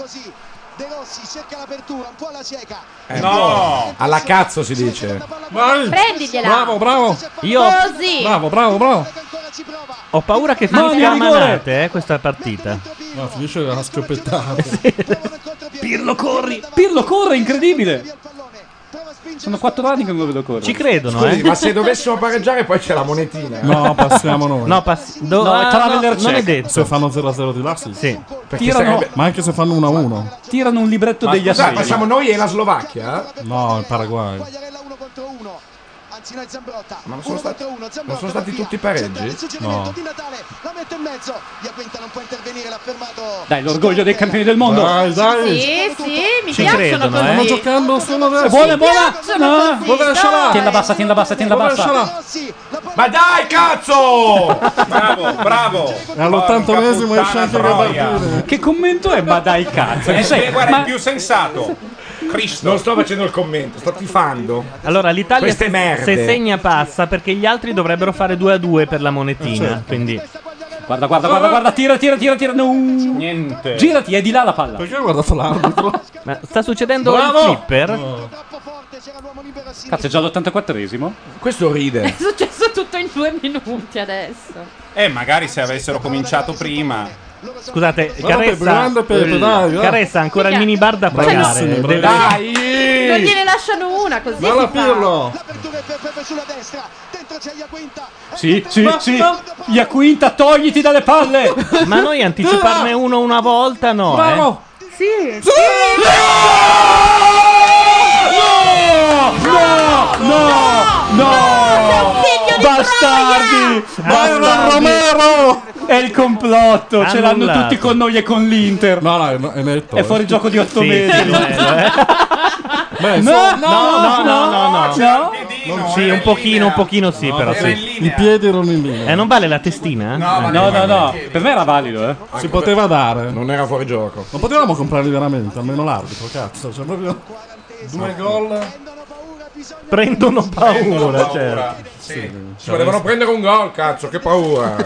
[SPEAKER 4] Eh,
[SPEAKER 3] No!
[SPEAKER 4] Alla cazzo si dice.
[SPEAKER 8] Vai!
[SPEAKER 13] Prendigliela.
[SPEAKER 8] Bravo, bravo.
[SPEAKER 2] Io-
[SPEAKER 13] Così.
[SPEAKER 8] Bravo, bravo, bravo.
[SPEAKER 2] Ho paura che
[SPEAKER 8] Mani
[SPEAKER 2] finisca a
[SPEAKER 8] al rigore!
[SPEAKER 2] manate eh, questa partita.
[SPEAKER 8] No, finisce a schioppettare.
[SPEAKER 5] Pirlo corri! Pirlo corre, incredibile! Sono quattro anni che non lo vedo correre.
[SPEAKER 2] Ci credono,
[SPEAKER 4] Scusi,
[SPEAKER 2] eh.
[SPEAKER 4] ma se dovessimo pareggiare poi c'è la monetina.
[SPEAKER 8] No, passiamo noi.
[SPEAKER 2] No, pass- do-
[SPEAKER 8] No, è
[SPEAKER 2] ah,
[SPEAKER 8] Traveler
[SPEAKER 2] no, non è
[SPEAKER 8] check.
[SPEAKER 2] detto.
[SPEAKER 8] Se fanno 0-0 di là, sì.
[SPEAKER 4] Perché
[SPEAKER 8] Tirano-
[SPEAKER 4] sarebbe-
[SPEAKER 8] Ma anche se fanno 1-1.
[SPEAKER 5] Tirano un libretto degli
[SPEAKER 4] Scusate,
[SPEAKER 5] assegni.
[SPEAKER 4] passiamo noi e la Slovacchia? eh?
[SPEAKER 8] No, il Paraguay.
[SPEAKER 4] Ma non sono stati, non sono stati tutti pareggi?
[SPEAKER 8] No.
[SPEAKER 5] Dai, l'orgoglio dei campioni del mondo.
[SPEAKER 8] Dai, dai.
[SPEAKER 13] Sì, sì, mi
[SPEAKER 5] Ci
[SPEAKER 13] piacciono
[SPEAKER 5] credono,
[SPEAKER 13] così.
[SPEAKER 5] eh.
[SPEAKER 8] Stanno giocando solo adesso.
[SPEAKER 5] Buona, buona!
[SPEAKER 13] piacciono così,
[SPEAKER 5] Tienila
[SPEAKER 13] dai.
[SPEAKER 5] bassa, tienila bassa, tienila bassa.
[SPEAKER 3] Ma dai, cazzo! Bravo, bravo.
[SPEAKER 8] All'80esimo esce anche Gabardini.
[SPEAKER 5] Che commento è? Ma dai, cazzo.
[SPEAKER 3] Eh,
[SPEAKER 5] Sai,
[SPEAKER 3] sì, guarda,
[SPEAKER 5] ma-
[SPEAKER 3] è più sensato. Cristo.
[SPEAKER 4] Non sto facendo il commento, sto tifando.
[SPEAKER 2] Allora, l'Italia
[SPEAKER 4] Queste
[SPEAKER 2] se
[SPEAKER 4] merde.
[SPEAKER 2] se segna passa perché gli altri dovrebbero fare 2 a 2 per la monetina. Quindi
[SPEAKER 5] Guarda, guarda, guarda, guarda, tira, tira, tira, tira. No.
[SPEAKER 3] Niente.
[SPEAKER 5] Girati, è di là la palla.
[SPEAKER 8] Perché ho guardato l'arbitro?
[SPEAKER 2] Ma sta succedendo il flipper?
[SPEAKER 5] Cazzo, è già l'84esimo.
[SPEAKER 4] Questo
[SPEAKER 13] È
[SPEAKER 4] ride.
[SPEAKER 13] successo tutto in due minuti adesso.
[SPEAKER 3] Eh, magari se avessero cominciato prima.
[SPEAKER 2] Scusate,
[SPEAKER 8] Vabbè,
[SPEAKER 2] Caressa,
[SPEAKER 8] grande Pepe, dai, dai.
[SPEAKER 2] Caressa ha ancora il
[SPEAKER 13] Minchia.
[SPEAKER 2] mini bar da pagare.
[SPEAKER 8] Bravissimi,
[SPEAKER 2] Deve-
[SPEAKER 13] Non
[SPEAKER 4] Dai!
[SPEAKER 13] gliene lasciano una così.
[SPEAKER 8] Bella
[SPEAKER 13] si fa.
[SPEAKER 8] Pirlo.
[SPEAKER 5] Sì, sì,
[SPEAKER 8] Ma-
[SPEAKER 5] sì.
[SPEAKER 8] ma-
[SPEAKER 5] Iaquinta, togliti dalle palle.
[SPEAKER 2] Ma noi anticiparne uno una volta no, eh.
[SPEAKER 8] Bravo.
[SPEAKER 13] Sì.
[SPEAKER 5] No, no, no. Bastardi.
[SPEAKER 8] Byron
[SPEAKER 5] Bastardi.
[SPEAKER 8] Romero!
[SPEAKER 5] È il complotto. Ce l'hanno
[SPEAKER 2] Annullato.
[SPEAKER 5] tutti con noi e con l'Inter.
[SPEAKER 8] No, no, è, è netto.
[SPEAKER 5] È fuori gioco di 8
[SPEAKER 2] Sì, sì,
[SPEAKER 5] metri.
[SPEAKER 2] bello, eh.
[SPEAKER 8] Beh,
[SPEAKER 5] No,
[SPEAKER 2] No,
[SPEAKER 8] so-
[SPEAKER 2] no, no, no, no.
[SPEAKER 5] No.
[SPEAKER 3] Piedino,
[SPEAKER 2] Sì,
[SPEAKER 3] era
[SPEAKER 2] un
[SPEAKER 3] in
[SPEAKER 2] pochino, un
[SPEAKER 3] linea.
[SPEAKER 2] pochino sì, però
[SPEAKER 3] Era in
[SPEAKER 2] sì.
[SPEAKER 8] I
[SPEAKER 3] linea.
[SPEAKER 8] piedi erano in linea.
[SPEAKER 2] Eh, non vale la testina?
[SPEAKER 3] No, ma
[SPEAKER 5] No, no, no. Per me era valido, eh.
[SPEAKER 8] Si poteva dare.
[SPEAKER 4] Non era fuori gioco.
[SPEAKER 8] Non potevamo comprarli veramente, almeno l'arbitro, cazzo. Cioè, proprio due gol.
[SPEAKER 2] Prendono paura,
[SPEAKER 3] Paura,
[SPEAKER 2] certo.
[SPEAKER 3] sì.
[SPEAKER 4] Ci volevano prendere un gol, cazzo, che paura.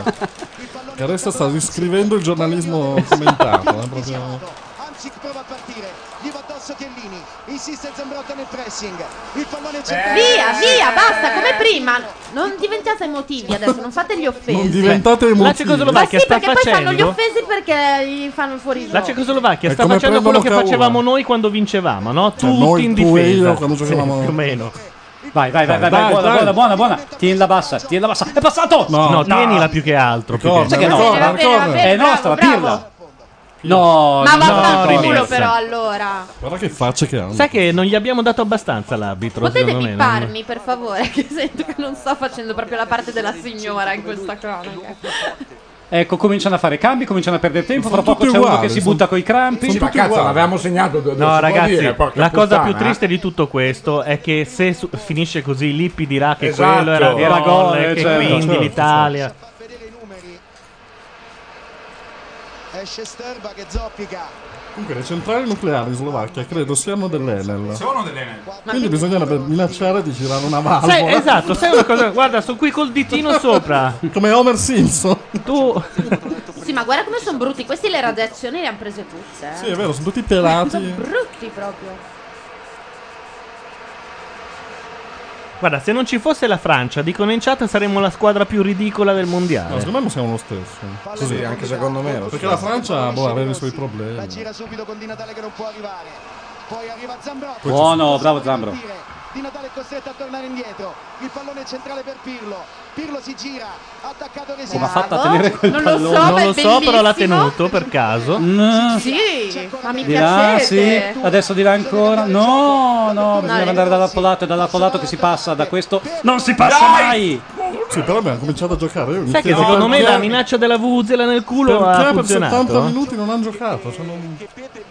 [SPEAKER 8] Caressa sta riscrivendo il giornalismo commentato. eh, proprio.
[SPEAKER 6] Anzic prova a partire, gli va
[SPEAKER 13] Eh.
[SPEAKER 6] addosso Chiellini, insiste Zambrotta nel pressing, il pallone c'è.
[SPEAKER 13] Via, via, basta, come prima, non diventate emotivi adesso, non fate gli offesi.
[SPEAKER 8] Non diventate emotivi.
[SPEAKER 2] La Cecoslovacchia
[SPEAKER 13] Sì,
[SPEAKER 2] sta
[SPEAKER 13] perché poi fanno gli
[SPEAKER 2] facendo.
[SPEAKER 13] offesi perché gli fanno fuori gioco.
[SPEAKER 2] La Cecoslovacchia
[SPEAKER 8] È
[SPEAKER 2] sta
[SPEAKER 8] come
[SPEAKER 2] facendo quello
[SPEAKER 8] prendono
[SPEAKER 2] che
[SPEAKER 8] K.O.
[SPEAKER 2] facevamo noi quando vincevamo, no? Tutti
[SPEAKER 8] Eh, noi,
[SPEAKER 2] in
[SPEAKER 8] tu e
[SPEAKER 2] difesa.
[SPEAKER 8] io quando
[SPEAKER 2] Sì,
[SPEAKER 8] giocavamo-
[SPEAKER 2] più o meno.
[SPEAKER 5] Vai, vai, vai, vai,
[SPEAKER 2] Dai,
[SPEAKER 5] buona,
[SPEAKER 2] dai.
[SPEAKER 5] buona, buona, buona. Tienila bassa, tienila bassa. È passato!
[SPEAKER 2] No, tienila più che altro. più
[SPEAKER 5] Sai che
[SPEAKER 2] che altro.
[SPEAKER 5] no?
[SPEAKER 13] Va bene, va bene,
[SPEAKER 5] È
[SPEAKER 13] bravo,
[SPEAKER 5] nostra,
[SPEAKER 13] bravo.
[SPEAKER 5] pirla. No,
[SPEAKER 13] Ma
[SPEAKER 5] no,
[SPEAKER 13] vaffanculo
[SPEAKER 2] rimessa.
[SPEAKER 13] però allora.
[SPEAKER 8] Guarda che facce che hanno.
[SPEAKER 2] Sai che non gli abbiamo dato abbastanza l'arbitro,
[SPEAKER 13] Potete
[SPEAKER 2] secondo me. non-
[SPEAKER 13] pipparmi per favore, che sento che non sto facendo proprio la parte della signora in questa cronaca.
[SPEAKER 5] Ecco, cominciano a fare cambi, cominciano a perdere tempo. Fra
[SPEAKER 4] Sono
[SPEAKER 5] poco c'è
[SPEAKER 4] tutti
[SPEAKER 5] uno
[SPEAKER 4] uguali,
[SPEAKER 5] che si
[SPEAKER 4] sono-
[SPEAKER 5] butta coi crampi.
[SPEAKER 4] Sì, ma cazzo, l'avevamo segnato due
[SPEAKER 2] No, ragazzi, la cosa
[SPEAKER 4] eh.
[SPEAKER 5] eh?
[SPEAKER 2] più triste di tutto questo è che se su- finisce così, Lippi dirà che
[SPEAKER 5] Esatto.
[SPEAKER 2] quello era,
[SPEAKER 5] Era
[SPEAKER 2] gol
[SPEAKER 5] gol,
[SPEAKER 2] e che
[SPEAKER 5] certo,
[SPEAKER 2] quindi
[SPEAKER 5] certo.
[SPEAKER 2] l'Italia.
[SPEAKER 6] Esce Sterba che zoppica.
[SPEAKER 8] Comunque, le centrali nucleari in Slovacchia credo siano dell'Enel.
[SPEAKER 6] Sono
[SPEAKER 17] dell'Enel.
[SPEAKER 8] Quindi bisognerebbe minacciare di girare una valvola.
[SPEAKER 2] Sai, esatto, sai una cosa? Guarda, sono qui col ditino sopra.
[SPEAKER 8] Come Homer Simpson.
[SPEAKER 2] Tu.
[SPEAKER 13] Sì, ma guarda come sono brutti, questi le radiazioni le hanno prese tutte. eh.
[SPEAKER 8] Sì, è vero, sono tutti pelati.
[SPEAKER 13] Sono brutti proprio.
[SPEAKER 2] Guarda, se non ci fosse la Francia, dicono in chat saremmo la squadra più ridicola del mondiale.
[SPEAKER 8] No, secondo me non siamo lo stesso.
[SPEAKER 4] Così, anche secondo me.
[SPEAKER 8] Perché la Francia, boh, aveva i suoi problemi.
[SPEAKER 6] Gira subito con Di Natale che non può arrivare. Poi arriva Zambrotta.
[SPEAKER 5] Buono, bravo Zambro.
[SPEAKER 6] Di Natale è costretto a tornare indietro. Il pallone centrale per Pirlo. Pirlo si gira, attaccato Resina.
[SPEAKER 2] Come ha fatto a tenere quel
[SPEAKER 6] Non lo
[SPEAKER 2] pallone?
[SPEAKER 6] so, ma
[SPEAKER 2] non
[SPEAKER 6] è
[SPEAKER 2] lo so, però l'ha
[SPEAKER 6] bellissimo.
[SPEAKER 2] tenuto per caso.
[SPEAKER 13] Sì, ma mi
[SPEAKER 5] Di là, sì,
[SPEAKER 13] piacete.
[SPEAKER 5] adesso di là ancora. No, no, bisogna andare dall'appolato. È dall'appolato che si passa, da questo non si passa
[SPEAKER 8] Dai!
[SPEAKER 5] mai.
[SPEAKER 8] Sì, però abbiamo cominciato a giocare. Io mi
[SPEAKER 2] Sai che
[SPEAKER 8] chiedo
[SPEAKER 2] secondo me
[SPEAKER 8] perché-
[SPEAKER 2] la minaccia della Vuzela nel culo ha
[SPEAKER 8] Perché per 70
[SPEAKER 2] funzionato?
[SPEAKER 8] minuti non hanno giocato? Sono...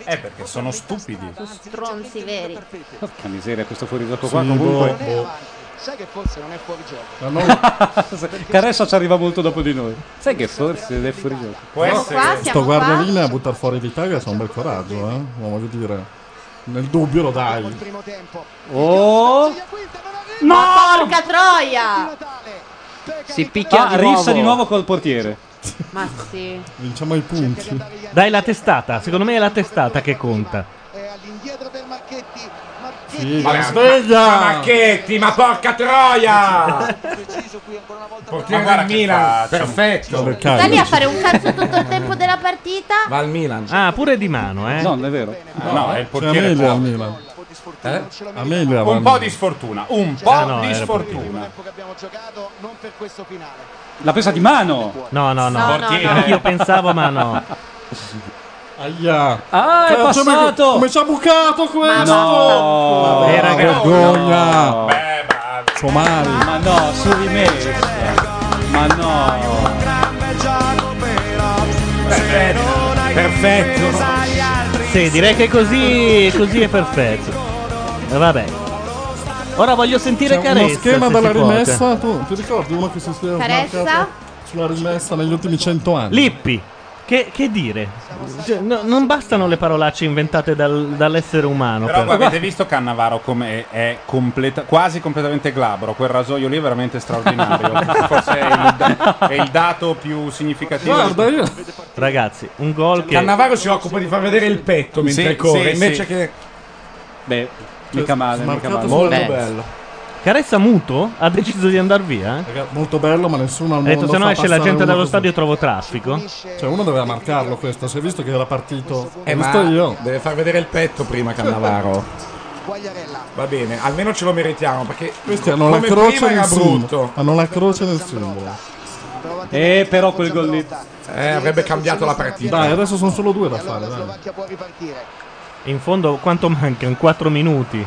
[SPEAKER 3] Eh, perché sono stupidi.
[SPEAKER 13] Sono stronzi veri.
[SPEAKER 5] Porca miseria, questo fuorigioco qua
[SPEAKER 8] Sì,
[SPEAKER 5] comunque.
[SPEAKER 8] boh.
[SPEAKER 6] Sai che forse non è fuori gioco.
[SPEAKER 5] Caressa ci arriva molto dopo di noi. Sai che forse è fuorigioco.
[SPEAKER 6] Può essere.
[SPEAKER 13] qua, siamo
[SPEAKER 8] Sto guardalinea a buttare fuori l'Italia c'è un bel coraggio, eh. Ma voglio dire, nel dubbio lo dai.
[SPEAKER 5] Oh!
[SPEAKER 13] No! Ma porca troia!
[SPEAKER 5] Si
[SPEAKER 13] picchia
[SPEAKER 6] Ah,
[SPEAKER 13] di
[SPEAKER 5] Ah, rissa
[SPEAKER 13] nuovo.
[SPEAKER 5] di nuovo col portiere.
[SPEAKER 13] Ma sì.
[SPEAKER 8] Vinciamo i punti.
[SPEAKER 2] Dai, la testata. Secondo me è la testata che conta.
[SPEAKER 4] Ma
[SPEAKER 8] sveglia!
[SPEAKER 4] Ma Marchetti, ma porca troia!
[SPEAKER 17] Ma
[SPEAKER 4] Portiere
[SPEAKER 17] guarda
[SPEAKER 4] del
[SPEAKER 17] che
[SPEAKER 4] Milan,
[SPEAKER 17] faccia.
[SPEAKER 6] Ah,
[SPEAKER 4] perfetto.
[SPEAKER 13] Sta lì a fare un cazzo tutto il tempo della partita.
[SPEAKER 4] Va al Milan.
[SPEAKER 2] Ah, pure di mano, eh?
[SPEAKER 5] No, non è vero.
[SPEAKER 3] Ah, no, è il
[SPEAKER 8] C'è
[SPEAKER 3] portiere
[SPEAKER 8] Amelia al
[SPEAKER 3] fuori.
[SPEAKER 8] Milan.
[SPEAKER 4] Eh?
[SPEAKER 8] Amelia va
[SPEAKER 3] Un po'
[SPEAKER 8] al Milan.
[SPEAKER 3] di sfortuna, un po'
[SPEAKER 8] Ah, no,
[SPEAKER 3] di
[SPEAKER 8] era
[SPEAKER 3] sfortuna.
[SPEAKER 5] La presa di mano.
[SPEAKER 2] No, no, no.
[SPEAKER 3] No, no, Portiere. no.
[SPEAKER 2] Io pensavo, ma no.
[SPEAKER 8] Aia. Cioè,
[SPEAKER 5] Ah, è
[SPEAKER 8] Cazzo, ma
[SPEAKER 5] passato.
[SPEAKER 8] Come ci ha bucato questo?
[SPEAKER 5] No.
[SPEAKER 8] Vabbè,
[SPEAKER 5] Eh, raga.
[SPEAKER 8] vergogna.
[SPEAKER 5] No.
[SPEAKER 8] Somari.
[SPEAKER 5] Ma no, su di me. Ma no.
[SPEAKER 3] Perfetto.
[SPEAKER 2] Perfetto. Sì, direi che così, così è perfetto. Eh, Vabbè. Ora voglio sentire
[SPEAKER 8] C'è
[SPEAKER 2] Caressa.
[SPEAKER 8] uno schema
[SPEAKER 2] se
[SPEAKER 8] dalla
[SPEAKER 2] si può. cioè.
[SPEAKER 8] rimessa. Tu ti ricordi uno che si sia
[SPEAKER 13] Caressa?
[SPEAKER 8] smarcato sulla rimessa negli ultimi cento anni?
[SPEAKER 2] Lippi. Che, che dire? Cioè, no- non bastano le parolacce inventate dal- dall'essere umano.
[SPEAKER 3] Però
[SPEAKER 2] per-
[SPEAKER 3] avete visto Cannavaro come è completa- quasi completamente glabro, quel rasoio lì è veramente straordinario. Forse è il, da- è il dato più significativo.
[SPEAKER 2] Ragazzi, un
[SPEAKER 5] Cioè,
[SPEAKER 2] gol che.
[SPEAKER 4] Cannavaro si occupa di far vedere il petto mentre
[SPEAKER 3] Sì,
[SPEAKER 4] corre,
[SPEAKER 3] sì,
[SPEAKER 4] invece
[SPEAKER 3] sì.
[SPEAKER 4] che...
[SPEAKER 5] Beh, mica male, mica male.
[SPEAKER 8] Molto
[SPEAKER 5] Beh.
[SPEAKER 8] bello.
[SPEAKER 2] Caressa muto ha deciso di andare via. eh?
[SPEAKER 8] Raga, Molto bello, ma
[SPEAKER 2] Ha
[SPEAKER 8] nessuno al mondo
[SPEAKER 2] detto se no
[SPEAKER 8] fa
[SPEAKER 2] esce la
[SPEAKER 8] passare
[SPEAKER 2] gente
[SPEAKER 8] uno
[SPEAKER 2] dallo
[SPEAKER 8] così."
[SPEAKER 2] stadio e trovo traffico.
[SPEAKER 8] Cioè, uno doveva marcarlo questo. Si è visto che era partito.
[SPEAKER 4] Eh,
[SPEAKER 8] Ho
[SPEAKER 4] ma
[SPEAKER 8] visto io.
[SPEAKER 4] deve far vedere il petto prima Cannavaro. Va bene, almeno ce lo meritiamo perché
[SPEAKER 8] Questi hanno la
[SPEAKER 4] come
[SPEAKER 8] croce
[SPEAKER 4] prima
[SPEAKER 8] nel
[SPEAKER 4] era brutto.
[SPEAKER 8] simbolo. Hanno la croce nel simbolo.
[SPEAKER 5] Eh, però quel gol lì.
[SPEAKER 4] Eh, avrebbe cambiato la partita.
[SPEAKER 8] Dai, adesso sono solo due da fare. Dai.
[SPEAKER 2] In fondo, quanto mancano? 4 minuti.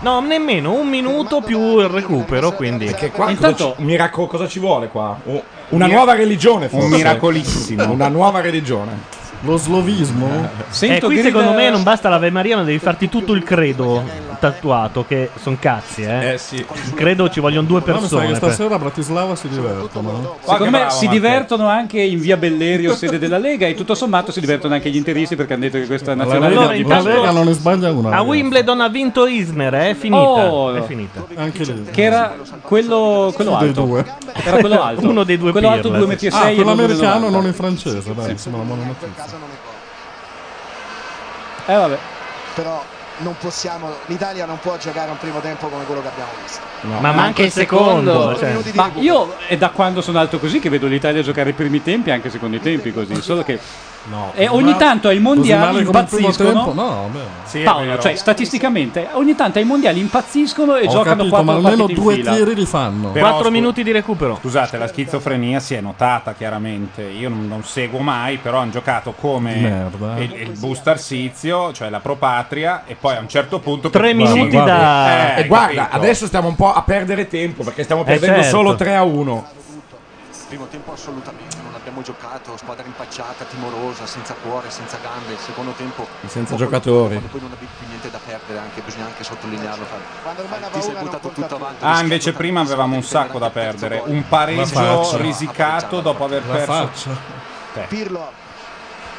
[SPEAKER 2] No, nemmeno un minuto più il recupero. Quindi.
[SPEAKER 4] Perché qua
[SPEAKER 2] Intanto,
[SPEAKER 4] cosa, ci, miraco- cosa ci vuole qua? Oh, una
[SPEAKER 2] mi-
[SPEAKER 4] nuova religione forse.
[SPEAKER 3] miracolissimo.
[SPEAKER 4] una nuova religione.
[SPEAKER 8] Lo slovismo?
[SPEAKER 2] eh,
[SPEAKER 5] Sento
[SPEAKER 2] qui
[SPEAKER 5] grida-
[SPEAKER 2] secondo me non basta l'Ave Maria, ma devi farti tutto il credo tatuato. Che sono cazzi, eh.
[SPEAKER 4] Eh sì.
[SPEAKER 2] Credo ci vogliono due
[SPEAKER 8] Però mi sa che
[SPEAKER 2] persone. per-
[SPEAKER 8] stasera a Bratislava si divertono. eh.
[SPEAKER 5] Secondo me
[SPEAKER 3] bravo,
[SPEAKER 5] si
[SPEAKER 3] Matteo.
[SPEAKER 5] divertono anche in via Bellerio, sede della Lega, e tutto sommato si divertono anche gli interisti perché hanno detto che questa
[SPEAKER 8] La
[SPEAKER 5] nazionale
[SPEAKER 8] Lega,
[SPEAKER 2] Allora,
[SPEAKER 5] di
[SPEAKER 8] la
[SPEAKER 2] intanto-
[SPEAKER 8] Lega non ne sbaglia una.
[SPEAKER 2] A
[SPEAKER 8] ragazzi.
[SPEAKER 2] Wimbledon ha vinto Isner, eh, è finita.
[SPEAKER 5] Oh!
[SPEAKER 2] è finita.
[SPEAKER 8] Anche lì.
[SPEAKER 5] che era quello, quello
[SPEAKER 8] Uno dei
[SPEAKER 5] alto.
[SPEAKER 8] due.
[SPEAKER 6] Eh,
[SPEAKER 5] Era quello alto.
[SPEAKER 2] Uno dei due
[SPEAKER 5] Quello alto
[SPEAKER 2] pirla,
[SPEAKER 5] 2
[SPEAKER 2] sì.
[SPEAKER 5] metri e
[SPEAKER 8] Ah,
[SPEAKER 5] 6
[SPEAKER 8] quello americano e non in francese. Dai, insomma, la buona notizia.
[SPEAKER 5] Eh vabbè.
[SPEAKER 6] Però non possiamo, l'Italia non può giocare un primo tempo come quello che abbiamo visto.
[SPEAKER 2] ma manca il secondo. cioè.
[SPEAKER 5] Ma io è da quando sono alto così che vedo l'Italia giocare i primi tempi e anche i secondi tempi così, solo che e ogni
[SPEAKER 8] Ma-
[SPEAKER 5] tanto ai mondiali
[SPEAKER 8] così male come il primo
[SPEAKER 5] impazziscono.
[SPEAKER 8] tempo? No, beh.
[SPEAKER 5] Paolo, cioè statisticamente ogni tanto ai mondiali impazziscono e
[SPEAKER 8] Ho
[SPEAKER 5] giocano
[SPEAKER 8] capito,
[SPEAKER 5] quattro
[SPEAKER 8] ma almeno
[SPEAKER 5] partite in
[SPEAKER 8] due
[SPEAKER 5] fila. Eh,
[SPEAKER 8] tiri li fanno.
[SPEAKER 2] Quattro minuti di recupero.
[SPEAKER 3] Scusate, la schizofrenia si è notata chiaramente. Io non, non seguo mai, però hanno giocato come
[SPEAKER 8] Merda.
[SPEAKER 3] il, il Buster Sizio, cioè la Propatria, e poi a un certo punto.
[SPEAKER 4] Guarda, guarda.
[SPEAKER 3] Eh,
[SPEAKER 4] E
[SPEAKER 3] hai
[SPEAKER 4] guarda,
[SPEAKER 3] capito?
[SPEAKER 4] adesso stiamo un po' a perdere tempo perché stiamo
[SPEAKER 3] Eh,
[SPEAKER 4] perdendo
[SPEAKER 3] certo.
[SPEAKER 4] solo 3 a 1.
[SPEAKER 7] Primo tempo assolutamente non abbiamo giocato, squadra impacciata, timorosa, senza cuore, senza gambe. Secondo tempo
[SPEAKER 4] Senza
[SPEAKER 7] poco-
[SPEAKER 4] giocatori.
[SPEAKER 7] quando Poi non avevi più niente da perdere, anche bisogna anche sottolinearlo.
[SPEAKER 6] Quando ormai la
[SPEAKER 7] ti sei
[SPEAKER 6] paura non
[SPEAKER 7] buttato
[SPEAKER 6] conta
[SPEAKER 7] tutto
[SPEAKER 6] più.
[SPEAKER 7] avanti.
[SPEAKER 3] Ah, invece prima avevamo un sacco da perdere. Un
[SPEAKER 7] La
[SPEAKER 3] pareggio
[SPEAKER 7] faccia.
[SPEAKER 3] risicato dopo aver
[SPEAKER 7] La
[SPEAKER 3] perso.
[SPEAKER 7] faccia.
[SPEAKER 3] Beh.
[SPEAKER 6] Pirlo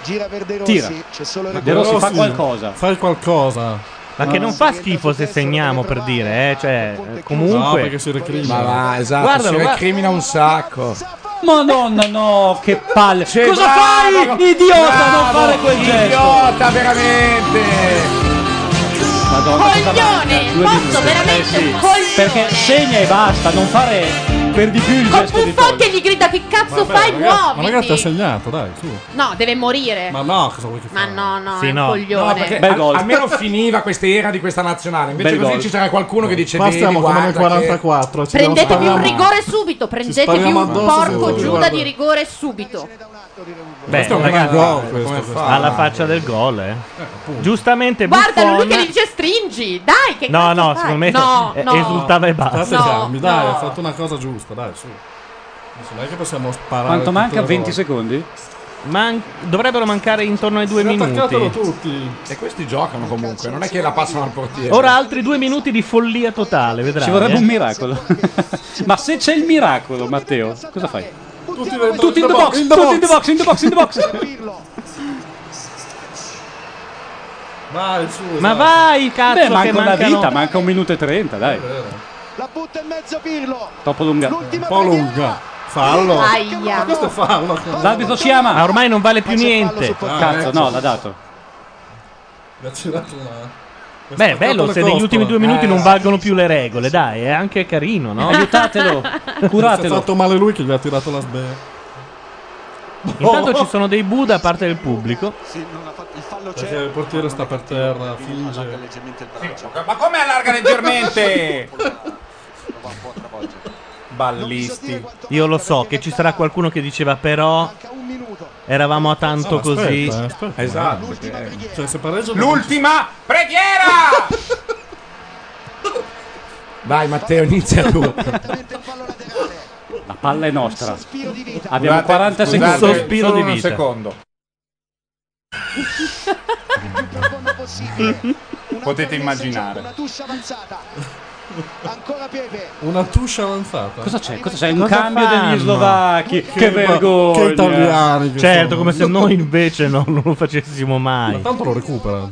[SPEAKER 6] gira per De Rossi,
[SPEAKER 3] Tira.
[SPEAKER 6] c'è solo
[SPEAKER 3] Ma
[SPEAKER 6] il
[SPEAKER 3] De Rossi
[SPEAKER 6] rigore.
[SPEAKER 3] fa qualcosa.
[SPEAKER 8] Fai qualcosa.
[SPEAKER 2] Ma che non fa schifo se segniamo per dire, eh? Cioè, eh, comunque.
[SPEAKER 8] No, perché si recrimina.
[SPEAKER 4] Ma va, esatto,
[SPEAKER 2] Guardalo,
[SPEAKER 4] si
[SPEAKER 2] guarda-
[SPEAKER 4] recrimina un sacco.
[SPEAKER 5] Madonna, no, che palle. Cosa
[SPEAKER 4] bravo,
[SPEAKER 5] fai?
[SPEAKER 4] bravo,
[SPEAKER 5] idiota, non
[SPEAKER 4] bravo,
[SPEAKER 5] fare quel gesto.
[SPEAKER 4] Idiota, veramente.
[SPEAKER 5] Madonna, cosa
[SPEAKER 19] Coglione,
[SPEAKER 5] manca? Due
[SPEAKER 19] posso
[SPEAKER 5] minuti.
[SPEAKER 19] veramente
[SPEAKER 5] Eh, sì.
[SPEAKER 19] un coglione.
[SPEAKER 5] Perché segna e basta, non fare per di più il gesto di
[SPEAKER 13] Buffon che gli grida che cazzo fai,
[SPEAKER 8] ragazzi, ma ragazzi ha
[SPEAKER 13] muoviti.
[SPEAKER 8] segnato, dai, su.
[SPEAKER 13] No, deve morire.
[SPEAKER 8] Ma no, cosa vuoi che
[SPEAKER 13] Ma no, no,
[SPEAKER 8] Sì,
[SPEAKER 13] è un
[SPEAKER 8] no.
[SPEAKER 13] coglione.
[SPEAKER 8] No,
[SPEAKER 4] Perché
[SPEAKER 8] Bel
[SPEAKER 4] al-
[SPEAKER 8] gol.
[SPEAKER 4] almeno finiva questa era di questa nazionale. Invece
[SPEAKER 8] Bel
[SPEAKER 4] così
[SPEAKER 8] gol.
[SPEAKER 4] ci sarà qualcuno che dice:
[SPEAKER 8] Qua
[SPEAKER 4] Cioè, "Vedi,
[SPEAKER 8] stiamo come nel
[SPEAKER 4] guarda che-
[SPEAKER 8] 44. ci dobbiamo
[SPEAKER 13] Prendetevi un
[SPEAKER 8] sparare.
[SPEAKER 13] rigore subito, prendetevi
[SPEAKER 8] spariamo
[SPEAKER 13] un
[SPEAKER 8] addosso,
[SPEAKER 13] porco
[SPEAKER 8] sì,
[SPEAKER 13] Giuda
[SPEAKER 8] guarda.
[SPEAKER 13] di rigore subito.
[SPEAKER 2] Beh,
[SPEAKER 8] Questo è un
[SPEAKER 4] Ah,
[SPEAKER 2] ragazzi,
[SPEAKER 8] bel gol, questo,
[SPEAKER 2] come
[SPEAKER 8] questo.
[SPEAKER 2] fa? alla faccia del gol, eh. Giustamente
[SPEAKER 13] Guarda
[SPEAKER 2] Buffon
[SPEAKER 13] lui che gli dice stringi, dai che
[SPEAKER 2] No,
[SPEAKER 13] cazzo
[SPEAKER 2] no,
[SPEAKER 13] fai?
[SPEAKER 2] secondo me
[SPEAKER 13] no,
[SPEAKER 2] eh,
[SPEAKER 13] no.
[SPEAKER 2] esultava e basta.
[SPEAKER 8] State
[SPEAKER 13] No,
[SPEAKER 8] calmi, dai,
[SPEAKER 13] no.
[SPEAKER 8] ha fatto una cosa giusta, dai, su. Non è che possiamo sparare.
[SPEAKER 5] Quanto manca? 20
[SPEAKER 8] secondi.
[SPEAKER 5] secondi?
[SPEAKER 2] Man- dovrebbero mancare intorno ai due minuti.
[SPEAKER 8] tutti.
[SPEAKER 4] E questi giocano comunque, non è che la passano al portiere.
[SPEAKER 2] Ora altri due minuti di follia totale, vedrai.
[SPEAKER 5] Ci vorrebbe
[SPEAKER 2] eh.
[SPEAKER 5] un miracolo. Ma se c'è il miracolo, Matteo, cosa fai?
[SPEAKER 8] Tutti,
[SPEAKER 5] Tutti in the box, tutti in the box, in the box, in the box.
[SPEAKER 8] Vai, su.
[SPEAKER 5] Ma
[SPEAKER 2] vai, cazzo,
[SPEAKER 5] Beh, manca
[SPEAKER 2] che
[SPEAKER 5] una
[SPEAKER 2] mancano-
[SPEAKER 5] vita, manca un minuto e trenta, dai.
[SPEAKER 6] La butta in mezzo Pirlo.
[SPEAKER 5] Troppo lunga.
[SPEAKER 8] Ecco.
[SPEAKER 6] Un
[SPEAKER 5] po' lunga.
[SPEAKER 8] Fallo.
[SPEAKER 13] Aia.
[SPEAKER 8] Questo è fallo.
[SPEAKER 5] L'arbitro ci ama.
[SPEAKER 2] Ma ormai non vale più
[SPEAKER 8] su
[SPEAKER 2] niente.
[SPEAKER 8] Pogba.
[SPEAKER 5] Cazzo, no, l'ha dato.
[SPEAKER 8] Mi ha tirato una-
[SPEAKER 2] Beh, è bello se negli ultimi due
[SPEAKER 5] eh.
[SPEAKER 2] minuti non valgono più le regole, dai, è anche carino, no?
[SPEAKER 5] Aiutatelo,
[SPEAKER 8] Si è fatto male lui che gli ha tirato la sbea.
[SPEAKER 2] Intanto ci sono dei Buddha da parte del pubblico.
[SPEAKER 6] Cioè,
[SPEAKER 8] Perché Cioè, il portiere sta per terra, finge.
[SPEAKER 3] Ma come allarga leggermente? Ballisti.
[SPEAKER 2] Io lo so che ci sarà qualcuno che diceva però eravamo a tanto
[SPEAKER 8] Ah, Aspetta,
[SPEAKER 2] così.
[SPEAKER 8] eh, aspetta. Cioè, se pareggio
[SPEAKER 3] L'ultima preghiera!
[SPEAKER 4] Vai Matteo, inizia tu.
[SPEAKER 5] La palla è nostra. Abbiamo
[SPEAKER 3] Scusate,
[SPEAKER 5] 40
[SPEAKER 3] scusate,
[SPEAKER 5] secondi.
[SPEAKER 3] sospiro solo di un vita. secondo. Potete immaginare.
[SPEAKER 6] Tuscia avanzata. Ancora Pepe.
[SPEAKER 8] Una tuscia avanzata.
[SPEAKER 5] Cosa c'è? Cosa c'è? Un
[SPEAKER 8] Cosa
[SPEAKER 5] cambio
[SPEAKER 8] fanno?
[SPEAKER 5] degli slovacchi. Che, vergogna.
[SPEAKER 8] Che italiani. che
[SPEAKER 2] Certo,
[SPEAKER 8] sono.
[SPEAKER 2] come se noi invece no, non lo facessimo mai.
[SPEAKER 8] Tanto lo recupera.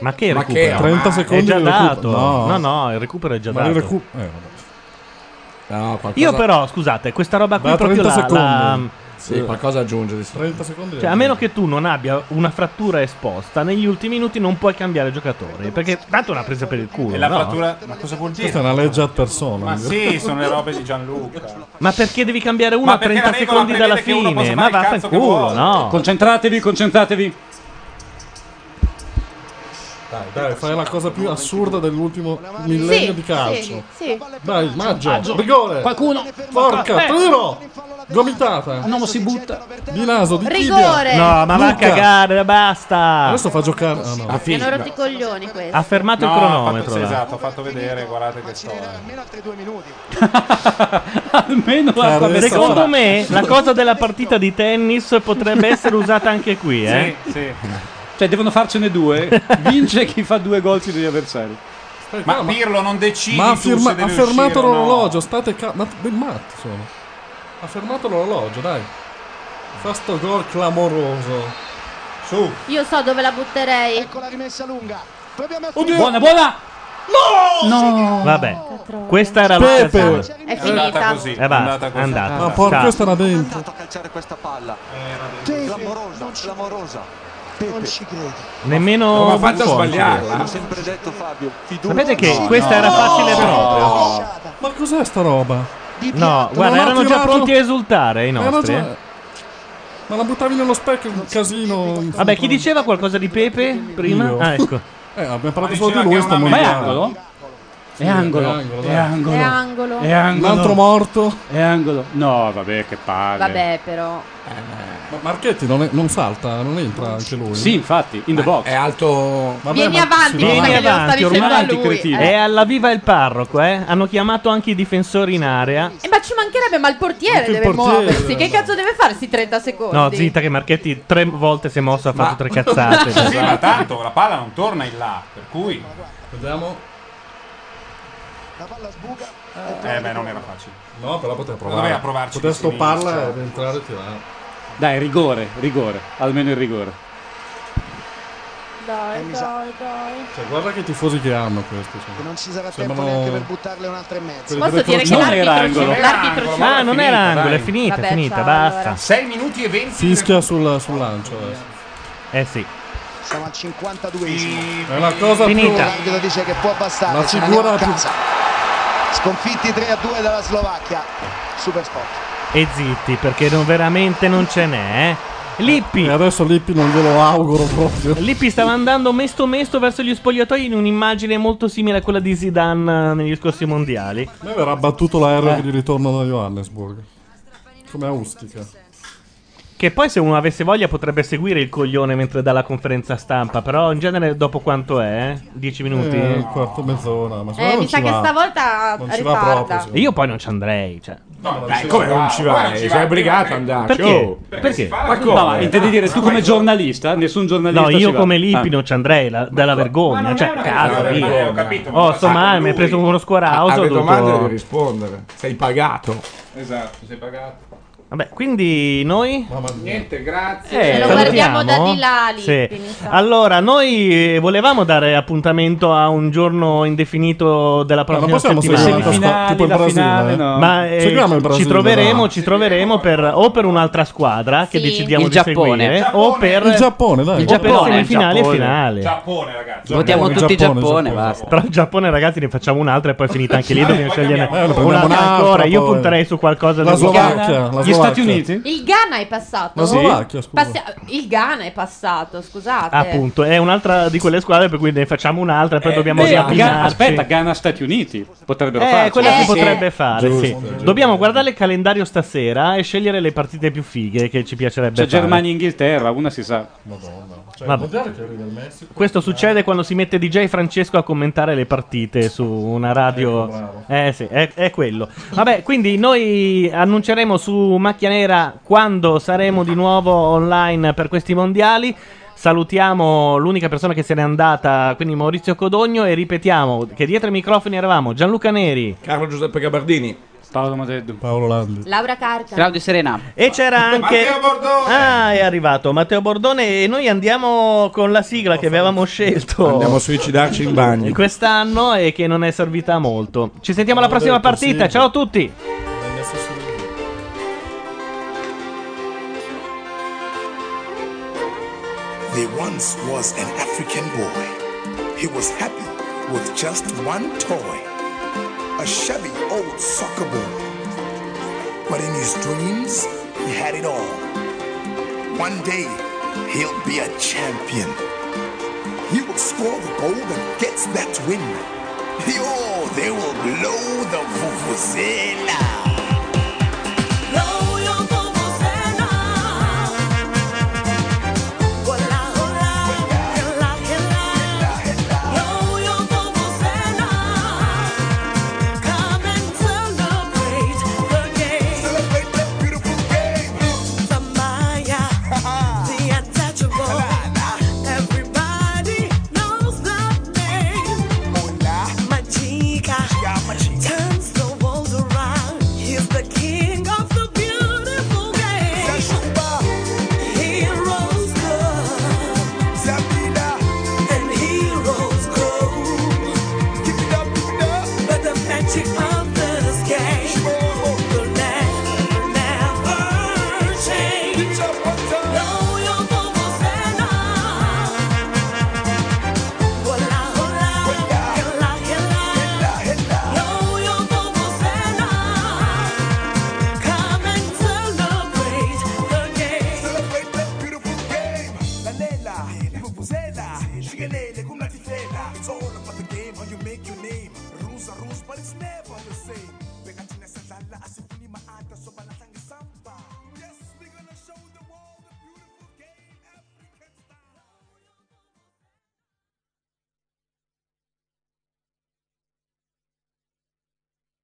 [SPEAKER 2] Ma che
[SPEAKER 8] Ma
[SPEAKER 2] recupero?
[SPEAKER 8] che, 30
[SPEAKER 2] È
[SPEAKER 8] secondi
[SPEAKER 2] già
[SPEAKER 8] di
[SPEAKER 2] dato.
[SPEAKER 8] recupero. No.
[SPEAKER 2] No, no, il recupero è già
[SPEAKER 8] Ma
[SPEAKER 2] dato.
[SPEAKER 8] il recu- eh,
[SPEAKER 2] Io però, scusate, questa roba qui
[SPEAKER 8] Da
[SPEAKER 2] proprio la, la-
[SPEAKER 8] 30 secondi.
[SPEAKER 4] Sì, qualcosa aggiunge di
[SPEAKER 8] 30 secondi.
[SPEAKER 2] Cioè, a meno che tu non abbia una frattura esposta, negli ultimi minuti non puoi cambiare giocatore. Perché tanto è una presa per il culo.
[SPEAKER 3] E la
[SPEAKER 2] no?
[SPEAKER 3] frattura. Ma cosa vuol dire?
[SPEAKER 8] Questa è una legge ad persona. eh.
[SPEAKER 3] Ma sì, sono le robe di Gianluca.
[SPEAKER 2] Ma perché devi cambiare uno
[SPEAKER 3] Ma
[SPEAKER 2] a
[SPEAKER 3] perché
[SPEAKER 2] 30
[SPEAKER 3] la regola
[SPEAKER 2] secondi dalla
[SPEAKER 3] prevede che uno
[SPEAKER 2] fine?
[SPEAKER 3] possa
[SPEAKER 2] Ma
[SPEAKER 3] fare il cazzo che
[SPEAKER 2] vaffanculo,
[SPEAKER 3] vuole.
[SPEAKER 2] no?
[SPEAKER 5] Concentratevi, concentratevi.
[SPEAKER 8] Dai, dai, fai la cosa più assurda dell'ultimo millennio di calcio.
[SPEAKER 13] Sì.
[SPEAKER 8] Dai, Maggio,
[SPEAKER 5] Maggio.
[SPEAKER 8] rigore.
[SPEAKER 5] Qualcuno.
[SPEAKER 8] Porca,
[SPEAKER 5] Eh.
[SPEAKER 8] tiro. Gomitata.
[SPEAKER 5] No, ma si butta.
[SPEAKER 8] Di naso, di tibia.
[SPEAKER 13] Rigore.
[SPEAKER 2] No, ma va a
[SPEAKER 8] Luca.
[SPEAKER 2] cagare, eh, basta.
[SPEAKER 8] Adesso fa giocare. Ah, no.
[SPEAKER 13] Mi hanno rotto i coglioni questo.
[SPEAKER 2] Ha fermato
[SPEAKER 3] No,
[SPEAKER 2] il
[SPEAKER 3] ha
[SPEAKER 2] cronometro.
[SPEAKER 3] fatto-
[SPEAKER 2] là.
[SPEAKER 3] esatto, ha fatto vedere, guardate che storia.
[SPEAKER 5] Almeno la
[SPEAKER 2] Cioè,
[SPEAKER 5] fa
[SPEAKER 2] Secondo me la cosa della partita di tennis potrebbe essere usata anche qui, eh?
[SPEAKER 5] Sì, sì. Cioè, devono farcene due. Vince chi fa due gol sui degli avversari.
[SPEAKER 3] Ma Pirlo non decide.
[SPEAKER 8] Ma ha, firma- ha fermato
[SPEAKER 3] l'orologio.
[SPEAKER 8] l'orologio, state calmi. Ma ben matti sono. Ha fermato l'orologio, dai. Fa sto gol clamoroso.
[SPEAKER 3] Su.
[SPEAKER 13] Io so dove la butterei.
[SPEAKER 6] Ecco la rimessa lunga. Proviamo a
[SPEAKER 5] Buona, buona.
[SPEAKER 2] No! Oh, Vabbè, questa era
[SPEAKER 8] Pepe.
[SPEAKER 2] l'occasione.
[SPEAKER 13] È finita.
[SPEAKER 3] così,
[SPEAKER 2] E basta, è andata.
[SPEAKER 8] Ma porca,
[SPEAKER 2] Ciao.
[SPEAKER 8] questa era dentro.
[SPEAKER 7] calciare questa palla.
[SPEAKER 6] Teve.
[SPEAKER 7] Clamorosa, clamorosa.
[SPEAKER 6] Non ci credo.
[SPEAKER 2] Nemmeno
[SPEAKER 4] Come ha fatto a
[SPEAKER 2] Buffon,
[SPEAKER 4] sbagliarla?
[SPEAKER 2] credo.
[SPEAKER 7] sempre detto Fabio, fiducia.
[SPEAKER 2] Sapete che questa era facile proprio.
[SPEAKER 8] Ma cos'è sta roba?
[SPEAKER 2] No, guarda,
[SPEAKER 8] Non ho
[SPEAKER 2] erano già
[SPEAKER 8] tirato-
[SPEAKER 2] pronti a esultare i
[SPEAKER 8] Era
[SPEAKER 2] nostri.
[SPEAKER 8] già-
[SPEAKER 2] eh.
[SPEAKER 8] Ma la buttavi nello specchio, un casino. in
[SPEAKER 2] eh. Vabbè,
[SPEAKER 8] fondo.
[SPEAKER 2] chi diceva qualcosa di Pepe prima?
[SPEAKER 8] Io.
[SPEAKER 2] Ah, ecco.
[SPEAKER 8] Eh, abbiamo parlato solo di lui, sto
[SPEAKER 5] Ma è
[SPEAKER 8] mondiale.
[SPEAKER 5] angolo?
[SPEAKER 8] Sì,
[SPEAKER 5] È angolo,
[SPEAKER 8] dai.
[SPEAKER 5] è angolo.
[SPEAKER 13] È angolo.
[SPEAKER 8] Eh.
[SPEAKER 5] È angolo.
[SPEAKER 8] Un altro morto.
[SPEAKER 5] È angolo. No, vabbè, che palle.
[SPEAKER 13] Vabbè, però.
[SPEAKER 8] Ma Marchetti non, è- non salta, non entra anche lui.
[SPEAKER 5] Sì, infatti, in the box.
[SPEAKER 8] eh,
[SPEAKER 26] È alto.
[SPEAKER 2] Vieni avanti,
[SPEAKER 8] vieni
[SPEAKER 2] Vieni avanti, ormai
[SPEAKER 14] a lui, cretino. eh.
[SPEAKER 2] È alla viva il parroco, eh. Hanno chiamato anche i difensori in area.
[SPEAKER 14] Eh, ma ci mancherebbe, ma il portiere
[SPEAKER 2] Anche il
[SPEAKER 14] deve
[SPEAKER 2] portiere,
[SPEAKER 14] muoversi. Che
[SPEAKER 2] no.
[SPEAKER 14] cazzo deve farsi 30 secondi?
[SPEAKER 2] No, zitta che Marchetti tre volte si è mosso, ha fatto tre cazzate.
[SPEAKER 3] Eh, sì, ma tanto la palla non torna in là, per cui
[SPEAKER 8] Vediamo.
[SPEAKER 3] Eh beh, non era facile.
[SPEAKER 8] No, però poteva provare.
[SPEAKER 3] Doveva provarci.
[SPEAKER 8] Poteva
[SPEAKER 3] di sinistra.
[SPEAKER 8] stopparla ed entrare e tirare.
[SPEAKER 5] Dai, rigore, rigore. Almeno il rigore.
[SPEAKER 13] Dai, dai, dai.
[SPEAKER 8] Cioè, guarda che tifosi che hanno questi. Cioè.
[SPEAKER 6] Non ci sarà
[SPEAKER 8] Sembrano-
[SPEAKER 6] tempo neanche per buttarle un'altra e mezza.
[SPEAKER 8] Quelli Posso delle dire che torsioni. l'arbitro Non era ci- angolo. l'arbitro ci-
[SPEAKER 2] Ah, non era
[SPEAKER 8] Finita,
[SPEAKER 2] angolo,
[SPEAKER 8] dai.
[SPEAKER 2] è finita,
[SPEAKER 8] Vabbè,
[SPEAKER 2] è finita,
[SPEAKER 8] ciao, allora.
[SPEAKER 2] basta.
[SPEAKER 3] 6 minuti e 20.
[SPEAKER 8] Fischia sul, sul lancio adesso.
[SPEAKER 2] Eh sì.
[SPEAKER 6] Siamo al 52esimo.
[SPEAKER 8] È una cosa più- Finita.
[SPEAKER 6] L'arbitro dice che può bastare.
[SPEAKER 8] La
[SPEAKER 6] ce ne andiamo
[SPEAKER 8] figura
[SPEAKER 6] a
[SPEAKER 8] più-
[SPEAKER 6] casa. Sconfitti 3 a 2 dalla Slovacchia. Super spot.
[SPEAKER 2] E zitti, perché non- veramente non ce n'è, eh. Lippi.
[SPEAKER 8] adesso Lippi non glielo auguro proprio.
[SPEAKER 2] Lippi stava andando mesto mesto verso gli spogliatoi in un'immagine molto simile a quella di Zidane eh, negli scorsi mondiali.
[SPEAKER 8] A me verrà battuto l'aereo
[SPEAKER 2] Eh.
[SPEAKER 8] di ritorno da Johannesburg. Come a Ustica.
[SPEAKER 2] Che poi se uno avesse voglia potrebbe seguire il coglione mentre dà la conferenza stampa, però in genere dopo quanto è? 10 minuti?
[SPEAKER 8] Eh, un quarto mezz'ora. Ma secondo me
[SPEAKER 14] Eh, mi
[SPEAKER 8] non
[SPEAKER 14] sa
[SPEAKER 8] ci
[SPEAKER 14] che
[SPEAKER 8] va.
[SPEAKER 14] stavolta
[SPEAKER 8] Non ci va proprio,
[SPEAKER 14] ritarda.
[SPEAKER 8] secondo
[SPEAKER 2] Io poi non ci andrei, cioè.
[SPEAKER 8] me.
[SPEAKER 4] Dai, come non ci vai?
[SPEAKER 8] Eh,
[SPEAKER 4] Sei
[SPEAKER 8] cioè,
[SPEAKER 4] obbligato ad
[SPEAKER 8] Ah,
[SPEAKER 4] andarci.
[SPEAKER 2] Perché?
[SPEAKER 4] oh.
[SPEAKER 2] Perché?
[SPEAKER 4] Ma
[SPEAKER 5] No, ma
[SPEAKER 4] come?
[SPEAKER 5] intendi dire tu come giornalista? Nessun giornalista
[SPEAKER 2] No,
[SPEAKER 5] ci
[SPEAKER 2] io
[SPEAKER 5] va.
[SPEAKER 2] come Lippi
[SPEAKER 5] Ah.
[SPEAKER 2] non ci andrei, la- dalla vergogna. Cioè, cazzo,
[SPEAKER 4] vergogna,
[SPEAKER 2] io.
[SPEAKER 4] ho capito, ma
[SPEAKER 2] Oh,
[SPEAKER 4] lo sa
[SPEAKER 2] insomma,
[SPEAKER 4] lui.
[SPEAKER 2] mi hai preso uno scuorauso. ho
[SPEAKER 4] Alle
[SPEAKER 2] dovuto-
[SPEAKER 4] domande devi rispondere. Sei pagato.
[SPEAKER 3] Esatto, sei pagato.
[SPEAKER 2] Vabbè, quindi noi...
[SPEAKER 3] Niente, grazie.
[SPEAKER 2] Eh,
[SPEAKER 13] lo guardiamo
[SPEAKER 2] salutiamo?
[SPEAKER 13] da di là, lì,
[SPEAKER 2] Sì.
[SPEAKER 13] quindi, insomma.
[SPEAKER 2] Allora, noi eh, volevamo dare appuntamento a un giorno indefinito della
[SPEAKER 8] Eh, Ma non
[SPEAKER 2] prossima
[SPEAKER 8] possiamo
[SPEAKER 2] settimana.
[SPEAKER 8] seguire la squadra tipo il Brasile. eh?
[SPEAKER 2] Ma eh,
[SPEAKER 8] Seguiamo il Brasile.
[SPEAKER 2] ci troveremo, ci troveremo per, o per un'altra squadra che
[SPEAKER 13] Sì.
[SPEAKER 2] decidiamo
[SPEAKER 13] Il
[SPEAKER 2] di
[SPEAKER 13] Giappone.
[SPEAKER 2] seguire, o per
[SPEAKER 8] Il Giappone, dai.
[SPEAKER 2] il Giappone, semifinale e finale.
[SPEAKER 3] Giappone, ragazzi.
[SPEAKER 8] Votiamo
[SPEAKER 3] Giappone,
[SPEAKER 8] tutti
[SPEAKER 3] Giappone,
[SPEAKER 8] Giappone,
[SPEAKER 3] basta.
[SPEAKER 2] Però il Giappone, ragazzi, ne facciamo un'altra e poi è finita anche lì. Dobbiamo sceglierne
[SPEAKER 8] Eh, ne prendiamo
[SPEAKER 2] un'altra
[SPEAKER 8] un'altra,
[SPEAKER 2] ancora. Io
[SPEAKER 8] poi.
[SPEAKER 2] punterei su qualcosa
[SPEAKER 8] La
[SPEAKER 2] del-
[SPEAKER 8] Slovacchia, la
[SPEAKER 5] Gli Stati Uniti?
[SPEAKER 14] Il Ghana è passato.
[SPEAKER 2] La Slovacchia, scusa.
[SPEAKER 14] Passia- il Ghana è passato, scusate.
[SPEAKER 2] Appunto, è un'altra di quelle squadre per cui ne facciamo un'altra e poi dobbiamo
[SPEAKER 5] Beh, Eh, Ga-
[SPEAKER 2] riavviarci.
[SPEAKER 5] aspetta, Ghana-Stati Uniti potrebbero
[SPEAKER 2] Eh,
[SPEAKER 5] farci.
[SPEAKER 2] quella si
[SPEAKER 5] Eh, sì.
[SPEAKER 2] potrebbe fare, sì.
[SPEAKER 5] Giusto, giusto.
[SPEAKER 2] Dobbiamo guardare il calendario stasera e scegliere le partite più fighe che ci piacerebbe
[SPEAKER 5] C'è
[SPEAKER 2] fare.
[SPEAKER 5] Cioè, Germania e Inghilterra, una si sa.
[SPEAKER 8] Cioè,
[SPEAKER 2] Vabbè.
[SPEAKER 8] guardate che arriva il Messico.
[SPEAKER 2] Questo succede quando si mette DJ Francesco a commentare le partite su una radio. eh sì, è, è quello. Vabbè, quindi noi annunceremo su Macchia Nera quando saremo di nuovo online per questi mondiali. Salutiamo l'unica persona che se n'è andata, quindi Maurizio Codogno, e ripetiamo che dietro i microfoni eravamo Gianluca Neri.
[SPEAKER 4] Carlo Giuseppe Gabardini.
[SPEAKER 5] Paolo Madeddu.
[SPEAKER 8] Paolo Landi.
[SPEAKER 13] Laura Carta.
[SPEAKER 2] Serena. E c'era anche.
[SPEAKER 13] Matteo
[SPEAKER 2] Bordone! Ah, è arrivato Matteo Bordone. E noi andiamo con la sigla che avevamo scelto.
[SPEAKER 4] Andiamo a suicidarci in bagno.
[SPEAKER 2] quest'anno e che non è servita a molto. Ci sentiamo alla
[SPEAKER 8] L'ho
[SPEAKER 2] prossima
[SPEAKER 8] detto,
[SPEAKER 2] partita.
[SPEAKER 8] sì.
[SPEAKER 2] Ciao a tutti.
[SPEAKER 8] L'hai messo su-
[SPEAKER 1] There once was an African boy. He was happy with just one toy, a Chevy old soccer ball. But in his dreams, he had it all. One day, he'll be a champion. He will score the goal that gets that win. Yo, they will blow the vuvuzela.
[SPEAKER 13] "Ah, "Ah,